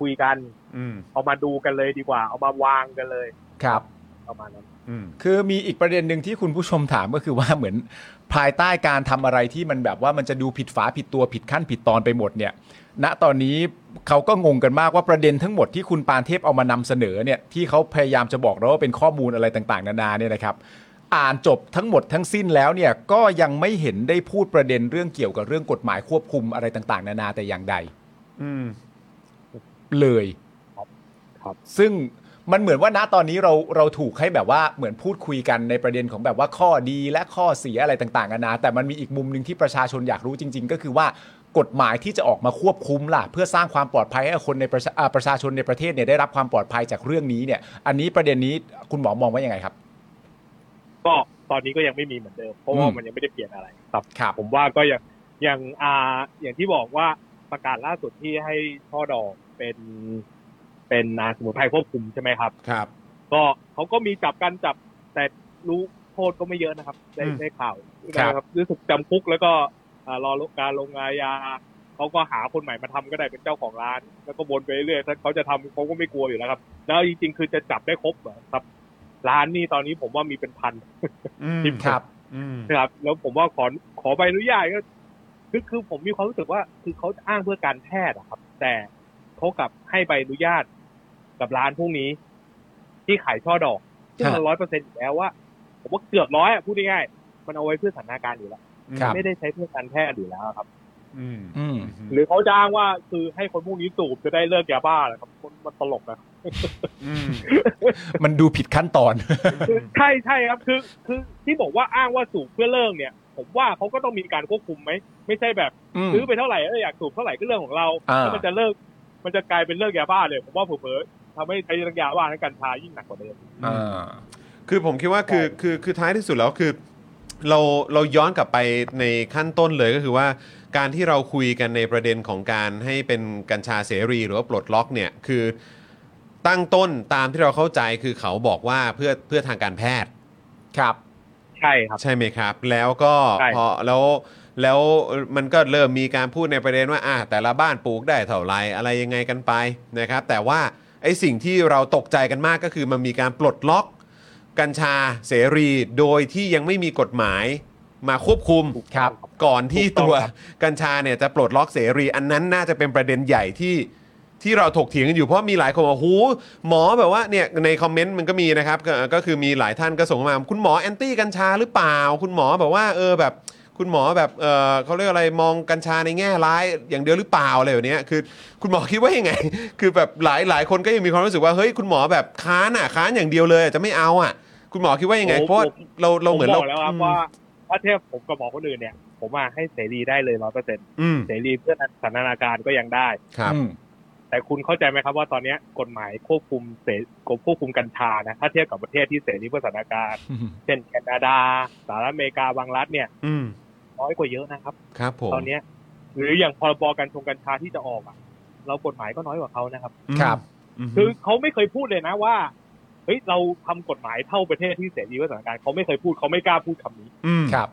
H: คุยกัน
B: อืม
H: เอามาดูกันเลยดีกว่า เอามาวางกันเลย
C: ครับ
H: ประมาณนั้น
B: อืม
C: คือมีอีกประเด็นหนึ่งที่คุณผู้ชมถามก็คือว่าเหมือนภายใต้การทำอะไรที่มันแบบว่ามันจะดูผิดฝาผิดตัวผิดขั้นผิดตอนไปหมดเนี่ย ณตอนนี้เขาก็งงกันมากว่าประเด็นทั้งหมดที่คุณปานเทพเอามานำเสนอเนี่ยที่เขาพยายามจะบอกเราว่าเป็นข้อมูลอะไรต่างๆ นานาเนี่ยนะครับ อ่านจบทั้งหมดทั้งสิ้นแล้วเนี่ยก็ยังไม่เห็นได้พูดประเด็นเรื่องเกี่ยวกับเรื่องกฎหมายควบคุมอะไรต่างๆ นานาแต่อย่างใด
B: อืม
C: เลย
H: ครับ
C: ซึ่งมันเหมือนว่าณตอนนี้เราเราถูกให้แบบว่าเหมือนพูดคุยกันในประเด็นของแบบว่าข้อดีและข้อเสียอะไรต่างๆนานาแต่มันมีอีกมุมหนึ่งที่ประชาชนอยากรู้จริง ๆ ก็คือว่ากฎหมายที่จะออกมาควบคุมล่ะ เพื่อสร้างความปลอดภัยให้คนในประชาอ่าประชาชนในประเทศเนี่ยได้รับความปลอดภัยจากเรื่องนี้เนี่ย อันนี้ประเด็นนี้คุณหมอมองว่ายังไงครับ
H: ก็ตอนนี้ก็ยังไม่มีเหมือนเดิมเพราะว่า
C: อืม
H: มันยังไม่ได้เปลี่ยนอะไรครับ
C: ครับ
H: ผมว่าก็ยังยังอ่าอย่างที่บอกว่าประกาศล่าสุดที่ให้ช่อดอกเป็นเป็นนาสมุนไพรควบคุมใช่ไหมครับ
B: ครับ
H: ก็เขาก็มีจับกันจับ แต่รู้โทษก็ไม่เยอะนะครับ ได้
B: อืม
H: ได้ข่าวนะครับรู้สึกจำคุกแล้วก็อ่ารอการลงอาญาเขาก็หาคนใหม่มาทำก็ได้เป็นเจ้าของร้าน แล้วก็วนไปเรื่อยๆถ้าเขาจะทำเขาก็ไม่กลัวอยู่แล้วครับ แล้วจริงๆคือจะจับได้ครบเหรอครับ ร้านนี่ตอนนี้ผมว่ามีเป็นพัน
B: อืม
C: ครับ
B: อืม
H: นะครับแล้วผมว่าขอขอใบอนุญาตก็คือคือผมมีความรู้สึกว่า คือเขาอ้างเพื่อการแพทย์อะครับ แต่เขากลับให้ใบอนุญาตกับร้านพวกนี้ ที่ขายช่อดอกซึ่งมันร้อยเปอร์เซ็นต์อยู่แล้วว่า ผมว่าเกือบร้อยอะพูดง่ายๆมันเอาไว้เพื่อสถานการณ์อยู่แล้ว
C: ครับ
H: ไม่ได้ใช้เพื่อการแพทย์อยู่แล้วครับ
B: อืม
C: อืม
H: หรือเขาจะอ้างว่าคือให้คนพวกนี้สูบจะได้เลิกยาบ้าเหรอครับมันมันตลกนะ
B: อืม
C: มันดูผิดขั้นตอน
H: คือใช่ใช่ครับคือคือที่บอกว่าอ้างว่าสูบเพื่อเลิกเนี่ย ผมว่าเขาก็ต้องมีการควบคุมไหมไม่ใช่แบบ
C: อืม
H: ซื้อไปเท่าไหร่เอออยากสูบเท่าไหร่ก็เรื่องของเรา
C: อ่า
H: แล้วมันจะเลิก มันจะกลายเป็นเลิกยาบ้าเลยผมว่าเผลอๆทำให้ใช้ทั้งยาบ้าทั้งกัญชายิ่งหนักกว่าเดิม
C: อ่า
B: คือผมคิดว่าคือคือคือท้ายที่สุดแล้วคือ เราเราย้อนกลับไปในขั้นต้นเลยก็คือว่า การที่เราคุยกันในประเด็นของการให้เป็นกัญชาเสรีหรือว่าปลดล็อกเนี่ยคือตั้งต้นตามที่เราเข้าใจคือเขาบอกว่าเพื่อเพื่อทางการแพทย์
C: ครับ
H: ใช่ครับ
B: ใช่ไหมครับ แล้วก็
H: ใช่
B: พอแล้วแล้วมันก็เริ่มมีการพูดในประเด็นว่าอ่ะแต่ละบ้านปลูกได้เท่าไหรอะไรยังไงกันไปนะครับ แต่ว่าไอ้สิ่งที่เราตกใจกันมากก็คือมันมีการปลดล็อก กัญชาเสรีโดยที่ยังไม่มีกฎหมายมาควบคุม
C: ครับ
B: ก่อนที่
H: ถูกต้อง
B: ตัว
H: ครับ
B: กัญชาเนี่ยจะปลดล็อกเสรี อันนั้นน่าจะเป็นประเด็นใหญ่ที่ที่เราถกเถียงกันอยู่เพราะมีหลายคนบอกหูหมอแบบว่าเนี่ยในคอมเมนต์มันก็มีนะครับก็ก็คือมีหลายท่านก็ส่งมา คุณหมอแอนตี้กัญชาหรือเปล่า คุณหมอแบบว่าเออแบบ คุณหมอแบบเออเขาเรียกอะไรมองกัญชาในแง่ร้ายอย่างเดียวหรือเปล่าอะไรแบบเนี้ยคือ คุณหมอคิดว่ายังไง คือแบบหลายหลายคนก็ยังมีความรู้สึกว่าเฮ้ยคุณหมอแบบค้านอ่ะค้านอย่างเดียวเลยจะไม่เอาอ่ะ คุณหมอคิดว่ายังไง
H: โอ้
B: เพราะว่า
H: ผม
B: เราเรา
H: ผม
B: เหมือน
H: บ
B: เรา
H: อกแล้วครับว่าถ้าเทียบผมกับหมอคนอื่นเนี่ย ผมว่าให้เสรีได้เลยร้อยเปอร์เซ็นต์
B: อืม
H: เสรีเพื่อสันทนาการก็ยังได้
B: ครับ
C: อืม
H: แต่คุณเข้าใจไหมครับว่าตอนเนี้ยกฎหมายควบคุมเสกฎควบคุมกัญชานะถ้าเทียบกับประเทศที่เสรีเพื่อสถานการณ์เช่นแคนาดาสหรัฐอเมริกาบางรัฐเนี่ย
B: อืม
H: น้อยกว่าเยอะนะครับ
B: ครับผม
H: ตอนเนี้ยหรืออย่างพรบการชงกัญชาที่จะออกอะเรากฎหมายก็น้อยกว่าเขานะครับ
C: ครับ
H: คือเขาไม่เคยพูดเลยนะว่า เฮ้ยเราทำกฎหมายเท่าประเทศที่เสรีเพื่อสถานการณ์เขาไม่เคยพูดเขาไม่กล้าพูดคำนี้
B: อืม
C: ครับ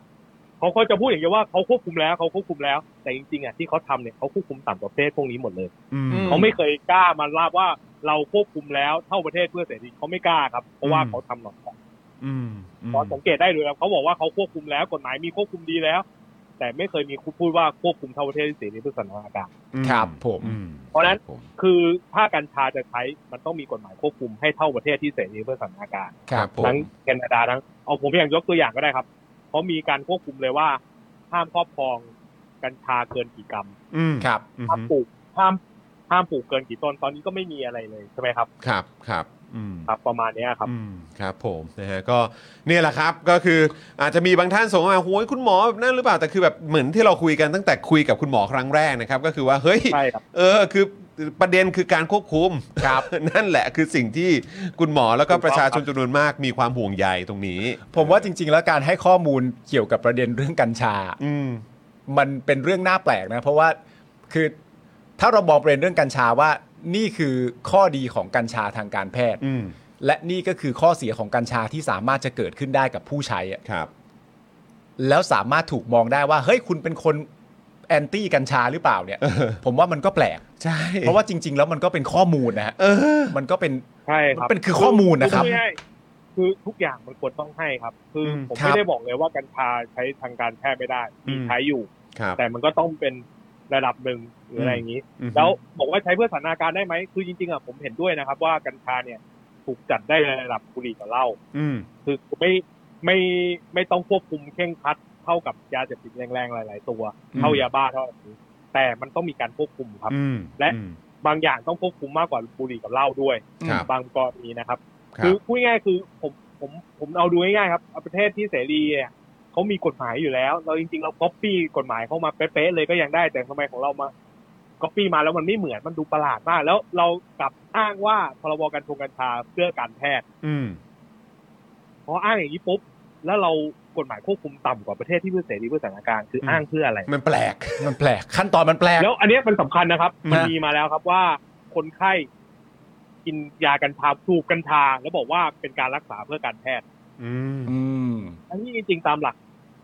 H: เขาก็จะพูดอย่างเดียวว่าเขาควบคุมแล้วเขาควบคุมแล้ว แต่จริงๆอ่ะที่เขาทำเนี่ยเขาควบคุมต่ำกว่าประเทศพวกนี้หมดเลย
B: อืม
H: เขาไม่เคยกล้ามาลาบว่าเราควบคุมแล้วเท่าประเทศเพื่อเสรีเขาไม่กล้าครับเพราะว่า
B: อืม
H: เขาทำหลอกลวง
B: อืมอืม
H: ตอนสังเกตได้เลยครับเขาบอกว่าเขาควบคุมแล้วกฎหมายมีควบคุมดีแล้ว แต่ไม่เคยมีพูดว่าควบคุมเท่าประเทศที่เสรีเพื่อสถานการณ์
C: ครับผม
B: อื
H: เพราะฉะนั้น
B: คบผม
H: คือถ้ากัญชาจะใช้มันต้องมีกฎหมายควบคุมให้เท่าประเทศที่เสรีเพื่อสถานการณ์
C: ครับผม
H: ทั้งแคนาดาทั้งเอาผมอย่างยกตัวอย่างก็ได้ครับเขามีการควบคุมเลยว่า ห้ามครอบครองกัญชาเกินกี่กรัม
B: อืม
C: ครับ
B: อืม
H: ห้ามปลูกห้ามห้ามปลูกเกินกี่ต้นตอนนี้ก็ไม่มีอะไรเลยใช่ไหมครับ
B: ครับครับอืม
H: ครับ ประมาณเนี้ยครับ
B: อืมครับผมนะฮะก็เนี่ยแหละครับก็คืออาจจะมีบางท่านส่งมาโอ้ยคุณหมอแบบนั้นหรือเปล่าแต่คือแบบเหมือนที่เราคุยกันตั้งแต่คุยกับคุณหมอครั้งแรกนะครับ ก็คือว่าเฮ้ย
H: ใช่ครับ
B: เออคือประเด็นคือการควบคุมครับ นั่นแหละคือสิ่งที่คุณหมอแล้วก็ประชาชนจำนวนมากมีความห่วงใยตรงนี้
C: ผมว่าจริง ๆ แล้วการให้ข้อมูลเกี่ยวกับประเด็นเรื่องกัญชา
B: อืม
C: มันเป็นเรื่องน่าแปลกนะ เพราะว่าคือถ้าเรามองประเด็นเรื่องกัญชาว่านี่คือข้อดีของกัญชาทางการแพทย์
B: อืม
C: และนี่ก็คือข้อเสียของกัญชาที่สามารถจะเกิดขึ้นได้กับผู้ใช้อะ
B: ครับ
C: แล้วสามารถถูกมองได้ว่าเฮ้ยคุณเป็นคนแอนตี้กัญชาหรือเปล่าเนี่ย
B: เออ
C: ผมว่ามันก็แปลก
B: ใช่
C: เพราะว่าจริง ๆ แล้วมันก็เป็นข้อมูลนะฮะ
B: เออ
C: มันก็เป็น
H: ใช่ครับ
C: มันเป็นคือข้อมูลนะครับ
H: อพูดง่ายๆคือทุกอย่างมันควรต้องให้ครับ คืออ
B: ม
H: ผม
C: ครั
H: ไม่
C: บ
H: ได้บอกเลยว่ากัญชาใช้ทางการแพทย์ไม่ได้มี
B: อืม
H: ใช้อยู่
B: ครับ
H: แต่มันก็ต้องเป็นระดับหนึ่งหรืออะไรอย่างนี้
B: อืม
H: แล้วบอกว่าใช้เพื่อสถานการณ์ได้ไหมคือจริงๆอ่ะผมเห็นด้วยนะครับ ว่ากัญชาเนี่ยถูกจัดได้ในระดับบุหรี่กับเหล้า
B: อืม
H: คือไม่ไม่ไม่ต้องควบคุมเคร่งครัดเท่ากับยาเสพติดแรงๆ หลาย ๆ ตัว
B: อืม
H: เท่ายาบ้าเท่านี้แต่มันต้องมีการควบคุมครับ
B: อืม
H: และ
B: อืม
H: บางอย่างต้องควบคุมมากกว่าบุหรี่กับเหล้าด้วย
B: ครับ
H: บางกรณีนะครับ
B: ค
H: คื
B: รั
H: อบ พูดง่ายๆคือผมผมผมเอาดูง่ายๆครับประเทศที่เสรีเนี่ยเขามีกฎหมายอยู่แล้ว เราจริงๆ เราก๊อปปี้กฎหมายเข้ามาเป๊ะๆเลยก็ยังได้แต่ทำไมของเรามาก๊อปปี้มาแล้วมันไม่เหมือนมันดูประหลาดมาก แล้วเรากลับอ้างว่าพรบการชงกัญชาเพื่อการแพทย์
B: อืม
H: พออ้างอย่างนี้ปุ๊บแล้วเรากฎหมายควบคุมต่ำกว่าประเทศที่เพื่อเสรีเพื่อสถานการณ์คือ
B: อืม
H: อ้างเพื่ออะไร
B: มันแปลก
C: มันแปลกขั้นตอนมันแปลก
H: แล้วอันเนี้ยมันสำคัญนะครับ
B: อืม
H: มันมีมาแล้วครับว่าคนไข้กินยากัญชาสูบกัญชาแล้วบอกว่าเป็นการรักษาเพื่อการแพทย์
B: อืม
C: อืม
H: อันนี้จริงๆตามหลัก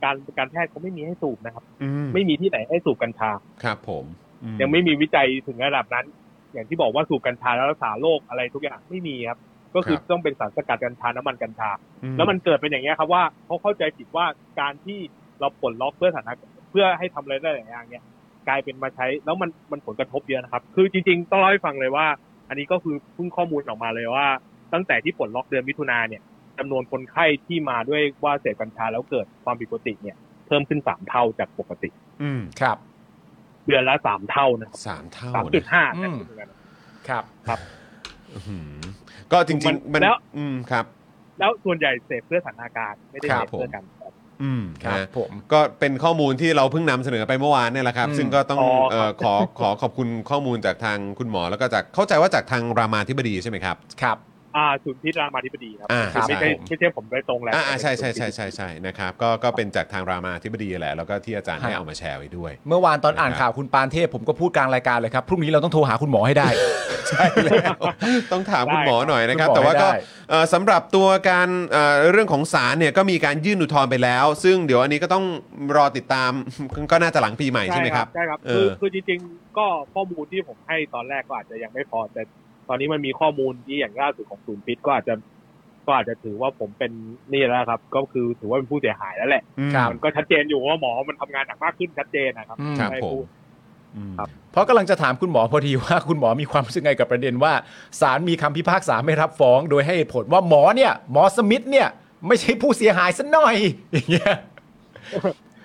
H: การการแพทย์เขาไม่มีให้สูบนะครับ
B: อืม
H: ไม่มีที่ไหนให้สูบกัญชา
B: ครับผมอื
H: ยังไม่มีวิจัยถึงระดับนั้น อย่างที่บอกว่าสูบกัญชาแล้วรักษาโรคอะไรทุกอย่างไม่มีครับ ก็คือต้องเป็นสารสกัดกัญชาน้ำมันกัญชา
B: อื
H: แล้วมันเกิดเป็นอย่างเงี้ยครับว่าเขาเข้าใจผิดว่าการที่เราปลดล็อกเพื่อสถานะเพื่อให้ทำอะไรได้หลายอย่างเนี่ยกลายเป็นมาใช้แล้วมันมันผลกระทบเยอะนะครับ คือจริงๆ ต้องเล่าให้ฟังเลยว่า อันนี้ก็คือเพิ่งข้อมูลออกมาเลยว่า ตั้งแต่ที่ปลดล็อกเดือนมิถุนาเนี่ยจำนวนคนไข้ที่มาด้วยว่าเสพกัญชาแล้วเกิดความผิดปกติเนี่ยเพิ่มขึ้นสามเท่าจากปกติ
B: อืม
C: ครับ
H: เดือนละสามเท่านะครับ
B: สามเท่า
H: สาม
B: นะ
H: จุดห้า
C: อืม ครับ
B: อื้อหือก็จริงๆ มัน
H: แล้ว
B: อืมครับ
H: แล้วส่วนใหญ่เสพเพื่อสถานการณ์ไม่ได้
B: ค
H: เส
B: รับ
H: พเพื่อ
B: ผม
H: การแพทย์
B: อืม
C: ครับ
B: นะ
C: ผม
B: ก็เป็นข้อมูลที่เราเพิ่งนำเสนอไปเมื่อวานเนี่ยแหละครับ
C: อืม
B: ซึ่งก็ต้อง
H: อ๋อครับ
B: เอ่อขอขอขอบคุณข้อมูลจากทางคุณหมอแล้วก็จากเข้าใจว่าจากทางรามาธิบดีใช่ไหมครับ
C: ครับ
H: อ่าศูนย์พิษรามาธิบดีครับ
B: อ่า
H: คือไม่
B: ครั
H: ใช่
B: บผม
H: ไม่ใช่ผมโดยตรงแล้ว
B: อ่าอ่าใช่ใช่ใช่ใช่ใช่นะครับก็ก็เป็นจากทางรามาธิบดีแหละแล้วก็ที่อาจารย์
C: ฮะ
B: ได้เอามาแชร์ไว้ด้วย
C: เมื่อวานตอนอ่าน
B: นะครับ
C: ข่าวคุณปานเทพผมก็พูดกลางรายการเลยครับ พรุ่งนี้เราต้องโทรหาคุณหมอให้ได้
B: ใช่แล้วต้องถามคุณหมอหน่อยนะครับ
C: คุณหมอ
B: แต่ว่าก็
C: ให้ได้
B: เอ่อสำหรับตัวการเอ่อเรื่องของศาลเนี่ยก็มีการยื่นอุทธรณ์ไปแล้ว ซึ่งเดี๋ยวอันนี้ก็ต้องรอติดตาม ก็น่าจะหลังปีใหม่ใช่ไหมครับ
H: ใช่ครับ
B: เอ
H: คือ
B: อ
H: คือจริงๆ ก็ข้อมูลที่ผมให้ตอนแรกก็อาจจะยังไม่พอ แต่ตอนนี้มันมีข้อมูลที่อย่างล่าสุดของศูนย์พิษก็อาจจะก็อาจจะถือว่าผมเป็นนี่แล้วครับ ก็คือถือว่าเป็นผู้เสียหายแล้วแหละ
B: อืม
C: ครับ
H: มันก็ชัดเจนอยู่ว่าหมอมันทำงานหนักมากขึ้นชัดเจนนะครับ
C: อืม
B: ครับ
H: ไม่
B: ผม
H: พูด
B: อืม
H: ครับ
C: เพราะกำลังจะถามคุณหมอพอดีว่า คุณหมอมีความรู้สึกไงกับประเด็นว่าศาลมีคำพิพากษาไม่รับฟ้อง โดยให้เหตุผลว่าหมอเนี่ย หมอสมิธเนี่ย ไม่ใช่ผู้เสียหายซะหน่อย อย่างเงี้ย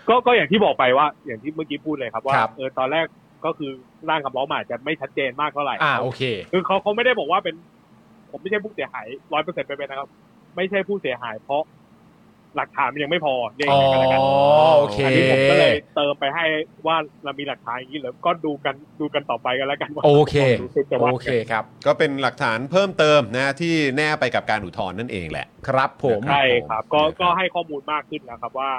H: ก็ก็อย่างที่บอกไปว่า อย่างที่เมื่อกี้พูดเลยครับว่า
C: ครับ
H: เออตอนแรกก็คือร่างคำร้องมาอาจจะไม่ชัดเจนมากเท่าไหร่
C: อ่าโอเค
H: คือเขาเขาไม่ได้บอกว่าเป็น ผมไม่ใช่ผู้เสียหายร้อยเปอร์เซ็นต์ไปเป็นนะครับ ไม่ใช่ผู้เสียหายเพราะหลักฐานมันยังไม่พอเรียก
C: อ๋อ
H: อย่างนั้นแล้วกัน
C: โอเค
H: อันนี้ผมก็เลยเติมไปให้ว่าเรามีหลักฐานอย่างนี้เหรอก็ดูกันดูกันต่อไปกันแล้วกันว่า
C: โอเค
H: ผมรู้สึกจะว่า
C: โอเคครับ
B: ก็เป็นหลักฐานเพิ่มเติมนะที่แน่ไปกับการอุทธรณ์นั่นเองแหละ
C: ครับผม
H: ใช่ครับ ก็
B: ครับ
H: ก็ให้ข้อมูลมากขึ้นนะครับว่า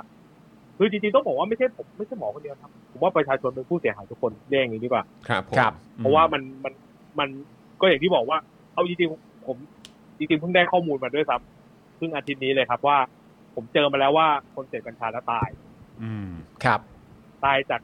H: คือจริงๆต้องบอกว่าไม่ใช่ผมไม่ใช่หมอคนเดียวครับผมว่าประชาชนเป็นผู้เสียหายทุกคนเรียกอย่างนี้ดีกว่า
B: ครับผม
C: ครับ
H: เพราะว่ามันมันมันก็อย่างที่บอกว่า เอาจริงๆผมจ จริงๆเพิ่งได้ข้อมูลมาด้วยซ้ำเพิ่งอาทิตย์นี้เลยครับว่า ผมเจอมาแล้วว่าคนเสพกัญชาแล้วตาย
B: อืม
C: ครับ
H: ตายจาก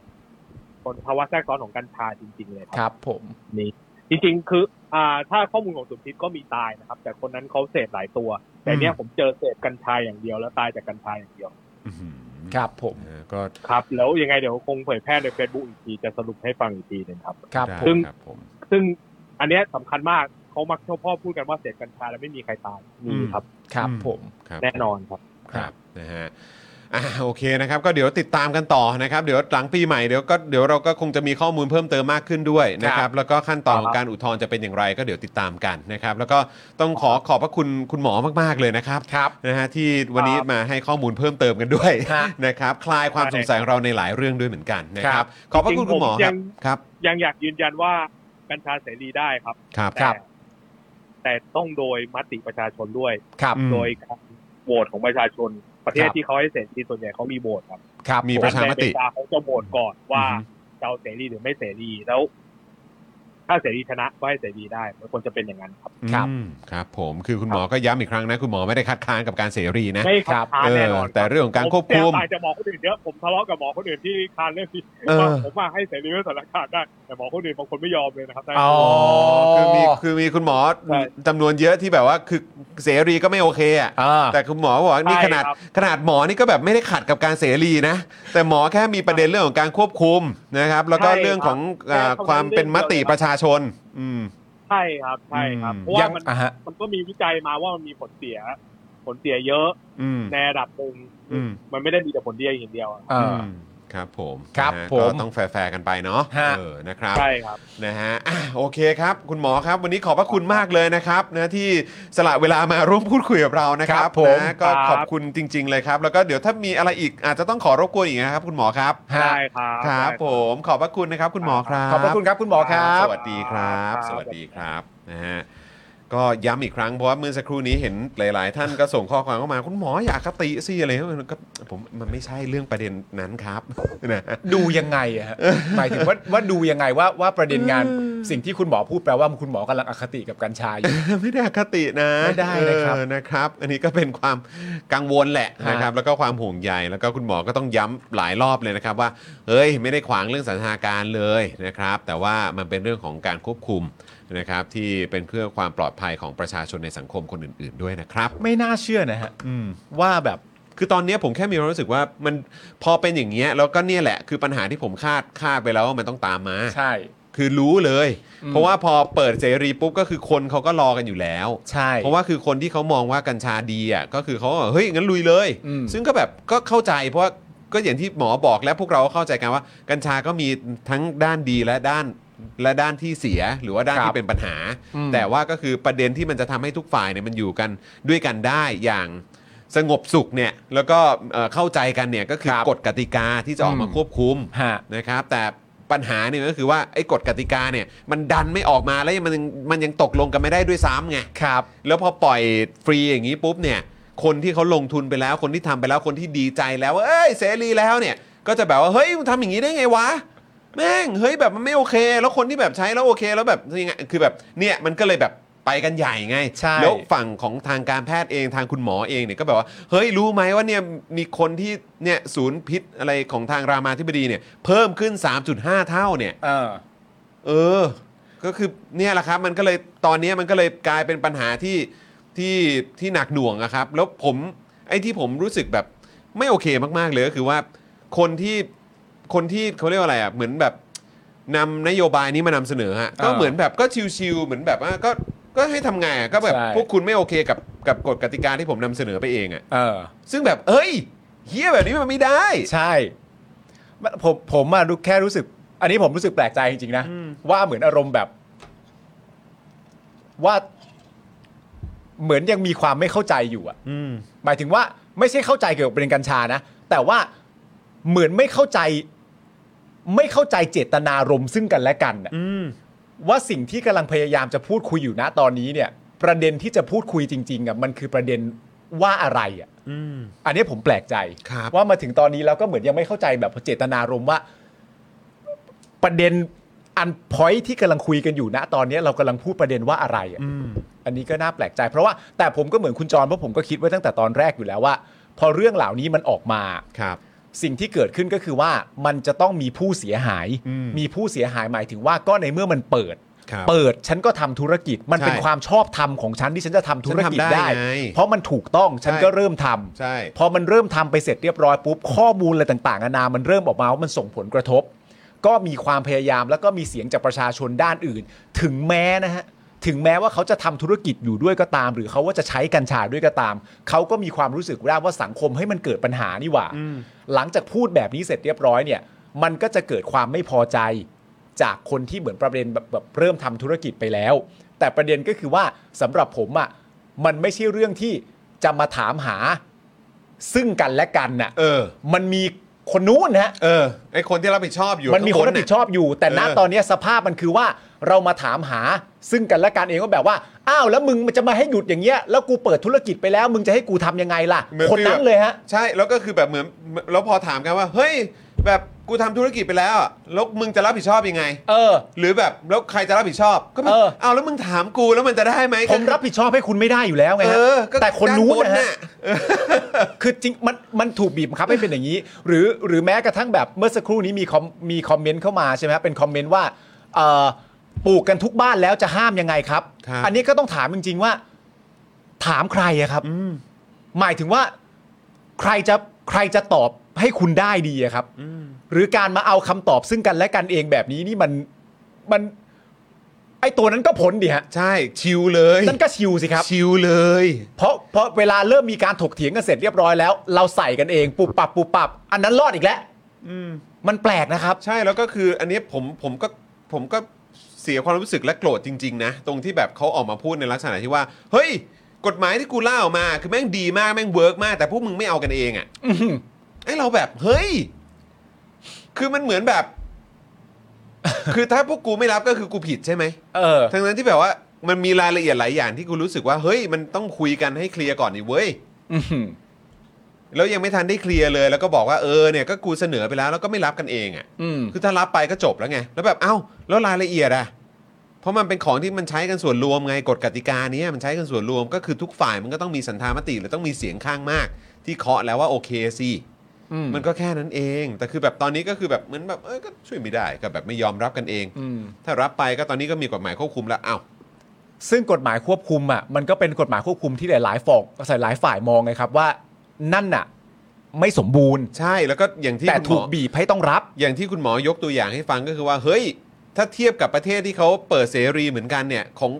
H: ผลภาวะแทรกซ้อนของกัญชาจริง ๆ เลยครับ
C: ครับผม
H: นี่จริงๆ คืออ่าถ้าข้อมูลของสุพิษก็มีตายนะครับ แต่คนนั้นเขาเสพหลายตัว แต่เนี้ยผมเจอเสพกัญชายอย่างเดียวแล้วตายจากกัญชายอย่างเดียว
B: อื้อหือ
C: ครับผม
B: เออก็
H: ครับ แล้วยังไงเดี๋ยวคงเผยแพร่ใน Facebook อีกทีจะสรุปให้ฟังอีกทีหนึงครับ
C: ครับ
B: ได้
C: ผม
B: ครับผม
H: ซึ่งอันเนี้ยสำคัญมากเขามักชอบพ่อพูดกันว่าเสพกัญชาแล้วไม่มีใครตายมีครับ
C: ครับ
B: อืม
C: ผม
B: ครับ
H: แน่นอนครับ
B: ครับนะฮะอ่าโอเคนะครับก็เดี๋ยวติดตามกันต่อนะครับ เดี๋ยวหลังปีใหม่เดี๋ยวก็เดี๋ยวเราก็คงจะมีข้อมูลเพิ่มเติมมากขึ้นด้วยนะค
C: ครั
B: รับบ แล้วก็ขั้นตอ
H: ค
B: น
H: รับ
B: ของการอุทธรณ์จะเป็นอย่างไร ก็เดี๋ยวติดตามกันนะครับ แล้วก็ต้องขอขอบพระคุณคุณหมอมากๆเลยนะครับ
C: ครับ
B: นะฮะที่วันนี้มาให้ข้อมูลเพิ่มเติมกันด้วย
C: ฮะ
B: นะครับ คลายความสงสัยของเราในหลายเรื่องด้วยเหมือนกันนะค
C: ครั
B: รับบ ขอบพระคุณคุณหมอ
H: จ
B: ค
H: ริ
B: รับ
H: งๆผม
B: ครับ
H: ยังอยากยืนยันว่ากัญชาเสรีได้ครับ
B: ครับ
H: แต่แต่ต้องโดยมติประชาชนด้วย
C: ครับ
B: อืม
H: โดยการโหวตของประชาชน ประเทศ
C: ครับ
H: ที่เขาให้เสรีส่วนใหญ่เขามีโหวตครับ
C: ครับ
B: มี
C: ผ
B: ประชามติ
H: ในอเกเขาจะโหวตก่อนว่า
B: อือฮึ
H: จะเอาเสรีหรือไม่เสรีแล้ว ถ้าเสรีชนะก็ให้เสรีได้มันควรจะเป็นอย่างนั้นครับ
C: ครับ
B: อืมครับผมคือคุณหมอก็ย้ำอีกครั้งนะคุณหมอไม่ได้คัดค้านกับการเสรีนะ
H: ไม่
C: ครั
H: คั
C: บ
H: ดค้านแน่นอน
B: เออแต่เรื่องของการควบคุม
H: ผแทตายจะหมอคนอื่นเยอะผมทะเลาะกับหมอคนอื่นที่ค้านเรื่องที่
B: เออ
H: ว่าผมว่าให้เสรีเรื่องสารคดีได้แต่หมอคนอื่นบางคนไม่ยอมเลยนะครับ
C: อ๋อ
B: คือมีคือมีคุณหมอ
H: ใช่
B: จำนวนเยอะที่แบบว่าคือเสรีก็ไม่โอเคอ่ะ
C: อ่า
B: แต่คุณหมอบอกว่านี่
H: ใช่
B: ขนาด
H: ครับ
B: ขนาดหมอนี่ก็แบบไม่ได้ขัดกับการเสรีนะ แต่หมอแค่มีประเด็นเรื่องของการควบคุมนะครับ แล้วก็
H: ใช่ครับ
B: เรื่องของ
H: แค่
B: อ่า
H: เขา
B: ความเป็นมติ
H: เรื่องเดียว
B: ประชาชน อืม
H: ใช่ครับใช่ครับ
B: อืม
H: เพราะว่า
C: ยัง
H: มัน
C: อ่ะฮะ
H: มันก็มีวิจัยมาว่ามันมีผลเสีย ผลเสียเยอะ
B: อืม
H: ในระดับหนึ่ง
B: อืม
H: มันไม่ได้มีแต่ผลเดียวอย่างเดียวอะ
C: อ่า
B: มครับผม
C: ครับ
B: นะฮะ
C: ผม
B: ก็ต้องแฟร์ๆกันไปเนาะ
C: ฮะ
B: เออนะครับ
H: ใช่ครับ
B: นะฮะอ่ะโอเคครับ คุณหมอครับ วันนี้ขอบพระคุณมากเลยนะครับนะที่สละเวลามาร่วมพูดคุยกับเรานะครั
C: ครับ บผม
B: นะก็ขอบคุณจริง ๆ เลยครับ แล้วก็เดี๋ยวถ้ามีอะไรอีกอาจจะต้องขอรบกวนอีกนะครับ คุณหมอครับ
C: ฮะ
H: ได้ครับ
B: ครับ
H: ได้
B: ผมขอบพระคุณนะครับ คุณหมอครับ
C: ขอบพระคุณครับคุณหมอครับ
B: สวัสดีครับ สวัสดีครับนะฮะก็ย้ำอีกครั้งเพราะว่าเมื่อสักครู่นี้เห็นหลาย ๆ ท่านก็ส่งข้อความเข้ามา คุณหมออยากคติซี่อะไรก็ผมมันไม่ใช่เรื่องประเด็นนั้นครับ นะ
C: ดูยังไงอะฮะหมายถึงว่าว่าดูยังไงว่าว่าประเด็นงานสิ่งที่คุณหมอพูดแปลว่าคุณหมอกำลังอคติกับกัญชาอยู่
B: ไม่ได้อคตินะ
C: ไม่ได้นะครับ
B: เออนะครับ อันนี้ก็เป็นความกังวลแหละ
C: ฮะ
B: นะครับ แล้วก็ความห่วงใยแล้วก็คุณหมอก็ต้องย้ำหลายรอบเลยนะครับ ว่าเฮ้ยไม่ได้ขวางเรื่องสันทนาการเลยนะครับ แต่ว่ามันเป็นเรื่องของการควบคุมนะครับ ที่เป็นเพื่อความปลอดภัยของประชาชนในสังคมคนอื่น ๆ ด้วยนะครับ
C: ไม่น่าเชื่อนะฮะ
B: อืม
C: ว่าแบบ
B: คือตอนเนี้ยผมแค่มีความรู้สึกว่ามันพอเป็นอย่างเงี้ยแล้วก็เนี่ยแหละคือปัญหาที่ผมคาดคาดไปแล้วว่ามันต้องตามมา
C: ใช่
B: คือรู้เลย
C: อืม
B: เพราะว่าพอเปิดเสรีปุ๊บก็คือคนเขาก็รอกันอยู่แล้ว
C: ใช่
B: เพราะว่าคือคนที่เขามองว่ากัญชาดีอ่ะก็คือเขาก็เฮ้ยงั้นลุยเลย
C: อืม
B: ซึ่งก็แบบก็เข้าใจเพราะว่าก็อย่างที่หมอบอกและพวกเราก็เข้าใจกันว่า กัญชาก็มีทั้งด้านดีและด้านและด้านที่เสียหรือว่าด้าน
C: ครับ
B: ที่เป็นปัญหา
C: อืม
B: แต่ว่าก็คือประเด็นที่มันจะทำให้ทุกฝ่ายเนี่ยมันอยู่กันด้วยกันได้อย่างสงบสุขเนี่ยแล้วก็เอ่อเข้าใจกันเนี่ยก็คือ
C: ครับ
B: กฎกติกาที่จะออกมา
C: อืม
B: ควบคุม
C: ฮะ
B: นะครับแต่ปัญหาเนี่ยก็คือว่าไอ้กฎกติกาเนี่ยมันดันไม่ออกมาแล้วยังมันยังมันยังตกลงกันไม่ได้ด้วยซ้ำไงครับแล้วพอปล่อยฟรีอย่างนี้ปุ๊บเนี่ยคนที่เขาลงทุนไปแล้วคนที่ทำไปแล้วคนที่ดีใจแล้วว่าเอ้ยเสรีแล้วเนี่ยก็จะแบบว่าเฮ้ยมึงทำอย่างนี้ได้ไงวะแม่งเฮ้ยแบบมันไม่โอเค แล้วคนที่แบบใช้แล้วโอเค แล้วแบบยังไงคือแบบเนี่ยมันก็เลยแบบไปกันใหญ่ไง
C: ใช่
B: แล้ว ฝั่งของทางการแพทย์เองทางคุณหมอเองเนี่ยก็แบบว่าเฮ้ยรู้ไหมว่าเนี่ยมีคนที่เนี่ยศูนย์พิษอะไรของทางรามาธิบดีเนี่ยเพิ่มขึ้น 3.5 เท่าเนี่ย
C: เออ
B: เออ ก็คือเนี่ยแหละครับมันก็เลยตอนเนี้ยมันก็เลยกลายเป็นปัญหาที่ที่ที่หนักหน่วงอะครับ แล้วผมไอ้ที่ผมรู้สึกแบบไม่โอเคมากๆเลยก็คือว่าคนที่คนที่เขาเรียกว่าอะไรอะเหมือนแบบนำนโยบายนี้มานำเสนอฮะก็
C: อ่า
B: เหมือนแบบก็ชิวๆเหมือนแบบว่าก็ก็ให้ทำไงานก็แบบ
C: ใช่
B: พวกคุณไม่โอเคกับกับกฎกติกาที่ผมนำเสนอไปเองอะ
C: เออ
B: ซึ่งแบบเอ้ยเฮียแบบนี้มันไม่ได้
C: ใช่มันผมผมอะรู้แค่รู้สึก อันนี้ผมรู้สึกแปลกใจจริงๆนะ
B: อืม
C: ว่าเหมือนอารมณ์แบบ ว่า เหมือนยังมีความไม่เข้าใจอยู่อะ
B: อืม
C: หมายถึงว่าไม่ใช่เข้าใจเกี่ยวกับประเด็นกัญชานะ แต่ว่าเหมือนไม่เข้าใจ ไม่เข้าใจเจตนารมณ์ซึ่งกันและกันน่ะ
B: อืม
C: ว่าสิ่งที่กำลังพยายามจะพูดคุยอยู่นะตอนนี้เนี่ย ประเด็นที่จะพูดคุยจริงๆอ่ะมันคือประเด็นว่าอะไรอ่ะ
B: อืม
C: อันนี้ผมแปลกใจ
B: ครับ
C: ว่ามาถึงตอนนี้แล้วก็เหมือนยังไม่เข้าใจแบบเจตนารมณ์ว่า ประเด็นอันพอยที่กำลังคุยกันอยู่นะตอนนี้เรากำลังพูดประเด็นว่าอะไรอะ
B: อืม
C: ไอ อันนี้ก็น่าแปลกใจ เพราะว่าแต่ผมก็เหมือนคุณจรเพราะผมก็คิดไว้ตั้งแต่ตอนแรกอยู่แล้วว่า พอเรื่องเหล่านี้มันออกมา
B: ครับ
C: สิ่งที่เกิดขึ้นก็คือว่ามันจะต้องมีผู้เสียหาย
B: อืม
C: มีผู้เสียหายหมายถึงว่าก็ในเมื่อมันเปิด
B: ครับ
C: เปิดฉันก็ทำธุรกิจ มัน
B: ใช่
C: เป็นความชอบธรรมของฉันที่ฉันจะทำธุรกิจ
B: ฉันทำได้
C: ได้
B: ไง
C: เพราะมันถูกต้องฉัน
B: ใช่
C: ก็เริ่มทำ
B: ใช่
C: พอมันเริ่มทำไปเสร็จเรียบร้อยปุ๊บข้อมูลอะไรต่างๆนานามันเริ่มออกมาว่ามันส่งผลกระทบ ก็มีความพยายามแล้วก็มีเสียงจากประชาชนด้านอื่น ถึงแม้นะฮะถึงแม้ว่าเขาจะทำธุรกิจอยู่ด้วยก็ตาม หรือเขาว่าจะใช้กัญชาด้วยก็ตาม เขาก็มีความรู้สึกได้ว่าสังคมให้มันเกิดปัญหานี่หว่า หลังจากพูดแบบนี้เสร็จเรียบร้อยเนี่ย มันก็จะเกิดความไม่พอใจ จากคนที่เหมือนประเด็นแบบแบบเริ่มทำธุรกิจไปแล้ว แต่ประเด็นก็คือว่าสำหรับผมอะ่ะมันไม่ใช่เรื่องที่จะมาถามหา ซึ่งกันและกันน่ะ
B: เออ
C: มันมีคนนู้นฮะ
B: เออไอคนที่รับผิดชอบอยู่
C: มันมีคนรับผิดชอบอยู่ แต่ณตอนเนี้ยสภาพมันคือว่าเรามาถามหา ซึ่งกันและกันเองว่าแบบว่าอ้าวแล้วมึงมันจะมาให้หยุดอย่างเงี้ยแล้วกูเปิดธุรกิจไปแล้ว มึงจะให้กูทำยังไงล่ะ
B: หมือ
C: คนนั้น
B: ฟีแบบ
C: เลยฮะ
B: ใช่แล้วก็คือแบบเหมือนแล้วพอถามกันว่า เฮ้ย แบบกูทำธุรกิจไปแล้วอะแล้วมึงจะรับผิดชอบยังไง
C: เออ
B: หรือแบบแล้วใครจะรับผิดชอบ ก็แบบ
C: เออ
B: เอาแล้วมึงถามกูแล้วมันจะได้ไหม
C: ผมรับผิดชอบให้คุณไม่ได้อยู่แล้วไงฮะ
B: เออก็
C: แต่คนนู้น
B: ด้า
C: นะ
B: บ
C: ฮะ คือจริงมันมันถูกบีบบังคับให้เป็นอย่างนี้ หรือหรือแม้กระทั่งแบบเมื่อสักครู่นี้มีคอมมีคอมเมนต์เข้ามาใช่ไหมครับเป็นคอมเมนต์ว่าเอ่อปลูกกันทุกบ้านแล้วจะห้ามยังไงครับ
B: ครับ
C: อันนี้ก็ต้องถามจริง ๆ ว่า ถามใครอะครับ หมายถึงว่าใครจะใครจะตอบให้คุณได้ดีอะครับหรือการมาเอาคำตอบซึ่งกันและกันเองแบบนี้นี่มันมัน ไอตัวนั้นก็ผลดิฮะ
B: ใช่ชิวเลย
C: นั่นก็ชิวสิครับ
B: ชิวเลย
C: เพราะเพราะเวลาเริ่มมีการถกเถียงกันเสร็จเรียบร้อยแล้ว เราใส่กันเองปุบปับปุบปับ อันนั้นรอดอีกแล้วมันแปลกนะครับ
B: ใช่แล้วก็คืออันนี้ผมผมก็ผมก็เสียความรู้สึกและโกรธจริง ๆ นะ ตรงที่แบบเขาออกมาพูดในลักษณะที่ว่า เฮ้ย กฎหมายที่กูเล่าออกมา คือแม่งดีมากแม่งเวิร์กมาก แต่พวกมึงไม่เอากันเองอะ่ะไอเราแบบเฮ้ย คือมันเหมือนแบบ คือถ้าพวกกูไม่รับก็คือกูผิดใช่ไหม
C: เออ
B: ทั้งนั้นที่แบบว่ามันมีรายละเอียดหลายอย่างที่กูรู้สึกว่าเฮ้ยมันต้องคุยกันให้เคลียร์ก่อนนี่เว้ย
C: อื้อหือ
B: แล้วยังไม่ทันได้เคลียร์เลย แล้วก็บอกว่าเออเนี่ยก็กูเสนอไปแล้วแล้วก็ไม่รับกันเองอ่ะ
C: อืม
B: คือถ้ารับไปก็จบแล้วไง แล้วแบบเอ้า แล้วรายละเอียดอะเพราะมันเป็นของที่มันใช้กันส่วนรวมไงกฎกติกาเนี้ยมันใช้กันส่วนรวมก็คือทุกฝ่ายมันก็ต้องมีสันธามติหรือต้องมีเสียงข้างมาก ที่เคาะแล้วว่าโอเคสิ
C: อืม
B: มันก็แค่นั้นเอง แต่คือแบบตอนนี้ก็คือแบบเหมือนแบบเออก็ช่วยไม่ได้ก็แบบไม่ยอมรับกันเอง
C: อืม
B: ถ้ารับไปก็ตอนนี้ก็มีกฎหมายควบคุมแล้วเอ้า
C: ซึ่งกฎหมายควบคุมอ่ะมันก็เป็นกฎหมายควบคุมที่หลายๆฝ่องหลายฝ่ายมองไงครับว่า นั่นน่ะ ไม่สมบูรณ์
B: ใช่แล้วก็อย่างที่
C: แต่
B: คุณหมอ
C: ถูกบีบให้ต้องรับ
B: อย่างที่คุณหมอยกตัวอย่างให้ฟังก็คือว่าเฮ้ย ถ้าเทียบกับประเทศที่เขาเปิดเสรีเหมือนกันเนี่ยของ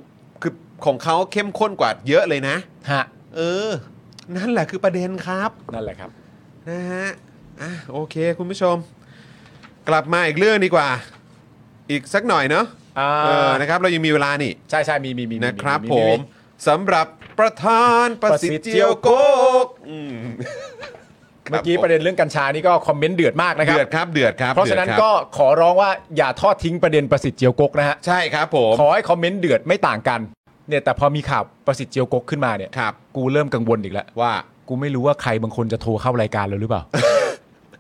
B: คือของเขาเข้มข้นกว่าเยอะเลยนะ
C: ฮะ
B: เออ นั่นแหละคือประเด็นครับ
C: นั่นแหละครับ
B: นะฮะอ่ะโอเคคุณผู้ชม กลับมาอีกเรื่องดีกว่า อีกสักหน่อยเนาะ
C: อ่า
B: เออนะครับ เรายังมีเวลานี่
C: ใช่ใช่มีมีมี
B: นะครับผมสำหรับประธานประสิทธิ์เจียวโกกอืม
C: เมื่อกี้ประเด็นเรื่องกัญชานี่ก็คอมเมนต์เดือดมากนะครับ
B: เดือดครับเดือดครับ
C: เพราะฉะนั้น
B: ดือดคบ
C: ก็ขอร้องว่าอย่าทอดทิ้งประเด็นประสิทธิ์เจียวกกนะฮะ
B: ใช่ครับผม
C: ขอให้คอมเมนต์เดือดไม่ต่างกัน เนี่ยแต่พอมีข่าวประสิทธิ์เจียวกกขึ้นมาเนี่ย
B: ครับ
C: กูเริ่มกังวลอีกแล้ว
B: ว่า
C: กูไม่รู้ว่าใครบางคนจะโทรเข้ารายการเราหรือเปล่า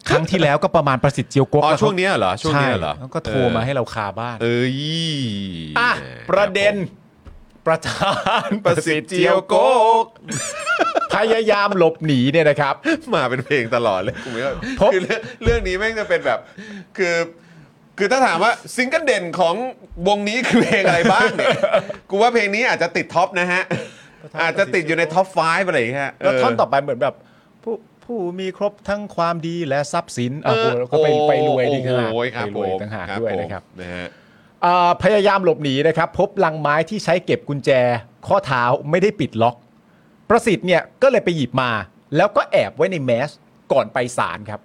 C: ครั้งที่แล้วก็ประมาณประสิทธิ์เจียวกก
B: อ๋อ
C: แล้ว
B: ช่วงเนี้ยเหรอช่วงเนี้ยเหรอ
C: ใช่แล้วก็โทรมาให้เราคาบ้าน
B: เอ้ย
C: อ่ะประเด็นประธ าน
B: ประสิทธิ์เจียวโกก
C: พยายามหลบหนีเนี่ยนะครับ
B: มาเป็นเพลงตลอดเลยกูไม่เข้า
C: พบ
B: คือเรื่องเรื่องนี้แม่งจะเป็นแบบ คือ คือถ้าถามว่าซิงเกิลเด่นของวงนี้คือเพลงอะไรบ้างเนี่ยกูว่าเพลงนี้อาจจะติดท็อปนะฮะ อาจจะติดอยู่ในท็อป5อะไรอย่างเงี้ย
C: แล้วท่อน
B: เ
C: ต่อไปเหมือนแบบ ผู้ผู้มีครบทั้งความดีและทรัพย์สินอ่ะ
B: เออ
C: โอ้ก็ไป
B: โอ้
C: ไปรวยดีขนาด
B: โอ้ยครับ
C: ไปรว
B: ผ
C: ย
B: ม
C: ต่างหาก
B: ครับ
C: ด้วย
B: ผม
C: นะครับ
B: นะฮะ
C: อ่าพยายามหลบหนีนะครับ พบลังไม้ที่ใช้เก็บกุญแจ ข้อเท้าไม่ได้ปิดล็อก ประสิทธิ์เนี่ยก็เลยไปหยิบมา แล้วก็แอบไว้ในแมสก่อนไปศาลครับ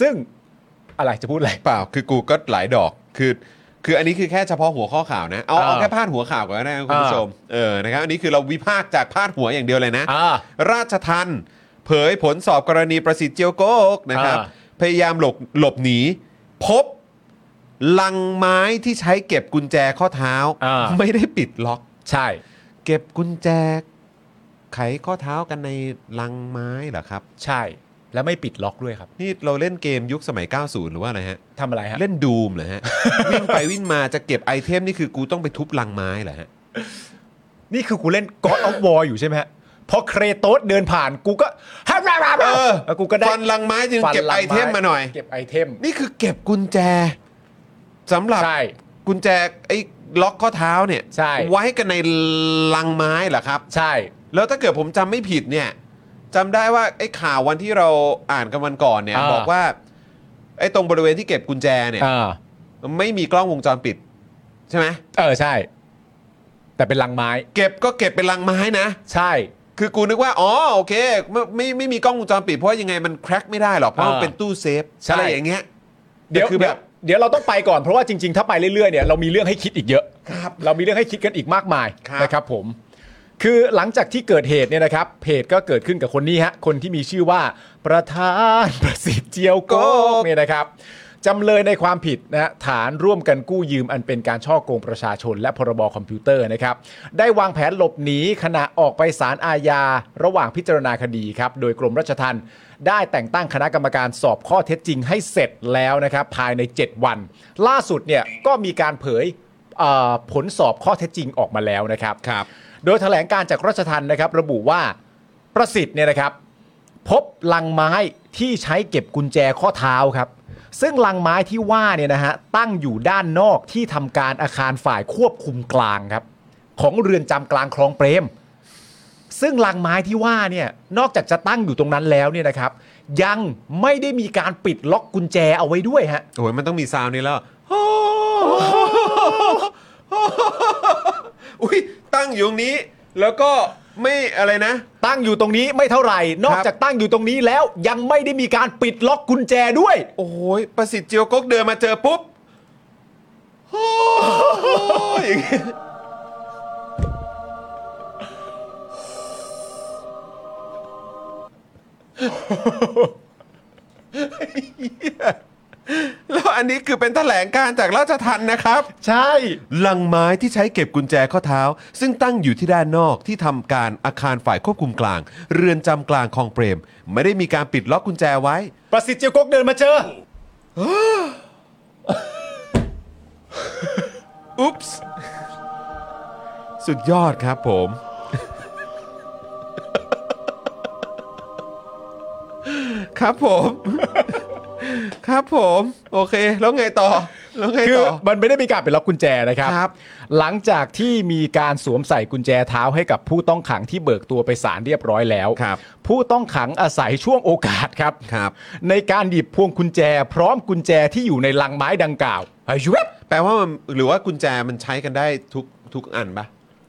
C: ซึ่งอะไรจะพูดอะไร
B: เปล่าคือกูก็หลายดอกคือ คืออันนี้คือแค่เฉพาะหัวข้อข่าวนะเอาเอา
C: อ่า
B: แค่พาดหัวข่าวก่อนก็ได้นะคุณผู้
C: อ่า
B: ชมเออนะครับอันนี้คือเราวิพากษ์จากพาดหัวอย่างเดียวเลยนะ
C: อ่า
B: ราชทันเผยผลสอบกรณีประสิทธิ์เจียวโกกนะครับ
C: อ่า
B: พยายามหลบหลบหนี พบลังไม้ที่ใช้เก็บกุญแจข้อเท้า ไม่ได้ปิดล็อก
C: ใช่
B: เก็บกุญแจ ไขข้อเท้ากันในลังไม้เหรอครับ
C: ใช่ แล้วไม่ปิดล็อกด้วยครับ
B: นี่เราเล่นเกมยุคสมัย 90 หรือว่าอะไรฮะ
C: ทำอะไรฮะ
B: เล่นดูม เหรอฮะ วิ่งไปวิ่งมาจะเก็บไอเทมนี่คือกูต้องไปทุบลังไม้เหรอฮะ
C: นี่คือกูเล่น God of War อยู่ใช่ไหมฮะพอเครโตสเดินผ่านกูก็ฮ่าฮ่าฮ่า
B: เออ
C: แล้วกูก็ได้
B: ฟันลังไม้จึง
C: ฟัน
B: เก็บ
C: ลั
B: ไองเทมมาหน่อย
C: เก็บไอเทม
B: นี่คือเก็บกุญแจสำหรับ
C: ใช่
B: กุญแจไอ้ล็อกข้อเท้าเนี่ย
C: ใช่
B: ไว้กันในลังไม้เหรอครับ
C: ใช่
B: แล้วถ้าเกิดผมจำไม่ผิดเนี่ยจำได้ว่าไอ้ข่าววันที่เราอ่านกันวันก่อนเนี่ย
C: อ่า
B: บอกว่า ไอ้ตรงบริเวณที่เก็บกุญแจเนี่ย
C: อ่า
B: ไม่มีกล้องวงจรปิด ใช่ไหม
C: เออใช่ แต่เป็นลังไม้
B: เก็บก็เก็บเป็นลังไม้นะ
C: ใช่
B: คือกูนึกว่าอ๋อโอเคไม่ไม่ไม่มีกล้องวงจรปิดเพราะว่ายังไงมันแคร็กไม่ได้หรอกเพราะมัน
C: อ่า
B: เป็นตู้เซฟ
C: ใช่
B: อะไรอย่างเงี้ย
C: เดี๋ยว
B: คือ
C: เดี๋
B: แบ
C: ยว
B: บ
C: เดี๋ยวเราต้องไปก่อนเพราะว่าจริง ๆ ถ้าไปเรื่อยๆเนี่ยเรามีเรื่องให้คิดอีกเยอะ
B: ครับ
C: เรามีเรื่องให้คิดกันอีกมากมาย
B: ครับ
C: นะครับผม คือหลังจากที่เกิดเหตุเนี่ยนะครับ เพจก็เกิดขึ้นกับคนนี้ฮะ คนที่มีชื่อว่าประธานประสิทธิ์เจียวโกกเนี่ยนะครับจำเลยในความผิดนะฮะฐานร่วมกันกู้ยืมอันเป็นการช่อโกงประชาชน และพรบคอมพิวเตอร์นะครับ ได้วางแผนหลบหนีขณะออกไปศาลอาญาระหว่างพิจารณาคดีครับ โดยกรมราชทัณฑ์ได้แต่งตั้งคณะกรรมการสอบข้อเท็จจริงให้เสร็จแล้วนะครับ ภายใน 7 วัน ล่าสุดเนี่ยก็มีการเผยเอ่อผลสอบข้อเท็จจริงออกมาแล้วนะครับ
B: ครับ
C: โดยแถลงการจากราชทันนะครับ ระบุว่าประสิทธิ์เนี่ยนะครับ พบลังไม้ที่ใช้เก็บกุญแจข้อเท้าครับ ซึ่งลังไม้ที่ว่าเนี่ยนะฮะตั้งอยู่ด้านนอกที่ทำการอาคารฝ่ายควบคุมกลางครับ ของเรือนจำกลางคลองเปรม ซึ่งลังไม้ที่ว่าเนี่ยนอกจากจะตั้งอยู่ตรงนั้นแล้วเนี่ยนะครับ ยังไม่ได้มีการปิดล็อกกุญแจเอาไว้ด้วยฮะ
B: โอ้ยมันต้องมีซาวน์นี้แล้ว อุ้ยตั้งอยู่ตรงนี้ แล้วก็ไม่อะไรนะ
C: ตั้งอยู่ตรงนี้ไม่เท่าไหร่ นอก
B: ครับ
C: จากตั้งอยู่ตรงนี้แล้วยังไม่ได้มีการปิดล็อกกุญแจด้วย
B: โอ้ยประสิทธิ์เจียวกกเดินมาเจอปุ๊บโอ้ยอย่างเงี้ยแล้วอันนี้คือเป็นแถลงการณ์จากราชทันนะครับ
C: ใช่
B: ลังไม้ที่ใช้เก็บกุญแจข้อเท้า ซึ่งตั้งอยู่ที่ด้านนอกที่ทำการอาคารฝ่ายควบคุมกลาง เรือนจำกลางคลองเปรม ไม่ได้มีการปิดล็อกกุญแจไว้
C: ประสิทธิ์เจียวกกเดินมาเจอ
B: อุ๊ปส์สุดยอดครับผม ครับผม ครับผม โอเค แล้วไงต่อ แล้วไง
C: คือ
B: ต่อ
C: มันไม่ได้มีการปิดล็อกกุญแจนะครับ
B: ครับ
C: หลังจากที่มีการสวมใส่กุญแจเท้าให้กับผู้ต้องขังที่เบิกตัวไปศาลเรียบร้อยแล้ว
B: ครับ
C: ผู้ต้องขังอาศัยช่วงโอกาสครับ
B: ครับ
C: ในการหยิบพวงกุญแจ พร้อมกุญแจที่อยู่ในลังไม้ดังกล่าวไอ้ชุบ
B: แปลว่ามันหรือว่ากุญแจมันใช้กันได้ทุกทุกอันปะ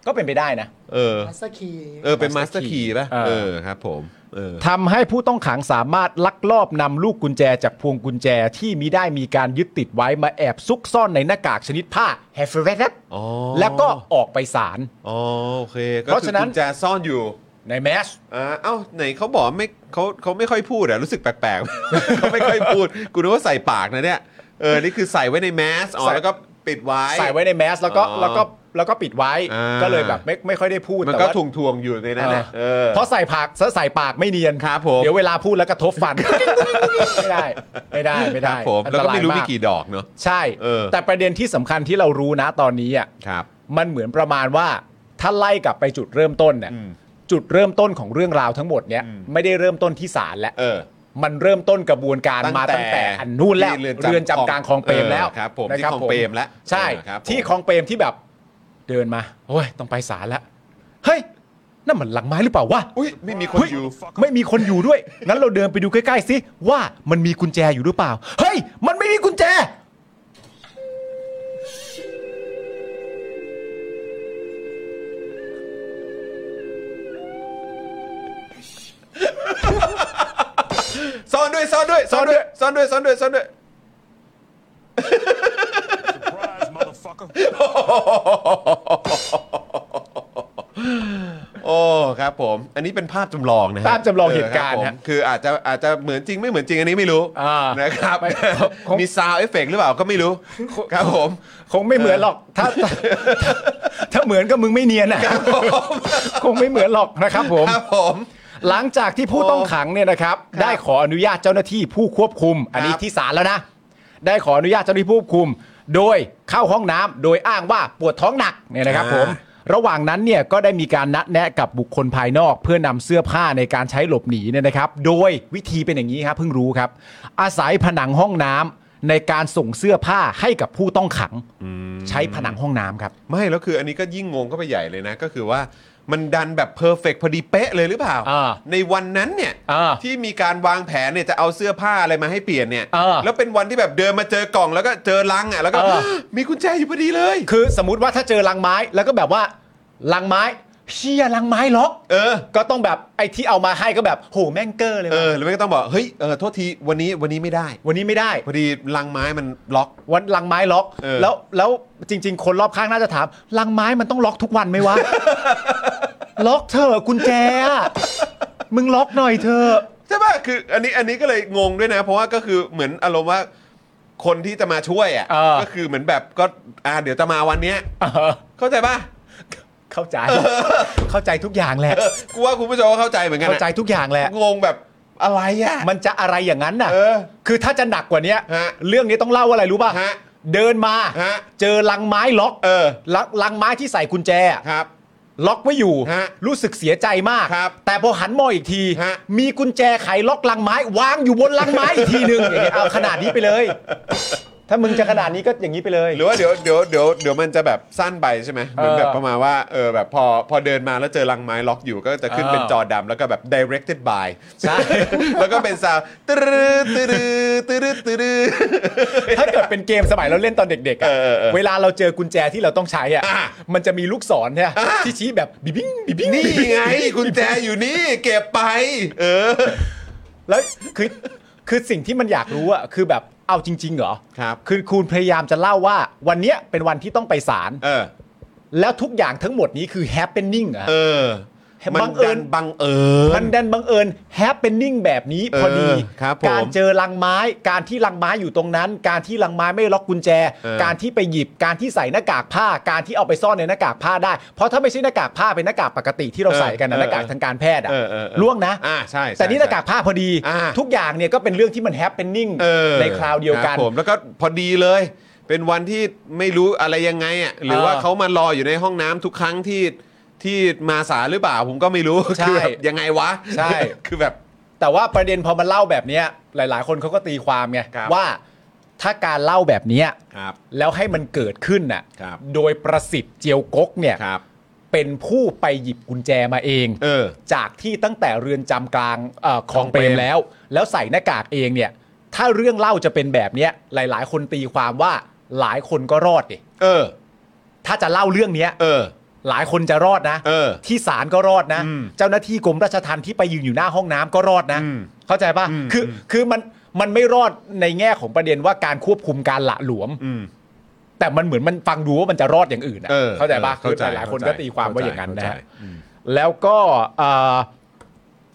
C: ก็เป็นไปได้นะ
B: เออ
D: มาสเตอร์คี
B: เออ เป็นมาสเตอ
C: Master
B: ร์คี
C: Key
B: ป่ะ
C: อ่า
B: เออครับผม เออ
C: ทำให้ผู้ต้องขังสามารถลักลอบนำลูกกุญแจจากพวงกุญแจที่มิได้มีการยึดติดไว้มาแอบซุกซ่อนในหน้ากากชนิดผ้าแฮฟเฟอร์เรส
B: อ๋อ
C: แล้วก็ออกไปศาล
B: อ๋อโอเค ก็
C: เพราะ
B: คือ
C: ฉะนั้น
B: กุญแจซ่อนอยู่
C: ในแมส
B: อ่าเอ้าไหนเขาบอกไม่เขาเขาไม่ค่อยพูดอะรู้สึกแปลกๆ เขาไม่ค่อยพูด กูนึกว่าใส่ปากนะเนี่ยเออ นี่คือใส่ไว้ในแมสอ๋อ
C: ใส่
B: แล้วก็ปิดไว้
C: ใส่ไว้ในแมสแล้วก็
B: อ๋อ
C: แล้วก็แล้วก็ปิดไว้
B: อ่า
C: ก็เลยแบบไม่ไม่ค่อยได้พูด
B: มัน
C: แต่
B: ก็
C: ว่า
B: ทวงทวงๆอยู่ในนั้นนะเออ
C: เพราะใส่ผักถ้าใส่ปากไม่เนียน
B: ครับผม
C: เดี๋ยวเวลาพูดแล้วกระทบฟั น ไม่ได้ไม่ได้ไม่
B: ครั
C: ได้
B: บผม
C: อัน
B: แล้ว
C: ต
B: ก็
C: รา
B: ไม่
C: ย
B: รู้มี
C: มาก
B: กี่ดอกเนาะ
C: ใช่
B: เออ
C: แต่ประเด็นที่สำคัญที่เรารู้นะตอนนี้อ่ะ
B: ครับ
C: มันเหมือนประมาณว่าถ้าไล่กลับไปจุดเริ่มต้นเนี่ย
B: อืม
C: จุดเริ่มต้นของเรื่องราวทั้งหมดเนี่ย
B: อืม
C: ไม่ได้เริ่มต้นที่ศาลแล้ว
B: เออ
C: มันเริ่มต้นกระบวนการมาตั้งแต่อันนู่นแล้ว
B: ที่
C: เรือนจำกลางคลองเปรมแล้ว
B: ออครับผม
C: นะ
B: ที่
C: รับ
B: คลอง
C: ผม
B: เปรมแล้ว
C: ใช่
B: เออครับผม
C: ที่คลองเปรมที่แบบเดินมาโอ้ยต้องไปศาลแล้วเฮ้ยนั่นมันหลังไม้หรือเปล่าวะ
B: อุ้ยไม่มีคน
C: เฮ้ย
B: อยู่
C: ไม่มีคนอยู่ด้วย งั้นเราเดินไปดูใกล้ๆสิว่ามันมีกุญแจอยู่หรือเปล่า เฮ้ย มันไม่มีกุญแจ
B: ซ่อนด้วยซ่อนด้วยซ่อนด้วยซ่อนด้วยซ่อนด้วยซ่อนด้วย โอ้ครับผม อันนี้เป็นภาพจำลองนะฮะ
C: ภาพจำลองเหตุการณ์
B: เออค
C: ฮะ
B: บผมคืออาจจะอาจจะเหมือนจริงไม่เหมือนจริงอันนี้ไม่รู้
C: อ่าน
B: นะครับ มีซาวเอฟเฟกหรือเปล่าก็ไม่รู้ ครับผม
C: คงไม่เหมือนหรอกถ้าถ้าถ้าถ้าเหมือนก็มึงไม่เนียนนะคงไม่เหมือนหรอกนะครับผม
B: ครับผม
C: หลังจากที่ผู้ต้องขังเนี่ยนะครับ
B: ครับ
C: ได้ขออนุญาตเจ้าหน้าที่ผู้ควบคุม อันนี้
B: ครับ
C: ที่ศาลแล้วนะ ได้ขออนุญาตเจ้าหน้าที่ผู้ควบคุม โดยเข้าห้องน้ำโดยอ้างว่าปวดท้องหนักเนี่ยนะครับ
B: อ่า
C: ผม ระหว่างนั้นเนี่ยก็ได้มีการนัดแนะกับบุคคลภายนอก เพื่อนำเสื้อผ้าในการใช้หลบหนีเนี่ยนะครับ โดยวิธีเป็นอย่างนี้ครับเพิ่งรู้ครับ อาศัยผนังห้องน้ำในการส่งเสื้อผ้าให้กับผู้ต้องขังใช้ผนังห้องน้ำครับ
B: ไม่แล้วคืออันนี้ก็ยิ่งงงเข้าไปใหญ่เลยนะ ก็คือว่ามันดันแบบเพอร์เฟกพอดีเป๊ะเลยหรือเปล่า
C: อ่า
B: ในวันนั้นเนี่ย
C: อ่า
B: ที่มีการวางแผนเนี่ยจะเอาเสื้อผ้าอะไรมาให้เปลี่ยนเนี่ย
C: อ่า
B: แล้วเป็นวันที่แบบเดินมาเจอกล่องแล้วก็เจอลังอ่ะแล้วก็
C: อ่า
B: มีกุญแจอยู่พอดีเลย
C: คือสมมติว่าถ้าเจอลังไม้แล้วก็แบบว่าลังไม้เชี่ยลังไม้ล็อก
B: เออ
C: ก็ต้องแบบไอ้ที่เอามาให้ก็แบบโหแม่งเกอร์เลย
B: เอ
C: ว่ะ
B: อหรือไม่ก็ต้องบอกเฮ้ยเออโทษทีวันนี้วันนี้ไม่ได้
C: วันนี้ไม่ได้
B: พอดีลังไม้มันล็อก
C: วันลังไม้ล็อก
B: เออ
C: แล้วแล้วจริง ๆ คนรอบข้างน่าจะถามลังไม้มันต้องล็อกทุกวันไหม วะ ล็อกเถอะกุญแจอะมึงล็อกหน่อยเถอะ
B: ใช่ป่ะคืออันนี้อันนี้ก็เลยงงด้วยนะ เพราะว่าก็คือเหมือนอารมณ์ว่าคนที่จะมาช่วยอ่ะ
C: เออ
B: ก็คือเหมือนแบบก็อ่าเดี๋ยวจะมาวันเนี้ยเข้าใจป่ะ
C: เข้าใจ เข้าใจทุกอย่างแหละ
B: กูว่าคุณผู้ชมก็เข้าใจเหมือนกัน
C: เข้าใจ
B: อะ
C: ทุกอย่างแหละ
B: งงแบบอะไรอ่ะ
C: มันจะอะไรอย่างนั้นน่ะ
B: เออ
C: คือถ้าจะหนักกว่าเนี้ย
B: ฮะ
C: เรื่องนี้ต้องเล่าว่าอะไรรู้ป่ะ
B: ฮะ
C: เดินมา
B: ฮะ
C: เจอลังไม้ล็อก
B: เออ
C: ลังลังไม้ที่ใส่กุญแจอะ
B: ครับ
C: ล็อกไม่อยู่
B: ฮะ
C: รู้สึกเสียใจมาก
B: ครับ
C: แต่พอหันมองอีกที
B: ฮะ
C: มีกุญแจไขล็อกลังไม้ วางอยู่บนลังไม้อีกที หนึ่งอย่างเงี้ยเอาขนาดนี้ไปเลย ถ้ามึงจะขนาดนี้ก็อย่างนี้ไปเลย
B: หรือว่าเดี๋ยวเดี๋ยวเดี๋ยวเดี๋ยวมันจะแบบสั้นไปใช่ไหมเหมือนแบบประมาณว่าเออแบบพอพอเดินมาแล้วเจอลังไม้ล็อกอยู่ก็จะขึ้น
C: เออ
B: เป็นจอดำแล้วก็แบบ directed by
C: ใช่
B: แล้วก็เป็นซาวตึ๊ดตึ๊ดตึ๊ดตึ๊ด
C: ถ้าเกิดเป็นเกมสมัยเราเล่นตอนเด็กๆอะ
B: เออเออเออ
C: เวลาเราเจอกุญแจที่เราต้องใช้อ่ะ
B: อ่ะ
C: มันจะมีลูกศรเนี่ยที่ชี้แบบบิบิ้งบิบิ้ง
B: นี่ไงกุญแจอยู่นี่เก็บไป เออ
C: แล้วคือคือสิ่งที่มันอยากรู้อ่ะคือแบบเอาจริงๆเหรอ
B: ครับ
C: คือคุณพยายามจะเล่าว่า วันเนี้ยเป็นวันที่ต้องไปศาล
B: เออ
C: แล้วทุกอย่างทั้งหมดนี้คือ happening อะ
B: เออมัน
C: บังเอิ
B: ดั
C: ญ
B: นบังเอิ
C: มั
B: ญ
C: นดันบังเอิญแฮปเป็นนิ่งแบบนี้พอดี
B: เออครับผม
C: การเจอลังไม้ การที่ลังไม้อยู่ตรงนั้น การที่ลังไม้ไม่ล็อกกุญแจ
B: เออ
C: การที่ไปหยิบ การที่ใส่หน้ากากผ้า การที่เอาไปซ่อนในหน้ากากผ้าได้ เพราะถ้าไม่ใช่หน้ากากผ้าเป็นหน้ากากปกติที่เราใส่กันนะหน้ากากทางการแพทย์อะ
B: เออเออเออ
C: ล่วงนะ
B: อ่าใช่ใช่
C: แต่นี่หน้ากาก
B: ใช่
C: ผ้าพอดี
B: อ่า
C: ทุกอย่างเนี่ยก็เป็นเรื่องที่มันแฮปเป็นนิ่ง
B: เออ
C: ในคราวเดียวกัน
B: รับผมแล้วก็พอดีเลย เป็นวันที่ไม่รู้อะไรยังไงอ่ะหรือ
C: เออ
B: ว่าเขามารออยู่ในห้องน้ำทุกครั้งที่ที่มาสายหรือเปล่า ผมก็ไม่รู้
C: ใช่
B: คือแบบยังไงวะ
C: ใช่
B: คือแบบ
C: แต่ว่าประเด็นพอมันเล่าแบบเนี้ยหลาย ๆ คนเขาก็ตีความไง
B: ครับ
C: ว่าถ้าการเล่าแบบเนี้ย
B: ครับ
C: แล้วให้มันเกิดขึ้นน่ะ
B: ครับ
C: โดยประสิทธิ์เจียวกกเนี่ย
B: ครับ
C: เป็นผู้ไปหยิบกุญแจมาเอง
B: เออ
C: จากที่ตั้งแต่เรือนจำกลางเออของเป
B: ของเปร
C: รม
B: ม
C: แล้ว แล้วใส่หน้ากากเองเนี่ย ถ้าเรื่องเล่าจะเป็นแบบเนี้ย หลาย ๆ คนตีความว่าหลายคนก็รอดดิ
B: เออ
C: ถ้าจะเล่าเรื่องเนี้ย
B: เออ
C: หลายคนจะรอดนะ
B: เออ
C: ที่ศาลก็รอดนะ
B: อืม
C: เจ้าหน้าที่กรมราชทัณฑ์ที่ไปยืนอยู่หน้าห้องน้ำก็รอดนะ
B: อืม
C: เข้าใจปะ
B: อืม
C: คือ
B: อืม
C: คือมันมันไม่รอดในแง่ของประเด็นว่าการควบคุมการหละหลวม
B: อืม
C: แต่มันเหมือนมันฟังดูว่ามันจะรอดอย่างอื่นอะ
B: เออ
C: เข้าใจปะ
B: เออ
C: คื
B: เข้า
C: อ
B: ใจ
C: หลายๆคน
B: เข้าใจ
C: ก็ตีความว่าอย่างนั้นนะ
B: เข้าใจ
C: ฮะแล้วก็เอ่อ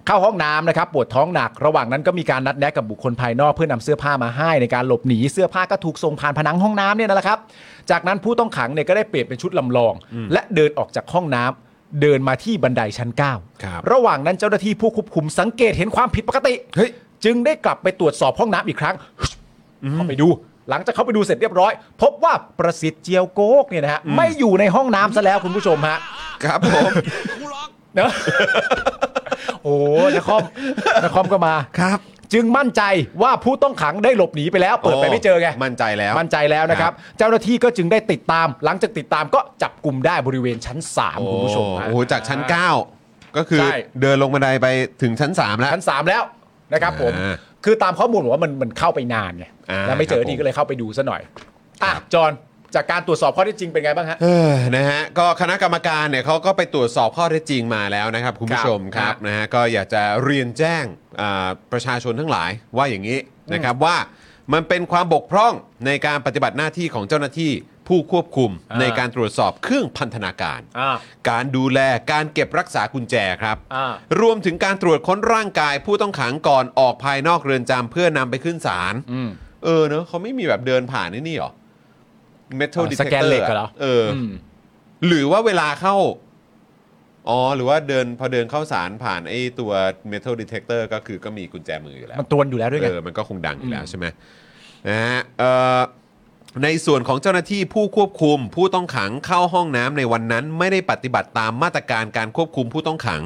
C: เข้าห้องน้ำนะครับปวดท้องหนัก ระหว่างนั้นก็มีการนัดแนะกับบุคคลภายนอกเพื่อนำเสื้อผ้ามาให้ในการหลบหนีเสื้อผ้าก็ถูกส่งผ่านผนังห้องน้ำเนี่ยนะครับ จากนั้นผู้ต้องขังเนี่ยก็ได้เปลี่ยนเป็นชุดลำลอง และเดินออกจากห้องน้ำเดินมาที่บันไดชั้น 9
B: ครับ
C: ระหว่างนั้นเจ้าหน้าที่ผู้ควบคุมสังเกตเห็นความผิดปกติ
B: เฮ้ย
C: จึงได้กลับไปตรวจสอบห้องน้ำอีกครั้ง เข้าไปดู หลังจากเขาไปดูเสร็จเรียบร้อย พบว่าประสิทธิ์เจียวโกกเนี่ยนะฮะ ไม่อยู่ในห้องน้ำซะแล้วคุณผู้ชมฮะ
B: ครับผม
C: เนอะโอ้นคอมนคอมก็มา
B: ครับ
C: จึงมั่นใจว่าผู้ต้องขังได้หลบหนีไปแล้ว เปิดไปไม่เจอไง
B: มั่นใจแล้ว
C: มั่นใจแล้วนะครับ เจ้าหน้าที่ก็จึงได้ติดตาม หลังจากติดตามก็จับกลุ่มได้บริเวณชั้น 3 คุณผู้ชมฮะ
B: โอ้โหจากชั้น 9 ก็คือ
C: ใช่
B: เดินลงบันไดไปถึงชั้น 3 แล้ว
C: ชั้นสามแล้วนะครับผม
B: อ่า
C: คือตามข้อมูลบอกว่ามันมันเข้าไปนานไง
B: อ่า
C: แล้วไม่
B: ค
C: เจ
B: รั
C: อบ
B: ผม
C: ดีก็เลยเข้าไปดูซะหน่อยอ่ะจอห์นจากการตรวจสอบข้อเท็จจริงเป็นไงบ้างฮะ
B: เออนะฮะก็คณะกรรมการเนี่ยเขาก็ไปตรวจสอบข้อเท็จจริงมาแล้วนะครับ คุณผู้ชม
C: ค
B: ค
C: รั
B: รั
C: บบ
B: นะฮะก็อยากจะเรียนแจ้งอ่าประชาชนทั้งหลายว่าอย่างนี้นะครับว่ามันเป็นความบกพร่องในการปฏิบัติหน้าที่ของเจ้าหน้าที่ผู้ควบคุม
C: อ่า
B: ในการตรวจสอบเครื่องพันธนาการ
C: อ่า
B: การดูแลการเก็บรักษากุญแจครับ
C: อ่าร
B: วมถึงการตรวจค้นร่างกายผู้ต้องขังก่อนออกภายนอกเรือนจำเพื่อนำไปขึ้นศาล
C: อืม
B: เออเนอะเขาไม่มีแบบเดินผ่านนี่นี่หรอ metal
C: อ่า
B: detector
C: สแกนเหล็กเหรอ
B: เอออ
C: ม
B: หรือว่าเวลาเข้า อ๋อ หรือว่าเดินพอเดินเข้าสารผ่านไอ้ตัว metal detector ก็คือก็มีกุญแจมืออยู่แล้ว
C: มันตรวนอยู่แล้วด้วยไง
B: เออ มันก็คงดังอยู่แล้วใช่ไหมนะฮะเออ ในส่วนของเจ้าหน้าที่ผู้ควบคุม ผู้ต้องขังเข้าห้องน้ำในวันนั้น ไม่ได้ปฏิบัติตามมาตรการการควบคุมผู้ต้องขัง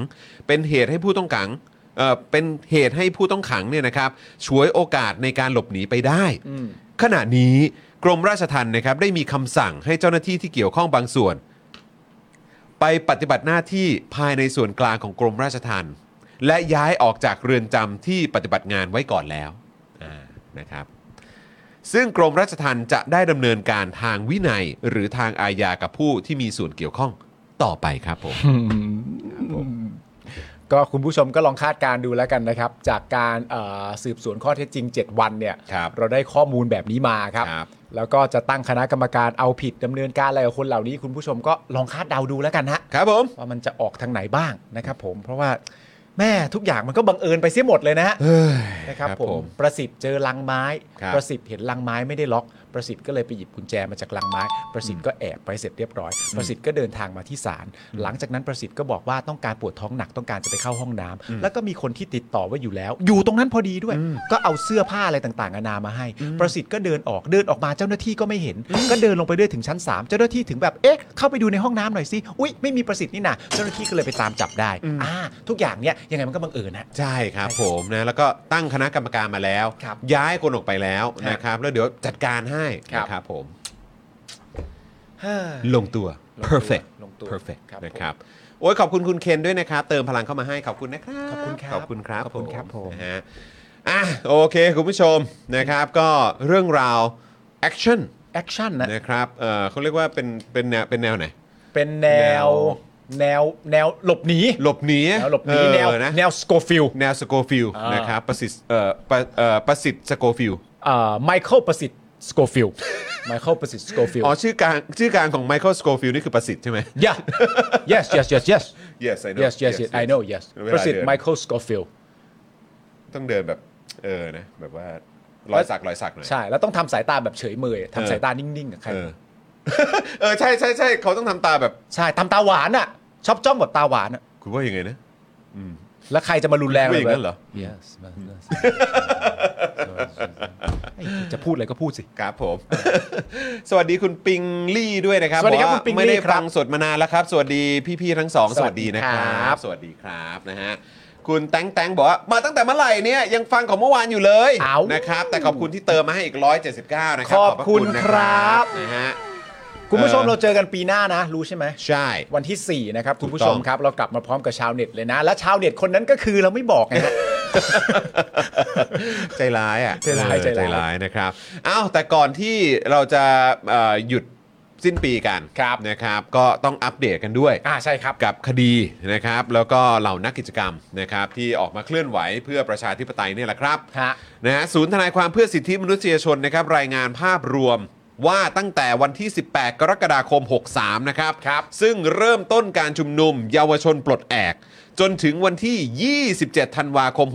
B: เป็นเหตุให้ผู้ต้องขังเอ่อเป็นเหตุให้ผู้ต้องขังเนี่ยนะครับฉวยโอกาสในการหลบหนีไปได้ ขณะนี้กรมราชทัณฑ์นะครับได้มีคำสั่งให้เจ้าหน้าที่ที่เกี่ยวข้องบางส่วน ไปปฏิบัติหน้าที่ภายในส่วนกลางของกรมราชทัณฑ์และย้ายออกจากเรือนจำที่ปฏิบัติงานไว้ก่อนแล้วอ่านะครับ ซึ่งกรมราชทัณฑ์จะได้ดำเนินการทางวินัยหรือทางอาญากับผู้ที่มีส่วนเกี่ยวข้องต่อไปครับผม
C: ก็คุณผู้ชมก็ลองคาดการณ์ดูแล้วกันนะครับ จากการเอ่อสืบสวนข้อเท็จจริง 7 วันเนี่ย
B: ครับ
C: เราได้ข้อมูลแบบนี้มาครับ
B: ครับ
C: แล้วก็จะตั้งคณะกรรมการเอาผิดดำเนินการอะไรกับคนเหล่านี้ คุณผู้ชมก็ลองคาดเดาดูแล้วกันฮะ
B: ครับผม
C: ว่ามันจะออกทางไหนบ้างนะครับ ผมเพราะว่าแม่ทุกอย่างมันก็บังเอิญไปเสียหมดเลยนะฮะ นะครับ
B: ครับ
C: ผ
B: ผม ม
C: ประสิทธิ์เจอลังไม้
B: ครับ
C: ประสิทธิ์เห็นลังไม้ไม่ได้ล็อก ประสิทธิ์ก็เลยไปหยิบกุญแจมาจากลังไม้ ประสิทธิ์ก็แอบไปเสร็จเรียบร้อย ประสิทธิ์ก็เดินทางมาที่ศาลหลังจากนั้นประสิทธิ์ก็บอกว่าต้องการปวดท้องหนักต้องการจะไปเข้าห้องน้ำแล้วก็มีคนที่ติดต่อว่าอยู่แล้ว อยู่ตรงนั้นพอดีด้วย ก็เอาเสื้อผ้าอะไรต่างๆนานามาให้ ประสิทธิ์ก็เดินออกเดินออกมาเจ้าหน้าที่ก็ไม่เห็น ก็เดินลงไปเรื่อยถึงชั้นสามเจ้าหน้าที่ถึงแบบเอ๊ะเข้าไปดูในห้องน้ำหน่อยสิอุ้ยไม่มีประสิทธิ์นี่นะเจ้าหน้าที่ก็เลยไปตามจับได้อ่าทุกอย่างเนี่ยยังไงมันก็บังเอิญนะ
B: ใช่ครับผมนะแล้วก็ตั้งคณะกรรมการมาแล้ว
C: ครับ
B: ย้ายคนออกไปแล้ว
C: ครับ
B: นะครับ แล้วเดี๋ยวจัดการให้
C: ครับ
B: นะครับผม ลงตัว
C: ลงตัว
B: perfect
C: ลงตัว
B: perfect
C: ครับ
B: นะครับโอ้ยขอบคุณคุณเคนด้วยนะครับ เติมพลังเข้ามาให้ขอบคุณนะครับ
C: ขอบคุณครั
B: ขอ
C: บ
B: บคุณครับ
C: ขอบคุณครับผม
B: นะฮะอ่ะโอเค คุณผู้ชมนะครับก็เรื่องราว action
C: แอคชั่นนะ
B: นะครับเออเขาเรียกว่าเป็นเป็นแนวเป็นแนวไหน
C: เป็นแนว แนว แนวหลบหนี
B: หลบหนี
C: แนวหลบหนีแนว
B: เออนะ
C: แนวสโกฟิล
B: แนวสโกฟิล
C: อ่าน
B: นะครับประสิทธิ์เอ่อประเอ่อประสิทธิ์สโกฟิล
C: ไมเคิลประสิทธิ์สโกฟิลไมเคิลประสิทธิ์สโกฟิล
B: อ๋อชื่อกลางชื่อกลางของไมเคิลสโกฟิลนี่คือประสิทธิ์ใช่ไหม
C: ย่า yes yes yes yes
B: yes I know
C: yes yes yes I know yes
B: เวลาเดิน
C: ประสิทธิ์ไมเคิลสโกฟิล
B: ต้องเดินแบบ เออนะ แบบว่ารอยสักรอยสักหน่อย
C: ใช่ แล้วต้องทำสายตาแบบเฉยเมยทำสายตานิ่งๆอะใคร
B: เออ เอ อใช่ใช่ใช่เขาต้องทำตาแบบ
C: ใช่ทำตาหวานอ่ะ ชอบจ้องแบบตาหวานอ่ะ
B: คุณว่ายังไงนะ
C: แล้วใครจะมารุนแรง
B: พูดอย่างนั้นเหรอ
C: แบบ yes ไอ้จะพูดอะไรก็พูดสิ
B: ครับผม สวัสดีคุณปิงลี่ด้วยนะครับ
C: สวัสดีครับ
B: อกา
C: คุณปิงลี่
B: ไม่ได้
C: ครับ
B: ฟังสดมานานแล้วครับ สวัสดีพี่ๆทั้งสองสวัสดีนะคร
C: สวัสดีคั รับ บ
B: สวัสดีครับนะฮะคุณแตงแตงบอกว่ามาตั้งแต่เมื่อไหร่เนี่ยยังฟังของเมื่อวานอยู่เลย
C: เอ้าน
B: นะครับ แต่ขอบคุณที่เติมมาให้อีก 179 นะครั
C: ข
B: บ
C: อบ
B: พะ
C: คุณ
B: นะครับ นะฮะ
C: คุณผู้ชม
B: เออ
C: เราเจอกันปีหน้านะ รู้ใช่ไหม
B: ใช่
C: วันที่ 4 นะครับ คุณผู้
B: ถูก
C: ช
B: ต้
C: ม
B: อง
C: ครับ เรากลับมาพร้อมกับชาวเน็ตเลยนะ และชาวเน็ตคนนั้นก็คือเราไม่บอกนะฮ ะ
B: ใจร้ายอ่ะ
C: ใจร้าย
B: เออ
C: ใจร้าย
B: ร้ายนะครับอ้าวแต่ก่อนที่เราจะเอ่อหยุดสิ้นปีกัน
C: ครับ
B: นะครับ ก็ต้องอัปเดตกันด้วย
C: อ่าใช่ครับ
B: กับคดีนะครับ แล้วก็เหล่านักกิจกรรมนะครับ ที่ออกมาเคลื่อนไหวเพื่อประชาธิปไตยเนี่ยแหละครับ
C: ฮะ
B: นะฮะศูนย์ทนายความเพื่อสิทธิมนุษยชนนะครับ รายงานภาพรวมว่าตั้งแต่วันที่ 18 กรกฎาคม 63 นะครับ
C: ครับ
B: ซึ่งเริ่มต้นการชุมนุมเยาวชนปลดแอก จนถึงวันที่ 27 ธันวาคม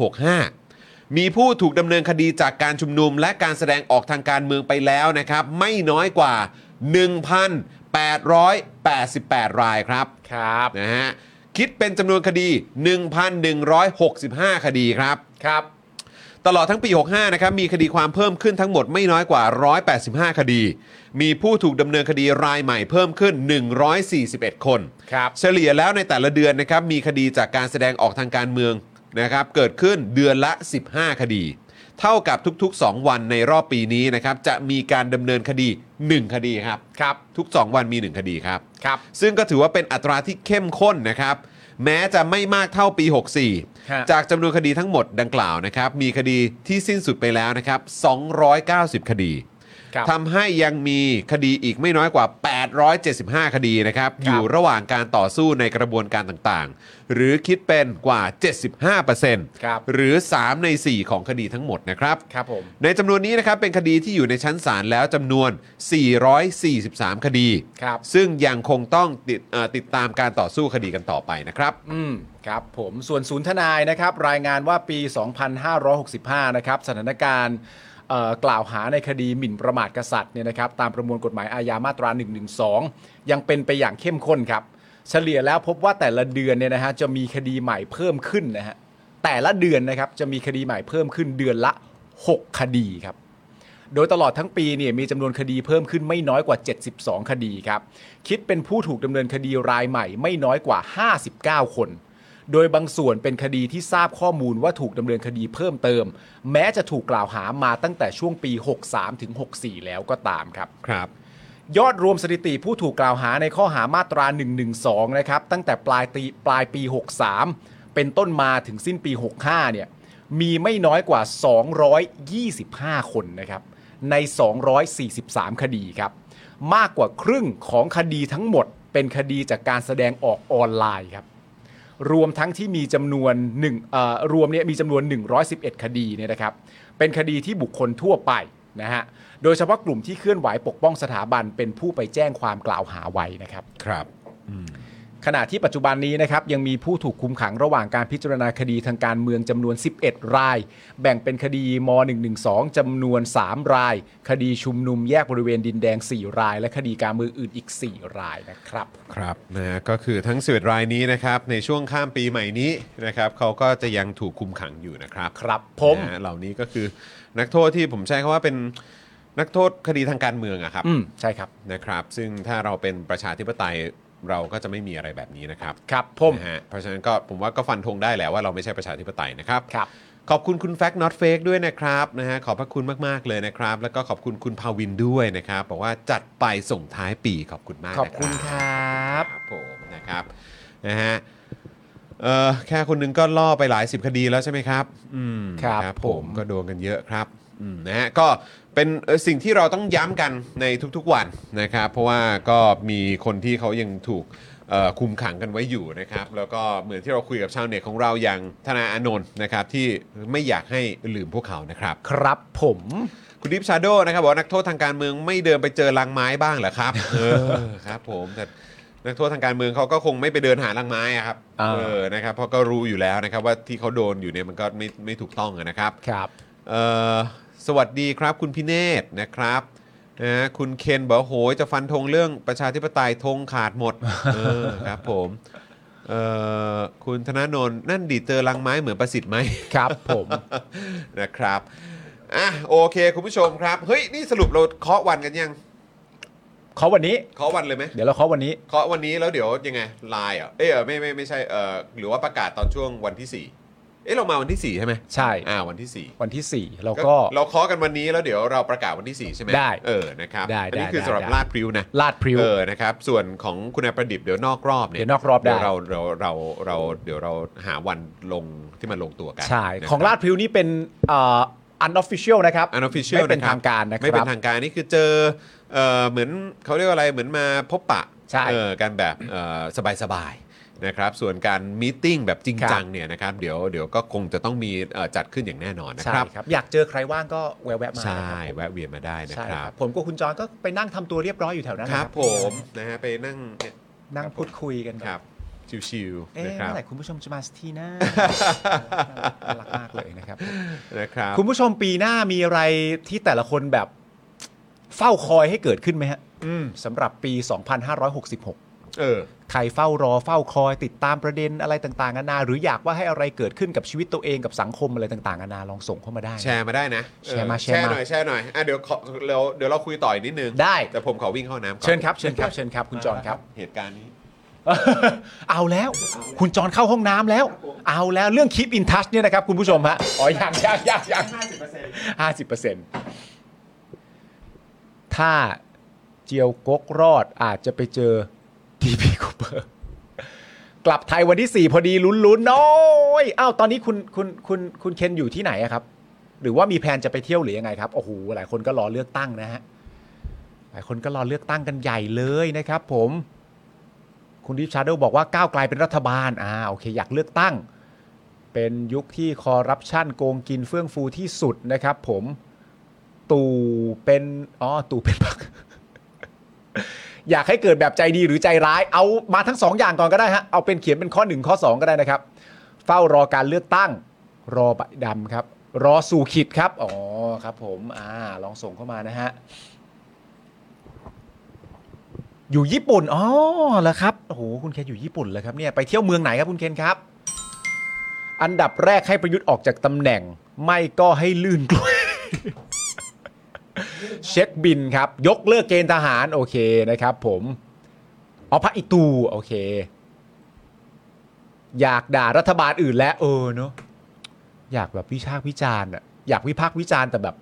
B: 65 มีผู้ถูกดำเนินคดีจากการชุมนุมและการแสดงออกทางการเมืองไปแล้วนะครับ ไม่น้อยกว่า 1,888 รายครับ
C: ครับ
B: นะฮะคิดเป็นจำนวนคดี 1,165 คดีครับ
C: ครับ
B: ตลอดทั้งปี 65 นะครับ มีคดีความเพิ่มขึ้นทั้งหมดไม่น้อยกว่า 185 คดี มีผู้ถูกดำเนินคดีรายใหม่เพิ่มขึ้น 141 คน
C: ครับ
B: เฉลี่ยแล้วในแต่ละเดือนนะครับ มีคดีจากการแสดงออกทางการเมืองนะครับ เกิดขึ้นเดือนละ 15 คดี เท่ากับทุกๆ 2 วันในรอบปีนี้นะครับ จะมีการดำเนินคดี 1 คดีครับ
C: ครับ
B: ทุก 2 วันมี 1 คดีครับ
C: ครับ
B: ซึ่งก็ถือว่าเป็นอัตราที่เข้มข้นนะครับ แม้จะไม่มากเท่าปี
C: ฮะ
B: 64 จากจำนวนคดีทั้งหมดดังกล่าวนะครับ มีคดีที่สิ้นสุดไปแล้วนะครับ 290 คดี
C: ครับ
B: ทำให้ยังมีคดีอีกไม่น้อยกว่า 875 คดีนะครับ
C: ครับ
B: อยู่ระหว่างการต่อสู้ในกระบวนการต่างๆ หรือคิดเป็นกว่า 75%
C: ครับ
B: หรือ 3 ใน 4 ของคดีทั้งหมดนะครับ
C: ครับผม
B: ในจำนวนนี้นะครับเป็นคดีที่อยู่ในชั้นศาลแล้วจำนวน 443 คดี
C: ครับ
B: ซึ่งยังคงต้องติดเอ่อติดตามการต่อสู้คดีกันต่อไปนะครับ
C: อืม ครับผม ส่วนศูนย์ทนายนะครับ รายงานว่าปี 2565 นะครับ สถานการณ์เอ่อกล่าวหาในคดีหมิ่นประมาทกษัตริย์เนี่ยนะครับ ตามประมวลกฎหมายอาญามาตรา 112 ยังเป็นไปอย่างเข้มข้นครับ เฉลี่ยแล้วพบว่าแต่ละเดือนเนี่ยนะฮะ จะมีคดีใหม่เพิ่มขึ้นนะฮะ แต่ละเดือนนะครับ จะมีคดีใหม่เพิ่มขึ้นเดือนละ 6 คดีครับ โดยตลอดทั้งปีเนี่ยมีจำนวนคดีเพิ่มขึ้นไม่น้อยกว่า 72 คดีครับ คิดเป็นผู้ถูกดำเนินคดีรายใหม่ไม่น้อยกว่า 59 คน โดยบางส่วนเป็นคดีที่ทราบข้อมูลว่าถูกดำเนินคดีเพิ่มเติม แม้จะถูกกล่าวหามาตั้งแต่ช่วงปี 63 ถึง 64 แล้วก็ตามครับ
B: ครับ
C: ยอดรวมสถิติผู้ถูกกล่าวหาในข้อหามาตรา 112 นะครับ ตั้งแต่ปลายตีปลายปี 63 เป็นต้นมาถึงสิ้นปี 65 เนี่ย มีไม่น้อยกว่า 225 คนนะครับ ใน 243 คดีครับ มากกว่าครึ่งของคดีทั้งหมด เป็นคดีจากการแสดงออกออนไลน์ครับ รวมทั้งที่มีจำนวนหนึ่งเอ่อรวมเนี่ยมีจำนวน 111 คดีเนี่ยนะครับ เป็นคดีที่บุคคลทั่วไปนะฮะ โดยเฉพาะกลุ่มที่เคลื่อนไหวปกป้องสถาบันเป็นผู้ไปแจ้งความกล่าวหาไว้นะครับ
B: ครับ
C: ขณะที่ปัจจุบันนี้นะครับยังมีผู้ถูกคุมขังระหว่างการพิจารณาคดีทางการเมืองจำนวน 11 ราย แบ่งเป็นคดีม .112 จำนวน 3 ราย คดีชุมนุมแยกบริเวณดินแดง 4 ราย และคดีการเมืองอื่นอีก 4 รายนะครับ
B: ครับนะฮะก็คือทั้ง11รายนี้นะครับในช่วงข้ามปีใหม่นี้นะครับเขาก็จะยังถูกคุมขังอยู่นะครับ
C: ครับผม
B: นะฮะเหล่านี้ก็คือนักโทษที่ผมใช้คำว่าเป็นนักโทษคดีทางการเมืองอะครับ
C: อืมใช่ครับ
B: นะครับ ซึ่งถ้าเราเป็นประชาธิปไตยเราก็จะไม่มีอะไรแบบนี้นะครับ
C: ครับผม
B: นะฮะเพราะฉะนั้นก็ผมว่าก็ฟันธงได้แหละว่าเราไม่ใช่ประชาธิปไตยนะครับ
C: ครับ
B: ขอบคุณคุณแฟกต์น็อตเฟกด้วยนะครับนะฮะขอบพระคุณมากๆเลยนะครับ แล้วก็ขอบคุณคุณภาวินด้วยนะครับบอกว่าจัดไปส่งท้ายปีขอบคุณมาก
C: ขอบ
B: นะ
C: คุณครับ
B: ครับผมนะครับนะฮะเออแค่คนหนึงก็ล่อไปหลายสิบคดีแล้วใช่ไหมครับอืม
C: ครับ
B: ผม
C: ผม
B: ก็โดนกันเยอะครับอืมนะฮะก็เป็นเอ่อสิ่งที่เราต้องย้ำกันในทุกๆวันนะครับ เพราะว่าก็มีคนที่เขายังถูกเอ่อคุมขังกันไว้อยู่นะครับ แล้วก็เหมือนที่เราคุยกับชาวเน็ตของเราอย่างธนาอานนท์นะครับ ที่ไม่อยากให้ลืมพวกเขานะครับ
C: ครับผม
B: คุณดิฟชาโดนะครับบอกว่านักโทษทางการเมืองไม่เดินไปเจอลังไม้บ้างเหรอครับ เออครับผมแต่นักโทษทางการเมืองเขาก็คงไม่ไปเดินหาลังไม้อะครับเออนะครับเพราะก็รู้อยู่แล้วนะครับว่าที่เขาโดนอยู่เนี่ยมันก็ไม่ไม่ถูกต้องอะนะครับ
C: ครับ
B: เอ่อสวัสดีครับคุณพิเนศนะครับนะคุณเคนบอกว่าโหยจะฟันธงเรื่องประชาธิปไตยธงขาดหมด เออครับผมเอ่อคุณธนาโนนนั่นดีเจอลังไม้เหมือนประสิทธิ์ไหม
C: ครับผม
B: นะครับอ่ะโอเค คุณผู้ชมครับ เฮ้ย นี่สรุปเราเคาะวันกันยัง
C: ขอวันนี้
B: เคาะวันเลยไหม
C: เดี๋ยวเราขอวันนี้
B: เคาะวันนี้แล้วเดี๋ยวยังไงไลน์เหรอ่ะเอยเออไม่ไม่ไม่ใช่เออหรือว่าประกาศตอนช่วงวันที่สี่เอ้ยเรามาวันที่สี่ใช่ไหม
C: ใช่
B: อ่าวันที่สี่
C: วันที่ 4 เรา
B: ก็
C: ก็
B: เราเคาะกันวันนี้แล้วเดี๋ยวเราประกาศวันที่สี่ใช่ไหม
C: ได้
B: เออนะครับ
C: ได้
B: อันี้
C: ได้
B: คือสำหรับ
C: ได้
B: ลาดพริ้วนะ
C: ลาดพริ้ว
B: เออนะครับส่วนของคุณนายประดิษฐ์เดี๋ยวนอกรอบเนี่ย
C: เดี๋ยวนอกรอบได้
B: เดี๋ยวเราเราเราเราเดี๋ยวเราหาวันลงที่มันลงตัวกัน
C: ใช่
B: นะครับ
C: ของลาดพริ้วนี่เป็นอันออฟฟิเชียลนะครับ
B: อันออฟฟิเชียล
C: ไม่เป็นทางการนะครับ
B: ไม่เป็นทางการนี่คือเจอเอ่อเหมือนเขาเรียกว่าอะไรเหมือนมาพบปะ
C: ใช่
B: เออกันแบบเอ่อสบายๆนะครับส่วนการมีตติ้งแบบจริง
C: ครับ
B: จังเนี่ยนะครับเดี๋ยวเดี๋ยวก็คงจะต้องมีเอ่อจัดขึ้นอย่างแน่นอนนะ
C: ใช่
B: ครับ
C: ครับ อยากเจอใครว่างก็แวะแวะมา
B: ใช่
C: นะครับ
B: แวะเวียนมาได้นะ
C: ใช่
B: ค
C: ค
B: รั
C: รั
B: บบ
C: ผมกับคุณจอนก็ไปนั่งทำตัวเรียบร้อยอยู่แถวนั้น
B: ค
C: นะ
B: รับผมนะฮะไปนั่งเนี่ย
C: นั่งพูดคุยกัน
B: ครับชิว
C: เอ๊ะ
B: ๆนะครับ
C: เมื่อไหร่คุณผู้ชมจะมาสักทีนะน่ารักมากเลยนะครับ
B: นะครับ
C: คุณผู้ชมปีหน้ามีอะไรที่แต่ละคนแบบเฝ้าคอยให้เกิดขึ้นไหมฮะ
B: อืม
C: สำหรับปี 2566
B: เออ
C: ใครเฝ้ารอเฝ้าคอยติดตามประเด็นอะไรต่างๆนานาหรืออยากว่าให้อะไรเกิดขึ้นกับชีวิตตัวเองกับสังคมอะไรต่างๆนานาลองส่งเข้ามาได้
B: แชร์มาได้นะ
C: แชร์มา
B: เออ
C: แชร์มา
B: หน่อยแชร์หน่อยอ่ะเดี๋ยวขอเราเดี๋ยวเราคุยต่ออีกนิดนึง
C: ได้
B: แต่ผมขอวิ่งเข้าน้ำก่อน
C: เชิญครับเชิญครับเชิญครับคุณจอนครับ
B: เหตุการณ์นี้
C: เอาแล้ว คุณจอนเข้าห้องน้ำแล้ว เอาแล้วเรื่องคลิปอินทัชเนี่ยนะครับคุณผู้ชมฮะอ๋อยังยังยังยังห้าสิบเปอร์เซ็นต์ถ้าเจียวกกรอดอาจจะไปเจอทีพีคูเปอร์กลับไทยวันที่ 4 พอดีลุ้นๆน้อยอ้าวตอนนี้คุณคุณคุณคุณเคนอยู่ที่ไหนอะครับ หรือว่ามีแพลนจะไปเที่ยวหรือยังไงครับโอ้โหหลายคนก็รอเลือกตั้งนะฮะหลายคนก็รอเลือกตั้งกันใหญ่เลยนะครับ ผม คุณดิฟชาร์โดบอกว่าก้าวไกลเป็นรัฐบาล อ่า โอเค อยากเลือกตั้ง เป็นยุคที่คอร์รัปชันโกงกินเฟื่องฟูที่สุดนะครับผม ตู่เป็น อ๋อ ตู่เป็นพัก อยากให้เกิดแบบใจดีหรือใจร้าย เอามาทั้งสองอย่างก่อนก็ได้ฮะ เอาเป็นเขียนเป็นข้อ 1 ข้อ 2 ก็ได้นะครับ เฝ้ารอการเลือกตั้ง รอใบดำครับ รอสู่ขิดครับ อ๋อ ครับผม อ่า ลองส่งเข้ามานะฮะ อยู่ญี่ปุ่น อ๋อเหรอครับ โอ้โห คุณเคนอยู่ญี่ปุ่นเลยครับเนี่ย ไปเที่ยวเมืองไหนครับคุณเคนครับ อันดับแรกให้ประยุทธ์ออกจากตำแหน่ง ไม่ก็ให้ลื่นกล้วย เช็คบินครับ ยกเลิกเกณฑ์ทหารโอเคนะครับผมอ๋อพระอิตูโอเค อยากด่ารัฐบาลอื่นแล้วเออเนอะอยากแบบวิพากษ์วิจารณ์อะอยากวิพากษ์วิจารณ์แต่แบบ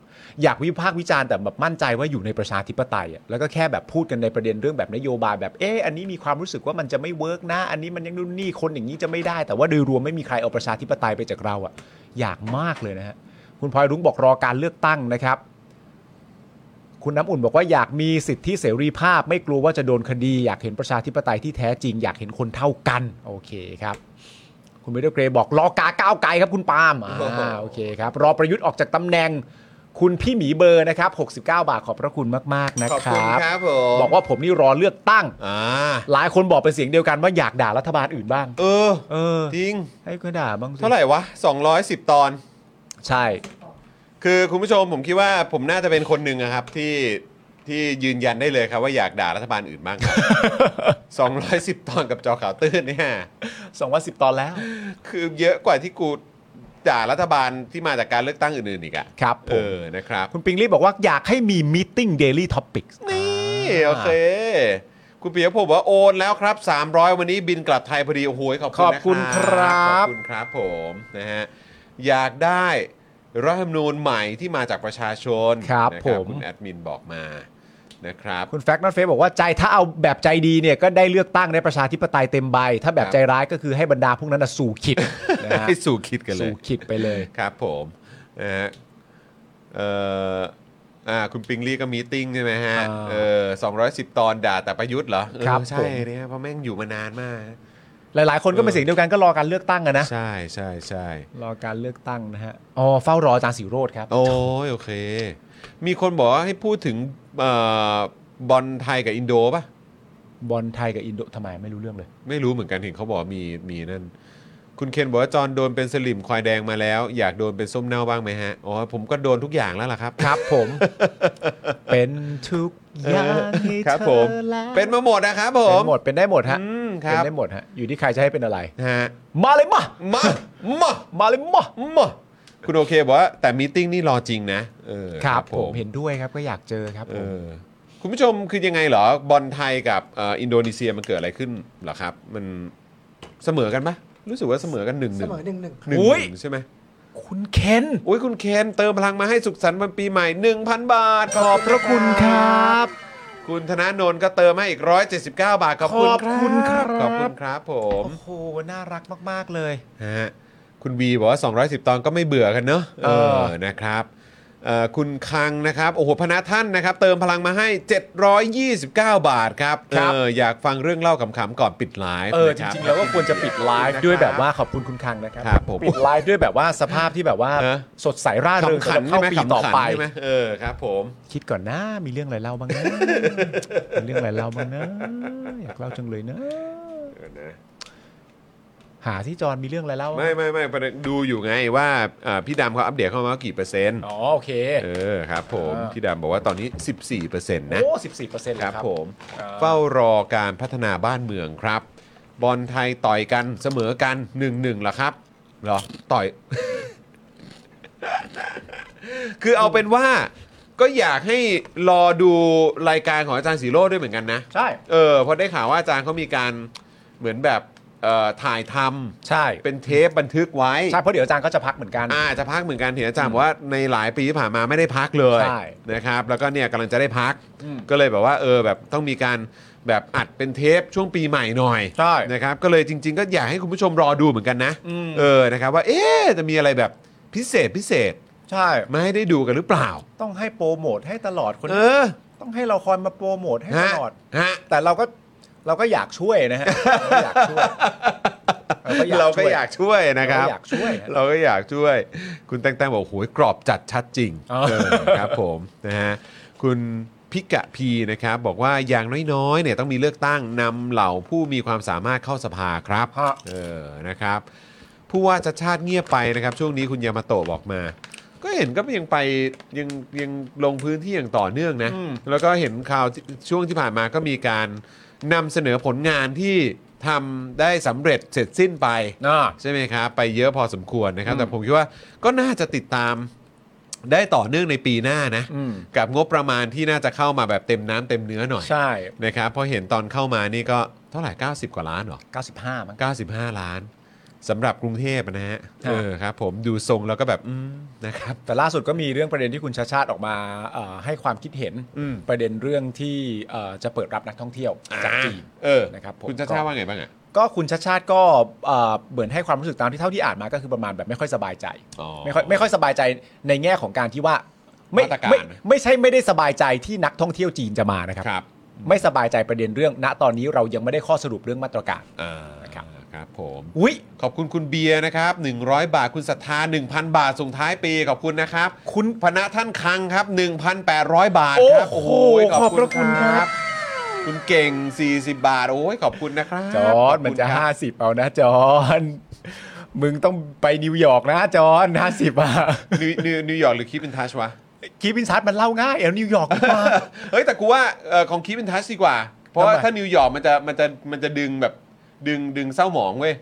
C: อยากวิพากษ์วิจารณ์แต่แบบมั่นใจว่าอยู่ในประชาธิปไตยอะแล้วก็แค่แบบพูดกันในประเด็นเรื่องแบบนโยบายแบบเอออันนี้มีความรู้สึกว่ามันจะไม่เวิร์กนะอันนี้มันยังนู่นนี่คนอย่างนี้จะไม่ได้ แต่ว่าโดยรวมไม่มีใครเอาประชาธิปไตยไปจากเราอะอยากมากเลยนะฮะคุณพลอยรุ้งบอกรอการเลือกตั้งนะครับ คุณน้ำอุ่นบอกว่าอยากมีสิทธิเสรีภาพ ไม่กลัวว่าจะโดนคดี อยากเห็นประชาธิปไตยที่แท้จริง อยากเห็นคนเท่ากัน โอเคครับ คุณเบเดอร์เกรย์บอกรอกาก้าวไกลครับคุณปาล์ม
B: โอ้โห
C: อ่าโอเคครับ รอประยุทธ์ออกจากตำแหน่ง คุณพี่หมีเบอร์นะครับ 69 บาทขอบพระคุณมาก ๆ นะ
B: ขอบ
C: ค
B: คุณ
C: รับ
B: ครับผม
C: บอกว่าผมนี่รอเลือกตั้ง
B: อ่า
C: หลายคนบอกเป็นเสียงเดียวกันว่าอยากด่ารัฐบาลอื่นบ้าง
B: เออ
C: เออ
B: จริง
C: ให้ก็ด่าบ้างสิ
B: เท่าไหร่วะ 210 ตอน
C: ใช่
B: คือคุณผู้ชมผมคิดว่าผมน่าจะเป็นคนหนึ่งอะครับ ที่ที่ยืนยันได้เลยครับ ว่าอยากด่ารัฐบาลอื่นบ้างค รับ 210 ตอนกับจอข่าวตื้นเนี่ย
C: 210 ตอนแล้ว
B: คือเยอะกว่าที่กูด่ารัฐบาลที่มาจากการเลือกตั้งอื่นๆอีกอะ
C: ครับผ
B: เอ
C: ม
B: อนะครับ
C: คุณปิงลี่บอกว่าอยากให้มีมีติ้งเดลี่ท็อปิก
B: นี่โอเค คุณปิยพงศ์บอกว่าโอนแล้วครับ 300 วันนี้บินกลับไทยพอดี โอ้โหขอบคุณนะ
C: ขอบคุณครับ
B: ขอบคุณครับผมนะฮะอยากได้รัฐธรรมนูญใหม่ที่มาจากประชาชน
C: ครับ
B: นะ
C: ผม
B: คุณแอดมินบอกมานะครับ
C: คุณแฟกต์นอตเฟสบอกว่าใจถ้าเอาแบบใจดีเนี่ยก็ได้เลือกตั้งได้ประชาธิปไตยเต็มใบ ถ้าแบบ
B: ครับ
C: ใจร้ายก็คือให้บรรดาพวกนั้นน่ะสู่ขิ ดนะฮะ
B: ให้สู่คิดกันเลย
C: สู่ขิดไปเลย
B: ครับผมนะฮะเอ่ออ่าคุณปิงลี่ก็มีตติ้งใช่ไหมฮะ
C: อ่า
B: เออ210 ตอนด่าแต่ประยุทธ์เหรอเออ
C: ครับ
B: ใช่
C: ผม
B: เนี่ยเพราะแม่งอยู่มานานมาก
C: หลาย ๆ คนก็เป็นเสียงเดียวกันก็รอการเลือกตั้งอะนะ
B: ใช่ใช่ใช่
C: รอการเลือกตั้งนะฮะอ๋อเฝ้ารออาจารย์สีโรดครับ
B: โอ้ยโอเค มีคนบอกว่าให้พูดถึงเอ่อบอลไทยกับอินโดป่ะ
C: บอลไทยกับอินโดทำไมไม่รู้เรื่องเลย
B: ไม่รู้เหมือนกันเห็นเขาบอกว่ามีมีนั่น คุณเคนบอกว่าจอนโดนเป็นสลิมควายแดงมาแล้ว อยากโดนเป็นส้มเน่าบ้างไหมฮะ อ๋อ ผมก็โดนทุกอย่างแล้วล่ะครับ
C: ครับผม เป็นทุกอย่างให้
B: ครับ
C: เธ
B: ผม
C: อแล้ว
B: เป็นมาหมดนะครับผ
C: เป็
B: ม
C: นหมดเป็นได้หมดฮะ
B: อืมค
C: เป็น
B: รับ
C: ได้หมดฮะอยู่ที่ใครจะให้เป็นอะไร
B: ฮะ
C: มาเลยมา
B: มามา
C: มาเลยมา
B: มาคุณโอเคบอกว่าแต่มีตติ้งนี่รอจริงนะเออ
C: ครับผมเห็นด้วยครับก็อยากเจอครับ
B: เออ
C: ผม
B: คุณผู้ชมคือยังไงเหรอบอลไทยกับเอ่ออินโดนีเซียมันเกิดอะไรขึ้นเหรอครับ มันเสมอกันปะรู้สึกว่าเสมอกันหนึ่งห
D: เส
B: นึ่ง
D: มอหนึ่งหนึ่ง
B: หนึ่ง
C: อุ๊ย
B: หนึ่งใช่ไหม
C: คุณเคน
B: อุ้ยคุณเคนเติมพลังมาให้สุขสันต์วันปีใหม่ 1,000 บาท ขอบพระคุณค
C: ครับ รับ
B: คุณธนาโนนก็เติมให้อีก 179 บาท ขอบคุณ
C: ขอบคุณครับ
B: ขอบคุณครับผ
C: โอ้
B: ม
C: โหน่ารักมาก ๆ เลย
B: ฮะคุณวีบอกว่า 210 ตอนก็ไม่เบื่อกันเนอะ
C: เออ
B: นะครับเอ่อคุณคังนะครับ โอ้โหพนาท่านนะครับ เติมพลังมาให้ 729 บาทครับเอออยากฟังเรื่องเล่าขำๆก่อนปิดไลฟ์
C: เออ จ
B: นะคบ
C: ริง ๆ แล้วก็ควรจะปิดไลฟ์ด้วยแบบว่าขอบคุณคุณคังนะครับ
B: ครับผม
C: ปิดไลฟ์ด้วยแบบว่าสภาพที่แบบว่า
B: เออ
C: สดใสร่าเริง
B: ขำขัน
C: สำห
B: ใช่
C: รับเข้า
B: ไหม
C: ปี
B: ขำ
C: ต่อ
B: ขัน
C: ไป
B: ใช่ไหมเออครับผม
C: คิดก่อนนะมีเรื่องอะไรเล่าบ้าง นะ มีเรื่องอะไรเล่าบ้างนะ อยากเล่าจังเลยนะหาที่จอนมีเรื่องอะไรเล่าบ้าง
B: ไม่ไม่ไม่ประเด็นดูอยู่ไงว่าอ่าพี่ดำเขาอัปเดตเข้ามาว่ากี่เปอร์เซ็นต์
C: อ๋อโอเค
B: เออครับผม
C: อ่า
B: พี่ดำบอกว่าตอนนี้ 14เปอร์เซ็นต์นะ
C: โอ้สิบสี่เปอร์เซ็นต์
B: ครับผม
C: อ่า
B: เฝ้ารอการพัฒนาบ้านเมืองครับ บอลไทยต่อยกันเสมอกัน1นึเหรอครับเหรอต่อย คือเอาเป็นว่าก็อยากให้รอดูรายการของอาจารย์สีโรดด้วยเหมือนกันนะ
C: ใช่
B: เออเพอได้ข่าวว่าอาจารย์เขามีการเหมือนแบบเอ่อถ่ายทำ
C: ใช่
B: เป็นเทปบันทึกไว้
C: ใช่เพราะเดี๋ยวอาจารย์ก็จะพักเหมือนกัน
B: อาจจะพักเหมือนกันเห็นอาจารย์บอกว่าในหลายปีที่ผ่านมาไม่ได้พักเลย
C: ใช่
B: นะครับ แล้วก็เนี่ยกำลังจะได้พัก
C: อืม
B: ก็เลยแบบว่าเออแบบต้องมีการแบบอัดเป็นเทปช่วงปีใหม่หน่อย
C: ใช่
B: นะครับ ก็เลยจริง ๆ ก็อยากให้คุณผู้ชมรอดูเหมือนกันนะ
C: อืม
B: เออนะครับว่าเอ๊ะจะมีอะไรแบบพิเศษพิเศษ
C: ใช่
B: มาให้ได้ดูกันหรือเปล่า
C: ต้องให้โปรโมทให้ตลอดคน
B: เออ
C: ต้องให้เราคอยมาโปรโมทให้ต
B: ฮะ
C: ลอด
B: ฮะ
C: แต่เราก็เราก็อยากช่วยนะฮะเราก็อยากช่วย
B: เราก็อยากช่วยนะครับ
C: เราก็อยากช่วย
B: เราก็อยากช่วย คุณแตงแตงบอกโอ้โหกรอบจัดชัดจริง
C: อ๋อ
B: เออครับผมนะฮะคุณพิกะพีนะครับบอกว่าอย่างน้อยๆเนี่ยต้องมีเลือกตั้งนำเหล่าผู้มีความสามารถเข้าสภาครับเออนะครับผู้ว่าชาติชาติเงียบไปนะครับ ช่วงนี้คุณยามาโตะบอกมา ก็เห็นก็ยังไปยังยังลงพื้นที่อย่างต่อเนื่องนะ แล้วก็เห็นข่าวที่ช่วงที่ผ่านมาก็มีการนำเสนอผลงานที่ทำได้สำเร็จเสร็จสิ้นไป
C: อ่า
B: ใช่ไหมครับ ไปเยอะพอสมควรนะครับ
C: อืม
B: แต่ผมคิดว่าก็น่าจะติดตาม ได้ต่อเนื่องในปีหน้านะ
C: อืม
B: กับงบประมาณที่น่าจะเข้ามาแบบเต็มน้ำเต็มเนื้อหน่อย
C: ใช่
B: นะครับเพราะเห็นตอนเข้ามานี่ก็เท่าไหร่ 90 กว่าล้านเหรอ
C: 95มั้ง
B: 95 ล้านสำหรับกรุงเทพนะฮะ
C: ครับ
B: เออครับผมดูทรงแล้วก็แบบอืมนะครับ
C: แต่ล่าสุดก็มีเรื่องประเด็นที่คุณชาชาติออกมาเอ่อให้ความคิดเห็น
B: อืม
C: ประเด็นเรื่องที่เอ่อจะเปิดรับนักท่องเที่ยวจากจีน
B: เออ
C: นะครับผม
B: คุณชาชาว่าไงบ้างอ่ะ
C: ก็คุณชาชาติก็เอ่อเหมือนให้ความรู้สึกตามที่เท่าที่อ่านมาก็คือประมาณแบบไม่ค่อยสบายใจ
B: อ๋อ
C: ไม่ค่อยไม่ค่อยสบายใจในแง่ของการที่ว่าไม่
B: มาตรการ
C: ไม่ไม่ใช่ไม่ได้สบายใจที่นักท่องเที่ยวจีนจะมานะครับ
B: ครับ
C: ไม่สบายใจประเด็นเรื่อง ณตอนนี้เรายังไม่ได้ข้อสรุปเรื่องมาตรการ
B: อ่า
C: ครับ
B: ครับผม
C: อุ้ย
B: ขอบคุณคุณเบียร์นะครับ 100 บาทคุณศรัทธา 1,000 บาทส่งท้ายปีขอบคุณนะครับ คุณพนะท่านคังครับ 1,800 บาทครับ
C: โอ้โห
B: ย
C: ขอบพระคุณครับ
B: คุณเก่ง 40 บาท โอ้ยขอบคุณนะครับ
C: จอร์น
B: ขบคุณ
C: มันจะ
B: ครับ
C: 50 เอานะจอร์นมึงต้องไปนิวยอร์กนะจอร์นห้าสิบอ่ะ
B: นิวนิวนิวยอร์กหรือคีบินทัชวะ
C: คีบินชัดมันเล่าง่ายเอานิวยอร์กดีกว่า
B: เฮ้ย แต่กูว่าเอ่อของคีบินทัชดีกว่า เพราะว่า
C: ทำไม
B: ถ้านิวยอร์กมันจะมันจะมันจะดึงแบบดึงดึงเศร้าหมองเว้ย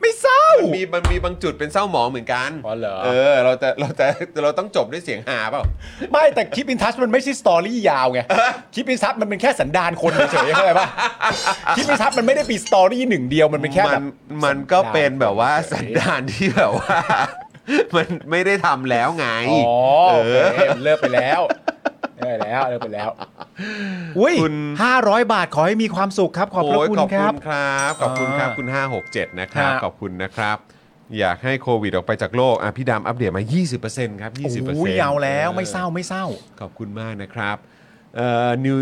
C: ไม่เศร้า
B: มันมีมันมีบางจุดเป็นเศร้าหมองเหมือนกัน
C: อ๋อเหรอ
B: เออเราจะเราจะเราต้องจบด้วยเสียงหาเปล่า
C: ไม่แต่คลิปอินทัชมันไม่ใช่สตอรี่ยาวไงคลิปอินทัชมันเป็นแค่สันดานคนเฉยๆเข้าใจป่ะคลิปอินทัชมันไม่ได้ปีสตอรี่หนึ่งเดียวมันเป็นแค่
B: มั
C: แบ
B: น
C: บ
B: มันก็เป็นแบบว่า
C: เฉยๆ
B: สันดานที่แบบว่า มันไม่ได้ทำแล้วไง
C: อ๋อ
B: เอ
C: โอเค
B: อ
C: มันเลิกไปแล้วเลิกไปแล้วเลิกไปแล้วอุ้ย
B: คุณ
C: ห้าร้อยบาทขอให้มีความสุขครับ ขอบพระ
B: โย
C: คุณ
B: ขอบ
C: ค
B: คุ
C: รับ
B: ณครับ ขอบคุณครับ
C: อ่า
B: คุณ 567 นะครับ
C: ครับ
B: ขอบคุณนะครับ อยากให้โควิดออกไปจากโลกอ่ะพี่ดำอัปเดตมา 20%ครับ 20%
C: โอ้ยยาวแล้วไม่เศร้าไม่เศร้า
B: ขอบคุณมากนะครับเอ่อ New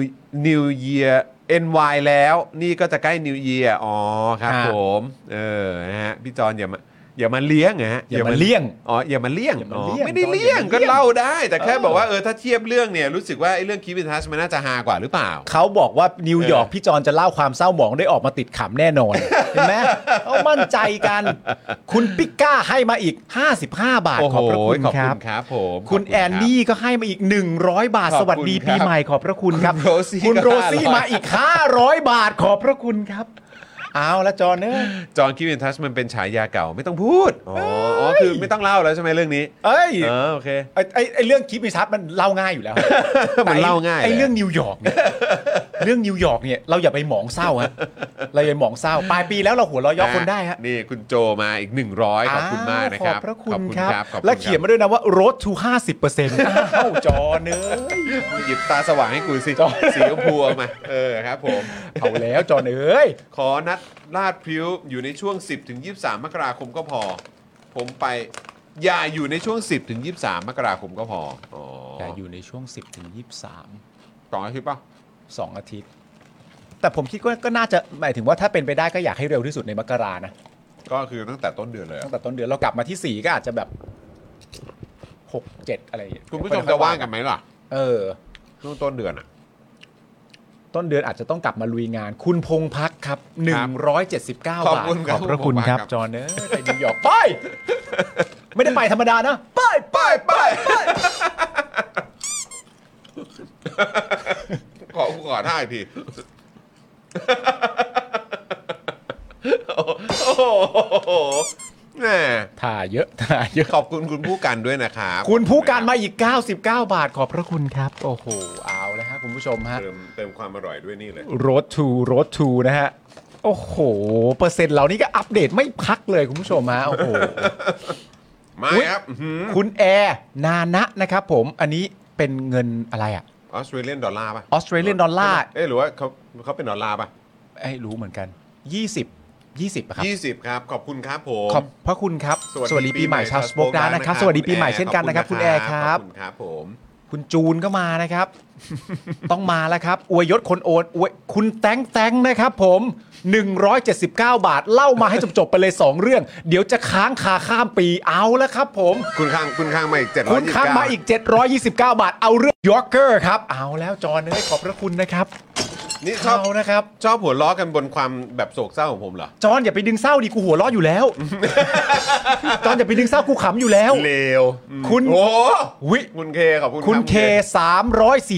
B: New Year NY แล้วนี่ก็จะใกล้ New Year อ๋อครับ
C: ครับ
B: ผมเออนะฮะพี่จอนอย่ามาอย่ามาเลี้ยงนะฮะ
C: อย่ามาเลี่ยง
B: อ๋ออย่ามาเลี่ยง
C: อย่ามา
B: อ๋อ
C: เลี่ยง
B: ไม่ได้เลี่ยง
C: ตอนอย่ามาเลี่ยง
B: ก็เล่าได้ แต่แค่
C: เออ
B: บอกว่าเออถ้าเทียบเรื่องเนี่ยรู้สึกว่าไอ้เรื่องคีบิทัสมันน่าจะฮากว่าหรือเปล่า
C: เขาบอกว่านิวยอร์ก
B: เออ
C: พี่จอนจะเล่าความเศร้าหมองได้ออกมาติดขำแน่นอน เห็นไหมเขามั่นใจกัน คุณปิก้าให้มาอีก 55 บาท
B: โอ้โห
C: ขอบพระคุณ
B: ขอบ
C: ค
B: คุ
C: รับ
B: ณครับผม
C: คุณ
B: ขบ
C: แอน
B: รับ
C: นี่ก็ให้มาอีก 100 บาท
B: ขอบคุณ
C: สวัสดีปี
B: ครับ
C: ใหม่ขอบพระคุณครับ
B: คุณโรซี่
C: คุณ
B: ก็
C: โรซี่
B: 500
C: มาอีก 500 บาทขอบพระคุณครับ เอาละจอนเนอะ
B: จอห์นคีบิทัสมันเป็นฉายาเก่าไม่ต้องพูดอ๋ออ๋อคือไม่ต้องเล่าแล้วใช่ไหมเรื่องนี้
C: เอ้ย
B: เออโอเค
C: ไอ้ไอ้ไอ้เรื่องคลิปวิชัดมันเล่าง่ายอยู่แล้ว
B: มันเล่าง่าย
C: ไอ้เรื่องนิวยอร์กเนี่ย เรื่องนิวยอร์กเนี่ยเราอย่าไปหมองเศร้า ฮะเราอย่าไปหมองเศร้าปลายปีแล้วเราหัวเราะเย่อคนได้ฮะ
B: นี่คุณโจมาอีก 100 ขอบคุณมากนะครับ
C: อ้วขอบพระคุณครับ
B: ขอบณ
C: และเขียนมาด้วยนะว่า road to 50%อ้ าวจอเนย
B: หยิบตาสว่างให้กูสิ
C: จอห์น
B: สีชมพูออกมา เออครับผม
C: เอาแล้วจอเนย
B: ขอนัดลาดพริ้วอยู่ในช่วง 10 ถึง 23 มกราคมก็พอ ผมไปอย่าอยู่ในช่วง 10 ถึง 23 มกราคมก็พอ อ๋อ
C: แต่อยู่ในช่วง 10ถึง23
B: สองอาทิตย์ป่ะ
C: 2 อาทิตย์ แต่ผมคิดว่าก็น่าจะหมายถึงว่าถ้าเป็นไปได้ก็อยากให้เร็วที่สุดในมกรานะ
B: ก็คือตั้งแต่ต้นเดือนเลย
C: ตั้
B: อะ
C: งแต่ต้นเดือนเรากลับมาที่สี่ก็อาจจะแบบหกเจ็ดอะไรอย่เย
B: คุณผู้ชมจะว่างกันไหมล่ะ
C: เออ
B: ช่วงต้นเดือนอ่ะ
C: ต้นเดือนอาจจะต้องกลับมาลุยงาน คุณพงพักครับ 179 บาท
B: ขอบคุณครับ
C: ขอบพระคุณ
B: คุณพงษ์พัก
C: ครับ
B: ครับ
C: จอห์นเนอไปนิวยอร์กไป ไม่ได้ไปธรรมดานะ ไปไปไปไป
B: ขอขอท่าอีกทีโอ้โหแหม่
C: ถ่าเยอะถ่าเยอะ
B: ขอบคุณคุณผู้กันด้วยนะครับ
C: คุณผู้การมาอีก 99 บาท ขอบพระคุณครับ โอ้โห เอาแล้วฮะคุณผู้ชมฮะ
B: เติมเติมความอร่อยด้วยนี่เลย
C: รถทูรถทูนะฮะ โอ้โห เปอร์เซ็นต์เหล่านี้ก็อัปเดตไม่พักเลยคุณผู้ชมฮะ โอ้โห
B: มา
C: อุ๊ย
B: ครับ
C: คุณแอร์นานะนะครับผม อันนี้เป็นเงินอะไรอะ
B: ออสเตรเลียนดอลลาร์ป่ะ
C: Australian dollar
B: เอ๊ะหรือว่าเขาเขาเป็นดอลลาร์ป่ะ
C: ไอ้ยรู้เหมือนกัน 20 20อะครับ
B: 20 ครับ ขอบคุณครับผม
C: ขอบพระคุณครับ
B: ส
C: สวั
B: วั
C: ส
B: ส
C: ดี
B: ดี
C: ปี
B: ปี
C: ให
B: ให
C: ม่
B: ม่
C: ชา
B: ชาว ว
C: ส
B: ส
C: ป
B: ป
C: อ
B: อก ก
C: ดา
B: ดา
C: นะ
B: นะ
C: ค
B: ค
C: รั
B: รับ บ
C: ส
B: ส
C: วั
B: วั
C: ส
B: ส
C: ดี
B: ดีปี
C: ปีให
B: ให
C: ม่
B: ม่
C: เช่
B: เช่
C: น
B: น
C: กั
B: กัน น
C: นะ
B: นะ
C: ค
B: ค
C: รั
B: รั
C: บ
B: คุณ ณแอร์ครับ บ ขอบ
C: บ คุแอร์ครั
B: คุณครับผม
C: คุณจูนก็มานะครับ ต้องมาแล้วครับ อวยยศคนโอนอวยคุณแตงแตงนะครับผม 179 บาท เล่ามาให้จบ ๆ ไปเลย 2 เรื่อง เดี๋ยวจะค้างคาข้ามปีเอาแล้วครับผม
B: คุณข้างคุณข้างมาอีก700
C: คุณค้างมาอีก 729 บาท เอาเรื่องยอร์เกอร์ครับ เอาแล้วจอห์นเอ้ยขอบพระคุณนะครับ
B: นี่ชอ
C: เขา
B: บ
C: นะครับ
B: ชอบหัวล้อกันบนความแบบโศกเศร้าของผมเหรอ
C: จอห์นอย่าไปดึงเศร้าดิกูหัวเร้ออยู่แล้ว จอห์นอย่าไปดึงเศร้ากูขำอยู่แล้ว
B: เลว
C: คุณ
B: โอ้
C: วิ
B: คุณเคขอบคุณ
C: คุณ
B: รับ
C: เค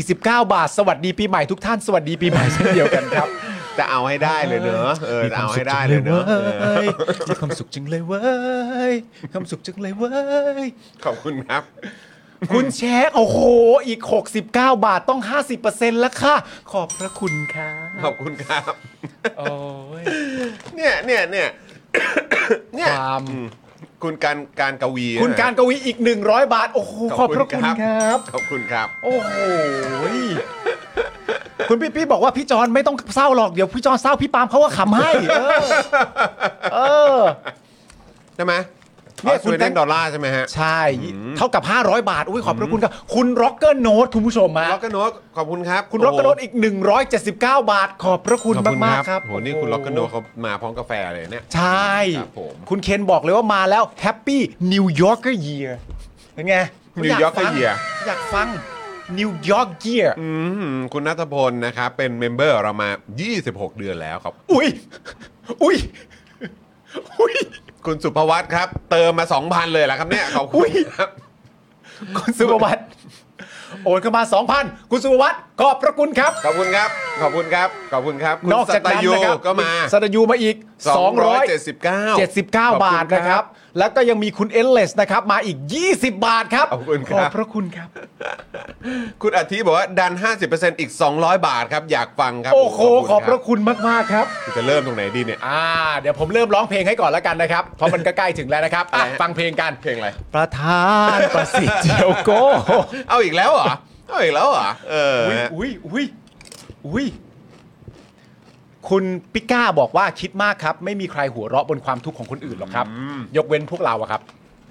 C: 349 บาท สวัสดีปีใหม่ทุกท่าน สวัสดีปีใหม่เช่นเดียวกันครับ
B: จะเอาให้ได้เลยเนอะเออจะเอาให้ได้เลยเนอะเออ
C: มีความสุขจังเลยเว้ยมีความสุขจังเลยเว้ย
B: ขอบคุณครับ
C: คุณแชคโอ้โห อีก 69 บาทต้อง 50%แล้วค่ะ ขอบพระคุณค่ะ
B: ขอบคุณครับ
C: โอ้ย
B: เนี่ยเนี่ยเนี่ย เนี่ย
C: ความ
B: อืมคุณการการกวี
C: คุณการ
B: นะ
C: กวีอีก 100 บาท โอ้โห ขอบพระคุณครับ
B: ขอบคุณครับ
C: โอ้โหยคุณพี่พี่บอกว่าพี่จอนไม่ต้องเศร้าหรอก เดี๋ยวพี่จอนเศร้าพี่ปาล์มเขาก็ขำให้ เออ เออ
B: ใช่ไหม
C: เนี่
B: เนี่ย
C: ยคุ
B: คุณ
C: ณ
B: แต
C: แต๊
B: ง
C: ง
B: ดอลลาร์ใช่ไหมฮะ
C: ใช่ เท่ากับ 500 บาท อุ้ยขอบพระคุณครับ คุณร็อกเกอร์โน้ตคุณผู้ชมฮะ
B: ล็อกกระโนกขอบคุณครับ
C: คุณร็อกเกอร์โน้ตอีก 179 บาท ขอบพระคุณ
B: ขอบคุณ
C: มากๆครับ
B: โหนี่คุณล็อกกระโนกเขามาพร้อมกาแฟเลยเนี่ย
C: ใช่
B: ครับผม
C: คุณเคนบอกเลยว่ามาแล้วแฮปปี้นิวยอร์กเกอร์เยียร์เป็นไง
B: New Yorker Year
C: อยากฟังนิวยอร์กเยียร์
B: อืมคุณนัทพลนะครับ เป็นเมมเบอร์เรามา 26 เดือนแล้วครับ
C: อุ้ย อุ้ย อุ้ย
B: คุณสุภวัตครับ เติมมา 2,000 เลยเหรอครับเนี่ยขอบคุ
C: อุ๊
B: ณ
C: ย
B: ครับ
C: คุณสุภวัตโอนเข้ามา 2,000 คุณสุภวัตขอบพระคุณครับ
B: ขอบคุณครับ ขอบคุณครับ ขอบคุณครับคุณ
C: นอกจากนั้น
B: สตยู
C: นะครับ
B: ก็มา
C: สตายูมาอีก
B: 279
C: 279 บาทนะครับ แล้วก็ยังมีคุณเอลเลสนะครับมาอีก 20 บาทครับ
B: ขอบคุณครับ
C: พระคุณครับ
B: คุณอาทิตย์บอกว่าดัน 50%อีก 200 บาทครับ อยากฟังครับ
C: โอ้โหขอบพ
B: รั
C: ระคุณมากๆครับ
B: คุณจะเริ่มตรงไหนดีเนี่ย
C: อ่า เดี๋ยวผมเริ่มร้องเพลงให้ก่อนแล้วกันนะครับ เพราะมันก็ใกล้ถึงแล้วนะครับอ่ะ
B: อะไรฮะ
C: ฟังเพลงกัน
B: เพลงอะไร
C: ประธานประสิทธิ์เจียวโก้
B: เอาอีกแล้วเหรอ เอาอีกแล้วเหรอ เออ
C: อุ้ย
B: ฮะ
C: อุ้ยอุ้ยอุ้ยคุณปิก้าบอกว่าคิดมากครับ ไม่มีใครหัวเราะบนความทุกข์ของคนอื่นหรอกครับ ยกเว้นพวกเราอะครับ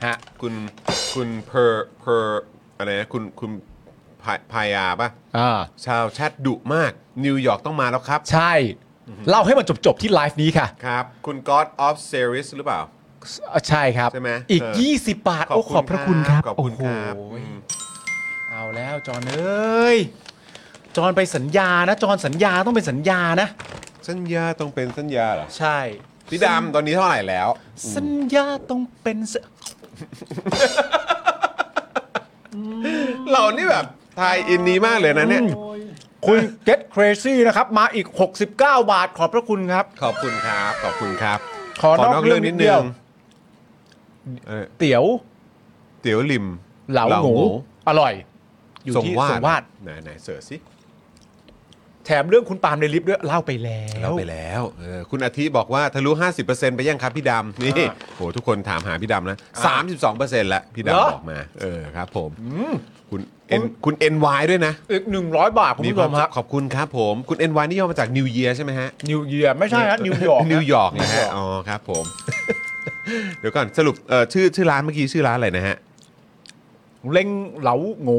C: ฮะ
B: คุณคุณเพอร์เพอร์อะไรนะคุณคุณพายพายาป่ะ
C: อ่า
B: ชาวแชทดุมาก นิวยอร์กต้องมาแล้วครับ
C: ใช่ เล่าให้มันจบๆที่ไลฟ์นี้ค่ะ
B: ครับ คุณ God of Series หรือเปล่า
C: อ่ะใช่ครับ
B: ใช่ไหม
C: อีก
B: เออ
C: 20 บาท โอ้ขอบพระคุณครับ
B: ขอบคุณครับ
C: โอ้โห
B: อืม
C: เอาแล้วจอนเอ้ยจอนไปสัญญานะ จอนสัญญาต้องเป็นสัญญานะ
B: สัญญาต้องเป็นสัญญาเหรอ
C: ใช่
B: พี่ดำตอนนี้เท่าไหร่แล้ว
C: สัญญาต้องเป็นส
B: เรานี่แบบไทยอินนี้มากเลยนะเนี่ย
C: คุณ get crazy นะครับ มาอีก 69 บาทขอบพระคุณครับ
B: ขอบคุณครับ ขอบคุณครับ
C: ขอนอกเรื่องนิดเดียว
B: เออ
C: เตี๋ยว
B: เตี๋ยวลิม
C: เหลาหมูอร่อย อยู่
B: ส่ง
C: ที่
B: วา
C: ส
B: ด
C: งวาด
B: ไหนไหนเสิร์ชสิ
C: แถมเรื่องคุณปาล์มในลิฟต์ด้วยเล่าไปแล้ว
B: เราไปแล้วเออคุณอาทิบอกว่าทะลุ 50%ไปยังครับพี่ดำนี่โหทุกคนถามหาพี่ดำนะ 32%แล้วพี่
C: เหรอ
B: ดำบอกมา เออครับผมคุณเอ็นคุณ NY ด้วยนะ
C: อีก 100 บาทคุณ
B: มี
C: ผู้
B: ค
C: ช
B: วาม
C: ม
B: สุ
C: ฮะ
B: ขขอบคุณครับผม คุณ NY นี่ย่อมาจาก New Year ใช่ไหมฮะ
C: นิวเยียร์ไม่ใช่ฮะ นิวยอร์ก
B: นิวยอร์กนะฮะ อ๋อครับผม เดี๋ยวก่อนสรุปเอ่อชื่อชื่อร้านเมื่อกี้ชื่อร้านอะไรนะฮะ
C: เล้งเหลาหงู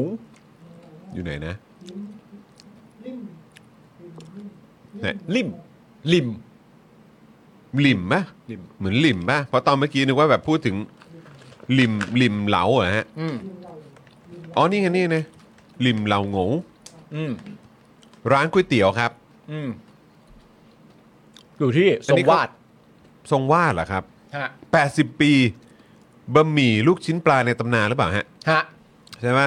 B: อยู่ไหนนะไหน
C: ลิมลิม
B: ลิมปะ
C: ลิม
B: เหมือนลิมปะเพราะตอนเมื่อกี้นึกว่าแบบพูดถึงลิมลิมเหลาเหรอฮะอ๋อนี่ไงนี่ไงลิมเหลาโงง
C: อืม
B: ร้านก๋วยเตี๋ยวครับ
C: อืมอยู่ที่
B: อั
C: ส
B: น
C: ม
B: นี้
C: วาด
B: ทรงวาดเหรอครับ
C: ฮะ
B: 80 ปีบะหมี่ลูกชิ้นปลาในตำนานหรือเปล่าฮะ
C: ฮะ
B: ใช่ไหม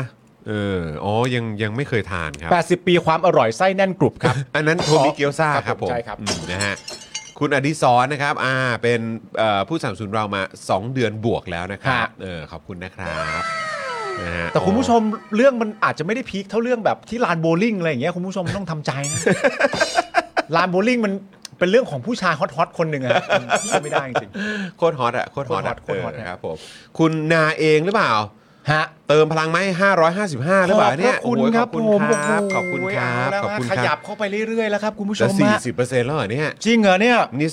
B: เอออ๋อยังยังไม่เคยทานครับ
C: 80 ปีความอร่อยไส้แน่นกรุบครับ
B: อันนั้นโทมิเกียวซาค
C: ครั
B: รับบ ผ
C: ผม มใช่ครับ
B: อืมนะฮะคุณอดิศรนะครับอ่าเป็นเอ่อผู้สนับสนุนเรามา 2 เดือนบวกแล้วนะครับเออขอบคุณนะครับนะฮะ
C: แต่คุณผู้ชมเรื่องมันอาจจะไม่ได้พีคเท่าเรื่องแบบที่ลานโบว์ลิ่งอะไรอย่างเงี้ยคุณผู้ชมต้องทำใจ นะ ลานโบว์ลิ่งมันเป็นเรื่องของผู้ชายฮอตฮอตๆคนหนึ่งอะมันไม่ได้จริง
B: โคตรฮอตอะโคตรฮอตอะ
C: โคตรฮอต
B: เอ
C: โค
B: อ
C: ตรฮอต
B: ครับผมคุณนาเองหรือเปล่า
C: ๆฮะ
B: เติมพลังไหม555 หรือเปล่าเนี่ย
C: ขอบพระคุณ
B: โอ้ย
C: ครับ
B: ขอบ
C: ผม
B: คุณครับ
C: โโห
B: ขอบคุณครับ
C: เาละ
B: ขอบคุณ
C: ข
B: ค
C: ยั
B: รั
C: บบ เข้าไปเรื่อยๆแล้วครับคุณผู้ช
B: จะ
C: มฮะ
B: 40%แล้วเหรอเนี่ย
C: จริงเหรอเนี่ย
B: นี่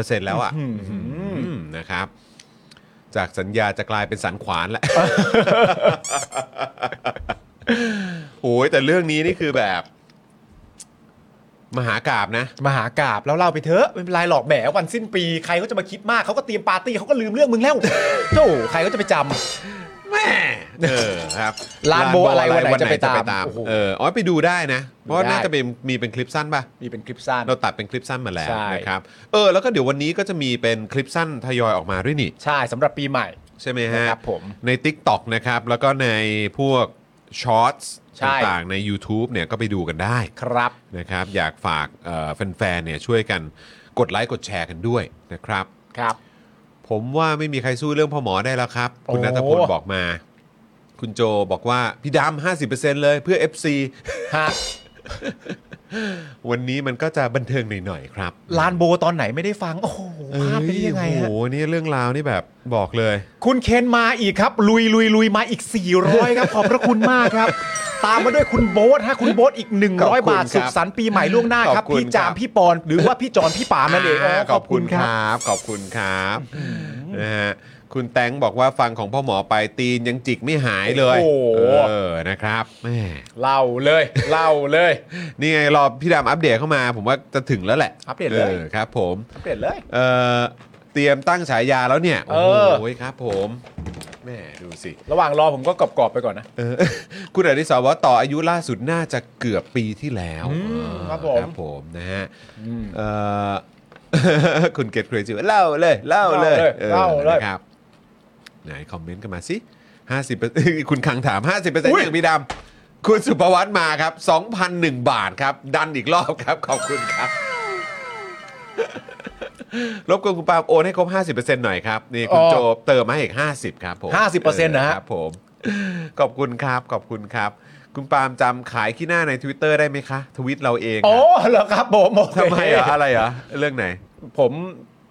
B: 37%แล้วอ่ะอืมนะครับ จากสัญญาจะกลายเป็นสันขวานแหละ โอ้ยแต่เรื่องนี้นี่คือแบบ มหากราบนะ
C: มหากราบแล้วเล่าไปเถอะไม่เป็นไรหรอกแหมวันสิ้นปีใครเขาจะมาคิดมากเขาก็เตรียมปาร์ตี้เขาก็ลืมเรื่องมึงแล้ว โธ่ใครก็จะไปจำ
B: แม่ เออครับ
C: ลานโบอะไรวันไหนจะไปตามโอ้โห
B: เอออ๋อไปดูได้นะ เพราะว่า
C: ได้
B: น่าจะเป็นมีเป็นคลิปสั้นป่ะ
C: มีเป็นคลิปสั้น
B: เราตัดเป็นคลิปสั้นมาแล้ว
C: ใช่
B: นะครับ เออ แล้วก็เดี๋ยววันนี้ก็จะมีเป็นคลิปสั้นทยอยออกมาด้วยนี่
C: ใช่สำหรับปีใหม่
B: ใช่ไหมฮะ
C: นะครับผม
B: ใน Tik t o อกนะครับ แล้วก็ในพวกช็อต
C: ใช่
B: ต่างๆใน YouTube เนี่ยก็ไปดูกันได้
C: ครับ
B: นะครับ อยากฝากเอ่อแฟนๆเนี่ยช่วยกันกดไลค์กดแชร์กันด้วยนะครับ
C: ครับ
B: ผมว่าไม่มีใครสู้เรื่องพ่อหมอได้แล้วครับ คุณ
C: โอ้
B: นัทพลบอกมา คุณโจบอกว่า พี่ดำ50%เลยเพื่อ FC
C: ฮะ
B: วันนี้มันก็จะบันเทิงหน่อยๆครับ
C: ลานโบตอนไหนไม่ได้ฟัง โอ้โหพลาดไปได้ยังไง
B: เอ้ย
C: ฮะ
B: โอ้โหนี่เรื่องราวนี่แบบบอกเลย
C: คุณเคนมาอีกครับ ลุยลุยลุยมาอีก 400 ครับ ขอบพระคุณมากครับ ตามมาด้วยคุณโบ๊ทฮะคุณโบ๊ทอีก
B: ขอบคุณ
C: 100 บาท
B: ครับ
C: สุขสันต์ปีใหม่ล่วงหน้าครับ
B: ขอบคุณ
C: พี่จาม
B: ครับ
C: พี่ปอนหรือว่าพี่จอนพี่ปามนั่นเอง
B: อ่า
C: ขอบคุณครับ
B: บขอบคุณครับนะฮะคุณแตงบอกว่าฟังของพ่อหมอไปตีนยังจิกไม่หายเลย
C: โอ้โห
B: เออนะครับแหม
C: เล่าเลย เล่าเลย
B: นี่ไงรอพี่ดำอัปเดตเข้ามา ผมว่าจะถึงแล้วแหละ
C: อัปเดตเลย
B: ออครับผม
C: เปลี่ยนเลย
B: เอ่อเตรียมตั้งฉายาแล้วเนี่ย
C: เอ
B: โอ้
C: อ
B: โหครับผมแหม่ดูสิ
C: ระหว่างรอผมก็กรอบๆไปก่อนนะ
B: เอ อ คุณอดิศรบอกว่าต่ออายุล่าสุดน่าจะเกือบปีที่แล้ว
C: อืม
B: เออ
C: ครับผม
B: ครับผมนะฮะ
C: อืม
B: เอ่อ คุณเกตครีจิวเล่าเลยเล่าเลย
C: เล่าเล
B: อ
C: ย
B: อนะครับไหนคอมเมนต์กันมาสิ50% คุณคังถาม 50%
C: อุ๊ย
B: อย่างพี่ดำคุณสุภวัตมาครับ 2,001 บาทครับ ดันอีกรอบ ครับ ขอบคุณครับ รบกวนคุณปาล์มโอนให้ครบ 50%หน่อยครับ นี่คุณ
C: อ๋อ
B: โจเติมมาให้อีก 50 ครับผม
C: 50%นะฮะ
B: ครับผม ขอบคุณครับ ขอบคุณครับ คุณปาล์มจำขายขี้หน้าใน Twitter ได้ไหมคะ ทวิตเราเอง
C: โอ้
B: ครับ
C: เหรอครับผมโอเค
B: ทำไมเหรออะไรเหรอ เรื่องไหน
C: ผม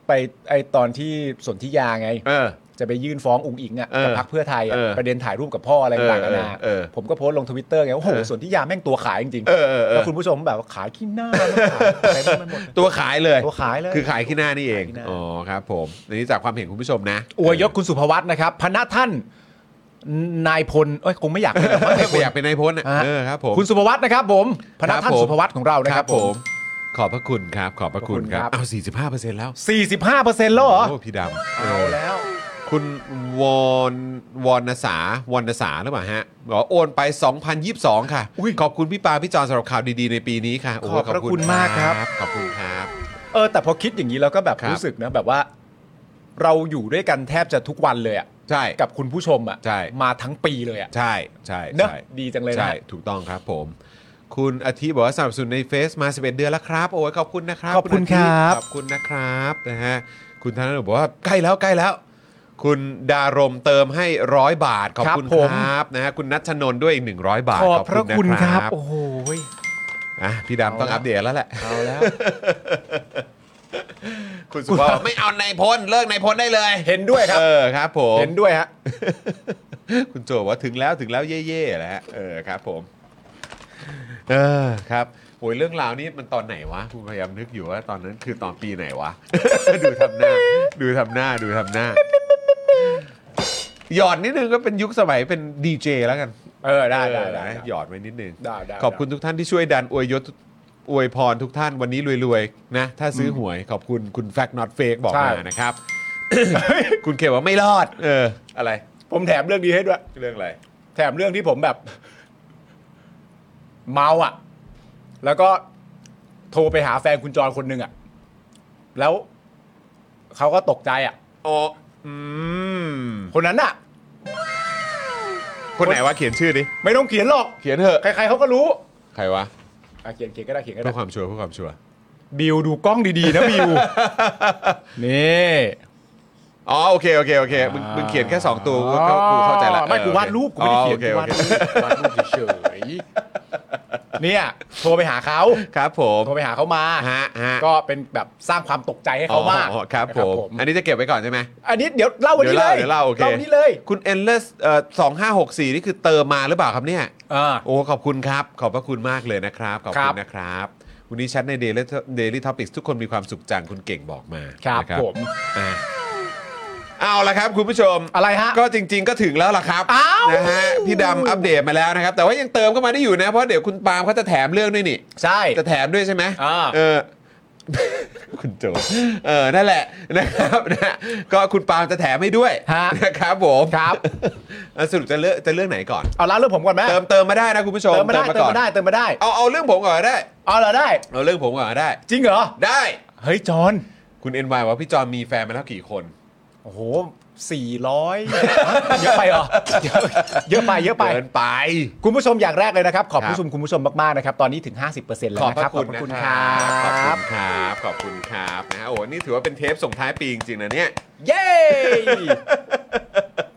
C: ไปไอตอนที่สนธิยาไง
B: เออ
C: จะไปยื่นฟ้องอุงอิงอ่ะ
B: เออ
C: กับพรรคเพื่อไทยอะ
B: เออ
C: ประเด็นถ่ายรูปกับพ่ออะไรต่างๆนานา
B: เออเออเออ
C: ผมก็โพสต์ลงทวิตเตอร์ไงว่าโอ้โห
B: เออ
C: ส่วนที่ยาแม่งตัวขายจริง
B: เออเออ
C: ๆ
B: เอ
C: แล้ว
B: อ
C: คุณผู้ชมแบบว่าขายขี้หน้ามันขายอะไรบ้างมันหมด
B: ตัวขายเลย
C: ตัวขายเลย
B: คือขายขี้หน้านี่เอง
C: ขายขี้หน้า
B: อ๋อครับผมอันนี้จากความเห็นคุณผู้ชมนะ
C: อวยยศคุณสุภวัตนะครับพนักท่านนายพลเอ้ยคงไม่อยากเป็นหรอกมั้งนายพล
B: อยากเป็นนายพลนะ
C: ฮะ
B: เออครับผม
C: คุณสุภวัตนะครับผมพนักท่านสุภวัตของเรานะครับผม
B: ขอบพระคุณครับ ขอบพระคุณครับ
C: ขอบคุณครับ
B: เอา45%แล้ว
C: 45%แล้วเหรอ
B: โอ้พี่ดำ
C: เอาแล้ว
B: คุณวอนวอนสาวอนสาหรือเปล่าฮะบอกว่าโอนไป 2022 ค่ะขอบคุณพี่ปาพี่จอนสำหรับข่าวดีๆในปีนี้ค่ะโ
C: ขอบพระคุณมากครับ
B: ขอบคุณครับ
C: เออแต่พอคิดอย่างนี้แล้วก็แบบ
B: ครับ
C: รู้สึกนะแบบว่า เราอยู่ด้วยกันแทบจะทุกวันเลยอ่ะ
B: ใช่
C: กับคุณผู้ชมอ่ะ
B: ใช่
C: มาทั้งปีเลยอ่ะ
B: ใช่ใช่
C: เนอะ
B: ใช่
C: ดีจังเลยนะ
B: ใช่ถูกต้องครับผม คุณอาทิบอกว่าสนับสนุนในเฟซมา 11 เดือนแล้วครับ โอ้ยขอบคุณนะครับ
C: ขอบคุณ
B: าทิ
C: ครับ
B: ขอบคุณนะครับนะฮะคุณธนาบอกว่าใกล้แล้วใกล้แล้ว คุณดารมเติมให้ร้อยบาทขอบคุณครับนะฮะคุณนัชนนท์ด้วยอีก100 บาท
C: ขอบพระคุณ
B: นะครับ
C: โอ้โห
B: อ่ะพี่ดำต้อง
C: เอาละ
B: อัปเดตแล้วแหละ
C: เอาแล้ว
B: คุณสุภาพไม่เอานายพลเลิกนายพลได้เลย
C: เห็นด้วยครับ
B: เออครับผม
C: เห็นด้วยฮะ
B: คุณโจบอกว่าถึงแล้วถึงแล้วเย่ๆแล้วเออครับผมเออครับโอ้ยเรื่องราวนี้มันตอนไหนวะคุณพยายามนึกอยู่ว่าตอนนั้นคือตอนปีไหนวะ ดูทำหน้า ดูทำหน้าดูทำหน้า หยอดนิดนึงก็เป็นยุคสมัยเป็นดีเจแล้วกัน
C: เออได้ได้
B: เออ
C: ได้
B: นะหยอดไว้นิดนึง
C: ได้ได้
B: ขอบคุณทุกท่านที่ช่วยดันอวยยศอวยพรทุกท่านวันนี้รวยๆ นะ ถ้าซื้อหวยขอบคุณคุณแฟกต์นอตเฟกบอกมานะครับ คุณเขียนว่าไม่รอด เออ อะไร
C: ผมแถมเรื่องดีให้ด้วย
B: เรื่องอะไร
C: แถมเรื่องที่ผมแบบ เมาอ่ะ แล้วก็โทรไปหาแฟนคุณจรคนหนึ่งอ่ะ แล้วเขาก็ตกใจอ่ะ
B: อ๋อ อืม
C: คนนั้นอ่ะ
B: คนไหนว่าเขียนชื่อดิ
C: ไม่ต้องเขียนหรอก
B: เขียนเถอะ
C: ใครๆเขาก็รู้
B: ใครวะ
C: อ่ะเขียนเขียนก็ได้เขียนก็
B: เพื่
C: ได้
B: อความชัวร์เพื่อความชัวร์
C: บิวดูกล้องดีๆนะ บิว นี่
B: อ๋อ โอเค โอเค โอเค มึงมึงเขียนแค่ 2 ตัวกูเข้ากูเข้าใจละ
C: ไม่กูวาดรูปกูไม่ได้เขียน
B: อ๋อโอเค
C: กู
B: โอ
C: วาด
B: เค
C: รูปวาดรูปเฉยๆเนี่ย โทรไปหาเขา
B: ครับผม
C: โทรไปหาเขามา
B: ฮะฮะ
C: ก็เป็นแบบสร้างความตกใจให้เขามาก
B: อ๋อครับ
C: นะ
B: ผม อันนี้จะเก็บไว้ก่อนใช่ไหม
C: อันนี้เดี๋ยวเล่าวัน
B: เดี๋ย
C: นี้
B: ว
C: เล
B: เล่าย เดี๋ยวเล่าโอเค
C: เล่าวันนี้เลย
B: คุณ endless เอ่อสองห้าหกสี่นี่คือเติมมาหรือเปล่าครับเนี่ย
C: อ่า
B: โอ้ขอบคุณครับ ขอบพระคุณมากเลยนะครับ ขอบ
C: ค
B: คุ
C: รับ
B: ณนะครับ วันนี้ชัดใน Daily Daily Topics ทุกคนมีความสุขจังคุณเก่งบอกมา
C: ครับ
B: นะ
C: ผม
B: อ่ะเอาละครับ คุณผู้ชม
C: อะไรฮะ
B: ก็จริง ๆ ก็ถึงแล้วล่ะครับ
C: อ้าว
B: นะฮะพี่ดำอัปเดตมาแล้วนะครับ แต่ว่ายังเติมเข้ามาได้อยู่นะ เพราะเดี๋ยวคุณปาล์มเขาจะแถมเรื่องด้วยนี่
C: ใช่
B: จะแถมด้วยใช่ไหม
C: อ่า
B: เอ อ คุณโจเออ นั่นแหละนะครับนะก็คุณปาล์มจะแถมให้ด้วย
C: ฮะ
B: นะครับผม
C: ครับ
B: อ่ะสรุปจะเลือกจะเรื่องไหนก่อน
C: เอาล่าเรื่องผมก่อนไหม
B: เติมเติมมาได้นะคุณผู้ชม
C: เติมมาได้เติม
B: ก่อน
C: มาได้เติมมาได้
B: เอาเอาเรื่องผมก่อนก็ได้
C: เอาเหรอได้
B: เอาเรื่องผมก่อนก็ได้
C: จริงเหรอ
B: ได้
C: เฮ้ยจอน
B: คุณเอ็นวายว่าพี่จอมมีแฟนมาแล้วกี่คน
C: โอ้โหสี่ร้อยเยอะไปเหรอเยอะเยอะไปเยอะไป
B: เกินไป
C: คุณผู้ชมอย่างแรกเลยนะครับ ขอบ
B: ครับ
C: ผู้ชมคุณผู้ชมมากๆนะครับ ตอนนี้ถึง 50%แล้
B: ข
C: ว
B: อบ
C: นะ
B: พ
C: ครับ
B: ระคุณนะค
C: ค
B: ร
C: รั
B: ับ ขอบคุ
C: บ
B: ณครับ ขอบคุณครับนะฮะโอ้โหนี่ถือว่าเป็นเทปส่งท้ายปีจริงๆนะเนี่ย
C: เย้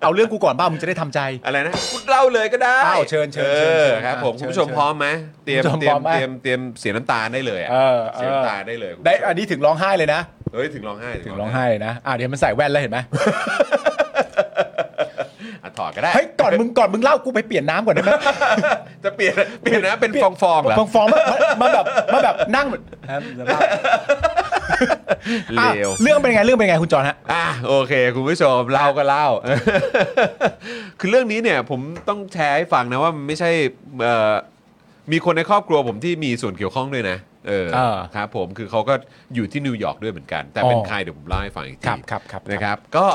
C: เอาเรื่องกูก่อนบ้ามึงจะได้ทำใจ
B: อะไรนะพูดเล่าเลยก็ได้
C: อ้าวเชิญเชิญเชิ
B: อ
C: ญ
B: อ
C: เชิญ
B: ครับ
C: อ่ะ
B: ผม
C: เชิ
B: คุณ
C: ญ
B: ผู้ชม
C: เชิญ
B: พร้อมไหมเตรียม
C: คุณผู้
B: เตรีย
C: ชมพร้อ
B: ม
C: มไหม
B: เตรียมเตรียมเสียน้ำตาลได้เลยอ่ะ
C: เออเออ
B: เสียน้ำตาลได้เลยคุณผู้ชม
C: ได้อันนี้ถึงร้องไห้เลยนะ
B: เฮ้ยถึงร้องไห้
C: ถึงร้องไห้เลยนะอ่าเดี๋ยวมันใส่แว่นแล้วเห็นไหม
B: อ่ะถอดก็ได้
C: เฮ้ยก่อนมึงก่อนมึงเล่ากูไปเปลี่ยนน้ำก่อนได้ไหม
B: จะเปลี่ยนเปลี่ยนนะเป็นฟองฟองๆเหรอ
C: ฟองฟองๆมามามาแบบมาแบบนั่งแบบอ่ะ
B: เลว
C: เรื่องเป็นไงเรื่องเป็นไงคุณจอนฮะ
B: อ่ะโอเค คุณผู้ชมเล่าก็เล่า คือเรื่องนี้เนี่ยผมต้องแชร์ให้ฟังนะว่ามันไม่ใช่เอ่อมีคนในครอบครัวผมที่มีส่วนเกี่ยวข้องด้วยนะเออ
C: เออ
B: ครับผมคือเขาก็อยู่ที่นิวยอร์กด้วยเหมือนกัน แต่เป็น
C: อ๋อ
B: ใครเดี๋ยวผมเล่าให้ฟังอีกที
C: ครับครับครับ
B: นะครับ ก็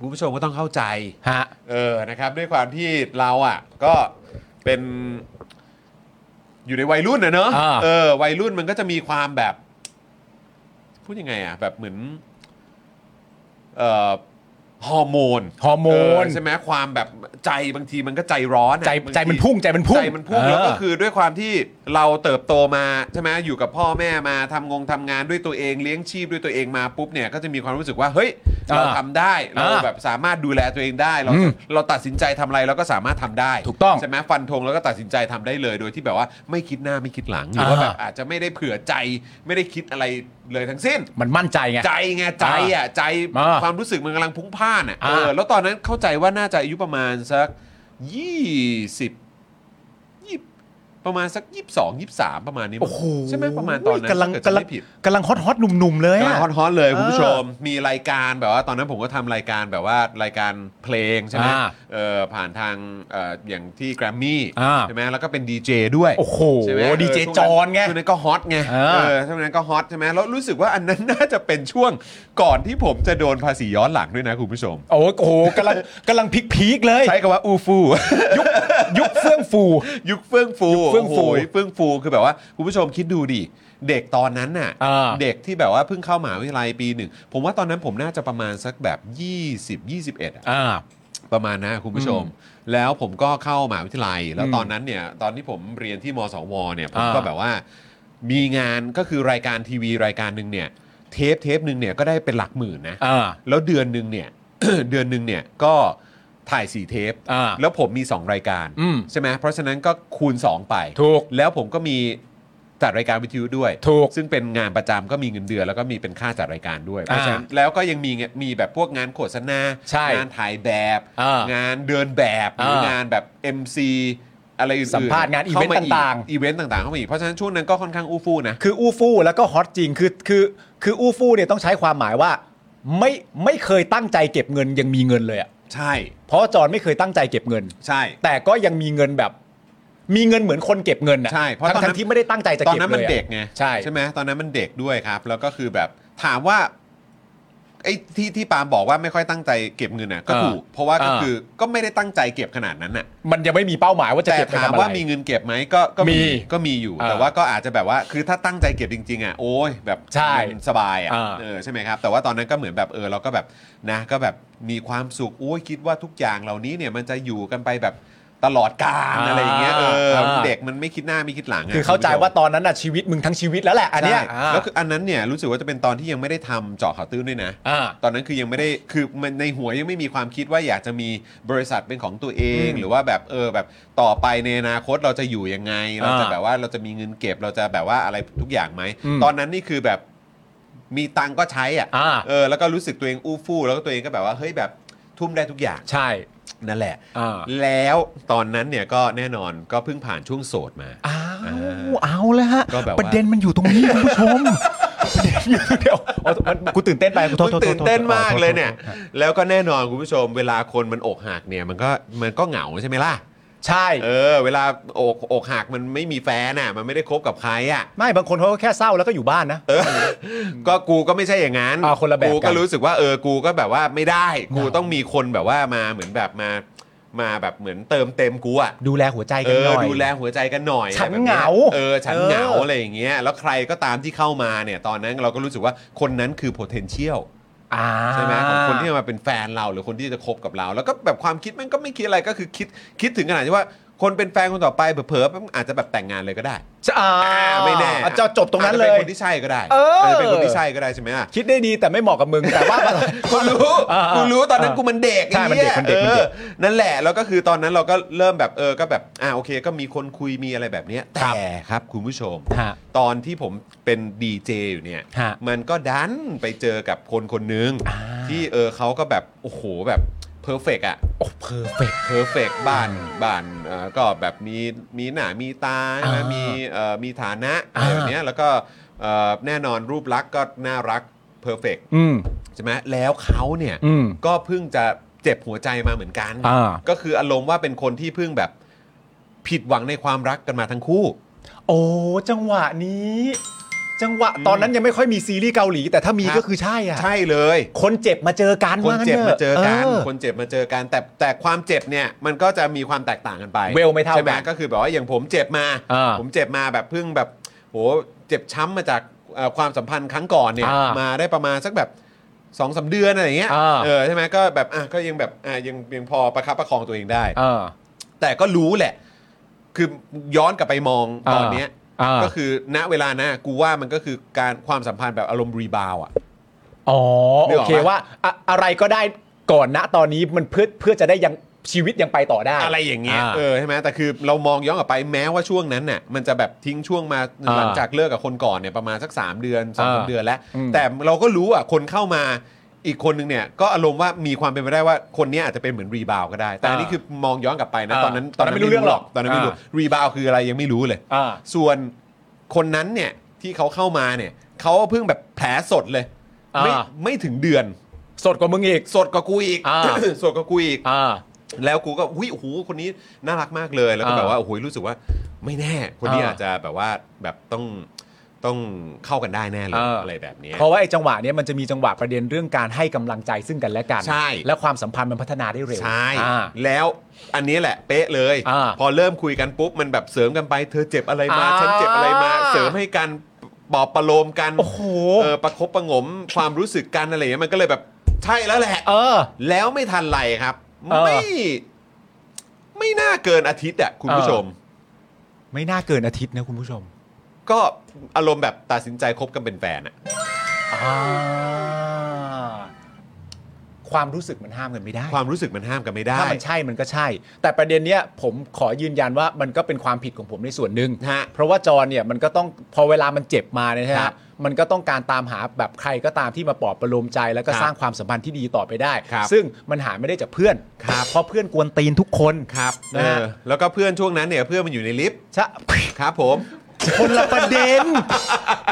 B: คุณผู้ชมก็ต้องเข้าใจ
C: ฮะ
B: เออ นะครับ ด้วยความที่เราอ่ะ ก็เป็นอยู่ในวัยรุ่นนะเนอะ
C: อ่า
B: เออ วัยรุ่นมันก็จะมีความแบบ พูดยังไงอ่ะ แบบเหมือน เอ่อ ฮอร์โมน
C: ฮอร์โมน
B: เออใช่ไหมความแบบใจบางทีมันก็ใจร้อนอะ
C: ใจ
B: บาที
C: ใจมันพุ่งใจมันพุ่ง
B: ใจมันพุ่ง แล้วก็คือด้วยความที่เราเติบโตมาใช่ไหมอยู่กับพ่อแม่มาทำงงทำงานด้วยตัวเองเลี้ยงชีพด้วยตัวเองมาปุ๊บเนี่ยก็จะมีความรู้สึกว่าเฮ้ยเรา
C: อ่า
B: ทำได้เรา
C: อ่า
B: แบบสามารถดูแลตัวเองได้เรา
C: อืม
B: เราตัดสินใจทำอะไรเราก็สามารถทำได้
C: ถูกต้อง
B: ใช่ไหมฟันธงแล้วก็ตัดสินใจทำได้เลยโดยที่แบบว่าไม่คิดหน้าไม่คิดหลังหรือว่า
C: อ่า
B: แบบอาจจะไม่ได้เผื่อใจไม่ได้คิดอะไรเลยทั้งสิ้น
C: มันมั่นใจไง
B: ใจไงใจอ่ะใจ
C: อ่า
B: ความรู้สึกมันกำลังพลุ่งพล่านอ่ะ
C: อ่า
B: เออแล้วตอนนั้นเข้าใจว่าน่าจะอายุประมาณสักยี่สิบยี่ประมาณสักยี่สองยี่สามประมาณนี้มั้ง
C: โอ้โห
B: ใช่ไหมประมาณตอนนั้น
C: กำลัง
B: ถ้าเด
C: กำ
B: จำ
C: ลัง
B: ไม่ผิด
C: กำลังฮอตฮอตๆหนุ่มๆเลย
B: กำลั
C: อะ
B: งฮอตๆเลยคุณผู้
C: เออ
B: ชม มีรายการแบบว่าตอนนั้นผมก็ทำรายการแบบว่ารายการเพลงใช่ไหม
C: อ่า
B: เออผ่านทางเอออย่างที่แกรมมี่
C: อ่า
B: ใช่ไหมแล้วก็เป็นดีเจด้วย
C: โอ้โห
B: ใช่ไหม
C: ดีเจ
B: ช่ว
C: จอนไง
B: ช่วงนั้นก็ฮอตไง
C: เออ
B: เออช่วงนั้นก็ฮอตใช่ไหมแล้วรู้สึกว่าอันนั้นน่าจะเป็นช่วงก่อนที่ผมจะโดนภาษีย้อนหลังด้วยนะคุณผู้ชม
C: โอ้โหกำลัง กำลังพีคพีคๆเลย
B: ใช้คำว่าอูฟู
C: ยุคยุคเฟื่องฟู
B: ยุคเฟื่องฟู
C: ยุคเฟื่องฟู
B: โโหเฟื่องฟูคือแบบว่าคุณผู้ชมคิดดูดิเด็กตอนนั้นน่ะ
C: อ่า
B: เด็กที่แบบว่าเพิ่งเข้ามหาวิทยาลัยปีหนึ่งผมว่าตอนนั้นผมน่าจะประมาณสักแบบ 20 21อ่ะ
C: ่า
B: ประมาณนะคุณผู้ชม แล้วผมก็เข้ามหาวิทยาลัย แล้วตอนนั้นเนี่ยตอนที่ผมเรียนที่มสวเนี่ยผมก็
C: อ่า
B: แบบว่ามีงานก็คือรายการทีวีรายการหนึ่งเนี่ยเทปเทปหนึ่งเนี่ยก็ได้เป็นหลักหมื่นนะ
C: อ่า
B: แล้วเดือนหนึ่งเนี่ย เดือนหนึ่งเนี่ยก็ถ่ายสี่เทป
C: อ่า
B: แล้วผมมี 2 รายการ
C: อืม
B: ใช่ไหมเพราะฉะนั้นก็คูณ 2 ไป
C: ถูก
B: แล้วผมก็มีจัดรายการวิทยุด้วย
C: ถูก
B: ซึ่งเป็นงานประจำก็มีเงินเดือน แล้วก็มีเป็นค่าจัดรายการด้วยเพราะ
C: อ่า
B: ฉะนั้นแล้วก็ยังมีไงมีแบบพวกงานโฆษณา
C: ใช่
B: งานถ่ายแบบ
C: อ่าง
B: งานเดินแบบหรืออา องานแบบ MC อะไรอื่นๆ
C: สัมภาษณ์งานอีเวนต์
B: ข้มก
C: ต่างๆ
B: อีเวนต์ต่างๆเข้ามาอีกเพราะฉะนั้นช่วงนั้นก็ค่อนข้างอู้ฟู่นะ
C: คืออู้ฟู่แล้วก็ฮอตจริงคือคือคืออู้ฟู่เนี่ยต้องใช้ความหมายว่า ไม่ไม่เคยตั้งใจเก็บเงินยังมีเงินเลยอ่ะ
B: ใช่
C: เพราะจอนไม่เคยตั้งใจเก็บเงิน
B: ใช่
C: แต่ก็ยังมีเงินแบบ มีเงินเหมือนคนเก็บเงินอ่ะ
B: ใช่เพราะตอนนั้น
C: ทั้งๆที่ไม่ได้ตั้งใจจะ
B: ตอน
C: เก็บเลย
B: นั้นมันเด็กไง
C: ใช่
B: ใช่ไหมตอนนั้นมันเด็กด้วยครับ แล้วก็คือแบบถามว่าไอ้ที่ที่ปาล์มบอกว่าไม่ค่อยตั้งใจเก็บเงินน่ะก็ถูกเพราะว่าก็คือก็ไม่ได้ตั้งใจเก็บขนาดนั้นน่ะ
C: มันยังไม่มีเป้าหมายว่าจะ
B: แต่
C: เก็บไป
B: ถาม
C: ทำอะไร
B: ว่ามีเงินเก็บไหมก็ก็
C: มี
B: ก็มีอยู่
C: อ่า
B: แต่ว่าก็อาจจะแบบว่าคือถ้าตั้งใจเก็บจริง ๆ อ่ะโอ้ยแบบ
C: ใช่
B: มันสบายอ่ะ
C: อ่า
B: เออใช่ไหมครับ แต่ว่าตอนนั้นก็เหมือนแบบเออเราก็แบบนะก็แบบมีความสุขโอ้ยคิดว่าทุกอย่างเหล่านี้เนี่ยมันจะอยู่กันไปแบบตลอดกาลอะไรอย่างเงี้ยเอออา เด็กมันไม่คิดหน้าไม่คิดหลังะ
C: คือเข้าใจว่าตอนนั้นน่ะชีวิตมึงทั้งชีวิตแล้วแหละอันเนี้ย
B: ใช่แล้วคืออันนั้นเนี่ยรู้สึกว่าจะเป็นตอนที่ยังไม่ได้ทำเจาะข่าวตื้นด้วยนะ
C: อ่า
B: ตอนนั้นคือยังไม่ได้คือมันในหัวยังไม่มีความคิดว่าอยากจะมีบริษัทเป็นของตัวเอง
C: อืม
B: หรือว่าแบบเออแบบต่อไปในอนาคตเราจะอยู่ยังไง เราจะแบบว่าเราจะมีเงินเก็บเราจะแบบว่าอะไรทุกอย่างไหม
C: อืม
B: ตอนนั้นนี่คือแบบมีตังก็ใช้อ่ะ
C: อ่า
B: เออแล้วก็รู้สึกตัวเองอู้ฟู่แล้วก็ตัวเองก็แบบว่าเฮ้ยแบบทุ่มได้ทุกอย่าง
C: ใช่
B: นั่นแหละ
C: อ่า
B: แล้วตอนนั้นเนี่ยก็แน่นอนก็เพิ่งผ่านช่วงโสดมา
C: อ้าวเอาแล้วฮะ
B: ก็แบบว่า
C: ประเด็นมันอยู่ตรง นี้คุณผู้ชมประเด็นอยู่เดี๋ยวอ๋อมันกูตื่นเต้นไปกูโทษ
B: มัน
C: โทษโทษ
B: ตื่นเต้นมาก
C: โทษ
B: เลยเนี่ย
C: โทษโทษ
B: แล้วก็แน่นอนคุณผู้ชม เวลาคนมันอกหักเนี่ยมันก็มันก็เหงาใช่ไหมล่ะ
C: ใช่
B: เออ เวลาอกอกหักมันไม่มีแฟนน่ะ มันไม่ได้คบกับใครอ่ะ
C: ไม่บางคนเขาก็แค่เศร้าแล้วก็อยู่บ้านนะ
B: เออ ก็กูก็ไม่ใช่อย่างนั้น
C: อ่าคนละแบบกัน
B: กูก็รู้สึกว่าเออ กูก็แบบว่าไม่ได้ กู
C: เหงา
B: ต้องมีคนแบบว่ามาเหมือนแบบมามาแบบเหมือนเติมเต็มกูอ่ะ
C: ดูแลหัวใจ
B: เอ
C: กันห
B: อ
C: น่อย
B: ดูแลหัวใจกันหน่อย
C: ฉัน
B: อะไรแบบย
C: เหงา
B: เออฉัน
C: เออ
B: เหงาอะไรอย่างเงี้ยแล้วใครก็ตามที่เข้ามาเนี่ย ตอนนั้นเราก็รู้สึกว่าคนนั้นคือ potential
C: อ่า
B: ใช่ไหมของคนที่จะมาเป็นแฟนเราหรือคนที่จะคบกับเรา แล้วก็แบบความคิดมันก็ไม่คิดอะไรก็คือคิดคิดถึงขนาดที่ว่า คนเป็นแฟนคนต่อไปเผลอๆอาจจะแบบแต่งงานเลยก็ได้
C: จะอ่า
B: อ่าไม่แน่
C: อ่ะจะจบตรงนั้นเลย
B: อาจจะเป็นคนที่ใช่ก็ได้
C: เอออ
B: าจจะเป็นคนที่ใช่ก็ได้ใช่ไหมอ่ะ
C: คิดได้ดีแต่ไม่เหมาะกับมึงแต่ว่า
B: กูรู้
C: อ่า
B: กูรู้ตอนนั้น
C: อ่ากู
B: กูมันเด็ก
C: ใช่มันเด็กมันเด็กมัน
B: ออ
C: เด็ก
B: นั่นแหละแล้วก็คือตอนนั้นเราก็เริ่มแบบเออก็แบบอ่าโอเค ก็มีคนคุยมีอะไรแบบเนี้ย
C: ครับ
B: แต่ครับคุณผู้ชม
C: ฮะ
B: ตอนที่ผมเป็นดีเจอยู่เนี่ย
C: ฮะ
B: มันก็ดันไปเจอกับคนคนหนึง
C: อ่า
B: ที่เออเขาก็แบบ โอ้โหแบบเพอร์เฟกอะ
C: โอ้เพอร์เฟก
B: เพอร์เฟกบ้านบ้านเอ่อก็แบบมีมีหน้ามีตาใช่ไหม
C: อ่า
B: มี
C: มี
B: เอ่อมีฐานะอะ
C: อ่า
B: ไรแบบเนี้ยแล้วก็เอ่อแน่นอนรูปลักษณ์ก็น่ารักเพอร์เฟก
C: อืม
B: ใช่ไหมแล้วเขาเนี่ย
C: อืม
B: ก็เพิ่งจะเจ็บหัวใจมาเหมือนกัน
C: อ่า
B: ก็คืออารมณ์ว่าเป็นคนที่เพิ่งแบบผิดหวังในความรักกันมาทั้งคู่
C: โอ้จังหวะนี้ จังหวะตอนนั้นยังไม่ค่อยมีซีรีส์เกาหลี แต่ถ้ามี
B: ครับ
C: ก็คือใช่อะ
B: ใช่เลย
C: คนเจ็บมาเจอกัน
B: คนเจ็บมาเจอกัน
C: ค
B: คน นเจ็บมาเจอกัน แต่แต่ความเจ็บเนี่ยมันก็จะมีความแตกต่างกันไป
C: Well ไม่เท่ากัน
B: ใช่ไหมก็คือแบบว่าอย่างผมเจ็บมา
C: อ่า
B: ผมเจ็บมาแบบเพิ่งแบบโหเจ็บช้ำมาจากเอ่อความสัมพันธ์ครั้งก่อนเนี่ย
C: อ่า
B: มาได้ประมาณสักแบบสองสามเดือนอะไรอย่างเงี้ย
C: อ่า
B: เออใช่ไหมก็แบบอ่ะก็ยังแบบอ่ะยังยังพอประคับประคองตัวเองได้
C: เออ
B: แต่ก็รู้แหละ คือย้อนกลับไปมองตอนเนี้ย
C: อ่าอ่า
B: ก็คือณเวลานะกูว่ามันก็คือการความสัมพันธ์แบบอารมณ์รีบาวอ่ะ
C: อ๋อ
B: นึ
C: โอก
B: ออกปะ
C: เคว่าอะอะไรก็ได้ก่อนนะตอนนี้มันเพื่อเพื่อจะได้ยังชีวิตยังไปต่อได้
B: อะไรอย่างเงี้ย
C: า
B: เออใช่ไหมแต่คือเรามองย้อนกลับไปแม้ว่าช่วงนั้นน่ะมันจะแบบทิ้งช่วงมา
C: อ่า
B: หลังจากเลิกกับคนก่อนเนี่ยประมาณสัก 3 เดือนสองสาม
C: อ่า
B: เดือนแล้ว
C: อืม
B: แต่เราก็รู้อ่ะคนเข้ามาอีกคนนึงเนี่ย ก็อารมณ์ว่ามีความเป็นไปได้ว่าคนเนี้ยอาจจะเป็นเหมือนรีบาวก็ได้ แต่อันนี้คือมองย้อนกลับไปนะ
C: อ่า
B: ตอนนั้น
C: ตอนนั้นไม่รู้เรื่องหรอก
B: ตอนนั้นไม่รู้
C: อ่า
B: รีบาวคืออะไรยังไม่รู้เลย
C: อ่า
B: ส่วนคนนั้นเนี่ยที่เขาเข้ามาเนี่ยเขาเพิ่งแบบแผลสดเลย
C: อ่า
B: ไม่ไม่ถึงเดือน
C: สดกว่ามึงอีก
B: สดกว่ากูอีก
C: อ่า
B: สดกว่ากูอีก
C: อ่า
B: แล้วกูก็อุ้ยโอ้โหคนนี้น่ารักมากเลยแล้วก็แบบ
C: อ่า
B: ว่าโอ้โหรู้สึกว่าไม่แน่ คนนี้
C: อ่า
B: อาจจะแบบว่าแบบต้องต้องเข้ากันได้แน่เลย
C: อ่า
B: อะไรแบบเนี้ย
C: เพราะว่าไอ้จังหวะเนี้ยมันจะมีจังหวะประเด็นเรื่องการให้กำลังใจซึ่งกันและกัน
B: ใช่
C: และความสัมพันธ์มันพัฒนาได้เร็ว
B: ใช่
C: อ่า
B: แล้วอันนี้แหละเป๊ะเลย
C: อ่า
B: พอเริ่มคุยกันปุ๊บมันแบบเสริมกันไป เธอเจ็บอะไรมา
C: อ่า
B: ฉันเจ็บอะไรมาเสริมให้กันปลอบประโลมกัน
C: โอ้โห
B: เออประคบประหงมความรู้สึกกันอะไรอย่างเงี้ยมันก็เลยแบบใช่แล้วแหละ
C: เออ
B: แล้วไม่ทันไรครับ
C: เออ
B: ไม่ไม่น่าเกินอาทิตย์อ่ะคุณผู้ชม
C: ไม่น่าเกินอาทิตย์นะคุณผู้ชม
B: ก็อารมณ์แบบตัดสินใจคบกันเป็นแฟนอะ
C: อ่าความรู้สึกมันห้ามกันไม่ได้
B: ความรู้สึกมันห้ามกันไม่ได้
C: ถ้ามันใช่มันก็ใช่ แต่ประเด็นเนี้ยผมขอยืนยันว่ามันก็เป็นความผิดของผมในส่วนหนึ่ง
B: ฮะ
C: เพราะว่าจอเนี่ยมันก็ต้องพอเวลามันเจ็บมาเนี่ยนะ
B: ครั
C: ฮะ
B: บ
C: มันก็ต้องการตามหาแบบใครก็ตามที่มาปลอบประโลมใจ แล้วก็
B: ครับ
C: สร้างความสัมพันธ์ที่ดีต่อไปได้
B: ครับ
C: ซึ่งมันหาไม่ได้จากเพื่อน
B: ครับ
C: เพราะเพื่อนกวนตีนทุกคน
B: ครับ
C: นะฮะ
B: เออแล้วก็เพื่อนช่วงนั้นเนี่ยเพื่อนมันอยู่ในลิฟต์
C: ใช่
B: ครับผม
C: คนละประเด็น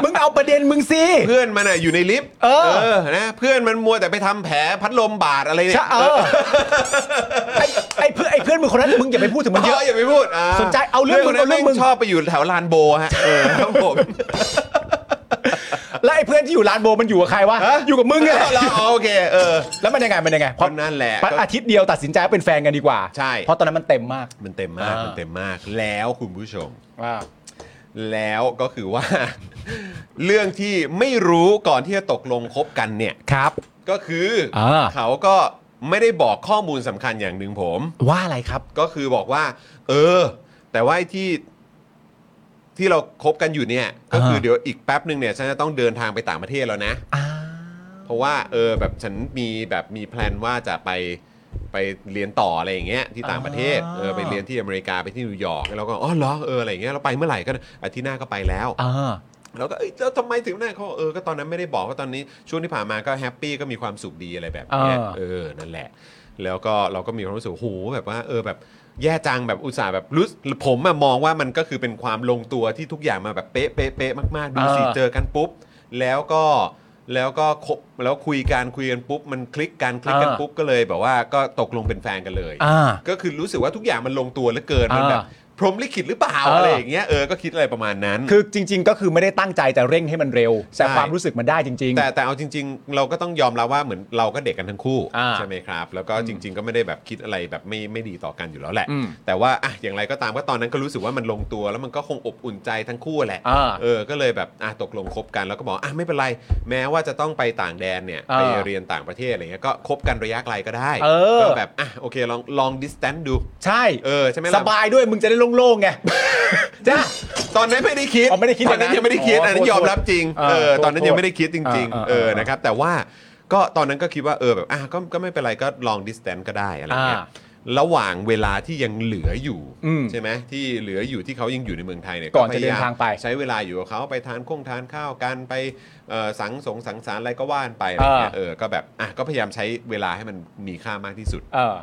C: มึงเอาประเด็นมึงสิ
B: เพื่อนมันอ่ะอยู่ในลิฟต์
C: เออ
B: นะเพื่อนมันมัวแต่ไปทำแผลพัดลมบาดอะไรเนี่
C: ใช่
B: ย
C: เออไอ้ไอ้เพื่อนไอ้เพื่อนมึงคนนั้นมึงอย่าไปพูดถึงมันเย
B: เย
C: อะ
B: อะอย่าไปพูดา
C: สนใจเอาเรื่องมึง
B: คนนั้น
C: เอาเรื่องมึง
B: แชอบไปอยู่แถวลานโบฮะเออครับผม
C: แล้วไอ้เพื่อนที่อยู่ร้านโบมันอยู่กับใครวะ
B: ฮะ
C: อยู่กับมึงไง
B: เอาละเอาโอเคเออ
C: แล้วมันยังไงมันยังไงเพราะ
B: ก็นั่นแหละ
C: ปั๊บ
B: ก็
C: อาทิตย์เดียวตัดสินใจว่าเป็นแฟนกันดีกว่า
B: ใช่
C: เพราะตอนนั้นมันเต็มมาก
B: มันเต็มมาก
C: อ่ามั
B: มันเต็มมาก แล้วคุณผู้ชม แล้วก็คือว่า เรื่องที่ไม่รู้ก่อนที่จะตกลงคบกันเนี่ย
C: ครับ
B: ก็คืออา เขาก็ไม่ได้บอกข้อมูลสำคัญอย่างหนึ่งผม
C: ว่าอะไรครับ
B: ก็คือบอกว่า เออ แต่ว่าไอ้ที่ที่เราคบกันอยู่เนี่ย ก็คือ
C: อ่า
B: เดี๋ยวอีกแป๊บหนึ่งเนี่ยฉันจะต้องเดินทางไปต่างประเทศแล้วนะ
C: อ่า
B: เพราะว่าเออแบบฉันมีแบบมีแพลนว่าจะไปไปเรียนต่ออะไรอย่างเงี้ยที่ต่างประเทศ
C: อ่า
B: เออไปเรียนที่อเมริกาไปที่นิวยอร์กแล้วก็อ๋อเหรอเอออะไรอย่างเงี้ยเราไปเมื่อไหร่ก็อาทิตย์หน้าก็ไปแล้ว
C: อ่า
B: แล้วก็เอ้ยแล้วทำไมถึงนั่นเขาบอกเออ ก็ตอนนั้นไม่ได้บอกว่าตอนนี้ช่วงที่ผ่านมาก็แฮปปี้ก็มีความสุขดีอะไรแบบเนี้ย
C: เอ
B: เอ
C: อ
B: อ นั่นแหละ แล้วก็เราก็มีความรู้สึกโอ้โหแบบว่า เออแบบแย่จังแบบอุตส่าห์แบบรู้สึกผมอะมองว่ามันก็คือเป็นความลงตัวที่ทุกอย่างมาแบบเป๊ะเป๊ะเป๊ะมากๆดูสิ
C: เออ
B: เจอกันปุ๊บ แล้วก็แล้วก็คบแล้วคุยกันคุยกันปุ๊บมันคลิกกันคลิกกันปุ๊บก็เลยแบบว่าก็ตกลงเป็นแฟนกันเลย
C: อ่า
B: ก็คือรู้สึกว่าทุกอย่างมันลงตัวเหลือเกินมัน
C: อ่า
B: แบบพรหมลิขิตหรือเปล่า
C: เอออ
B: อะไรอย่างเงี้ยเออก็คิดอะไรประมาณนั้น
C: คือจริง ๆ ก็คือไม่ได้ตั้งใจจะเร่งให้มันเร็ว แต่
B: ใช่
C: ความรู้สึกมันได้จริง
B: แต่แต่เอาจริง ๆ เราก็ต้องยอมรับว่าเหมือนเราก็เด็กกันทั้งคู่
C: อ่า
B: ใช่ไหมครับ แล้วก็จริง ๆ ก็ไม่ได้แบบคิดอะไรแบบไม่ไม่ดีต่อกันอยู่แล้วแหละ
C: อืม
B: แต่ว่าอ่ะอย่างไรก็ตามก็ตอนนั้นก็รู้สึกว่ามันลงตัว แล้วมันก็คงอบอุ่นใจทั้งคู่แหละ
C: อ่า
B: เออก็เลยแบบอ่ะตกลงคบกันแล้วก็บอกอ่ะไม่เป็นไร แม้ว่าจะต้องไปต่างแด ดนเนี่ย
C: เออ
B: ไปเรียนต่างประเทศอะไรเงี้ยก็คบกันระยะไกลก็ได้
C: เออ
B: ก็แบบอ่ะโอเคลองลอง distance ดู
C: ใช่
B: เออใช่ไหมล่ะ
C: สบายด้วยมึงจะได้โล่งๆไง
B: จ้ะตอนนั้นไม่ได้คิด
C: อ๋อไม่ได้คิด
B: ตอนนั้น
C: อย่างนั้น
B: ยังไม่ได้คิด
C: อ๋อ
B: อันนั้นยอมรับจริง
C: เออ
B: เออ
C: โทษ
B: ตอนนั้นยังไม่ได้คิดจริง
C: เออ
B: ๆ
C: เอ
B: เอ
C: อ
B: อนะครับ แต่ว่าก็ตอนนั้นก็คิดว่าเออแบบอ่ะก็ก็ไม่เป็นไรก็ลอง distance ก็ได้อะไรเงี้ย
C: อ่า
B: ระหว่างเวลาที่ยังเหลืออยู่
C: อืม
B: ใช่ไหมที่เหลืออยู่ที่เขายังอยู่ในเมืองไทยเนี่ย
C: ก่อนจะ
B: พยยม
C: เดินทางไป
B: ใช้เวลาอยู่กับเขาไปทานข้งทานข้าวกันไปเอ่อสังสงสังสารอะไรก็ว่านไปอะไรเงี้ย
C: เออ
B: เออก็แบบอ่ะก็พยายามใช้เวลาให้มันมีค่ามากที่สุด
C: เออ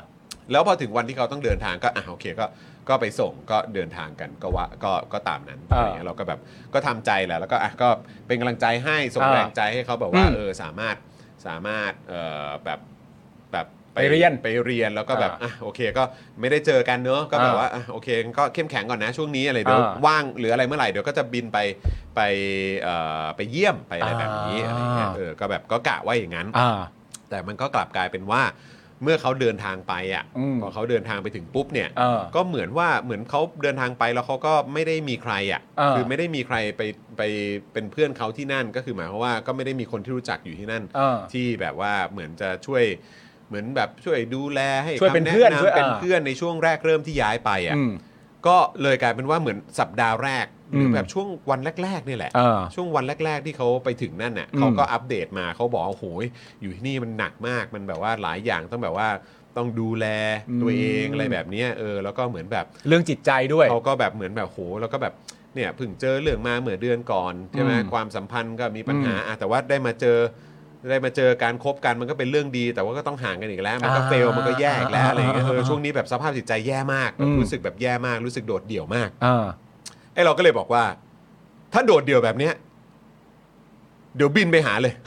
B: แล้วพอถึงวันที่เขาต้องเดินทางก็อ่ะโอเคก็ก็ไปส่งก็เดินทางกันก็ว่าก็ก็ตามนั้น
C: เออ
B: อะ
C: อ
B: ไรเงี้ยเราก็แบบก็ทำใจแหละแล้วก็อ่ะก็เป็นกำลังใจให้ส่ง
C: เออ
B: แรงใจให้เขาแบบว่า
C: อืม
B: เออสามารถสามารถเอ่อแบบแบบ
C: ไปเรียน
B: ไปเรียนแล้วก็แบบ
C: เอออ่
B: อ่ะโอเคก็ไม่ได้เจอกันเนอะก็แบบ
C: เออ
B: ว่าอ่ะโอเคก็เข้มแข็งก่อนนะช่วงนี้อะไรเดี๋ยว
C: เออ
B: ว่างหรืออะไรเมื่อไหร่เดี๋ยวก็จะบินไปไปเอ่อไปเยี่ยมไปอะไรแบบนี้อะไรเงี้ย
C: อ่า
B: เออก็แบบก็กะว่าอย่างนั้น
C: อ่า
B: แต่มันก็กลับกลายเป็นว่าเมื่อเขาเดินทางไปอ่ะ
C: อืม
B: พอเขาเดินทางไปถึงปุ๊บเนี่ย
C: เออ
B: ก็เหมือนว่าเหมือนเขาเดินทางไปแล้วเขาก็ไม่ได้มีใครอ่ะ
C: เออ
B: คือไม่ได้มีใครไปไปเป็นเพื่อนเขาที่นั่นก็คือหมายความว่าก็ไม่ได้มีคนที่รู้จักอยู่ที่นั่น
C: เออ
B: ที่แบบว่าเหมือนจะช่วยเหมือนแบบช่วยดูแลให้
C: ช่วยเป็น
B: คำแะ
C: เพื่อนช่วย
B: ำเป็น
C: อ่า
B: เพื่อนในช่วงแรกเริ่มที่ย้ายไปอ่ะ
C: อืม
B: ก็เลยกลายเป็นว่าเหมือนสัปดาห์แรกหรืออ
C: ม
B: แบบช่วงวันแรกๆนี่แหละ
C: เออ
B: ช่วงวันแรก ๆ ที่เขาไปถึงนั่นน่ะ
C: อืม
B: เขาก็อัปเดตมาเขาบอกว่าโอ้โหอยู่ที่นี่มันหนักมากมันแบบว่าหลายอย่างต้องแบบว่าต้องดูแลตัวเอง
C: อืม
B: อะไรแบบเนี้ยเออแล้วก็เหมือนแบบ
C: เรื่องจิตใจด้วย
B: เขาก็แบบเหมือนแบบโหแล้วก็แบบเนี่ยเพิ่งเจอเรื่องมาเหมือนเดือนก่อนใช่ไหม
C: อืม
B: ความสัมพันธ์ก็มีปัญหา
C: อืม
B: อ่ะแต่ว่าได้มาเจอได้มาเจอการคบกันมันก็เป็นเรื่องดี แต่ว่าก็ต้องห่างกันอีกแล้ว มันก็
C: อ่า
B: เฟลมันก็แย่อีกแล้วอะไรอย่างเงี้ยเออ
C: อ่า
B: ช่วงนี้แบบสภาพจิตใจแย่มากแบบ
C: อืม
B: รู้สึกแบบแย่มากรู้สึกโดดเดี่ยวมาก
C: อ่า
B: ไอ้เราก็เลยบอกว่า ถ้าโดดเดี่ยวแบบเนี้ยเดี๋ยวบินไปหาเลย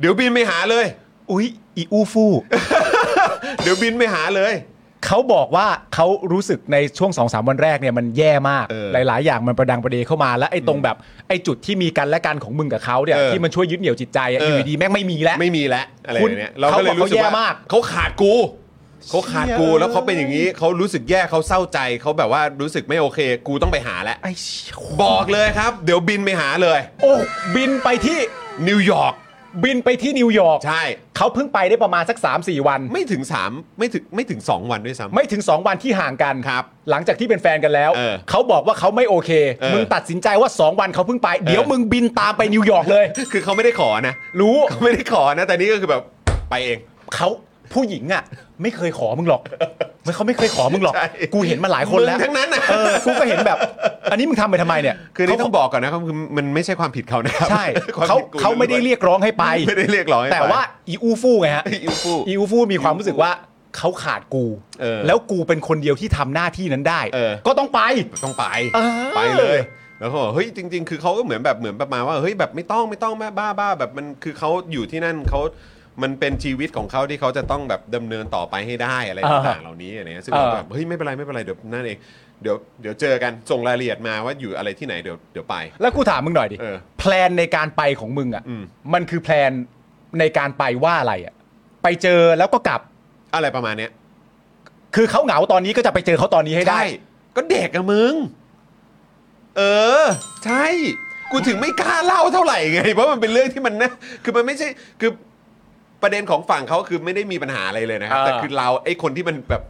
B: เดี๋ยวบินไปหาเลย
C: อุ๊ยอีอูฟู
B: เดี๋ยวบินไปหาเลย
C: เขาบอกว่าเขารู้สึกในช่วง2อสวันแรกเนี่ยมันแย่มาก
B: เออ
C: หลาย ๆ อย่างมันประดังประเดเข้ามาแล้วไอ้ตรงแบบไอ้จุดที่มีกันและกันของมึงกับเขาเนี่ย
B: เออ
C: ที่มันช่วยยึดเหนี่ยวจิตใจอะ
B: เอ
C: อ
B: อ
C: ยู่ดีๆแม่งไม่มีแล้ว
B: ไม่มีแล้วอะไร
C: คุณ
B: เนี่ยเราก็เลยรู้สึก
C: เขาบอกเขาแย่
B: ว่าม
C: าก
B: เขาขาดกูเขาขาดกูแล้วเขาเป็นอย่างนี้เขารู้สึกแย่เขาเศร้าใจเขาแบบว่ารู้สึกไม่โอเค กูต้องไปหาแล้ว
C: ไอ้เชี่ย
B: บอกเลยครับ เดี๋ยวบินไปหาเลย
C: โอ้บินไปที่
B: นิวยอร์ก
C: บินไปที่นิวยอร์ก
B: ใช่
C: เขาเพิ่งไปได้ประมาณสัก 3-4 วัน
B: ไม่ถึงสามไม่ถึงไม่ถึงสองวันด้วยซ้ำ
C: ไม่ถึง 2 วันที่ห่างกัน
B: ครับ
C: หลังจากที่เป็นแฟนกันแล้ว
B: เออ
C: บอกว่าเขาไม่โอเค
B: เออ
C: มึงตัดสินใจว่า 2 วันเขาเพิ่งไป เดี๋ยว
B: เออ
C: มึงบินตามไปนิวยอร์กเลย
B: คือเขาไม่ได้ขอนะ
C: รู้
B: เขาไม่ได้ขอนะ แต่นี่ก็คือแบบไปเอง
C: เขาผู้หญิงอ่ะ ไม่เคยขอมึงหรอกไม่เขาไม่เคยขอมึงหรอก
B: ใช่
C: กูเห็นมาหลายคนแล้ว
B: มึงทั้งนั้นน่ะ
C: เออกูก็เห็นแบบ อันนี้มึงทำไปทำไมเนี่ย
B: คือนี่ต้อง
C: เขา
B: บอกก่อนนะครับคือมันไม่ใช่ความผิดเขานะครับ
C: ใช่
B: ความ
C: เขา
B: ผิดกู
C: เขาไม่ได้เรียกร้องให้ไป
B: ไม่ได้เรียกร้องให้ไป
C: แต่ว่าอีอูฟู่ไงฮะ
B: อีอูฟู่
C: อีอูฟู่มีความรู้สึกว่าเขาขาดกู
B: เออ
C: แล้วกูเป็นคนเดียวที่ทำหน้าที่นั้นได้
B: เออ
C: ก็ต้องไป
B: ต้องไป
C: เออ
B: ไปเลยแล้วเขาบอกเฮ้ยจริง ๆ คือเขาก็เหมือนแบบเหมือนประมาณว่าเฮ้ยแบบไม่ต้องไม่ต้องแม่บ้าบ้าแบบมันคือเขาอยู่ที่นั่นเขามันเป็นชีวิตของเขาที่เขาจะต้องแบบดำเนินต่อไปให้ได้อะไร
C: อ่า
B: ต่างๆเหล่านี้อะไรเงี้ยซึ่งเรา
C: อ่า
B: แบบเฮ้ยไม่เป็นไรไม่เป็นไรเดี๋ยวนั่นเองเดี๋ยวเดี๋ยวเจอกันส่งรายละเอียดมาว่าอยู่อะไรที่ไหนเดี๋ยวเดี๋ยวไป
C: แล้วกูถามมึงหน่อยดิ
B: เออ
C: แพลนในการไปของมึงอ่ะ
B: อืม
C: มันคือแพลนในการไปว่าอะไรอ่ะ ไปเจอแล้วก็กลับ
B: อะไรประมาณเนี้ย
C: คือเขาเหงาตอนนี้ก็จะไปเจอเขาตอนนี้ให้ได้
B: ใช่ก็เด็กอะมึง เออ ใช่ กูถึงไม่กล้าเล่าเท่าไหร่ไง เพราะมันเป็นเรื่องที่มันนะคือมันไม่ใช่คือประเด็นของฝั่งเขาคือไม่ได้มีปัญหาอะไรเลยนะครับ
C: เออ
B: แต่คือเราไอ้คนที่มันแบบ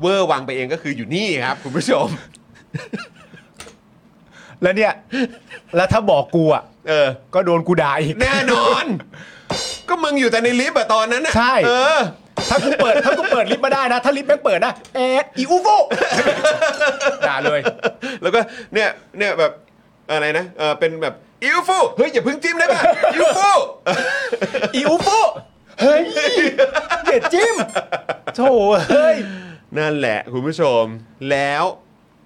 B: เวอร์วังไปเองก็คืออยู่นี่ครับ คุณผู้ชม
C: แล้วเนี่ย แล้วถ้าบอกกูอ่ะ
B: เออ
C: ก็โดนกูด่าอีก
B: แน่นอน ก็มึงอยู่แต่ในลิฟต์อะตอนนั้นน่ะ
C: ใช่
B: เออ
C: ถ้ากูเปิด ถ้ากูเปิดลิฟต์มาได้นะ ถ้าลิฟต์แม่งเปิดนะเอ็ดอีอูโฟด่าเลย
B: แล้วก็เนี่ยเนี่ยแบบอะไรนะเออเป็นแบบอิวฟูเฮ้ยอย่าเพึ่งจิ้มได้ป่ะอิวฟู
C: อีอูโฟเฮ้ยเด็ดจิ้มโธ่เฮ้ย
B: นั่นแหละคุณผู้ชม แล้ว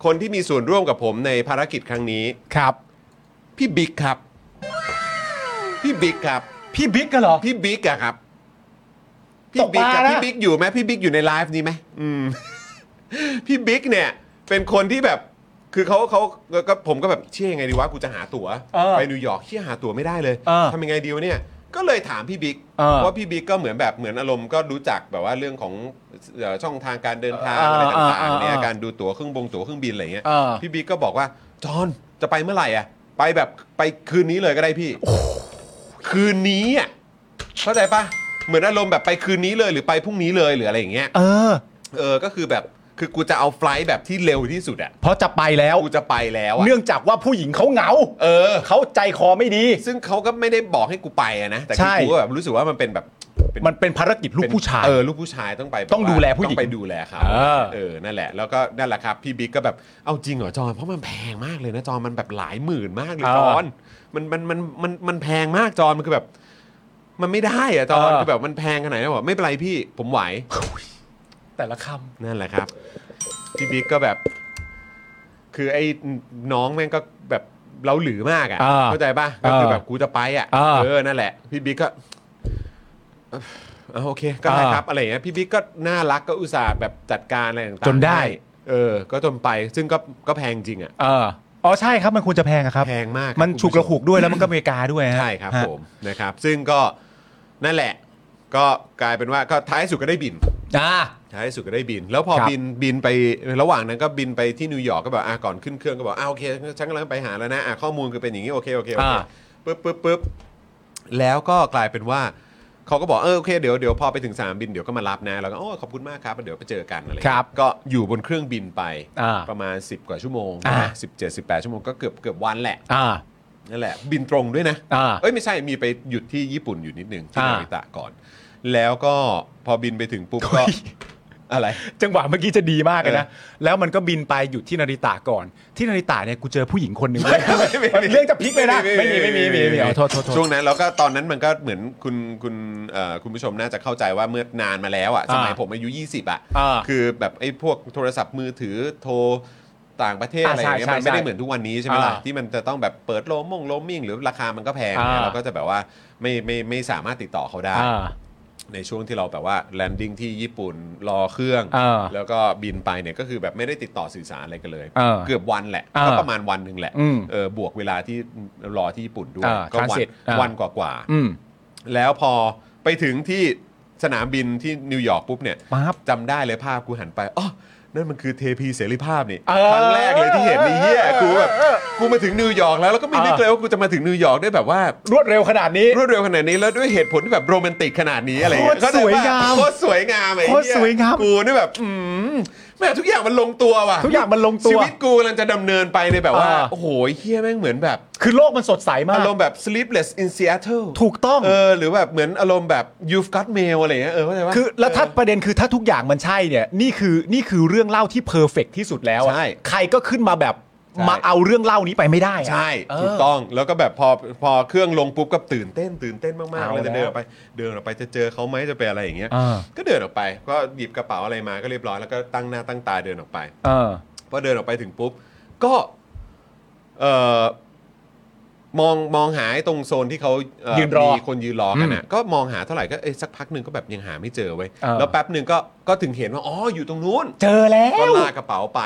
B: คนที่มีส่วนร่วมกับผมในภารกิจครั้งนี้
C: ครับ
B: พี่บิ๊กครับ พี่บิ๊กครับ
C: พี่บิ๊กกันเหรอ
B: พี่บิ๊กอะครับพี่บิ๊ก
C: ตกป
B: อะ
C: ลานะ
B: พี่บิ๊กอยู่ไหมพี่บิ๊กอยู่ในไลฟ์นี้ไหมอืม พี่บิ๊กเนี่ย เป็นคนที่แบบ คือเขาเขาก็ผมก็แบบเชื่อยังไงดีวะกูจะหาตั๋ว
C: เออ
B: ไปนิวยอร์กเชื่อหาตั๋วไม่ได้เลย
C: เออ
B: ทำยังไงดีวะเนี่ย ก็เลยถามพี่บิ๊ก
C: เออ
B: ว่าพี่บิ๊กก็เหมือนแบบเหมือนอารมณ์ก็รู้จักแบบว่าเรื่องของเอ่อช่องทางการเดินทาง
C: เออ
B: อะไรต่าง
C: เออเอ
B: ๆ
C: อ
B: เนี่ยการดูตั๋วเครื่องบงตั๋วเครื่องบินอะไรเงี้ย
C: เออ
B: พี่บิ๊กก็บอกว่าจอห์นจะไปเมื่อไหร่อ่ะ ไป ไปแบบไปคืนนี้เลยก็ได้พี่ คืนนี้อ่ะเข้าใจปะเหมือนอารมณ์แบบไปคืนนี้เลยหรือไปพรุ่งนี้เลยหรืออะไรอย่างเงี้ย
C: เออ
B: เออก็คือแบบคือกูจะเอาไฟลท์แบบที่เร็วที่สุดอ่ะ
C: เพราะจะไปแล้ว
B: กูจะไปแล้วอ่ะ
C: เนื่องจากว่าผู้หญิงเขาเหงา
B: เออ
C: เขาใจคอไม่ดี
B: ซึ่งเขาก็ไม่ได้บอกให้กูไปอะนะ แต่คือ
C: ใช่
B: กูก็แบบรู้สึกว่ามันเป็นแบบเป็
C: มันเป็นภารกิจลูกผู้ชาย
B: เออลูกผู้ชายต้องไปบบ
C: ต้องดูแลผู้หญิง
B: ต้องไปดูแลเขา
C: เออ
B: เออนั่นแหละ แล้วก็นั่นแหละครับพี่บิ๊กก็แบบเอาจริงเหรอจอนเพราะมันแพงมากเลยนะจอนมันแบบหลายหมื่นมากเลยจอนมันมันมันมันมันแพงมากจอนมันคือแบบ มันไม่ได้อะจอนคือแบบมันแพงขนาดนั้นบอกไม่เป็นไรพี่ผมไหว
C: แต่ละค
B: นั่นแหละครับ พี่บิ๊กก็แบบ คือไอ้น้องแม่งก็แบบเราหลือมากอ่ะ
C: อ่า
B: เข้าใจป่ะก็คือแบบกูจะไปอ่ะ
C: อ่า
B: เออนั่นแหละ พี่บิ๊กก็เอ่อเอาโอเค ก็ได้
C: อ่า
B: ครับอะไรอย่างเงี้ยพี่บิ๊กก็น่ารักก็อุตส่าห์แบบจัดการอะไรต่างๆ
C: จนได้
B: ให้เออ ก็จนไปซึ่งก็ก็แพงจริงอ่ะ
C: ำเอออ๋อใช่ครับมันควรจะแพงอะครับ
B: แพงมากคบ
C: มัน
B: คุณผู้
C: ฉุก
B: ช
C: ระหุกด้วยแล้วมันก็อเมริกาด้วยฮะ
B: ใช่ครับ
C: ฮะ
B: ผมนะครับ ซึ่งก็นั่นแหละ ก็กลายเป็นว่าก็ท้ายสุดก็ได้บิน
C: อ่า
B: ท้ายสุดก็ได้บิน แล้วพอ
C: ครับ
B: บินบินไประหว่างนั้นก็บินไปที่นิวยอร์กก็แบบอ่ะก่อนขึ้นเครื่องก็บอกอ่ะโอเคฉันกำลังไปหาแล้วนะอ่ะข้อมูลคือเป็นอย่างนี้โอเคโอเคโอเค
C: อ่า
B: ปึ๊บปึ๊บปึ๊บแล้วก็กลายเป็นว่าเขาก็บอกเออโอเคเดี๋ยวเดี๋ยวพอไปถึงสนามบินเดี๋ยวก็มารับนะแล้วก็โอ้ขอบคุณมากครับเดี๋ยวไปเจอกันอะไรอย่าง
C: ค
B: เงี้ย
C: รับ
B: ก็อยู่บนเครื่องบินไป
C: อ่า
B: ประมาณ 10 กว่าชั่วโมง
C: อ่า
B: สิบเจ็ดสิบแปดชั่วโมงก็เกือบเกือบวันแหละ
C: อ่า
B: นั่นแหละ บินตรงด้วยนะ
C: อ่า
B: เอ้ยไม่ใช่มีไปหยุดที่ญี่ปุ่นอยู่นิดนึงที่
C: อ่า
B: นาริตะก่อน แล้วก็พอบินไปถึงปุ๊บก็อะไร
C: จังหวะเมื่อกี้จะดีมากเลยนะ แล้วมันก็บินไปหยุดที่นาริตะก่อน ที่นาริตะเนี่ยกูเจอผู้หญิงคน หนึ่งเว้ยมันเรื่องจะพลิกเลยนะ ไม่มีไม่มีไม่มีไม่มีเอาโทษโทษโทษ
B: ช่วงนั้นแล้วก็ตอนนั้นมันก็เหมือนคุณคุณเอ่อคุณผู้ชมน่าจะเข้าใจว่าเมื่อนานมาแล้วอ่ะสมัย
C: อ่า
B: ผมอายุ 20 อ่ะ
C: อ่า
B: คือแบบไอ้พวกโทรศัพท์มือถือโทรต่างประเทศ
C: อ่า
B: อะไรอย่างเงี้ย
C: ใช่
B: มันไม่
C: ใช่
B: ได้เหมือนทุกวันนี้ใช่ไหมล่ะ
C: อ่า
B: ที่มันจะต้องแบบเปิดโลมงโลมิ่งหรือราคามันก็แพง
C: อ่า
B: เราก็จะแบบว่าไม่ไม่ไม่สามารถติดต่อเขาได้
C: อ่า
B: ในช่วงที่เราแบบว่าแลนดิ้งที่ญี่ปุ่นรอเครื่อง
C: เออ
B: แล้วก็บินไปเนี่ยก็คือแบบไม่ได้ติดต่อสื่อสารอะไรกันเลย
C: เออ
B: อบวันแหละ
C: เออ
B: ก็ประมาณวันหนึ่งแหละ
C: อืม
B: เออบวกเวลาที่รอที่ญี่ปุ่นด้วย
C: เออ
B: ก็วัน
C: transit เออ
B: วันกว่า
C: อืม
B: ๆแล้วพอไปถึงที่สนามบินที่นิวยอร์กปุ๊บเนี่ย
C: ปั๊บ
B: จำได้เลยภาพกูหันไปอ๋อนั่นมันคือเทพีเสรีภาพนี่
C: เออ
B: ครั้งแรกเลยที่เห็นนี่เหี้ยกูแบบกูมาถึงนิวยอร์กแล้วแล้วก็ไม่นึก
C: เออ
B: เลยว่ากูจะมาถึงนิวยอร์กได้แบบว่า
C: รวดเร็วขนาดนี้
B: รวดเร็วขนาดนี้แล้วด้วยเหตุผลที่แบบโรแมนติกขนาดนี้อะไรอย่างเงี้ย
C: โคตรสวยงาม
B: โคตรสวยงามไอ้เหี้
C: โคตรสวยงาม
B: กูนี่แบบอืมแม่ทุกอย่างมันลงตัวว่ะ
C: ทุกอย่างมันลงตัว
B: ชีวิตกูกำลังจะดำเนินไปในแบบว่า
C: อ่า
B: โอ้โหเฮี้ยแม่งเหมือนแบบ
C: คือโลกมันสดใสมา
B: อาก รมณ์แบบ sleepless in Seattle
C: ถูกต้อง
B: เออหรือแบบเหมือนอารมณ์แบบ you've got mail อะไรอย่างเงี้ยเออเข้าใจปะ
C: คือแล้วถ้าประเด็นคือถ้าทุกอย่างมันใช่เนี่ยนี่คือนี่คือเรื่องเล่าที่เพอร์เฟกที่สุดแล้วอะ
B: ใช่
C: ใครก็ขึ้นมาแบบ
B: ใช่
C: มาเอาเรื่องเล่านี้ไปไม่ได้อะ
B: ใช่
C: เ
B: ถูกต้องแล้วก็แบบพอพอเครื่องลงปุ๊บก็ตื่นเต้นตื่นเต้นมากๆ
C: เอา
B: เลยจะเดินอ
C: แล้ว
B: อกไปเดินออกไปจะเจอเขาไหมจะไปอะไรอย่างเงี้ย
C: เออ
B: ก็เดินออกไปก็หยิบกระเป๋าอะไรมาก็เรียบร้อยแล้วก็ตั้งหน้าตั้งตาเดินออกไป
C: เออ
B: พอเดินออกไปถึงปุ๊บ ก็เอ่อมองมองหาไอ้ตรงโซนที่เขาเ
C: ยืนรอ
B: มีคนยืนรอกันน่ะก็มองหาเท่าไหร่ก็เอ้ยสักพักหนึ่งก็แบบยังหาไม่เจอเว้ย
C: เออ
B: แล้วแป๊บหนึ่งก็ก็ถึงเห็นว่าอ๋ออยู่ตรงนู้น
C: เจอแล้ว
B: ก็ลากกระเป๋าไป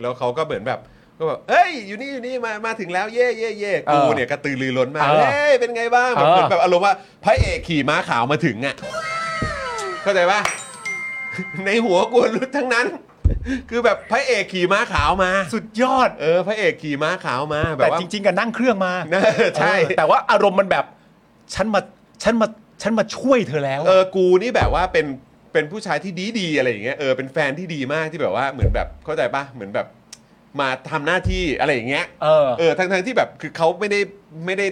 B: แล้วเขาก็เหมือนแบบก็แบบเอ้ยอยู่นี่อยู่นี่มามาถึงแล้วเย่เย่เย่กู
C: เออ
B: เนี่ยกระตือรือร้นมาก
C: เออ
B: เอ้ยเป็นไงบ้างแบบ
C: เออ
B: เหมือนแบบอารมณ์ว่าพระเอกขี่ม้าขาวมาถึงอ่ะเข้าใจปะในหัวกูรู้ทั้งนั้น คือแบบพระเอกขี่ม้าขาวมา
C: สุดยอด
B: เออพระเอกขี่ม้าขาวมาแบ
C: แต่
B: บว่า
C: จริงๆกันนั่งเครื่องมา
B: เออใช่
C: เออแต่ว่าอารมณ์มันแบบ ฉันมาฉันมาฉันมาช่วยเธอแล้ว
B: เออกูนี่แบบว่าเป็นเป็นผู้ชายที่ดีดีๆอะไรอย่างเงี้ยเออเป็นแฟนที่ดีมากที่แบบว่าเหมือนแบบเข้าใจปะเหมือนแบบมาทำหน้าที่อะไรอย่างเงี้ย
C: เออ
B: เออทั้งทั้งๆที่แบบคือเขาไม่ได้ไม่ได้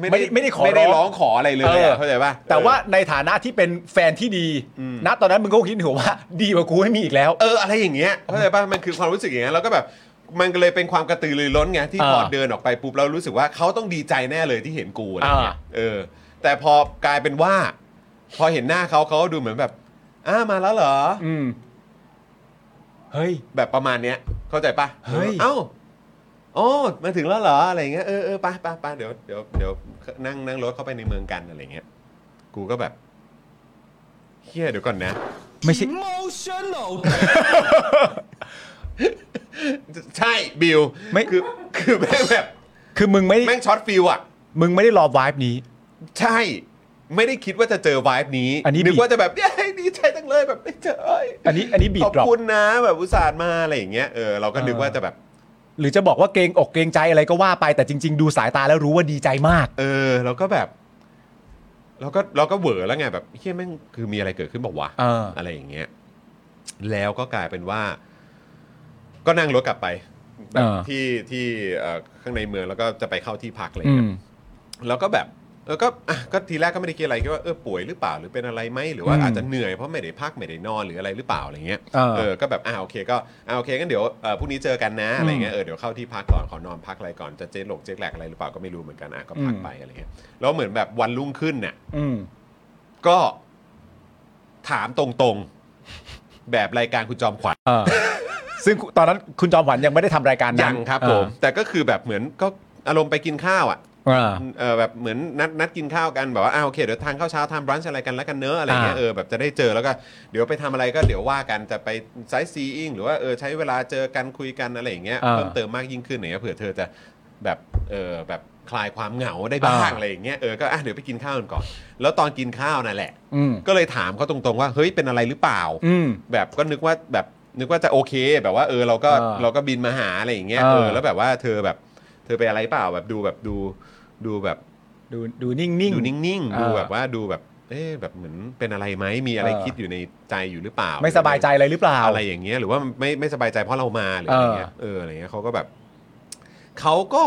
C: ไม่ได้ไม่ได้ขอ
B: ไม่ได้
C: ร้อง
B: ร้องขออะไรเลย
C: เออ
B: อะเข้าใจปะ
C: แต่ว่า
B: เออ
C: ในฐานะที่เป็นแฟนที่ดี
B: อืม
C: ณตอนนั้นมึงก็คิดถึงว่า ดีกว่ากูไม่มีอีกแล้ว
B: เอออะไรอย่างเงี้ยเข้าใจป่ะมันคือความรู้สึกอย่างเงี้ยแล้วก็แบบมันก็เลยเป็นความกระตือรือร้นไงที่
C: อ่า
B: พอเดินออกไปปุ๊บเรารู้สึกว่าเขาต้องดีใจแน่เลยที่เห็นกูอะไรเงี้ย
C: อ่า
B: เออ แต่พอกลายเป็นว่า พอเห็นหน้าเขาเขาก็ดูเหมือนแบบอ้ามาแล้วเหรอ
C: อืมเฮ้ย
B: แบบประมาณเนี้ยเข้าใจปะ
C: เฮ้ย
B: เอ้าโอ้มาถึงแล้วเหรออะไรเงี้ยเออเออไปไปไปเดี๋ยวเดี๋ยวเดี๋ยวนั่งนั่งรถเข้าไปในเมืองกันอะไรเงี้ยกูก็แบบเฮียเดี๋ยวก่อนนะ
C: ไม่ใช่
B: ใช่บิว
C: ไม่
B: คือคือแม่ง แบบ
C: คือมึงไม่
B: แม่งช็อตฟิลอะ
C: มึงไม่ได้รอวายนี้
B: ใช่ไม่ได้คิดว่าจะเจอวายนี้
C: อันนี้
B: นึก
C: บีบ
B: ว่าจะแบบ เย้ยดีใจจังเลยแบบได้เจอเย
C: อันนี้อันนี้บีบ
B: ขอบ
C: ดรอป
B: คุณนะแบบอุตส่าห์มาอะไรอย่างเงี้ยเออเราก็นึกว่าจะแบบ
C: หรือจะบอกว่าเกรงอกเกรงใจอะไรก็ว่าไปแต่จริง ๆ ดูสายตาแล้วรู้ว่าดีใจมาก
B: เออเราก็แบบเราก็เราก็เหวอแล้วไงแบบเฮียแม่งคือมีอะไรเกิดขึ้นบอกว่าวะ
C: เอออ
B: อะไรอย่างเงี้ย แล้วก็กลายเป็นว่า ก็นั่งรถกลับไปแบ
C: เอบ อ
B: ที่ที่เอ่อข้างในเมืองแล้วก็จะไปเข้าที่พักอะไร
C: อื
B: เงี้ย
C: ม
B: แล้วก็แบบเออก็อ่ะก็ทีแรกก็ไม่ได้คิดอะไรคิดว่าเออป่วยหรือเปล่าหรือเป็นอะไรไหมหรือว่า
C: อืม
B: อาจจะเหนื่อยเพราะไม่ได้พักไม่ได้นอนหรืออะไรหรือเปล่าอะไรเงี้ย
C: เออ
B: ก็แบบอ่าโอเคก็อ่าโอเคงั้นเดี๋ยวเอ่อพรุ่งนี้เจอกันนะอะไรเงี้ย
C: อืม
B: เออเดี๋ยวเข้าที่พักก่อนขอนอนพักอะไรก่อนจะเจ๊หลงเจ๊แหลกอะไรหรือเปล่าก็ไม่รู้เหมือนกันอ่ะก็พัก
C: อืม
B: ไปอะไรเงี้ยแล้วเหมือนแบบวันรุ่งขึ้นเนี่ย
C: อืม
B: ก็ถามตรงๆ แบบรายการคุณจอมขวัญ
C: เออซึ่งตอนนั้นคุณจอมขวัญยังไม่ได้ทำรายการนั้
B: ยั
C: น
B: งครับผมแต่ก็คือแบบเหมือนก็อารมณ์ไปกินข้าวอ่ะ
C: เออ
B: เออแบบเหมือนนัดนัดกินข้าวกันแบบว่าอ่าโอเคเดี๋ยวทานข้าวเช้าทานบรันช์อะไรกันแล้วกันเนอะอะไรเงี้ย
C: อ่า
B: เออแบบจะได้เจอแล้วก็เดี๋ยวไปทำอะไรก็เดี๋ยวว่ากันจะไปไซส์ซีอิงหรือว่าเออใช้เวลาเจอกันคุยกันอะไรอย่างเงี้ย
C: อ่า
B: เพิ่มเติมมากยิ่งขึ้นอะไรเงี้ยเผื่อเธอจะแบบเออแบบคลายความเหงาได้บ้าง
C: อ่า
B: อะไรอย่างเงี้ยเออก็อ่ะเดี๋ยวไปกินข้าวกันก่อน แล้วตอนกินข้าวนั่นแหละ
C: อืม
B: ก็เลยถามเขาตรงๆว่าเฮ้ยเป็นอะไรหรือเปล่า
C: อืม
B: แบบก็นึกว่าแบบนึกว่าจะโอเคแบบว่าเออเราก็
C: เออ
B: เราก็บินมาหาอะไรอย่างเงี้ย
C: เออ
B: เออแล้วแบบว่าเธอแบบเธอไปอะไรเปล่าแบบดูแบบดูดูแบบ
C: ดูดูนิ่งนิ่ง
B: ดูนิ่งๆ
C: เออ
B: ดูแบบว่าดูแบบ เอ๊ะแบบเหมือนเป็นอะไรไหมมีอะไร
C: เออ
B: คิดอยู่ในใจอยู่หรือเปล่า
C: ไม่สบายใจอะไรหรือเปล่า
B: อะไรอย่างเงี้ยหรือว่าไม่ไม่สบายใจเพราะเรามาหรืออะไรเงี้ยเอออะไรเงี้ยเขาก็แบบเขาก็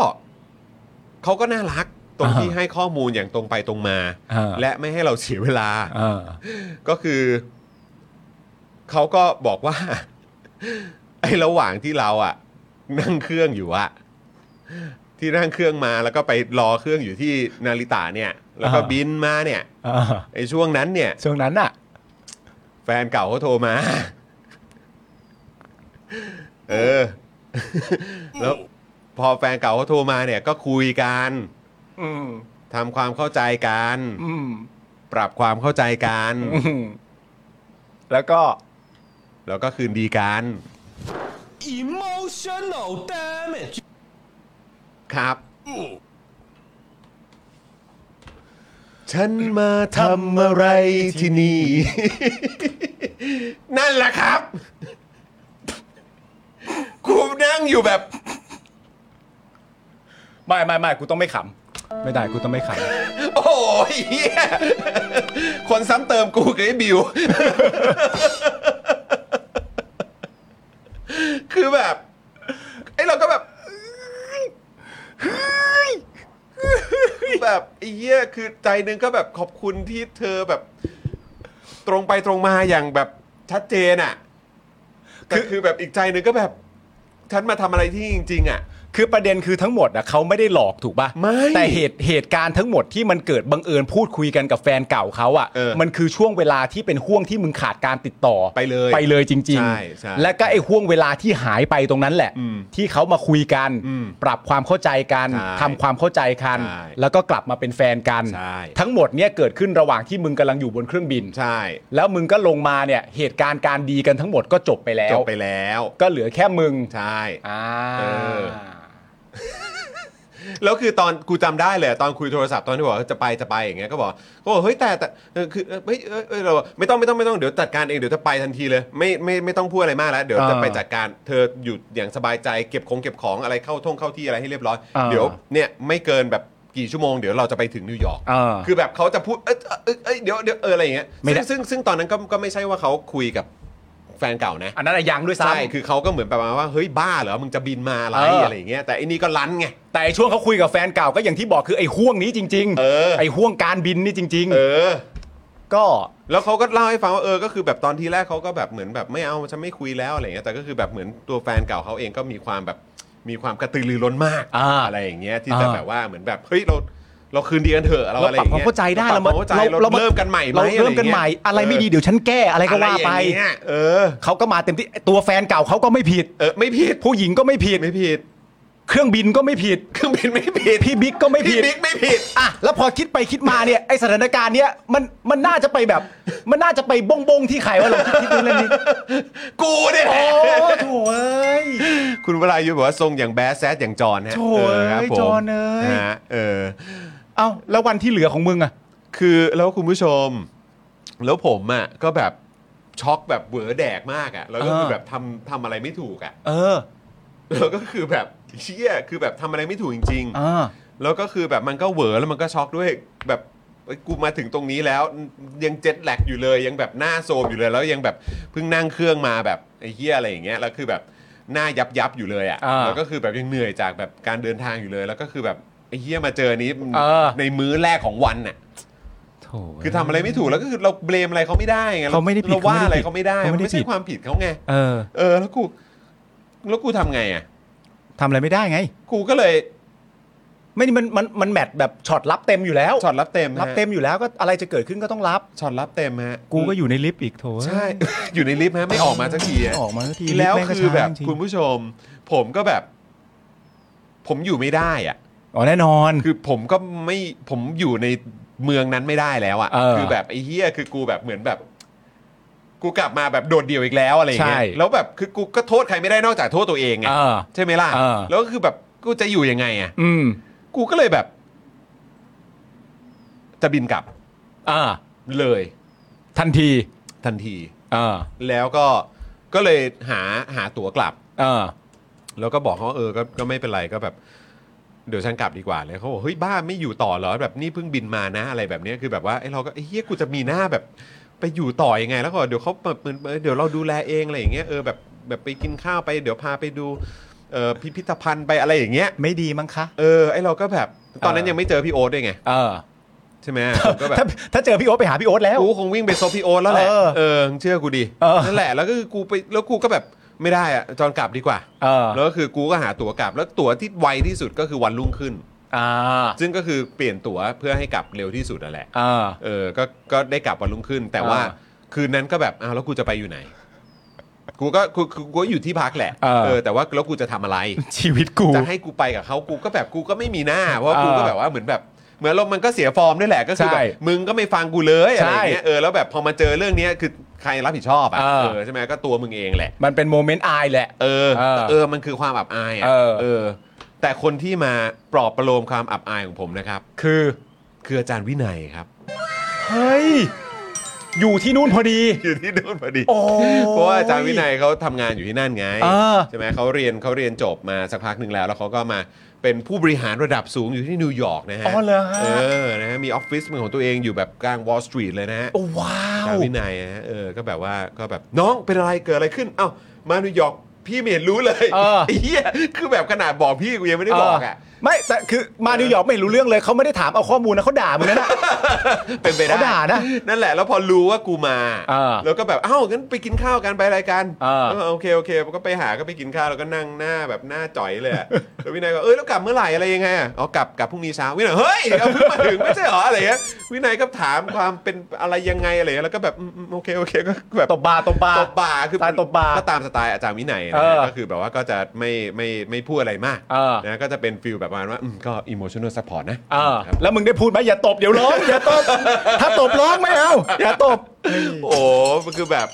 B: เขาก็น่ารักตรง
C: อ่า
B: ที่ให้ข้อมูลอย่างตรงไปตรงมา
C: เออ
B: และไม่ให้เราเสียเวลา
C: เออ
B: ก็คือเขาก็บอกว่า ไอ้ระหว่างที่เราอะนั่งเครื่องอยู่อะที่นั่งเครื่องมาแล้วก็ไปรอเครื่องอยู่ที่นาริตะเนี่ย แล้วก็
C: อ่า
B: บินมาเนี่ย
C: เออ
B: ไอ้ช่วงนั้นเนี่ย
C: ช่วงนั้นอ่ะ
B: แฟนเก่าเขาโทรมา เออ แล้วพอแฟนเก่าเขาโทรมาเนี่ย ก็คุยกันทำความเข้าใจกันปรับความเข้าใจกัน
C: แล้วก็
B: แล้วก็คืนดีกัน
A: emotional damage
B: ครับ ฉันมาทำอะไรที่นี่ นั่นแหละครับกูนั่งอยู่แบบ
C: ไม่ไม่ไม่กูต้องไม่ขำไม่ได้กูต้องไม่ข
B: โอ้ยเหี้ยคนซ้ำเติมกูกับไอ้บิว คือแบบไอ้เราก็แบบแบบไอ้เหี้ยคือใจหนึงก็แบบขอบคุณที่เธอแบบ ตรงไปตรงมาอย่างแบบชัดเจนอ่ะคือคือแบบอีกใจหนึงก็แบบ ฉันมาทำอะไรที่จริง ๆ อ่ะ
C: ำคือประเด็นคือทั้งหมดอ่ะเขาไม่ได้หลอกถูกป่ะ
B: ไม่
C: แต่เหตุเหตุการณ์ทั้งหมดที่มันเกิดบังเอิญพูดคุยกันกับแฟนเก่าเขาอ่ะ
B: เออ
C: มันคือช่วงเวลาที่เป็นห่วงที่มึงขาดการติดต่อ
B: ไปเลย
C: ไปเลยจริง
B: ใช่ใช่
C: และก็ไอ้ห่วงเวลาที่หายไปตรงนั้นแหละ
B: อืม
C: ที่เขามาคุยกัน
B: อืม
C: ปรับความเข้าใจกัน
B: ใช่
C: ทำความเข้าใจกัน
B: ใช่
C: แล้วก็กลับมาเป็นแฟนกัน
B: ใช่
C: ทั้งหมดเนี่ยเกิดขึ้นระหว่างที่มึงกำลังอยู่บนเครื่องบิน
B: ใช่
C: แล้วมึงก็ลงมาเนี่ยเหตุการณ์การดีกันทั้งหมดก็จบไปแล้
B: จ
C: ว
B: บไปแล้ว
C: ก็เหลือแค่มึง
B: ใช่
C: อ่า
B: เออ แล้วคือตอนกูจำได้เลยตอนคุยโทรศัพท์ตอนที่บอกว่าจะไปจะไปอย่างเงี้ยก็บอกก็บอกเฮ้ยแต่แต่เออคือเออเฮ้ยเออเออเราบอกไม่ต้องไม่ต้องไม่ต้องเดี๋ยวจัดการเองเดี๋ยวจะไปทันทีเลยไม่ไม่ไม่ต้องพูดอะไรมากแล้วเดี๋ยวจะ
C: อ่า
B: ไปจัดการเธอหยุดอย่างสบายใจเก็บของเก็บของอะไรเข้าท่องเข้าที่อะไรให้เรียบร้อย
C: อ่า
B: เดี๋ยวเนี่ยไม่เกินแบบกี่ชั่วโมงเดี๋ยวเราจะไปถึงนิวยอร์ก
C: อ่า
B: คือแบบเขาจะพูดเอยเอยเอยเดี๋ยวเดี๋ยวเอออะไรอย่างเงี้ย
C: ไม่ได้
B: ซึ่งซึ่งซึ่งตอนนั้นก็ก็ไม่ใช่ว่าเขาคุยกับแฟนเก่านะ
C: อันนั้นอะยังด้วย
B: ใช่
C: ซ้ำ
B: คือเขาก็เหมือนประมาณว่าเฮ้ยบ้าเหรอมึงจะบินมาอะไรอะไรอย่างเงี้ยแต่ไอ้นี่ก็ลั้นไง
C: แต่ไอ้ช่วงเขาคุยกับแฟนเก่าก็อย่างที่บอกคือไอ้ห่วงนี้จริง
B: เออ
C: ไอ้ห่วงการบินนี่จริง
B: เออ
C: ๆ ก็
B: แล้วเขาก็เล่าให้ฟังว่าเออก็คือแบบตอนทีแรกเขาก็แบบเหมือนแบบไม่เอาฉันไม่คุยแล้วอะไรเงี้ยแต่ก็คือแบบเหมือนตัวแฟนเก่าเขาเองก็มีความแบบมีความกระตือรือร้นมาก
C: อ่า
B: อะไรอย่างเงี้ยที่จะ
C: อ่า
B: แบบว่าเหมือนแบบเฮ้ยเราเราคืนดีกันเถอะเรา
C: เรา
B: อะไร
C: ปรับ
B: อย่ง
C: ความ
B: เงี้ย
C: เข้าใจได้
B: เราปรับความเข้าใจเราเริ่มกันใหม่ไหม
C: เราเริ่มกันใหม่ อะไรไม่ดีเดี๋ยวฉันแก้อะไรก็ว่าไป
B: อะไรอย่งเงี้ยเออ
C: เขาก็มาเต็มที่ตัวแฟนเก่าเขาก็ไม่ผิด
B: เออไม่ผิด
C: ผู้หญิงก็ไม่ผิด
B: ไม่ผิด
C: เครื่องบินก็ไม่ผิด
B: เครื่องบินไม่ผิด
C: พี่บิ๊กก็ไม่
B: พี่
C: ผิด
B: บิ๊กไม่ผิด
C: อ่ะแล้วพอคิดไปคิดมา เนี่ยไอสถานการณ์เนี้ยมันมันน่าจะไปแบบ มันน่าจะไปบงบงๆที่ใครวะเราคิดคิดดูเล่น นี้
B: กูเนี่ยแห
C: โอ้
B: ละ
C: โถเอ้ย
B: คุณวรายุทธ์บอกว่าทรงอย่างแบสแซดอย่างจอนฮะ
C: โถ่
B: เออครับผม
C: จอนเอ้ย
B: ฮะเออ
C: เอ้าแล้ววันที่เหลือของมึงอะ
B: คือแล้วคุณผู้ชม แล้วผมอ่ะก็แบบช็อกแบบเบือแดกมากอ่ะแล้วก็คือแบบทำทำอะไรไม่ถูกอ่ะ
C: เออ
B: แล้วก็คือแบบ เชี่ยคือแบบทำอะไรไม่ถูกจริง ๆ
C: อ่า
B: แล้วก็คือแบบมันก็เหวอแล้วมันก็ช็อกด้วยแบบเอ้ยกูมาถึงตรงนี้แล้วยังเจ็ตแลกอยู่เลยยังแบบหน้าโซมอยู่เลย แล้วยังแบบเพิ่งนั่งเครื่องมาแบบไอ้เหี้ยอะไรอย่างเงี้ยแล้วคือแบบหน้ายับยับอยู่เลย
C: อ่า
B: อะ่ะแล้วก็คือแบบยังเหนื่อยจากแบบการเดินทางอยู่เลย แล้วก็คือแบบไอ้เหี้ยมาเจอนี้มัน
C: เออ
B: ในมื้อแรกของวันน่ะ
C: โถ
B: คือทำอะไรไม่ถูกแล้วก็คือเราเบลมอะไรเขาไม่ได้ไง
C: เขาไม่ได้ผิด
B: เราว่าอะไรเขา
C: เขาไม่
B: ไม่
C: ได้
B: ได้
C: ผิด
B: มันไม่
C: เขาไม่ได้ผิ
B: ใช่
C: ด
B: ความผิดเขาไง
C: เออ
B: เออแล้วกูแล้วกูทำไงอ่ะ
C: ทำอะไรไม่ได้ไง
B: กูก็เลย
C: ไม่นี่มันมันมันแมตช์แบบช็อตรับเต็มอยู่แล้ว
B: ช็อตรับเต็มฮะ
C: รับเต็มอยู่แล้วก็อะไรจะเกิดขึ้นก็ต้องรับ
B: ช็อตรับเต็มฮะ
C: กูก็อยู่ในลิฟต์อีกโถ
B: ใช่ อยู่ในลิฟต์ฮะไม่ออกมาสักทีอะ
C: ออกมาสักที
B: แล้ว
C: ลิฟต์ม่งก็
B: คือแบบ
C: ช้าจริงๆ
B: คุณผู้ชม ผมก็แบบ ผมอยู่ไม่ได้อ่ะ
C: อ๋อแน่นอน
B: คือผมก็ไม่ผมอยู่ในเมืองนั้นไม่ได้แล้วอ่ะ
C: เออ
B: คือแบบไอ้เฮียคือกูแบบเหมือนแบบ กูกลับมาแบบโดดเดี่ยวอีกแล้วอะไรอย่างเงี้ย
C: ใช่
B: แล้วแบบคือกูก็โทษใครไม่ได้นอกจากโทษตัวเองไง
C: เออ
B: ใช่ไหมล่ะ
C: เออ
B: แล้วก็คือแบบกูจะอยู่ยังไงอ่ะ
C: อืม
B: กูก็เลยแบบ จะบินกลับ
C: อ่า
B: เลย
C: ทันที
B: ทันที
C: อ่า
B: แล้วก็ก็เลยหาหาตั๋วกลับ
C: อ่า
B: แล้วก็บอกเขาว่าเออก็ก็ไม่เป็นไรก็แบบ เดี๋ยวฉันกลับดีกว่าเลยเขาบอกเฮ้ยบ้าไม่อยู่ต่อเหรอแบบนี่เพิ่งบินมานะอะไรแบบเนี้ยคือแบบว่าไอ้เราก็ไอ้เฮียกูจะมีหน้าแบบ ไปอยู่ต่อยังไง แล้วก็เดี๋ยวเขาแบบเหมือนเออเดี๋ยวเราดูแลเองอะไรอย่างเงี้ยเออแบบแบบไปกินข้าวไปเดี๋ยวพาไปดูเออพิพิธภัณฑ์ไปอะไรอย่างเงี้ย
C: ไม่ดีมั้งคะ
B: เออไอ้เราก็แบบ ตอนนั้น
C: เออ
B: ยังไม่เจอพี่โอ๊ตด้วยไง
C: เออ
B: ใช่ไหมผมก็แบบ
C: ถ้าถ้าเจอพี่โอ๊ตไปหาพี่โอ๊ตแล้ว
B: กูคงวิ่งไปซบพี่โอ๊ตแล้วแหละ
C: เออ
B: เออเชื่อกูดิ
C: เออ
B: นั่นแหละแล้วก็คือกูไปแล้วกูก็แบบไม่ได้อะจอนกลับดีกว่า
C: เออ
B: แล้วก็คือกูก็หาตั๋วกลับ แล้วตั๋วที่ไวที่สุดก็คือวันรุ่งขึ้น
C: อ่า
B: ซึ่งก็คือเปลี่ยนตั๋วเพื่อให้กลับเร็วที่สุดนั่นแหละ
C: อ่า
B: เออก็ก็ได้กลับวันรุ่งขึ้น แต่ว่า
C: อ่า
B: คืนนั้นก็แบบอ้าวแล้วกูจะไปอยู่ไหน กูก็กูกูกูก็อยู่ที่พักแหละ
C: เออ
B: แต่ว่าแล้วกูจะทำอะไร
C: ชีวิตกู
B: จะให้กูไปกับเขากูก็แบบกูก็ไม่มีหน้า เพราะกูก็
C: เออ
B: แบบว่าเหมือนแบบเหมือนลมณ์มันก็เสียฟอร์มด้วยแหละก็คือ
C: ใช่
B: แบบมึงก็ไม่ฟังกูเลยอะไรอย่างเงี้ย
C: ใช่
B: เออแล้วแบบพอมาเจอเรื่องเนี้ยคือใครรับผิดชอบอ่ะ
C: เออ
B: เออใช่ไหมก็ตัวมึงเองแหละ
C: มันเป็นโมเมนต์อายแหละ
B: เออ
C: เออ
B: เออมันคือความอับอายอ่ะ
C: เออ
B: เออ แต่คนที่มาปลอบประโลมความอับอายของผมนะครับ
C: คือ
B: คืออาจารย์วินัยครับ
C: เฮ้ย อยู่ที่นู่นพอดี
B: อยู่ที่นู่นพอดี
C: โอ้ย
B: เพราะว่าอาจารย์วินัยเขาทำงานอยู่ที่นั่นไง
C: เออ
B: ใช่ไหมเขาเรียนเขาเรียนจบมาสักพักหนึ่งแล้ว แล้วเขาก็มาเป็นผู้บริหารระดับสูงอยู่ที่นิวยอร์กนะฮะ
C: อ๋อเหรอฮะ
B: เออนะฮะมีออฟฟิศเป็นของตัวเองอยู่แบบกลางวอลล์สตรีทเลยนะฮะ
C: โอ้ว้า
B: จาว วินัยนะฮะเออ ก็แบบว่า ก็แบบน้องเป็นอะไร เกิดอะไรขึ้น เอ้า มานิวยอร์กพี่ไม่เห็นรู้เลย
C: เออ
B: ไเหี้ย คือแบบขนาดบอกพี่กูยังไม่ได้บอกอ่ะ
C: เไม่แต่คือมานิวยอร์กไม่รู้เรื่องเลยเขาไม่ได้ถามเอาข้อมูลนะเขาด่ามึงนะนะ
B: เป็นไปได้
C: เขาด่านะ
B: นั่นแหละ แล้วพอรู้ว่ากูมา
C: เออ
B: แล้วก็แบบ เอ้า งั้นไปกินข้าวกัน ไปอะไรกัน
C: เออ
B: เออโอเค โอเคก็ไปหา ก็ไปกินข้าว แล้วก็นั่งหน้าแบบหน้าจ่อย เลยอะแล้ววินัยก็ เอ้ย แล้วกลับเมื่อไหร่อะไรยังไงอะอ๋อ กลับ กลับพรุ่งนี้เช้า วินัย เฮ้ยเอาเพิ่งมาถึงไม่ใช่เหรอ อะไรเงี้ย วินัยก็ถามความเป็นอะไรยังไงอะไรเงี้ยแล้วก็แบบอืมอืมโอเค โอเค ก็แบบ
C: ตบบาตบบา
B: ตบบาคือ
C: ตาตบบา
B: ก็ตามสไตล์อาจารย์วินัยนะ
C: เออ
B: ก็คือแบบว่าก็จะไม่ไม่ไม่พูดอะไรมาก
C: เออ
B: นะก็จะเป็นฟิลแบบประมาณว่าอืมก็ emotional support นะ
C: อ่า
B: ครับ
C: แล้วมึงได้พูดไหมอย่าตบเดี๋ยวร้องอย่าตบ ถ้าตบร้องไม่เอาอย่าตบ
B: โอ้มันคือแบบ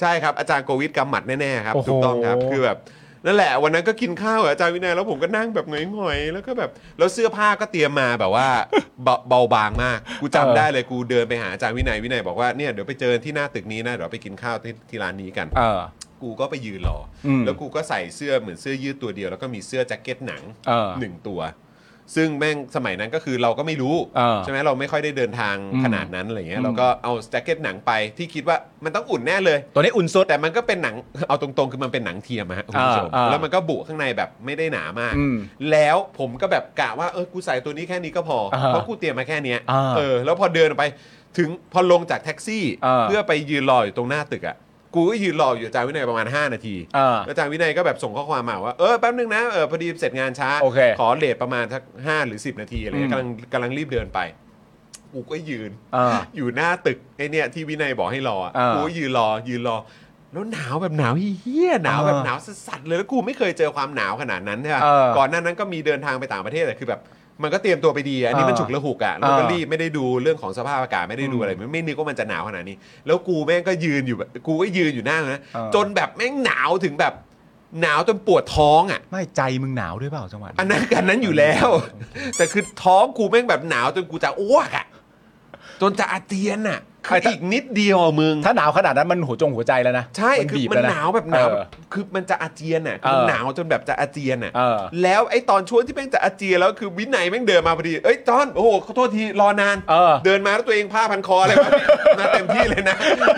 B: ใช่ครับอาจารย์โควิดกำหมัดแน่ๆครับ
C: โอ้โห
B: ถูกต้องครับคือแบบนั่นแหละ วันนั้นก็กินข้าวกับอาจารย์วินัยแล้วผมก็นั่งแบบหงอยๆแล้วก็แบบแล้วเสื้อผ้าก็เตรียมมาแบบว่า เบาเบาบางมากกูจำได้เลยกูเดินไปหาอาจารย์วินัยวินัยบอกว่าเนี่ยเดี๋ยวไปเจอที่หน้าตึกนี้นะเดี๋ยวไปกินข้าวที่ที่ร้านนี้กัน
C: เออ
B: กูก็ไปยืนรออ
C: ม
B: แล้วกูก็ใส่เสื้อเหมือนเสื้อยืดตัวเดียว แล้วก็มีเสื้อแจ็คเก็ตหนัง
C: เออ
B: หนึ่งตัว ซึ่งแม่งสมัยนั้นก็คือเราก็ไม่รู้
C: เออ
B: ใช่ไหมเราไม่ค่อยได้เดินทาง
C: อืม
B: ขนาดนั้นอะไรเงี้
C: อื
B: ย
C: ม
B: เราก็เอาแจ็คเก็ตหนังไปที่คิดว่ามันต้องอุ่นแน่เลย
C: ตัวนี้อุ่นสุด
B: แต่มันก็เป็นหนัง เอาตรงๆคือมันเป็นหนังเทียมอะฮะคุณผู้ชม
C: เออเออ
B: แล้วมันก็บุข้างในแบบไม่ได้หนามาก
C: อืม
B: แล้วผมก็แบบกะว่าเออกูใส่ตัวนี้แค่นี้ก็พอ
C: เออ
B: เพราะกูเตรียมมาแค่เนี้ย
C: เออ
B: เออ แล้วพอเดินไปถึงพอลงจากแท็กซี่
C: เออ
B: เพื่อ ไปยืนรออยู่ตรงหน้าตึกอะ่ะ กูก็ยืนรออยู่อาจารย์วินัยประมาณ 5 นาที
C: เออ
B: แล้วอาจารย์วินัยก็แบบส่งข้อความมาว่า เออแป๊บนึงนะ เออพอดีเสร็จงานช้า
C: โอเค
B: ขอเลทประมาณสัก5หรือ 10 นาทีอะไรเงี้ย
C: อืม
B: กำลังกำลังรีบเดินไป กูก็ยืน
C: เออ
B: อยู่หน้าตึกไอเนี่ยที่วินัยบอกให้รออะ
C: เออ
B: กูก็ยืนรอยืนรอ แล้วหนาวแบบหนาวเฮี้ยๆหนาวแบบหนาวสัสๆเลยแล้วกูไม่เคยเจอความหนาวขนาดนั้นใช่ปะ
C: เออ
B: ก่อนหน้านั้นก็มีเดินทางไปต่างประเทศแต่คือแบบมันก็เตรียมตัวไปดีอะอันนี้
C: เออ
B: มันฉุกละหุกอะแล้วก็
C: เออ
B: รีบไม่ได้ดูเรื่องของสภาพอากาศไม่ได้ดูอะไรไม่ไม่นึกว่ามันจะหนาวขนาดนี้ แล้วกูแม่งก็ยืนอยู่แบบกูก็ยืนอยู่หน้านะ
C: เออ
B: จนแบบแม่งหนาวถึงแบบหนาวจนปวดท้องอะ
C: ไม่ใจมึงหนาวด้วยเปล่าจังหวะ
B: อันนั้นอันนั้นอยู่แล้ว แต่คือท้องกูแม่งแบบหนาวจนกูจะอ้วกอะจนจะอาเจียนอะ คืออีกนิดเดียวอะมึง
C: ถ้าหนาวขนาดนั้นมันหัวจงหัวใจแล้วนะ
B: ใช่คือ
C: บีบ
B: มัน
C: แล้วะ
B: หนาวแบบหนาว
C: เอ
B: แบ
C: อ
B: บคือมันจะอาเจียนอ่ะ
C: เออ
B: มันหนาวจนแบบจะอาเจียนอ่ะ
C: เออ
B: แล้วไอ้ตอนช่วงที่แม่งจะอาเจียนแล้วคือวินัยแม่งเดินมาพอดีเอ้ยจอนโอ้โหขอโทษทีรอนาน
C: เออ
B: เดินมาแล้วตัวเองผ้า พันคออะไรมามาเต็มที่เลยนะ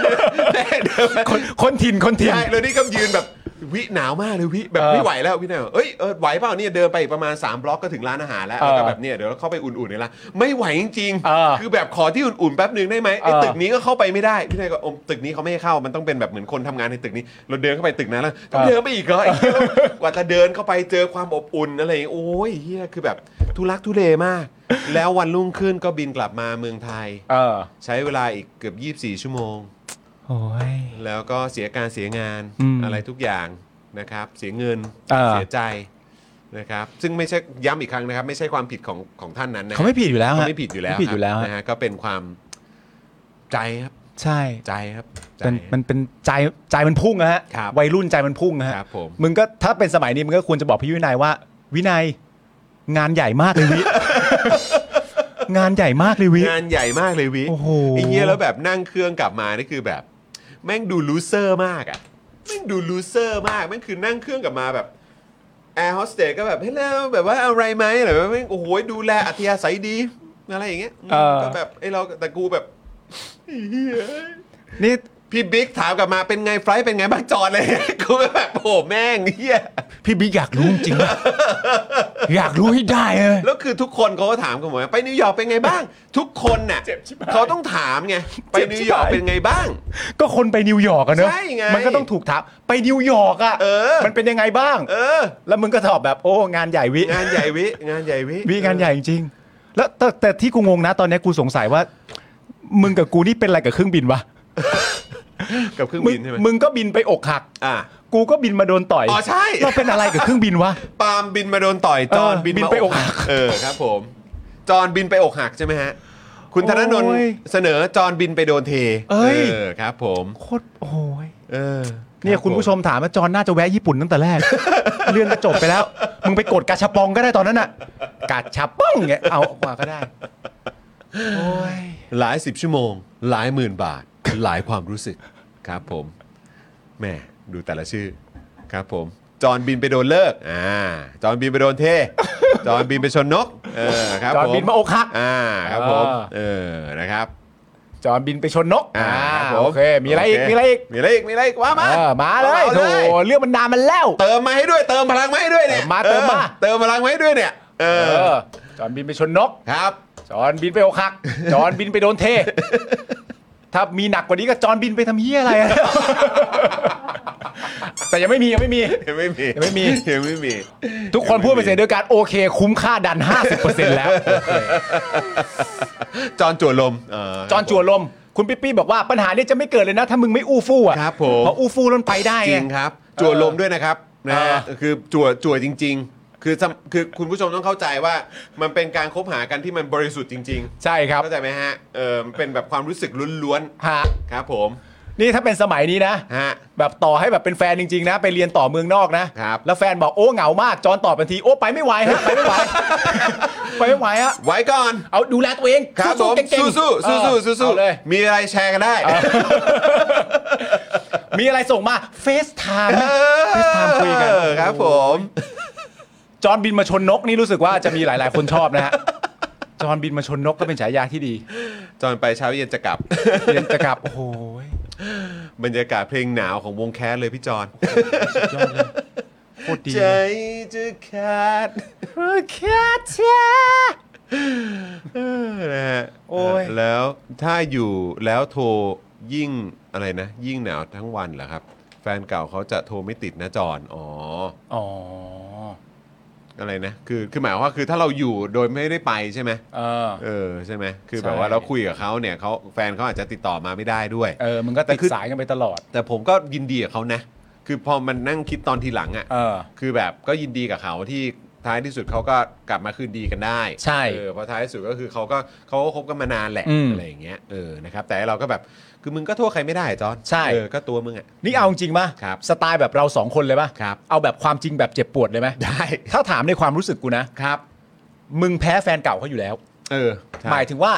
B: แม่งเดินมา
C: คนคนถิ่นคนถิ่น
B: ใช่แล้วนี่ก็ยืนแบบวิหนาวมากเลยวิแบบ
C: เออ
B: ไม่ไหวแล้ววิหนาวเอ้ยเออไหวเปล่าเนี่ยเดินไปอีกประมาณ 3 บล็อกก็ถึงร้านอาหารแล้ว
C: เออ
B: แล้วก็แบบเนี่ยเดี๋ยวเข้าไปอุ่นๆในร้านไม่ไหวจริง
C: เออ
B: คือแบบขอที่อุ่นๆแป๊บนึงได้ไหมไอ้
C: เออ
B: ตึกนี้ก็เข้าไปไม่ได้พี่นายก็อมตึกนี้เขาไม่ให้เข้ามันต้องเป็นแบบเหมือนคนทำงานในตึกนี้ เราเดินเข้าไปตึกนั้นแล้วต้องเดินไปอีกเหรอไอ้เหี้ยกว่าจะเดินเข้าไปเจอความอบอุ่นอะไรอย่างเงี้ยโอ้ยเฮียคือแบบทุลักทุเลมาก แล้ววันรุ่งขึ้นก็บินกลับมาเมืองไทย
C: เออ
B: ใช้เวลาอีกเกือบ 24 ชั่วโมง
C: โอ้ย
B: แล้วก็เสียการเสียงาน
C: อืม
B: อะไรทุกอย่างนะครับ เสียเงิน
C: เออ
B: เสียใจนะครับ ซึ่งไม่ใช่ย้ำอีกครั้งนะครับ ไม่ใช่ความผิดของของท่านนั้นนะ
C: เขาไม่ผิดอยู่แล้ว
B: เขา
C: ฮะ
B: ไม่ผิดอยู่แล้ว
C: ไม่ผิดอยู่แล้ว
B: ครับ
C: ฮะ
B: นะฮะก็เป็นความใจครับ
C: ใช่
B: ใจครับใจ
C: เป็นมันเป็นใจใจมันพุ่งนะฮะ
B: ครับ
C: วัยรุ่นใจมันพุ่งนะฮะ
B: ครับผม
C: งก็ถ้าเป็นสมัยนี้มึงก็ควรจะบอกพี่วินัยว่า วินัย งานใหญ่มากเลยวิ งานใหญ่มากเลยวิ
B: งานใหญ่มากเลยวิ
C: โอ้โห
B: ไอ้เงี้ยแล้วแบบนั่งเครื่องกลับมานี่คือแบบ แม่งดูลูเซอร์มากอะแม่งดูลูเซอร์มากแม่งคือนั่งเครื่องกลับมาแบบแอร์โฮสเตสก็แบบเฮ้ยแล้วแบบว่าอะไรไหมอะไรแบบแม่งโอ้โหดูแลอัธยาศัยดีอะไรอย่างเงี้ย
C: เออ
B: ก็แบบไอ้เราแต่กูแบบ
C: นี่
B: พี่บิ๊กถามกลับมาเป็นไงไฟลท์เป็นไงบ้างจอดเลย กูก็แบบโอ้โหแม่งเฮีย
C: พี่บิ๊กอยากรู้จริงๆนะ อยากรู้ให้ได้เลย
B: แล้วคือทุกคนเขาก็ถามกันหมดว่าไปนิวยอร์กเป็นไงบ้าง ทุกคนน่ะ
C: เจ็บชิบหาย
B: เขาต้องถามไงไป
C: เจ็บ
B: นิ
C: ชิ
B: ว
C: บ
B: ยอร์ก
C: หาย
B: เป็นไงบ้าง
C: ก็คนไปนิวยอร์กอะเนอะ
B: ใช่ไง
C: มันก็ต้องถูกถามไปนิวยอร์กอะ
B: เออ
C: มันเป็นยังไงบ้าง
B: เออ
C: แล้วมึงก็ตอบแบบโอ้งานใหญ่วิ
B: งานใหญ่วิ งานใหญ่วิ
C: วิงานใหญ่จริงๆแล้วแต่แต่ที่กูงงนะตอนเนี้ยกูสงสัยว่า มึงกับกูนี่เป็นอะไรกับเครื่องบินวะ
B: กับเครื่องบินใช่ไหม
C: งมึงก็บินไปอกหัก
B: อ่ะ
C: กูก็บินมาโดนต่อย
B: อ๋อใช่
C: เราเป็นอะไรกับเครื่องบินวะ
B: ปาล์มบินมาโดนต่อยจอน
C: เออ
B: บิน
C: บิน
B: มา
C: ไป
B: อกหั
C: อก
B: ก
C: หัก
B: เออครับ ผมจอนบินไปอกหักใช่ไหมฮะ คุณธนนท์
C: โอ้ย
B: เสนอจอนบินไปโดนเท
C: เอ้ย
B: อครับ ผม
C: โคตรโอ้ย
B: เออ
C: เนี่ยคุณผู้ชมถามว่าจอนน่าจะแวะญี่ปุ่นตั้งแต่แรก เรื่องก็จบไปแล้ว มึงไปกดกาชาปองก็ได้ตอนนั้นน่ะกาชาปองเงี้ยเอากว่าก็ได้โอ้ย
B: หลายสิบชั่วโมง หลายหมื่นบาท หลายความรู้สึกครับผมแหม่ดูแต่ละชื่อครับผมจอนบินไปโดนเลิกอ่าจอนบินไปโดนเทจอนบินไปชนนกเออครับ
C: จอน
B: ผม
C: บินมาอกหัก
B: อ่าครับผม
C: อ่า
B: เออนะครับ
C: จอนบินไปชนนก
B: อ่าครับผม
C: โอเค มีอะไรอีก
B: โเค
C: มีอะไรอีก
B: มีอะไรอีก มีอะไรอีก ว่ามา
C: เออมาเลย
B: อ
C: โถเรื่องมันนานมันแล้ว
B: เติมมาให้ด้วย เติมพลังมาให้ด้วยเนี่ย
C: เออมาเติมมา
B: ออเติมพลังมาให้ด้วยเนี่ย เอ
C: เอ
B: อ
C: อจอนบินไปชนนก
B: ครับ
C: จอนบินไปโอคัก จอนบินไปโดนเท ถ้ามีหนักกว่านี้ก็จอนบินไปทำเฮียอะไรอะ แต่ยังไม่มียังไม่มี
B: ยังไม่มี
C: ยังไม่มี
B: ยังไม่มี
C: ทุกคนพูดเป็นเสียงเดียวกันโอเค คุ้มค่าดัน 50%แล้วโอเค
B: จอนจั่วลมเ
C: จอนจั่วลม คุณปิ๊ปปี้บอกว่าปัญหาเนี้จะไม่เกิดเลยนะ ถ้ามึงไม่อู้ฟู่อ่ะ
B: ครับผม
C: เพราะอู้ฟู่ล้นไปได้
B: จ
C: ไง
B: ริงครับ จั่วลมด้วยนะครับนะฮะ
C: เออ
B: คือจั่วจั่วจริง ๆ คือสำคือคุณผู้ชมต้องเข้าใจว่ามันเป็นการคบหากันที่มันบริสุทธิ์จริง
C: ใช่
B: ๆ
C: ครับ
B: เข้าใจไหมฮะเออมันเป็นแบบความรู้สึกล้วน
C: ฮะ
B: ๆครับ ผม
C: นี่ถ้าเป็นสมัยนี้นะ
B: ฮะ
C: แบบต่อให้แบบเป็นแฟนจริง ๆ นะ ไปเรียนต่อเมืองนอกนะ
B: ครับ
C: แล้วแฟนบอกโอ้เหงามากจอนตอบทันทีโอ้ไปไม่ไหวฮะไป ไม่ไหว ไปไม่ไหวฮะ
B: ไว้ก่อน
C: เอาดูแลตัวเอง
B: ครับผ
C: สู้
B: ม
C: ๆเก่ง
B: สู้
C: ๆ
B: สู้
C: เอ
B: สู้
C: อ
B: สู้สู้สู้
C: เอาเลย
B: มีอะไรแชร์กันได้
C: มีอะไรส่งมาเฟซไท ม์
B: เออ
C: เฟซไทม์คุยกัน
B: ครับผม
C: จอนบินมาชนนกนี่รู้สึกว่าจะมีหลายๆ คนชอบนะ ฮะจอนบินมาชนนกก็เป็นฉายาที่ดี
B: จอนไปเช้าเย็นจะกลับ
C: เรียนจะกลับโอ้โห
B: บรรยากาศเพลงหนาวของวงแคสเลยพี่จอน
C: สุดยอดเลยโคตรดี
B: ใจจะขาด
C: แค่เชีย
B: เออนะฮะ
C: โอ้ย
B: แล้วถ้าอยู่แล้วโทรยิ่งอะไรนะ ยิ่งหนาวทั้งวันเหรอครับ แฟนเก่าเขาจะโทรไม่ติดนะจอนอ๋อ
C: อ๋อ
B: อะไรนะ คือคือหมายความว่าคือถ้าเราอยู่โดยไม่ได้ไปใช่ไหม
C: เออ
B: เออใช่ไหมคือ
C: ใช่
B: แบบว่าเราคุยกับเขาเนี่ยเขาแฟนเขาอาจจะติดต่อมาไม่ได้ด้วย
C: เออมันก็
B: แต่
C: ติด
B: คือ
C: สายกันไปตลอด
B: แต่ผมก็ยินดีกับเขานะ คือพอมันนั่งคิดตอนทีหลัง
C: เอ
B: อะ่ะ
C: อ
B: คือแบบก็ยินดีกับเขาที่ท้ายที่สุดเขาก็กลับมาคืนดีกันได้
C: ใช่
B: เออเพอท้ายที่สุดก็คือเขาก็เขาก็คบกันมานานแหละ
C: อืม
B: อะไรอย่างเงี้ย เออ นะครับ แต่เราก็แบบ คือมึงก็โทษใครไม่ได้จอน
C: ใช่
B: เออ ก็ตัวมึงอ่ะ
C: นี่เอาจริงป่ะ
B: ครับ
C: สไตล์แบบเราสองคนเลยป่ะ
B: ครับ
C: เอาแบบความจริงแบบเจ็บปวดเลยไหม
B: ได้
C: ถ้าถามในความรู้สึกกูนะครับ มึงแพ้แฟนเก่าเขาอยู่แล้ว
B: เออใช่
C: หมายถึงว่า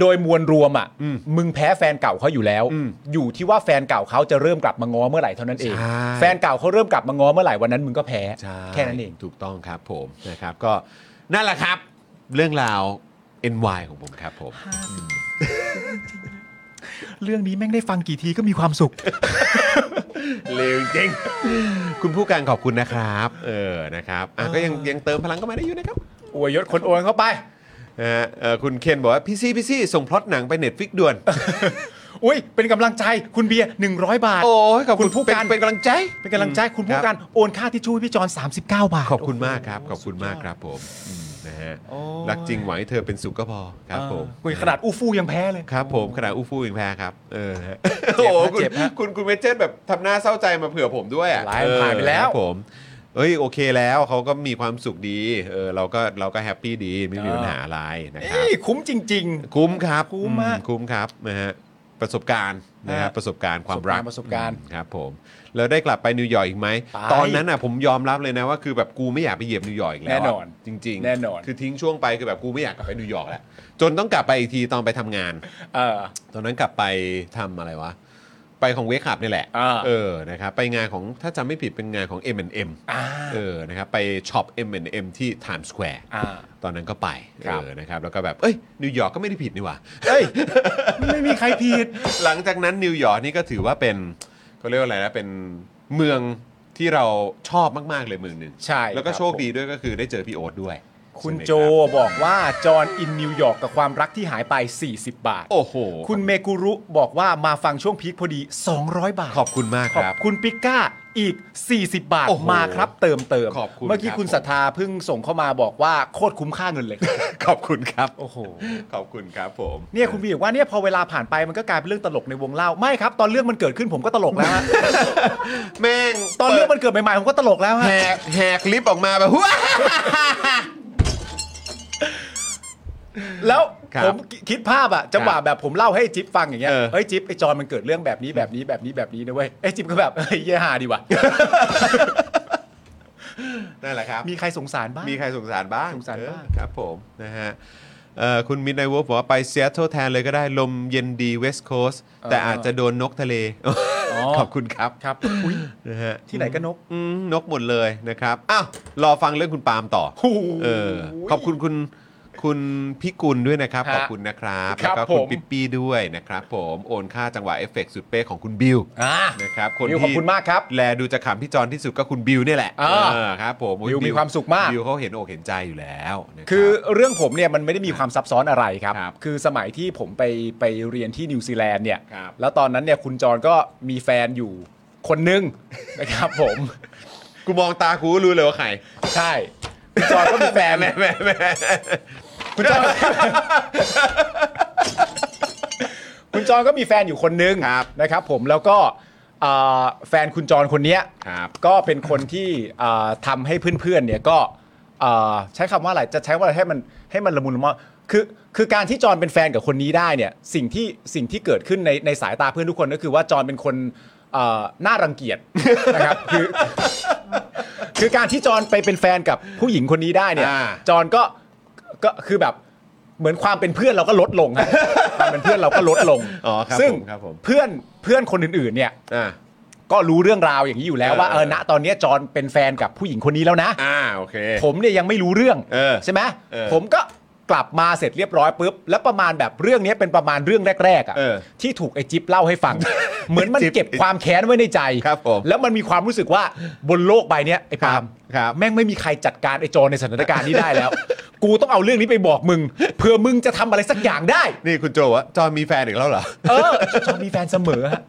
C: โดยมวลรวมอ่ะ
B: อืม
C: มึงแพ้แฟนเก่าเขาอยู่แล้ว
B: อืม
C: อยู่ที่ว่าแฟนเก่าเขาจะเริ่มกลับมาง้อเมื่อไหร่เท่านั้นเอง
B: ใช่
C: แฟนเก่าเขาเริ่มกลับมาง้อเมื่อไหร่วันนั้นมึงก็แพ้
B: ใช่
C: แค่นั้นเอง
B: ถูกต้องครับผมนะครับก็นั่นแหละครับ เรื่องราว NY ของผมครับผม
C: เรื่องนี้แม่งได้ฟังกี่ทีก็มีความสุข
B: เลวจริง คุณผู้การขอบคุณนะครับ เออนะครับอ่ะก็ยังยังเติมพลังเข้ามาได้อยู่นะครับ
C: อวยยศคนโอนเข้าไป
B: นะฮะเอ่อคุณเคนบอกว่า พี่ซี่พี่ซี่ส่งพล็อตหนังไปเน็ตฟิกด่วน
C: อุ้ยเป็นกำลังใจคุณเบียร์100 บาท
B: โอ้ยขอบคุ
C: คุณ
B: ณ
C: ผู้การ
B: เป็นเป็นกำลังใจ
C: เป็นกำลังใจคุณผู้
B: รับ
C: การโอนค่าที่ช่วยพี่จอน39 บาท
B: ขอบคุณมากครับ ขอบคุณมากครับผมอืมนะฮะ
C: โอ้ย
B: รักจริงหวังให้เธอเป็นสุขก็พอครับผม
C: เอออุ๊ยขนาดอู้ฟู่ยังแพ้เลย
B: ครับผมขนาดอู้ฟู่ยังแพ้ครับ เออฮะโอ้
C: เจ็บ
B: โห
C: ฮะ
B: คุณ
C: เจ็บฮะ
B: คุณคุณเวจเจนแบบทำหน้าเศร้าใจมาเผื่อผมด้วยอะ
C: หลาย
B: เออ
C: ผ่านไปแล้ว
B: ครับผมเอ้ยโอเคแล้วเขาก็มีความสุขดีเออเราก็เราก็แฮปปี้ดีไม่มีปัญหาอะไรนะครับ
C: เอ้ยคุ้มจริง
B: คุ้มครับ
C: คุ้มมาก
B: อืคุ้มครับนะฮะประสบการณ์นะครับ
C: ฮะ
B: ประสบการณ์ความรัก
C: ประสบการณ์
B: อืมครับผมแล้วได้กลับไปนิวยอร์กอีกไหม
C: ไป
B: ตอนนั้นอ่ะผมยอมรับเลยนะว่าคือแบบกูไม่อยากไปเหยียบนิวยอร์กอีกแล้วะ
C: แน่นอน
B: จริงๆ
C: แน่นอน
B: คือทิ้งช่วงไปคือแบบกูไม่อยากกลับไปนิวยอร์กแล้วจนต้องกลับไปอีกทีตอนไปทำงาน
C: ๆเออ
B: ตอนนั้นกลับไปทำอะไรวะ ไปของเวคับนี่แหละ
C: อ่า
B: เออนะครับไปงานของถ้าจำไม่ผิดเป็นงานของ M&M
C: อ่า
B: เออนะครับไปช็อป M&M ที่ Times Square
C: อ่า
B: ตอนนั้นก็ไป
C: ครับ
B: เออนะครับแล้วก็แบบเอ้ยนิวยอร์กก็ไม่ได้ผิดนี่หว่า
C: เอ้ยไม่มีใครผิด
B: หลังจากนั้นนิวยอร์กนี่ก็ถือว่าเป็นเขาเรียกว่าอะไรนะเป็นเมืองที่เราชอบมาก ๆ เลยเมืองหนึ่ง
C: ใช่
B: แล้วก็
C: ครับ
B: โชคดีด้วยก็คือได้เจอพี่โอ๊ตด้วย
C: คุณ
B: ใช่ไหม
C: โจ
B: รับ
C: บอกว่าจอห์นอินนิวยอร์กกับความรักที่หายไป 40 บาท
B: โอ้โห
C: คุณเมกุรุบอกว่ามาฟังช่วงพีคพอดี 200 บาท
B: ขอบคุณมาก
C: ข
B: ค
C: อบ
B: รับ
C: คุณปิก้าอีก 40 บาท
B: โอ้โห
C: มาครับเติมเติม
B: ขอบคุณ
C: เมื่อกี้
B: ครับ
C: คุณศรัทธาเพิ่งส่งเข้ามาบอกว่าโคตรคุ้มค่าเงินเลย
B: ขอบคุณครับ
C: โอ้โห
B: ขอบคุณครับผม
C: เนี่ยคุณบีบอกว่าเนี่ยพอเวลาผ่านไปมันก็กลายเป็นเรื่องตลกในวงเล่าไม่ครับ ตอนเรื่องมันเกิดขึ้นผมก็ตลกแล้วฮะ
B: แม่ง
C: ตอนเรื่องมันเกิดใหม่ๆผมก็ตลกแล้วฮะ
B: แหกแหกลิฟต์ออกมาแบบ ว้า
C: แล้ว
B: ครับ
C: ผมคิดภาพอะจังหวะแบบผมเล่าให้จิ๊บฟังอย่างเงี้ย
B: เออ
C: เฮ้ยจิ๊บไอจอนมันเกิดเรื่องแบบนี้แบบนี้แบบนี้แบบนี้นะเว้ยไอยจิ๊บก็แบบเฮ้ยเหี้ยหาดีว่ะ
B: นั่นแหละครับ
C: มีใครสงสารบ้าง
B: มีใครสงสารบ้าง
C: สงสารบ้าง
B: เออครับผมนะฮะเอ่อคุณมิดไนวอลบอกว่าไปเซียโตแทนเลยก็ได้ลมเย็นดีเวสต์โคสแต่อาจจะโดนนกทะเล ขอบคุณครับ
C: ครับอุ๊ย
B: นะฮะ
C: ที่ไหนก็นก
B: อืมนกหมดเลยนะครับอ้าวรอฟังเรื่องคุณปาล์มต่อ
C: โอ้โห
B: เออขอบคุณคุณคุณพิกุลด้วยนะครับ
C: ฮะ
B: ขอบคุณนะครับ
C: ค
B: แล้
C: รับ
B: วก็คุณ
C: ผม
B: ปิ๊ปปี้ด้วยนะครับผมโอนค่าจังหวะเอฟเฟกต์สุดเป๊ะของคุณบิว
C: อ่า
B: นะครับคน
C: บิวขอบ
B: ที่
C: คุณมากครับ
B: แลดูจะขำพี่จอนที่สุดก็คุณบิวเนี่ยแหละ
C: อ่า
B: เออครับผมโอ้ย
C: บิวมีความสุขมาก
B: บิวเขาเห็นอกเห็นใจอยู่แล้วนะรับ
C: คือเรื่องผมเนี่ยมันไม่ได้มีความซับซ้อนอะไรครับ
B: ครับ
C: คือสมัยที่ผมไปไปเรียนที่นิวซีแลนด์เนี่ย
B: ครับ
C: แล้วตอนนั้นเนี่ยคุณจรก็มีแฟนอยู่คนหนึง นะครับผม
B: กูมองตากูก็รู้เลยว่าใคร
C: ใช่ คุณจรก็มีแฟน
B: แหม่แหม่แหม่
C: คุณจร คุณจรก็มีแฟนอยู่คนหนึงนะครับ ผมแล้วก็เอ่อแฟนคุณจรคนเนี้ย
B: ครับ
C: ก็เป็นคนที่เอ่อทำให้เพื่อนๆเนี่ยก็เอ่อใช้คำว่าอะไรจะใช้ว่าอะไรให้มันให้มันละมุนละม่อมคือคือการที่จอนเป็นแฟนกับคนนี้ได้เนี่ยสิ่งที่สิ่งที่เกิดขึ้นในในสายตาเพื่อนทุกคนก็คือว่าจอนเป็นคนเอ่อน่ารังเกียจ นะครับคือคือการที่จอนไปเป็นแฟนกับผู้หญิงคนนี้ได้เนี่ย
B: อ่า
C: จอนก็ก็คือแบบเหมือนความเป็นเพื่อนเราก็ลดลง ฮะ ความเป็นเพื่อนเราก็ลดลง
B: อ๋อครับ
C: ซึ่ง
B: ผมครับผม
C: เพื่อนเพื่อนคนอื่นๆเนี่ย
B: อ่า
C: ก็รู้เรื่องราวอย่างนี้อยู่แล้ว
B: เออ
C: ว่าเออ
B: เออ
C: ณตอนเนี้ยจอห์นเป็นแฟนกับผู้หญิงคนนี้แล้วนะ
B: อ่าโอเค
C: ผมเนี่ยยังไม่รู้เรื่อง
B: เออ
C: ใช่ไหม
B: เออ
C: ผมก็กลับมาเสร็จเรียบร้อยปุ๊บแล้วประมาณแบบเรื่องเนี้ยเป็นประมาณเรื่องแรกๆ
B: เออ
C: อะ่ะที่ถูกไอ้จิ๊บเล่าให้ ฟัง เหมือนมัน
B: จิ๊บ
C: เก็บความแค้นไว้ในใจ
B: ครับผม
C: แล้วมันมีความรู้สึกว่าบนโลกใบเนี้ยไอ้ปาล์ม
B: ครับ
C: แม่งไม่มีใครจัดการไอ้จอห์นในสถานการณ์นี้ได้แล้ว กูต้องเอาเรื่องนี้ไปบอกมึงเผื่อมึงจะทำอะไรสักอย่างได้
B: นี่คุณโจว่าจอนมีแฟนอีกแล้วเหรอ
C: เออ จอห์นมีแฟนเสมอฮะ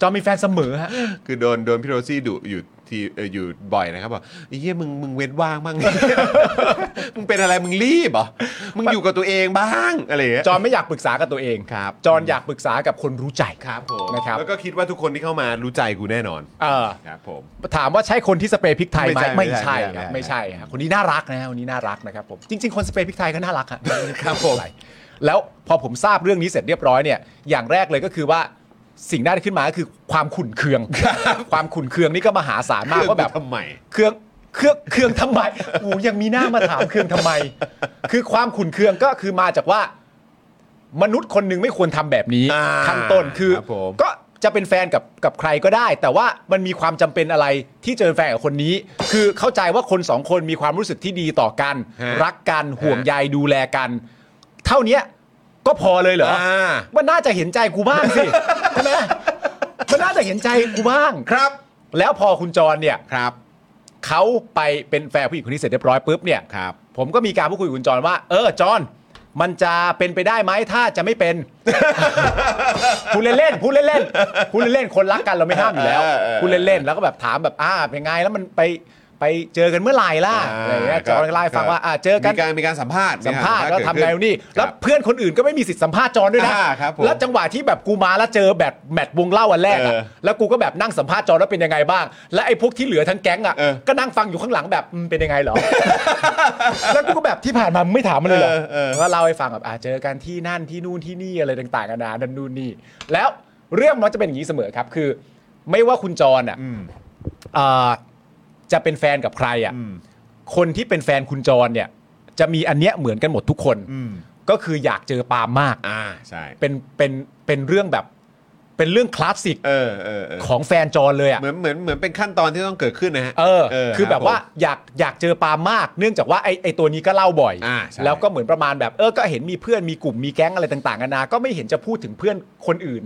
C: จอห์นมีแฟนเสม อฮะ
B: คือโดนโดนพี่โรซี่ดุอยู่ทีเอ่ออยู่บ่อยนะครับบอกไอ้เหี้ยมึงมึงเว้นว่างบ้าง มึงเป็นอะไรมึงรีบเหรอมึงอยู่กับตัวเองบ้างอะไรอย่างเงี้ย
C: จอนไม่อยากปรึกษากับตัวเอง
B: ครับ
C: จอนอยากปรึกษากับคนรู้ใจ
B: ครับผม
C: นะครับ
B: แล้วก็คิดว่าทุกคนที่เข้ามารู้ใจกูแน่นอน
C: เออ
B: ครับผม
C: ถามว่าใช่คนที่สเปรย์พริกไทยไหม
B: ไม่
C: ไม่
B: ใช่ไม่ใช่
C: ใช่ครับ
B: ไม่
C: ไม่
B: ใช่
C: ใช่ครับคนนี้น่ารักนะคนนี้น่ารักนะครับผมจริง ๆ คนสเปรย์พริกไทยก็น่ารักอะ
B: ครับผม
C: อะไแล้วพอผมทราบเรื่องนี้เสร็จเรียบร้อยเนี่ยอย่างแรกเลยก็คือว่าสิ่งแรกที่ขึ้นมาก็คือความขุ่นเคือง ความขุ่นเคืองนี่ก็มหาศาลมาก
B: เคือง
C: ว่าแบบ
B: กูทำไม
C: เครื่องเครื่องเครื่องทำไมโอ้โหยังมีหน้ามาถามเครื่องทำไม คือความขุ่นเคืองก็คือมาจากว่า มนุษย์คนหนึ่งไม่ควรทำแบบนี้
B: อ่า
C: ขั้นต้นคือ
B: ครับผม
C: ก็จะเป็นแฟนกับกับใครก็ได้ แต่ว่ามันมีความจำเป็นอะไรที่จะเป็นแฟนกับคนนี้ คือเข้าใจว่าคนสองคนมีความรู้สึกที่ดีต่อกัน
B: ฮะ
C: รักกันห่วงใยดูแลกัน เท่าเนี้ยก็พอเลยเหรอ
B: อ่า
C: มันน่าจะเห็นใจกูบ้างสิ ใช่ไหมมันน่าจะเห็นใจกูบ้าง
B: ครับ
C: แล้วพอคุณจรเนี่ย
B: ครับ
C: เขาไปเป็นแฟนผู้หญิงคนนี้เสร็จเรียบร้อยปุ๊บเนี่ย
B: ครับ
C: ผมก็มีการพูดคุยกับคุณจรว่า เออจรมันจะเป็นไปได้ไหมถ้าจะไม่เป็น พูดเล่นๆพูดเล่นๆพูดเล่นๆคนรักกันเราไม่ห้ามอยู่แล้ว
B: เออเออ
C: พูดเล่นๆแล้วก็แบบถามแบบอ่าเป็นไงแล้วมันไปไปเจอกันเมื่อไหร่ล่ะอะไรอย่างเงี้ยจอนก็เล่าให้ฟังว่าอ่าเจอกัน
B: มีการมีการสัมภาษณ์
C: สัมภาษณ์
B: มี
C: แล้ว
B: กร
C: ทำไง
B: เกิดขึ้
C: นี่ แล้ว
B: ครับ
C: เพื่อนคนอื่นก็ไม่มีสิทธิ์สัมภาษณ์จอนด้วยนะ
B: อ่าครับผม
C: แล้วจังหวะที่แบบกูมาแล้วเจอแบบแมทวงเล่าอันแรกอะ
B: เออ
C: แล้วกูก็แบบนั่งสัมภาษณ์จอนแล้วเป็นยังไงบ้าง และไอ้พวกที่เหลือทั้งแก๊งอ่ะ
B: เออ
C: ก็นั่งฟังอยู่ข้างหลังแบบอืมเป็นยังไงเหร อ แล้วกูก็แบบที่ผ่านมามึงไม่ถามมันเลยเหรอ
B: เออเออ
C: ก็เล่าให้ฟังแบบอ่าเจอกันที่นั่นที่นู่นที่นี่อะไรต่างๆกันานานั่นนู่นนี่แล้วเรื่องมันจะเป็นอย่างนี้เสมอครับ คือ ไม่ว่าคุณจรอ่ะ
B: อืม
C: เอ่อจะเป็นแฟนกับใครอ่ะ
B: อืม
C: คนที่เป็นแฟนคุณจรเนี่ย จะมีอันเนี้ยเหมือนกันหมดทุกคน
B: อืม
C: ก็คืออยากเจอปาล์มมาก
B: อ่าใช่
C: เป็น เป็น เป็นเรื่องแบบ เป็นเรื่องคลาสสิก
B: เออเออเออ
C: ของแฟนจรเลยอ่ะ
B: เหมือนเหมือนเหมือนเป็นขั้นตอนที่ต้องเกิดขึ้นนะฮะ
C: เออ คือ
B: รั
C: แบบว่า
B: ผม
C: อยากอยากเจอปาล์มมาก เนื่องจากว่าไอไอตัวนี้ก็เล่าบ่อย
B: อ่าใช่
C: แล้วก็เหมือนประมาณแบบเออ ก็เห็นมีเพื่อนมีกลุ่มมีแก๊งอะไรต่างๆกันานา ก็ไม่เห็นจะพูดถึงเพื่อนคนอื่น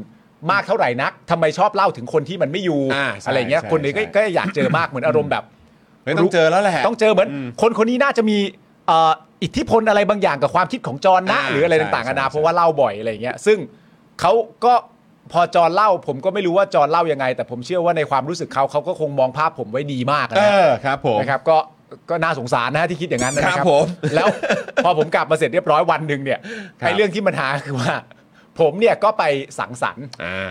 C: มากเท่าไหร่นักทำไมชอบเล่าถึงคนที่มันไม่อยู่
B: อ่าใช่
C: อะไรเงี้ย
B: ใช่
C: คนนี้ก็
B: ใช่
C: ก็อยากเจอมากเหมือนอารมณ์แบบ
B: เฮ้ยต้องเจอแล้วแหละ
C: ต้องเจอเหมือน
B: อืม
C: คนคนนี้น่าจะมีเอ่ออิทธิพลอะไรบางอย่างกับความคิดของจรนะ
B: อ่า
C: หรืออะไร
B: ใช่
C: ต่างๆ
B: ใช่
C: นานา
B: ใช่
C: เพราะว่าเล่าบ่อยอะไรอย่างเงี้ยซึ่งเขาก็พอจรเล่า ผมก็ไม่รู้ว่าจรเล่ายังไง แต่ผมเชื่อว่าในความรู้สึกเขาเขาก็คงมองภาพผมไว้ดีมาก
B: เอ
C: นะ
B: อครับผม
C: นะครับก็ก็น่าสงสารนะที่คิดอย่างนั้นนะค
B: ครั
C: รับบ
B: ผม
C: แล้วพอผมกลับมาเสร็จเรียบร้อยวันหนึ่งเนี่ยไอ้เรื่องที่มันหาคือว่า ผมเนี่ยก็ไปสังสรรค์
B: อ่า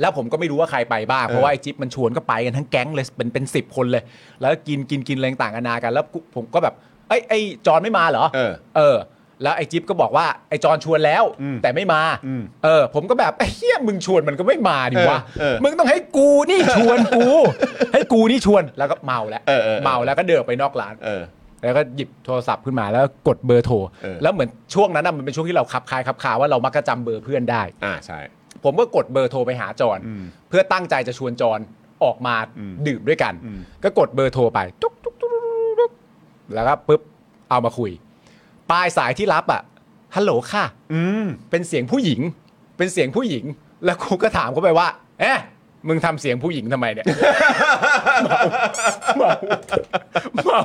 C: แล้วผมก็ไม่รู้ว่าใครไปบ้าง
B: เออ
C: เพราะว่าไอ้จิ๊บมันชวนก็ไปกันทั้งแก๊งเลยเป็นเป็นสิบคนเลย แล้วก็กินกินกินอะไรต่างกันานากัน แล้วกูผมก็แบบไอ้ยไอ้จอนไม่มาเหรอ
B: เออ
C: เออ แล้วไอ้จิ๊บก็บอกว่าไอ้จอนชวนแล้ว
B: อืม
C: แต่ไม่มา
B: อืม
C: เออ ผมก็แบบไอ้เฮียมึงชวนมันก็ไม่มาดิวะ
B: เออเออ
C: มึงต้องให้กูนี่ชวนกู ให้กูนี่ชวนแล้วก็เมาแล้ว
B: เออเออเออ
C: เมาแล้วก็เดินออกไปนอกร้าน
B: เออ
C: แล้วก็หยิบโทรศัพท์ขึ้นมาแล้วกดเบอร์โทร
B: เออ
C: แล้วเหมือนช่วงนั้นนะมันเป็นช่วงที่เราคับคายคับคาว่าเรามักจะจำเบอร์เพื่อนได้
B: อ่าใช่
C: ผมก็กดเบอร์โทรไปหาจอน
B: อืม
C: เพื่อตั้งใจจะชวนจอนออกมา
B: อืม
C: ดื่มด้วยกัน
B: อืม
C: ก็กดเบอร์โทรไปตุ๊กตุ๊กตุ๊กตุ๊กตุ๊กแล้วก็ปุ๊บเอามาคุย ปลายสายที่รับอ่ะฮัลโหลค่ะ
B: อืม
C: เป็นเสียงผู้หญิง เป็นเสียงผู้หญิง แล้วกูก็ถามเขาไปว่า เอ๊ะมึงทำเสียงผู้หญิงทำไมเนี่ย เมา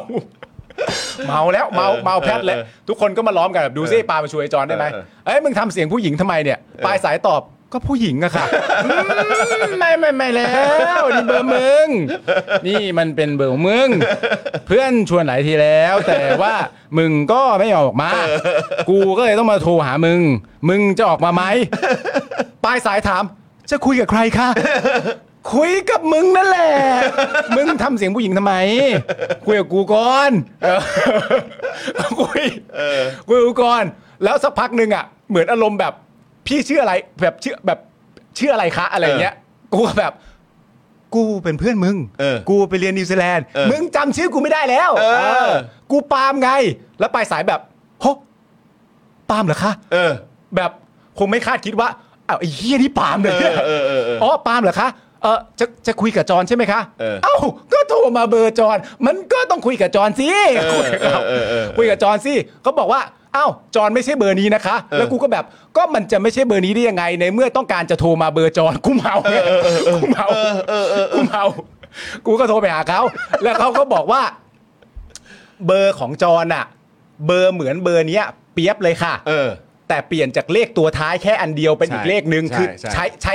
C: เมา เมาแล้ว เมา เมาแพทเลย
B: เออเออ
C: ทุกคนก็มาล้อมกันแบบดูซิปามาช่วยไอ้จอนได้ไหม
B: เออ
C: เอ้ยมึงทำเสียงผู้หญิงทำไมเนี่ยปลายสายตอบก็ผู้หญิงอะค่ะ อืมไม่ไม่ไม่แล้วนี่เบอร์มึง นี่มันเป็นเบอร์ของมึง เพื่อนชวนหลายทีแล้ว แต่ว่ามึงก็ไม่ออกมา กูก็เลยต้องมาโทรหามึง มึงจะออกมาไหมปลายสายถาม จะคุยกับใครคะ คุยกับมึงนั่นแหละ มึงทำเสียงผู้หญิงทำไม คุยกับกูก่อนเออ คุยคุยกับกูก่อน แล้วสักพักหนึ่งอ่ะ เหมือนอารมณ์แบบ พี่ชื่ออะไร แบบชื่อแบบชื่ออะไรคะอะไรเงี้ย กูก็แบบ กูเป็นเพื่อนมึง
B: เออ
C: กูไปเรียนนิวซีแลนด์
B: เออ
C: มึงจำชื่อกูไม่ได้แล้ว
B: เออ
C: เออกูปาล์มไง แล้วไปลายสายแบบโฮะปาล์มเหรอคะ
B: เออ
C: แบบคงไม่คาดคิดว่าอ้าวไอ้เหี้ยนี่ปาล์มเลยเนี่ย
B: เออเออเออ
C: อ๋อปาล์มเหรอคะเออจะจะคุยกับจอนใช่ไหมคะ
B: เออ
C: ก็โทรมาเบอร์จอนมันก็ต้องคุยกับจอนสิคุยกับ
B: เออเออเออ
C: คุยกับจอนสิเขาบอกว่าอ้าวจอนไม่ใช่เบอร์นี้นะคะ แล้วกูก็แบบก็มันจะไม่ใช่เบอร์นี้ได้ยังไง ในเมื่อต้องการจะโทรมาเบอร์จอนกูเมากูเมากูเมากูก็โทรไปหาเขาแล้วเขาก็บอกว่า เบอร์ของจอนอะเบอร์เหมือนเบอร์เนี้ย เปียบเลยค่ะ
B: เออ
C: แต่เปลี่ยนจากเลขตัวท้ายแค่อันเดียวเป็น
B: ใช่
C: อีกเลขหนึ่ง
B: ใช่
C: คือ
B: ใช่
C: ใช้ใช้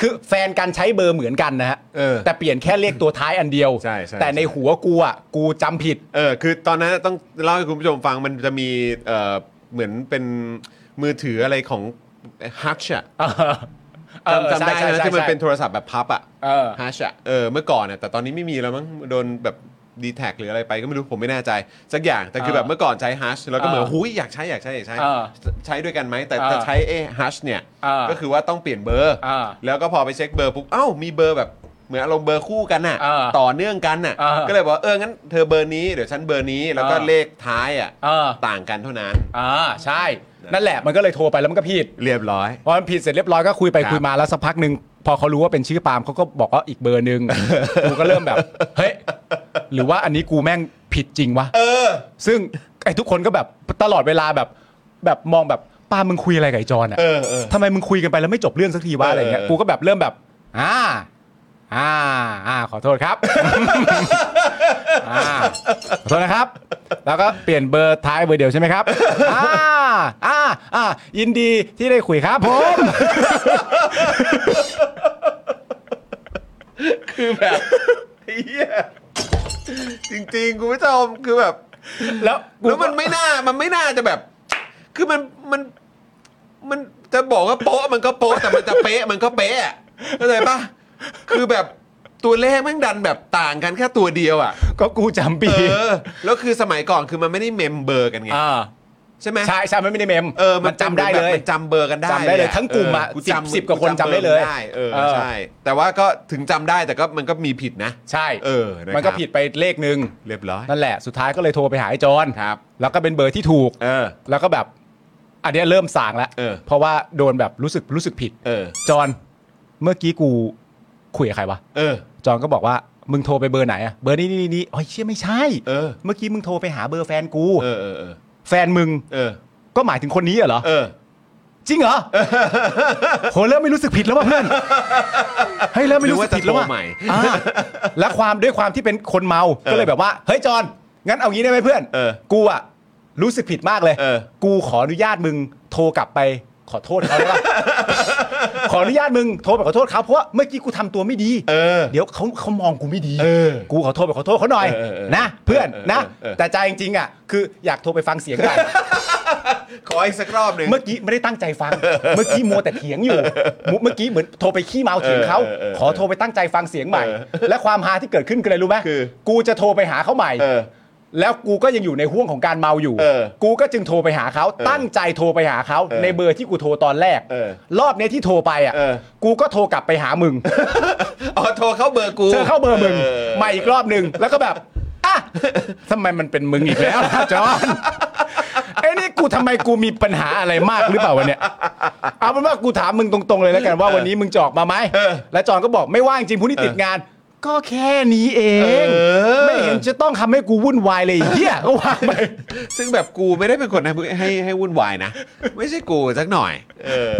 C: คือแฟนกันใช้เบอร์เหมือนกันนะฮะ
B: เออ
C: แต่เปลี่ยนแค่เลขตัวท้ายอันเดียว
B: ใช่ใช่
C: แต่ใน
B: ใช่
C: หัวกูอ่ะกูจำผิด
B: เออคือตอนนั้นต้องเล่าให้คุณผู้ชมฟังมันจะมีเออเหมือนเป็นมือถืออะไรของฮัชอะจำจำได้
C: เออใช่
B: ใช่ไหม
C: ใช่
B: ที่มัน
C: ใช่
B: เป็นโทรศัพท์แบบพับอะ
C: เออ
B: ฮัชอะเออเมื่อก่อนอะแต่ตอนนี้ไม่มีแล้วมั้งโดนแบบดีแท็หรืออะไรไปก็ไม่รู้ผมไม่แน่ใจสักอย่างแต่คือ
C: เออ
B: แบบเมื่อก่อนใช้ฮัชแล้วก็เหมือน
C: เออ
B: หูยอยากใช้อยากใช้อยากใช้
C: เออ
B: ใช้ด้วยกันไหมแต่
C: เออ
B: แต่ใช้เอ้ฮัชเนี่ย
C: เออ
B: ก็คือว่าต้องเปลี่ยนเบอร์
C: เออ
B: แล้วก็พอไปเช็คเบอร์ปุ๊บเอ้ามีเบอร์แบบเหมือนอารมณ์เบอร์คู่กันน่ะ
C: เออ
B: ต่อเนื่องกันน่ะ
C: เออ
B: ก็เลยบอกว่าเอองั้นเธอเบอร์นี้เดี๋ยวฉันเบอร์นี้แล้วก็
C: เออ
B: เลขท้ายอ่ะ
C: เออ
B: ต่างกันเท่านั้น
C: อ่าใช่ นั่นแหละมันก็เลยโทรไปแล้วมันก็ผิด
B: เรียบร้อย
C: พอมันผิดเสร็จเรียบร้อยก็คุยไป
B: ครับ
C: คุยมาแล้วสักพักหนึ่งพอเขารู้ว่าเป็นชื่อปาล์มเขาก็บอกว่าอีกเบอร์หนึ่ง กูก็เริ่มแบบ เฮ้ย หรือว่าอันนี้กูแม่งผิดจริงวะเออ ซึ่งไอ้ทุกคนก็แบบตลอดเวลาแบบ แบบมองแบบปาล์มมึงคุยอะไรกับไอ้จอนอ่ะ
B: เออเออ
C: ทำไมมึงคุยกันไปแล้วไม่จบเรื่องสักทีวะ
B: เออ
C: อะไรเงี้ย
B: เออ
C: กูก็แบบเริ่มแบบอ่าอ่าอ่าขอโทษครับ อ่าขอโทษนะครับ แล้วก็เปลี่ยนเบอร์ท้ายเบอร์เดียวใช่ไหมครับ อ่า อ่า อ่า ยินดีที่ได้คุยครับผม
B: คือแบบ เฮียจริงๆคุณผู้ชมคือแบบ
C: แล้วกู
B: แล้วมันไม่น่ามันไม่น่าจะแบบ คือมันมันมันจะบอกว่าโป๊ะมันก็โป๊ะแต่มันจะเป๊ะมันก็เป๊ะอะเข้าใจปะคือแบบตัวเลขแม่งดันแบบต่างกันแค่ตัวเดียวอ่ะ
C: ก็กูจำปี
B: เออแล้วคือสมัยก่อนคือมันไม่ได้เมมเบอร์กันไง
C: อ่า
B: ใช่ไหม
C: ใช่ใช่มันไม่ได้เมม
B: เออ
C: มันจำได้
B: ป็นแบ
C: เล
B: บ
C: ย
B: มันจำเบอร์กันได้
C: จำได้เลย
B: ะ
C: ทั้งกลุ่มอะ
B: เกู
C: สิบ
B: ำ
C: สิบกว่าคนจำได้เลย
B: กูจำบอร์เออ
C: เออ
B: ใช่ แต่ว่าก็ถึงจำได้แต่ก็มันก็มีผิดนะ
C: ใช่
B: เออนะครับ
C: มันก็ผิดไปเลขหนึ่ง
B: เรียบร้อย
C: นั่นแหละสุดท้ายก็เลยโทรไปหาไอ้จอน
B: ครับ
C: แล้วก็เป็นเบอร์ที่ถูก
B: เออ
C: แล้วก็แบบ อันเนี้ยเริ่มสางแล้ว
B: เออ
C: เพราะว่าโดนแบบรู้สึกรู้สึกผิด
B: เออ
C: จอนเมื่อกี้กูคุยกับใครวะ
B: เออ
C: จอนก็บอกว่ามึงโทรไปเบอร์ไหนอะเบอร์นี้นี่นี่โอ้ยเชี่ยไม่ใช่
B: เออ
C: เมื่อกี้มึงโทรไปหาเบอร์แฟนกู
B: เออเออเออ
C: แฟนมึง
B: เออ
C: ก็หมายถึงคนนี้เหรอ
B: เออ
C: จริงเหรอ โหเริ่มไม่รู้สึกผิดแล้วว่ะเพื่อน เฮ้ยเริ่มไม่รู้สึกผิดแล้
B: ห
C: ว
B: รือว่าจะโท
C: ว่ะ
B: รใหม่
C: อ่าและความด้วยความที่เป็นคนเมา
B: เออ
C: ก็เลยแบบว่าเฮ้ยจอนงั้นเอางี้ได้ไหมเพื่อน
B: เออ
C: กูอะรู้สึกผิดมากเลย
B: เออ
C: กูขออนุญาตมึงโทรกลับไปขอโทษเขาได้ปะ ขออนุญาตมึงโทรไปขอโทษเขาเพราะว่าเมื่อกี้กูทำตัวไม่ดี
B: เออ
C: เดี๋ยวเขาเขามองกูไม่ดี
B: เออ
C: กูขอโทษไปขอโทษเขาหน่อย
B: เออเออเออ
C: นะ เพื่อน
B: เออเออ
C: นะ
B: เออ
C: แต่ใจจริงๆอ่ะคืออยากโทรไปฟังเสียงกัน
B: ขออีกสักรอบหนึ่ง
C: เมื่อกี้ไม่ได้ตั้งใจ ฟัง เมื่อกี้มัวแต่เถียงอยู่มุเมื่อกี้เหมือนโทรไปขี้เมาเถียงเขา
B: เออเออเออ
C: ขอโทรไปตั้งใจฟังเสียงใหม่
B: เออ
C: และความฮาที่เกิดขึ้นคืออะไรรู้ไหม
B: คือ
C: กูจะโทรไปหาเขาใหม่
B: เออ
C: แล้วกูก็ยังอยู่ในห่วงของการเมาอยู่
B: เออ
C: กูก็จึงโทรไปหาเขา ตั้งใจโทรไปหาเขา
B: เออ
C: ในเบอร์ที่กูโทรตอนแรก
B: เออ
C: รอบเนี้ยที่โทรไปอ่ะ
B: เอ อ
C: กูก็โทรกลับไปหามึง
B: อ๋อโทรเข้าเบอร์กู
C: เธอเข้าเบอร์มึง
B: เ
C: ใหม่อีกรอบหนึ่งแล้วก็แบบอ่ะทำไมมันเป็นมึงอีกแล้ว ล่ะจอห์นไอ้นี่กูทำไมกูมีปัญหาอะไรมากหรือเปล่าวะเนี่ยเอาเป็นว่ากูถามมึงตรงๆเลยแล้วกันว่าวันนี้มึงจะออกมาไหม
B: เออ
C: แล้วจอห์นก็บอกไม่ว่างจริงพรุ่งนี้ติดงาน ก็แค่นี้เอง
B: เออ
C: ไม่เห็นจะต้องทำให้กูวุ่นวายเลยไอ้เฮียก็ว่าไป
B: ซึ่งแบบกูไม่ได้เป็นคนให้ให้ให้วุ่นวายนะ ไม่ใช่กูสักหน่อย เออ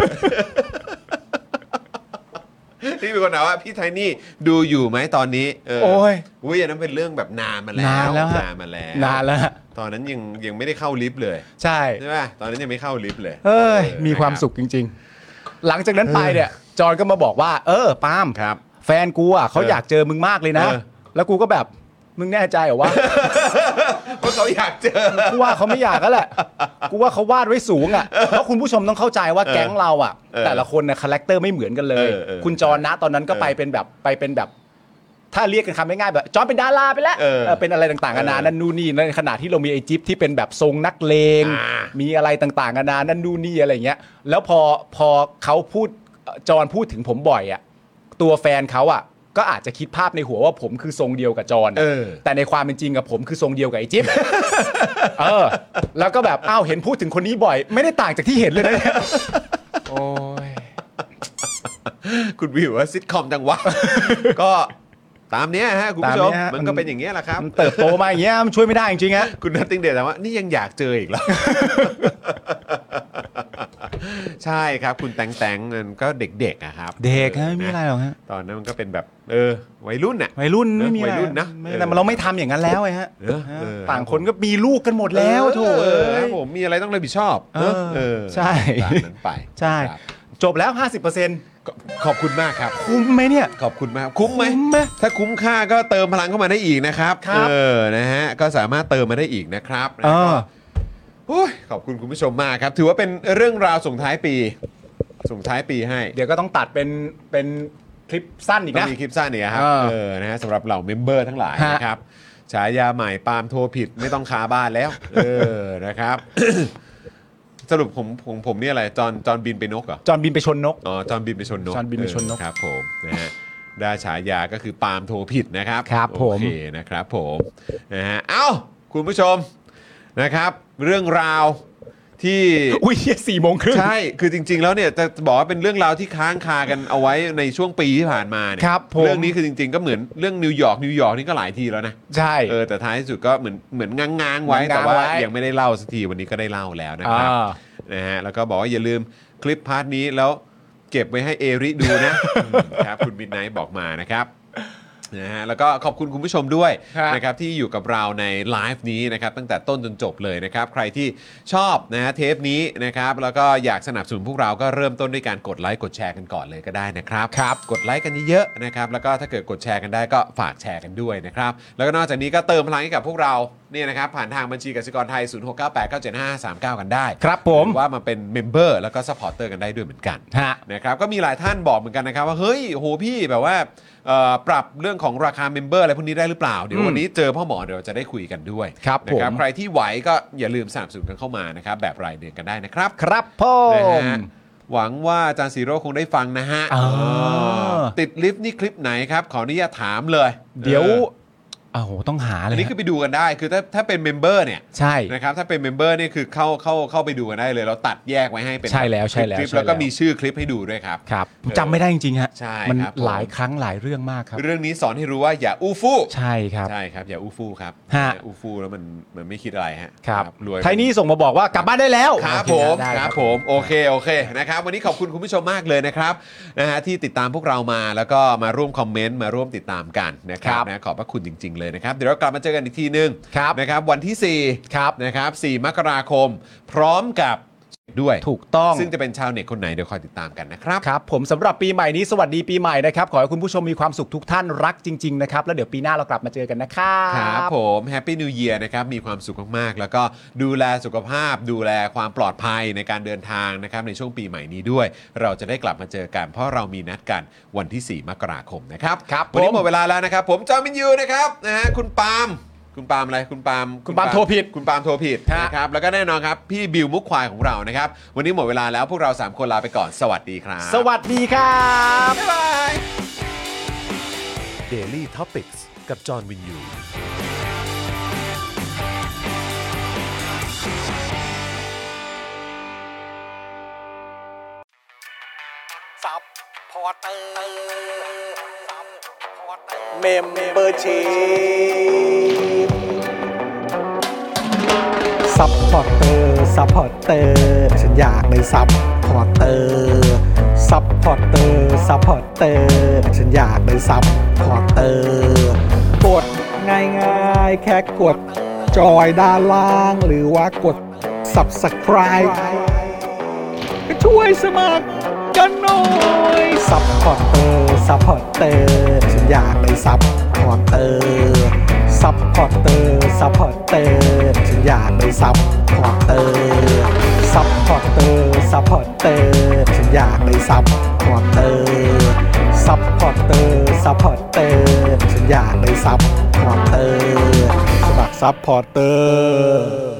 B: ที่ มีคนถามว่าพี่ไทนี่ดูอยู่ไหมตอนนี้ เออ
C: โอ้ย
B: อุ้ยอันนั้นเป็นเรื่องแบบนานมาแล้ว
C: นานแล้วฮะ
B: นานมาแล้ว
C: นานแล้วฮะ
B: ตอนนั้นยังยังไม่ได้เข้าลิฟต์เลย
C: ใช่
B: ใช่ป่ะตอนนั้นยังไม่เข้าลิฟต์เลย
C: เอ้ย
B: เออ
C: มีความ
B: นะครับ
C: สุขจริง ๆ หลังจากนั้นไปเนี่ย จอห์นก็มาบอกว่า เออปาล์ม
B: ครับ
C: แฟนกูอ่ะเขา
B: เออ
C: อยากเจอมึงมากเลยนะ
B: เออ
C: แล้วกูก็แบบมึงแน่ใจเหรอวะ
B: เพราะเขาอยากเจอ
C: กูว่าเขาไม่อยากก็แหละ กูว่าเขาวาดไว้สูงอ่ะ เพราะคุณผู้ชมต้องเข้าใจว่าแก๊งเราอ่ะ
B: เออ
C: แต่ละคนนะคาแรคเตอร์ไม่เหมือนกันเลย
B: เออเออ
C: คุณจรนะตอนนั้นก็ไปเป็นแบบไปเป็นแบบ ถ้าเรียกกันคำง่ายๆแบบจอนเป็นดาราไปแล้ว
B: เออ
C: เออเป็นอะไรต่างๆนานา
B: เออ
C: นั่นนู่นนี่ในขณะที่เรามีไอจิ๊บที่เป็นแบบทรงนักเลง
B: อ่า
C: มีอะไรต่างๆนานานั่นนู่นนี่อะไรอย่างเงี้ย แล้วพอพอเขาพูดจอนพูดถึงผมบ่อยอ่ะตัวแฟนเขาอ่ะ ก็อาจจะคิดภาพในหัวว่าผมคือทรงเดียวกับจอน
B: เออ
C: แต่ในความเป็นจริงกับผมคือทรงเดียวกับไอจิ๊บ เออ แล้วก็แบบอ้าวเห็นพูดถึงคนนี้บ่อย ไม่ได้ต่างจากที่เห็นเลยนะเนี่ยโอ้ย
B: คุณวิวว่าซิทคอมจัง วะ ก็ตามเนี้ยฮะคุณผู้ชม
C: ตามเนี้ยฮะ
B: มันก็เป็นอย่างเงี้ยแหละครับ
C: มันเติบโตมาอย่างเงี้ยมันช่วยไม่ได้จริงๆฮะ
B: คุณนัทติงเดชถามว่า นี่ยังอยากเจออีกเหร อ ใช่ครับ คุณแตงแตงมันก็เด็กๆอะครับ
C: เด็ก
B: อ
C: ฮะไม่มีอะไรหรอกฮะ
B: ตอนนั้นมันก็เป็นแบบ เออ วัยรุ่นน่ะ
C: วัยรุ่นไม่มีอะ
B: วั
C: ไร
B: ยรุ่นนะ
C: ไม่
B: เออ
C: แต่เราไม่ทำอย่างนั้นแล้วไอ้ฮะ
B: เออเออ
C: ต่างคนก็มีลูกกันหมดแล้วโถ
B: เอ
C: เอ้
B: อครับ
C: ย
B: ผมมีอะไรต้องรับผิดชอบ
C: เออ
B: เออ
C: ใช่
B: ตามนั้นไป
C: ใช่
B: ครับ
C: จบแล้ว 50%
B: ก็ขอบคุณมากครับ
C: คุ้มไหมเนี่ย
B: ขอบคุณมาก คุ้มไหม
C: คุ้มไหม
B: ถ้าคุ้มค่าก็เติมพลังเข้ามาได้อีกนะครับ
C: ครับ
B: เออ นะฮะ ก็สามารถเติมมาได้อีกนะครับนะ
C: เอ
B: ฮะ
C: อ
B: ก็ โอ้ยขอบคุณคุณผู้ชมมากครับ ถือว่าเป็นเรื่องราวส่งท้ายปี ส่งท้ายปีให้
C: เดี๋ยวก็ต้องตัดเป็นเป็นคลิปสั้นอีก
B: ต้อ
C: นะ
B: งมีคลิปสั้นเนี่ยครับ
C: เออ
B: เออนะฮะสำหรับเหล่าเมมเบอร์ทั้งหลาย
C: ฮะ
B: นะครับฉายาใหม่ปาล์มโทรผิดไม่ต้องคาบ้านแล้ว เออนะครับ สรุปผมผมผมนี่อะไรจอนจอนบินไปนกเหรอ
C: จอห์นบินไปชนนก
B: อ๋อจอนบินไปชนนก
C: จอนบินไปชนนก
B: เออครับ ผมนะฮะได้ฉายาก็คือปาล์มโทรผิดนะครับ
C: ครับผม
B: โอเคนะครับ ผมนะฮะเอ้าคุณผู้ชมนะครับ เรื่องราว ที่
C: อุ้ยเหี้ยสี่โมงครึ่ง
B: ใช่ คือจริง ๆ แล้วเนี่ยจะบอกว่าเป็นเรื่องราวที่ค้างคากันเอาไว้ในช่วงปีที่ผ่านมาเนี่ย
C: ครับผม
B: เรื่องนี้คือจริง ๆ ก็เหมือนเรื่องนิวยอร์กนิวยอร์กนี่ก็หลายทีแล้วนะ
C: ใช่
B: เออ แต่ท้ายที่สุดก็เหมือนเหมือนง้างๆไว้
C: ง้างๆ
B: แต่ว่า
C: ไว้
B: ยังไม่ได้เล่าสักทีวันนี้ก็ได้เล่าแล้วนะค
C: อ่
B: รับ
C: า
B: นะฮะ แล้วก็บอกว่าอย่าลืมคลิปพาร์ทนี้แล้วเก็บไว้ให้เอริดู นะ อืมครับ คุณมินไนท์บอกมานะครับ นะฮะแล้วก็ขอบคุณคุณผู้ชมด้วย
C: ครับ
B: นะครับที่อยู่กับเราในไลฟ์นี้นะครับตั้งแต่ต้นจนจบเลยนะครับ ใครที่ชอบนะฮะเทปนี้นะครับแล้วก็อยากสนับสนุนพวกเราก็เริ่มต้นด้วยการกดไลค์กดแชร์กันก่อนเลยก็ได้นะครับครับกดไลค์กันเยอะๆนะครับแล้วก็ถ้าเกิดกดแชร์กันได้ก็ฝากแชร์กันด้วยนะครับแล้วก็นอกจากนี้ก็เติมพลังให้กับพวกเราเนี่ยนะครับผ่านทางบัญชีกสิกรไทย 0698975539 กันได้
C: ครับผม
B: หอว่ามาเป็นเมมเบอร์แล้วก็ซัพพอร์เตอร์กันได้ด้วยเหมือนกัน
C: ฮะ
B: นะครับก็มีหลายท่านบอกเหมือนกันนะครับว่าเฮ้ยโหพี่แบบว่าเอ่อปรับเรื่องของราคาเมมเบอร์อะไรพวกนี้ได้หรือเปล่า เดี๋ยว
C: อืม
B: วันนี้เจอพ่อหมอเดี๋ยวเราจะได้คุยกันด้วย
C: ครับ
B: นะ
C: ผม
B: ใครที่ไหวก็อย่าลืมสนับสนุนกันเข้ามานะครับแบบรายเดือนกันได้นะครับ
C: ครับผ
B: นะ
C: ม
B: ฮะหวังว่าอาจารย์สีโร่คงได้ฟังนะฮะ
C: อ่า
B: เออติดลิฟต์นี่คลิปไหนครับ ขออนุญาตถามเลย
C: เดี๋ยว
B: ออ
C: โอ้โหต้องหาเล
B: อั
C: ย
B: นนี้คือไปดูกันได้คือถ้าถ้าเป็นเมมเบอร์เนี่ย
C: ใช่
B: นะครับถ้าเป็นเมมเบอร์นี่คือเข้าเข้าเข้าไปดูกันได้เลย เราตัดแยกไว้ให้เป็น
C: ใช่แล้วใช่แล้ว
B: คลิป
C: ใช่แล้ว
B: แล้วก็มีชื่อคลิปให้ดูด้วยครับ
C: ครับจำไม่ได้จริงๆฮะ
B: ใช่
C: มัน
B: ครับผม
C: หลายครั้งหลายเรื่องมากครับ
B: เรื่องนี้สอนให้รู้ว่าอย่าอู้ฟู่
C: ใช่ครับ
B: ใช่ครับ อย่าอู้ฟู่ครับ
C: ฮะ
B: อย่าอู้ฟู่แล้วมันมันไม่คิดอะไรฮะ
C: ครับ
B: รวย
C: ไทยนี่ส่งมาบอกว่ากลับบ้านได้แล้ว
B: ครับ
C: โอ
B: ผม
C: เได้
B: ครับผมโอเคโอเคนะครับวันนี้ขอบคุณคุณผู้ชมมากเลยนะครับนะฮะที่ติดตามพวกเรามาแล้วก็มาร่วมคอมเมนต์มาร่วมติดตามกันนะครั
C: ครับ บ
B: นะขอบพระคุณจริง ๆ เลยนะครับเดี๋ยวเรากลับมาเจอกันอีกทีนึง
C: ครับ
B: นะครับวันที่สี่
C: ครับ
B: นะครับ4มกราคม พร้อมกับด้วย
C: ถูกต้อง
B: ซึ่งจะเป็นชาวเน็ตคนไหนเดี๋ยวคอยติดตามกันนะครับ
C: ครับผมสำหรับปีใหม่นี้สวัสดีปีใหม่นะครับ ขอให้คุณผู้ชมมีความสุขทุกท่านรักจริง ๆ นะครับ แล้วเดี๋ยวปีหน้าเรากลับมาเจอกันนะครับ
B: ครับผมแฮปปี้นิวเยียร์นะครับ มีความสุขมากๆ แล้วก็ดูแลสุขภาพ ดูแลความปลอดภัยในการเดินทางนะครับ ในช่วงปีใหม่นี้ด้วย เราจะได้กลับมาเจอกัน เพราะเรามีนัดกันวันที่ 4 มกราคมนะครับ
C: ครับ
B: วันนี้
C: ผม
B: หมดเวลาแล้วนะครับ ผมจอมินยูนะครับนะฮะคุณปาล์มคุณปาล์มอะไรคุณปาล์ม
C: คุณปาล์มโทรผิด
B: คุณปาล์มโทรผิด
C: ฮะ
B: นะครับแล้วก็แน่นอนครับพี่บิวมุกควายของเรานะครับวันนี้หมดเวลาแล้วพวกเราสามคนลาไปก่อนสวัสดีครับ
C: สวัสดีครับ
B: บ๊ายบาย
A: Daily Topics กับจอห์นวินยู
I: ซับพอร์เตอร์เมมเบอร์ชีซับพอร์เตอร์ซัพพอร์เตอร์ฉันอยากได้ซับพอร์เตอร์ซับพอร์เตอร์ซัพพอร์เตอร์ฉันอยากได้ซับพอร์เตอร์กดง่ายง่ายๆ แค่กด จอยด้านล่าง หรือว่ากด subscribe ก็ช่วยสมัครกันหน่อยซัพพอร์เตอร์ซัพพอร์เตอร์ฉันอยากได้ซัพพอร์เตอร์ซัพพอร์เตอร์ซัพพอร์เตอร์ฉันอยากได้ซัพพอร์เตอร์ซัพพอร์เตอร์ซัพพอร์เตอร์ฉันอยากได้ซัพพอร์เตอร์ซัพพอร์เตอร์ซัพพอร์เตอร์ฉันอยากได้ซัพพอร์เตอร์สมัครซัพพอร์เตอร์